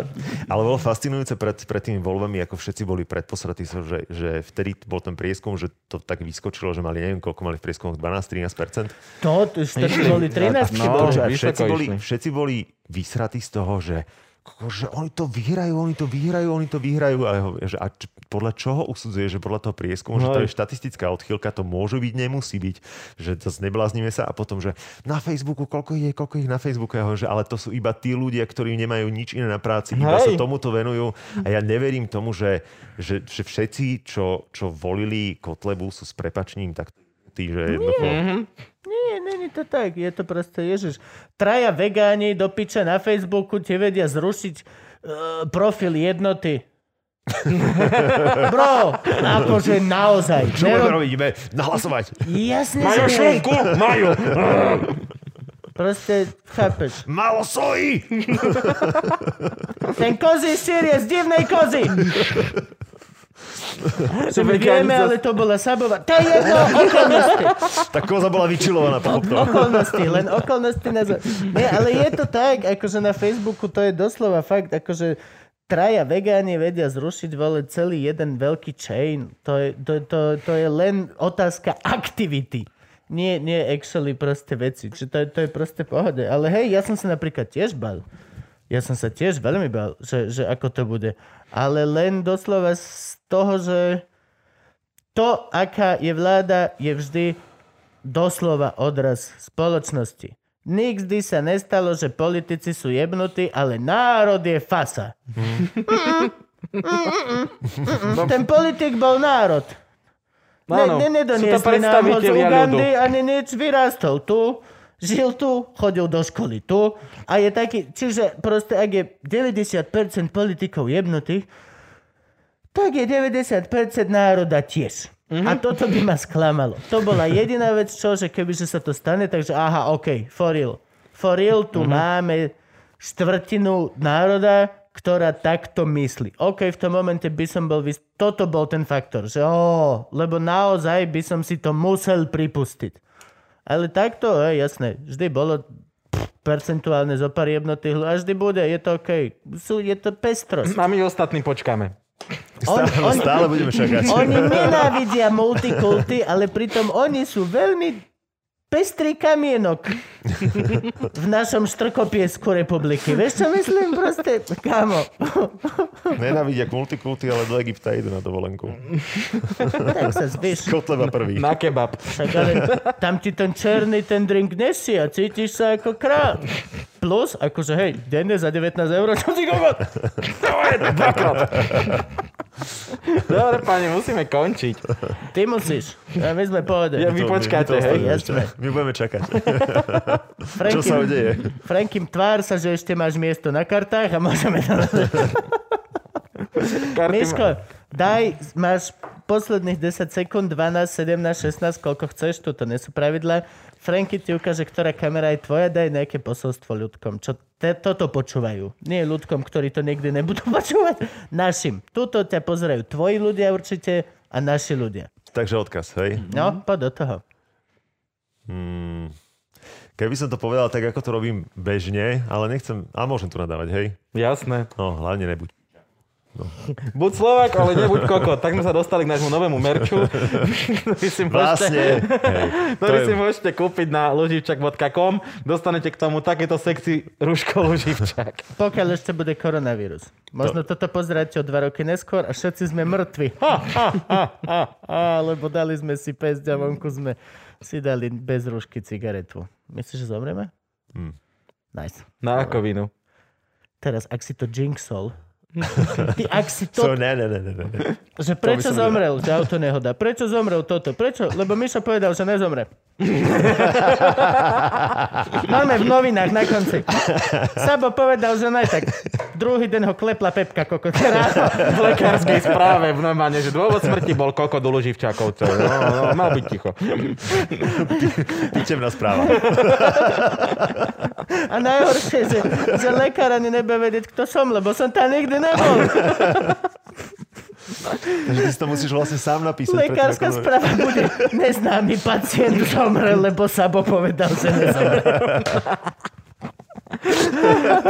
[SPEAKER 3] Ale bolo fascinujúce pred, pred tými voľbami, ako všetci boli predposratí, so, že, že vtedy bol ten prieskum, že to tak vyskočilo, že mali, neviem, koľko mali v prieskumoch, 12-13%.
[SPEAKER 1] To, to, to boli 13
[SPEAKER 2] No,
[SPEAKER 3] Bolo, že aj
[SPEAKER 2] vysoko
[SPEAKER 3] všetci, boli,
[SPEAKER 2] išli.
[SPEAKER 3] všetci boli vysratí z toho, že koko, že oni to vyhrajú, oni to vyhrajú, oni to vyhrajú. A, ja ho- že, a č, podľa čoho usudzuje, že podľa toho prieskumu, že to
[SPEAKER 2] Hej.
[SPEAKER 3] je štatistická odchýlka, to môže byť, nemusí byť. Že zase nebláznime sa a potom, že na Facebooku, koľko ich je, koľko ich na Facebooku. Ja ho, že, ale to sú iba tí ľudia, ktorí nemajú nič iné na práci, iba sa
[SPEAKER 2] Hej.
[SPEAKER 3] tomuto venujú. A ja neverím tomu, že, že, že všetci, čo, čo volili Kotlebu, sú s prepačním tak tí, že jednoducho...
[SPEAKER 1] Nie, není to tak. Je to proste, ježiš, traja vegáni do piče na Facebooku ti vedia zrušiť e, profil jednoty. Bro, akože naozaj.
[SPEAKER 3] Čo budeme robiť? Ideme nahlasovať.
[SPEAKER 1] Jasne,
[SPEAKER 2] Majú
[SPEAKER 1] že nie.
[SPEAKER 2] šunku? Majú.
[SPEAKER 1] Proste, chápeš.
[SPEAKER 3] Malo soji!
[SPEAKER 1] Ten kozí sír je z divnej kozy. Čo my vieme, ale to bola sabová. To je jedno, okolnosti.
[SPEAKER 3] Tá koza bola vyčilovaná, pochop to.
[SPEAKER 1] Okolnosti, len okolnosti. Na... Nie, ale je to tak, akože na Facebooku to je doslova fakt, akože traja vegáni vedia zrušiť vole celý jeden veľký chain. To je, to, to, to je len otázka aktivity. Nie, nie actually proste veci. Čiže to, je- to je proste pohode. Ale hej, ja som sa napríklad tiež bal. Ja som sa tiež veľmi bal, že, že ako to bude. Ale len doslova z toho, že to, aká je vláda, je vždy doslova odraz spoločnosti. Nikdy sa nestalo, že politici sú jebnutí, ale národ je fasa. Mm. Ten politik bol národ. Ne,
[SPEAKER 2] Áno,
[SPEAKER 1] ne,
[SPEAKER 2] sú to
[SPEAKER 1] nedoniesli nám ho z
[SPEAKER 2] predstavitelia
[SPEAKER 1] Ugandy ani nič, vyrastol tu, žil tu, chodil do školy tu a je taký, čiže proste ak je 90% politikov jebnutých, tak je 90% národa tiež. Mm-hmm. A toto by ma sklamalo. To bola jediná vec, čo, že kebyže sa to stane, takže aha, OK, for real. For real, tu mm-hmm. máme štvrtinu národa, ktorá takto myslí. OK, v tom momente by som bol... Vys- toto bol ten faktor, že ó, lebo naozaj by som si to musel pripustiť. Ale takto, hej, jasné, vždy bolo pff, percentuálne zo pár jednotých, a vždy bude, je to OK. Sú, je to pestrosť.
[SPEAKER 2] A my ostatní počkáme.
[SPEAKER 1] On,
[SPEAKER 3] Stále,
[SPEAKER 1] on,
[SPEAKER 3] stále budeme čakať.
[SPEAKER 1] oni nenávidia multikulty, ale pritom oni sú veľmi pestrý kamienok v našom štrkopiesku republiky. Vieš, čo myslím? Proste, kámo,
[SPEAKER 3] Nenávidia k multikulty, ale do Egypta idú na dovolenku.
[SPEAKER 1] tak sa zvyš.
[SPEAKER 3] Kotleba prvý.
[SPEAKER 2] Na kebab.
[SPEAKER 1] Však ale tam ti ten černý ten drink nesie a cítiš sa ako král. Plus, akože hej, denne za 19 eur, čo si kokot?
[SPEAKER 2] Dobre, pani, musíme končiť.
[SPEAKER 1] Ty musíš. A my sme povedali.
[SPEAKER 2] Ja, vy počkáte,
[SPEAKER 3] my to
[SPEAKER 2] hej?
[SPEAKER 3] ostaneme ešte.
[SPEAKER 1] Jasné.
[SPEAKER 3] My budeme čakať. Čo
[SPEAKER 1] Franky-
[SPEAKER 3] sa udeje?
[SPEAKER 1] Frankim, tvár sa, že ešte máš miesto na kartách a môžeme to...
[SPEAKER 2] Karty ma-
[SPEAKER 1] Miško, daj, máš posledných 10 sekúnd, 12, 17, 16, koľko chceš, toto nie sú pravidlá. Franky ti ukáže, ktorá kamera je tvoja, daj nejaké posolstvo ľudkom, čo te, toto počúvajú. Nie ľudkom, ktorí to nikdy nebudú počúvať, našim. Tuto ťa pozerajú tvoji ľudia určite a naši ľudia.
[SPEAKER 3] Takže odkaz, hej? Hmm.
[SPEAKER 1] No, poď do toho.
[SPEAKER 3] Keby som to povedal tak, ako to robím bežne, ale nechcem... A môžem tu nadávať, hej?
[SPEAKER 2] Jasné.
[SPEAKER 3] No, hlavne nebuď.
[SPEAKER 2] Buď Slovak, ale nebuď koko. Tak sme sa dostali k nášmu novému merču, ktorý si môžete,
[SPEAKER 3] Vlastne. Hej, to
[SPEAKER 2] ktorý No
[SPEAKER 3] je,
[SPEAKER 2] si môžete kúpiť na loživčak.com. Dostanete k tomu takéto sexy rúško loživčak.
[SPEAKER 1] Pokiaľ ešte bude koronavírus. Možno toto pozeráte o dva roky neskôr a všetci sme mŕtvi. Ha, ha, ha, ha, ha, lebo dali sme si pesť a vonku sme si dali bez rúšky cigaretu. Myslíš, že zomreme? Nice.
[SPEAKER 2] Na akovinu.
[SPEAKER 1] Teraz, ak si to jinxol, ty ak si
[SPEAKER 3] to,
[SPEAKER 1] to,
[SPEAKER 3] ne, ne, ne, ne, ne.
[SPEAKER 1] že prečo
[SPEAKER 3] by som
[SPEAKER 1] zomrel, že auto nehoda, prečo zomrel toto, prečo, lebo Mišo povedal, že nezomre. Máme v novinách na konci. Sabo povedal, že ne, tak druhý deň ho klepla Pepka kokot.
[SPEAKER 2] V lekárskej správe v normálne, že dôvod smrti bol koko do loživčakovcov. No, no, mal byť ticho.
[SPEAKER 3] Píčemná správa.
[SPEAKER 1] A najhoršie, že, že lekár ani nebude vedieť, kto som, lebo som tam nikdy nebol.
[SPEAKER 3] Takže ty si to musíš vlastne sám napísať. predtým,
[SPEAKER 1] Lekárska
[SPEAKER 3] ako-
[SPEAKER 1] správa bude neznámy pacient zomrel, lebo Sabo povedal, že nezomrel.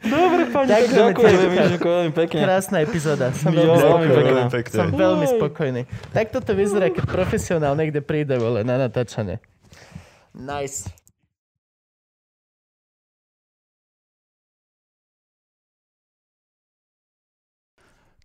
[SPEAKER 2] Dobre, pani,
[SPEAKER 1] Ďakujeme ti,
[SPEAKER 2] ďakujeme,
[SPEAKER 1] Richard.
[SPEAKER 2] Miško, veľmi pekne.
[SPEAKER 1] Krásna epizóda. Som
[SPEAKER 2] Jo,
[SPEAKER 1] veľmi
[SPEAKER 2] veľmi
[SPEAKER 1] spokojný.
[SPEAKER 2] pekná.
[SPEAKER 3] pekne.
[SPEAKER 1] Som veľmi spokojný. Tak toto vyzerá, keď profesionál niekde príde, vole, na natáčanie. Nice.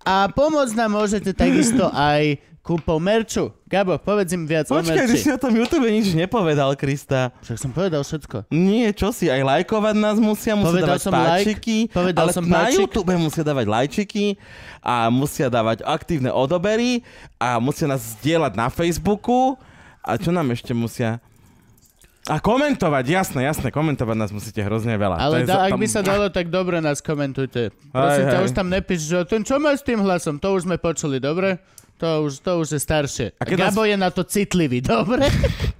[SPEAKER 4] A pomôcť nám môžete takisto aj kúpou merču. Gabo, povedz im viac o
[SPEAKER 5] Počkaj, ty
[SPEAKER 4] merči.
[SPEAKER 5] si o tom YouTube nič nepovedal, Krista.
[SPEAKER 4] Však som povedal všetko.
[SPEAKER 5] Nie, čo si, aj lajkovať nás musia, musia
[SPEAKER 4] Povedal
[SPEAKER 5] dávať
[SPEAKER 4] som
[SPEAKER 5] páčiky,
[SPEAKER 4] like, povedal
[SPEAKER 5] ale
[SPEAKER 4] som
[SPEAKER 5] na
[SPEAKER 4] páčik.
[SPEAKER 5] YouTube musia dávať lajčiky a musia dávať aktívne odobery a musia nás zdieľať na Facebooku a čo nám ešte musia... A komentovať, jasné, jasné, komentovať nás musíte hrozne veľa. To
[SPEAKER 4] Ale
[SPEAKER 5] je
[SPEAKER 4] da,
[SPEAKER 5] za-
[SPEAKER 4] ak
[SPEAKER 5] tam-
[SPEAKER 4] by sa dalo, tak dobre nás komentujte. Prosím ťa,
[SPEAKER 5] hej.
[SPEAKER 4] už tam nepíš, že ten čo má s tým hlasom, to už sme počuli, dobre? To už, to už je staršie. A
[SPEAKER 5] keď
[SPEAKER 4] Gabo je na to citlivý, dobre?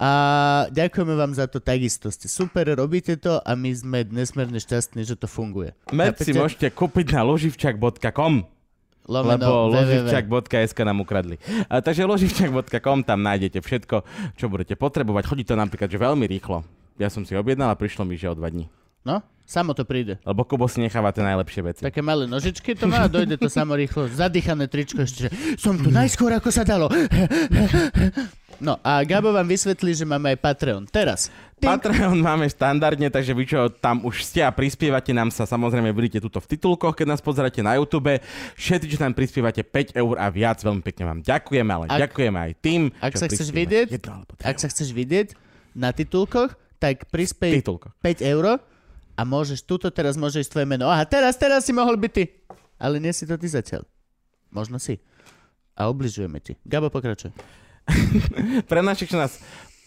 [SPEAKER 4] A ďakujeme vám za to takisto. Ste super, robíte to a my sme nesmierne šťastní, že to funguje.
[SPEAKER 5] Merch si
[SPEAKER 4] Chápete?
[SPEAKER 5] môžete kúpiť na loživčak.com
[SPEAKER 4] Lomeno
[SPEAKER 5] lebo
[SPEAKER 4] www.
[SPEAKER 5] loživčak.sk nám ukradli. A, takže loživčak.com, tam nájdete všetko, čo budete potrebovať. Chodí to napríklad že veľmi rýchlo. Ja som si objednal a prišlo mi, že o dva dní.
[SPEAKER 4] No, samo to príde.
[SPEAKER 5] Lebo Kubo si necháva tie najlepšie veci.
[SPEAKER 4] Také malé nožičky to má a dojde to samo rýchlo. Zadýchané tričko ešte, že som tu najskôr, ako sa dalo. No a Gabo vám vysvetlí, že máme aj Patreon. Teraz. Tink.
[SPEAKER 5] Patreon máme štandardne, takže vy čo tam už ste a prispievate nám sa, samozrejme vidíte tuto v titulkoch, keď nás pozeráte na YouTube. Všetci, čo nám prispievate 5 eur a viac, veľmi pekne vám ďakujeme, ale
[SPEAKER 4] Ak-
[SPEAKER 5] ďakujeme aj tým,
[SPEAKER 4] Ak
[SPEAKER 5] čo
[SPEAKER 4] sa chceš
[SPEAKER 5] prispievate
[SPEAKER 4] vidieť,
[SPEAKER 5] jedno alebo tri
[SPEAKER 4] ak
[SPEAKER 5] eur.
[SPEAKER 4] sa chceš vidieť na titulkoch, tak
[SPEAKER 5] V
[SPEAKER 4] prispej
[SPEAKER 5] titulkoch.
[SPEAKER 4] 5 eur a môžeš, tuto teraz môžeš tvoje meno. Aha, teraz, teraz si mohol byť ty. Ale nie si to ty zatiaľ. Možno si. A obližujeme ti. Gabo, pokračuj.
[SPEAKER 5] Pre našich nás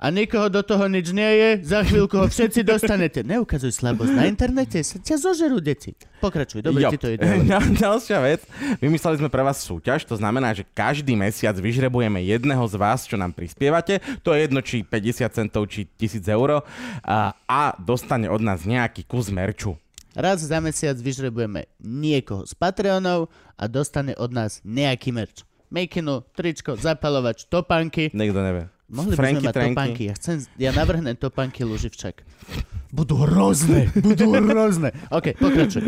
[SPEAKER 4] a nikoho do toho nič nie je. Za chvíľku ho všetci dostanete. Neukazuj slabosť na internete, sa ťa zožerú deti. Pokračuj, dobre, ti to ide.
[SPEAKER 5] Ďal, ďalšia vec, vymysleli sme pre vás súťaž, to znamená, že každý mesiac vyžrebujeme jedného z vás, čo nám prispievate, to je jedno či 50 centov, či 1000 eur a, a dostane od nás nejaký kus merču.
[SPEAKER 4] Raz za mesiac vyžrebujeme niekoho z Patreonov a dostane od nás nejaký merč. Mekinu, tričko, zapalovač, topánky.
[SPEAKER 5] Niekto nevie.
[SPEAKER 4] Mohli by
[SPEAKER 5] Franky,
[SPEAKER 4] sme mať
[SPEAKER 5] Tranky.
[SPEAKER 4] topánky. Ja, chcem, ja navrhnem topánky Luživčak. Budú hrozné, budú hrozné. OK, pokračuj.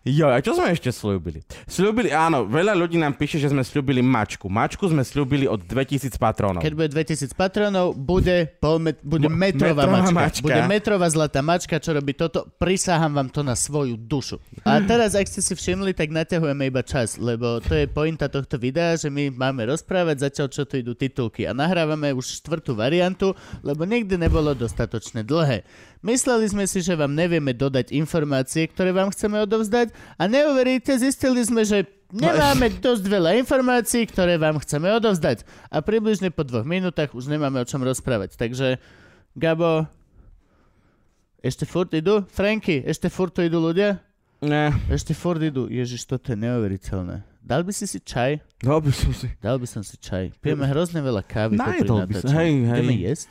[SPEAKER 5] Jo, a čo sme ešte slúbili? Slúbili, áno, veľa ľudí nám píše, že sme slúbili mačku. Mačku sme slúbili od 2000 patrónov.
[SPEAKER 4] Keď bude 2000 patronov, bude, pol met, bude
[SPEAKER 5] Bu-
[SPEAKER 4] metrová,
[SPEAKER 5] metrová
[SPEAKER 4] mačka.
[SPEAKER 5] mačka.
[SPEAKER 4] Bude metrová zlatá mačka, čo robí toto. Prisahám vám to na svoju dušu. A teraz, ak ste si všimli, tak naťahujeme iba čas, lebo to je pointa tohto videa, že my máme rozprávať zatiaľ, čo tu idú titulky. A nahrávame už štvrtú variantu, lebo nikdy nebolo dostatočne dlhé. Mysleli sme si, že vám nevieme dodať informácie, ktoré vám chceme odovzdať a neuveríte, zistili sme, že Nemáme dosť veľa informácií, ktoré vám chceme odovzdať. A približne po dvoch minútach už nemáme o čom rozprávať. Takže, Gabo, ešte furt idú? Franky, ešte furt tu idú ľudia?
[SPEAKER 5] Ne,
[SPEAKER 4] Ešte furt idú. Ježiš, toto je neuveriteľné. Dal by si si čaj?
[SPEAKER 5] dobre som si.
[SPEAKER 4] Dal by som si čaj. Pijeme hrozne veľa kávy. popri
[SPEAKER 5] Najedol by som.
[SPEAKER 4] natáčaní.
[SPEAKER 5] Hej, hej.
[SPEAKER 4] Ideme jesť?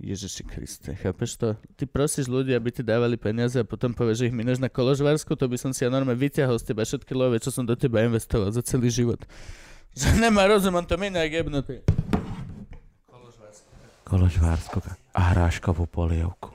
[SPEAKER 4] Ježiši Kriste, chápeš to? Ty prosíš ľudí, aby ti dávali peniaze a potom povieš, že ich mineš na koložvársku, to by som si ja normálne vyťahol z teba všetky love, čo som do teba investoval za celý život. Že nemá rozum, on to minie jak jebnutý.
[SPEAKER 5] Koložvárskú kapustu. A hráškovú polievku.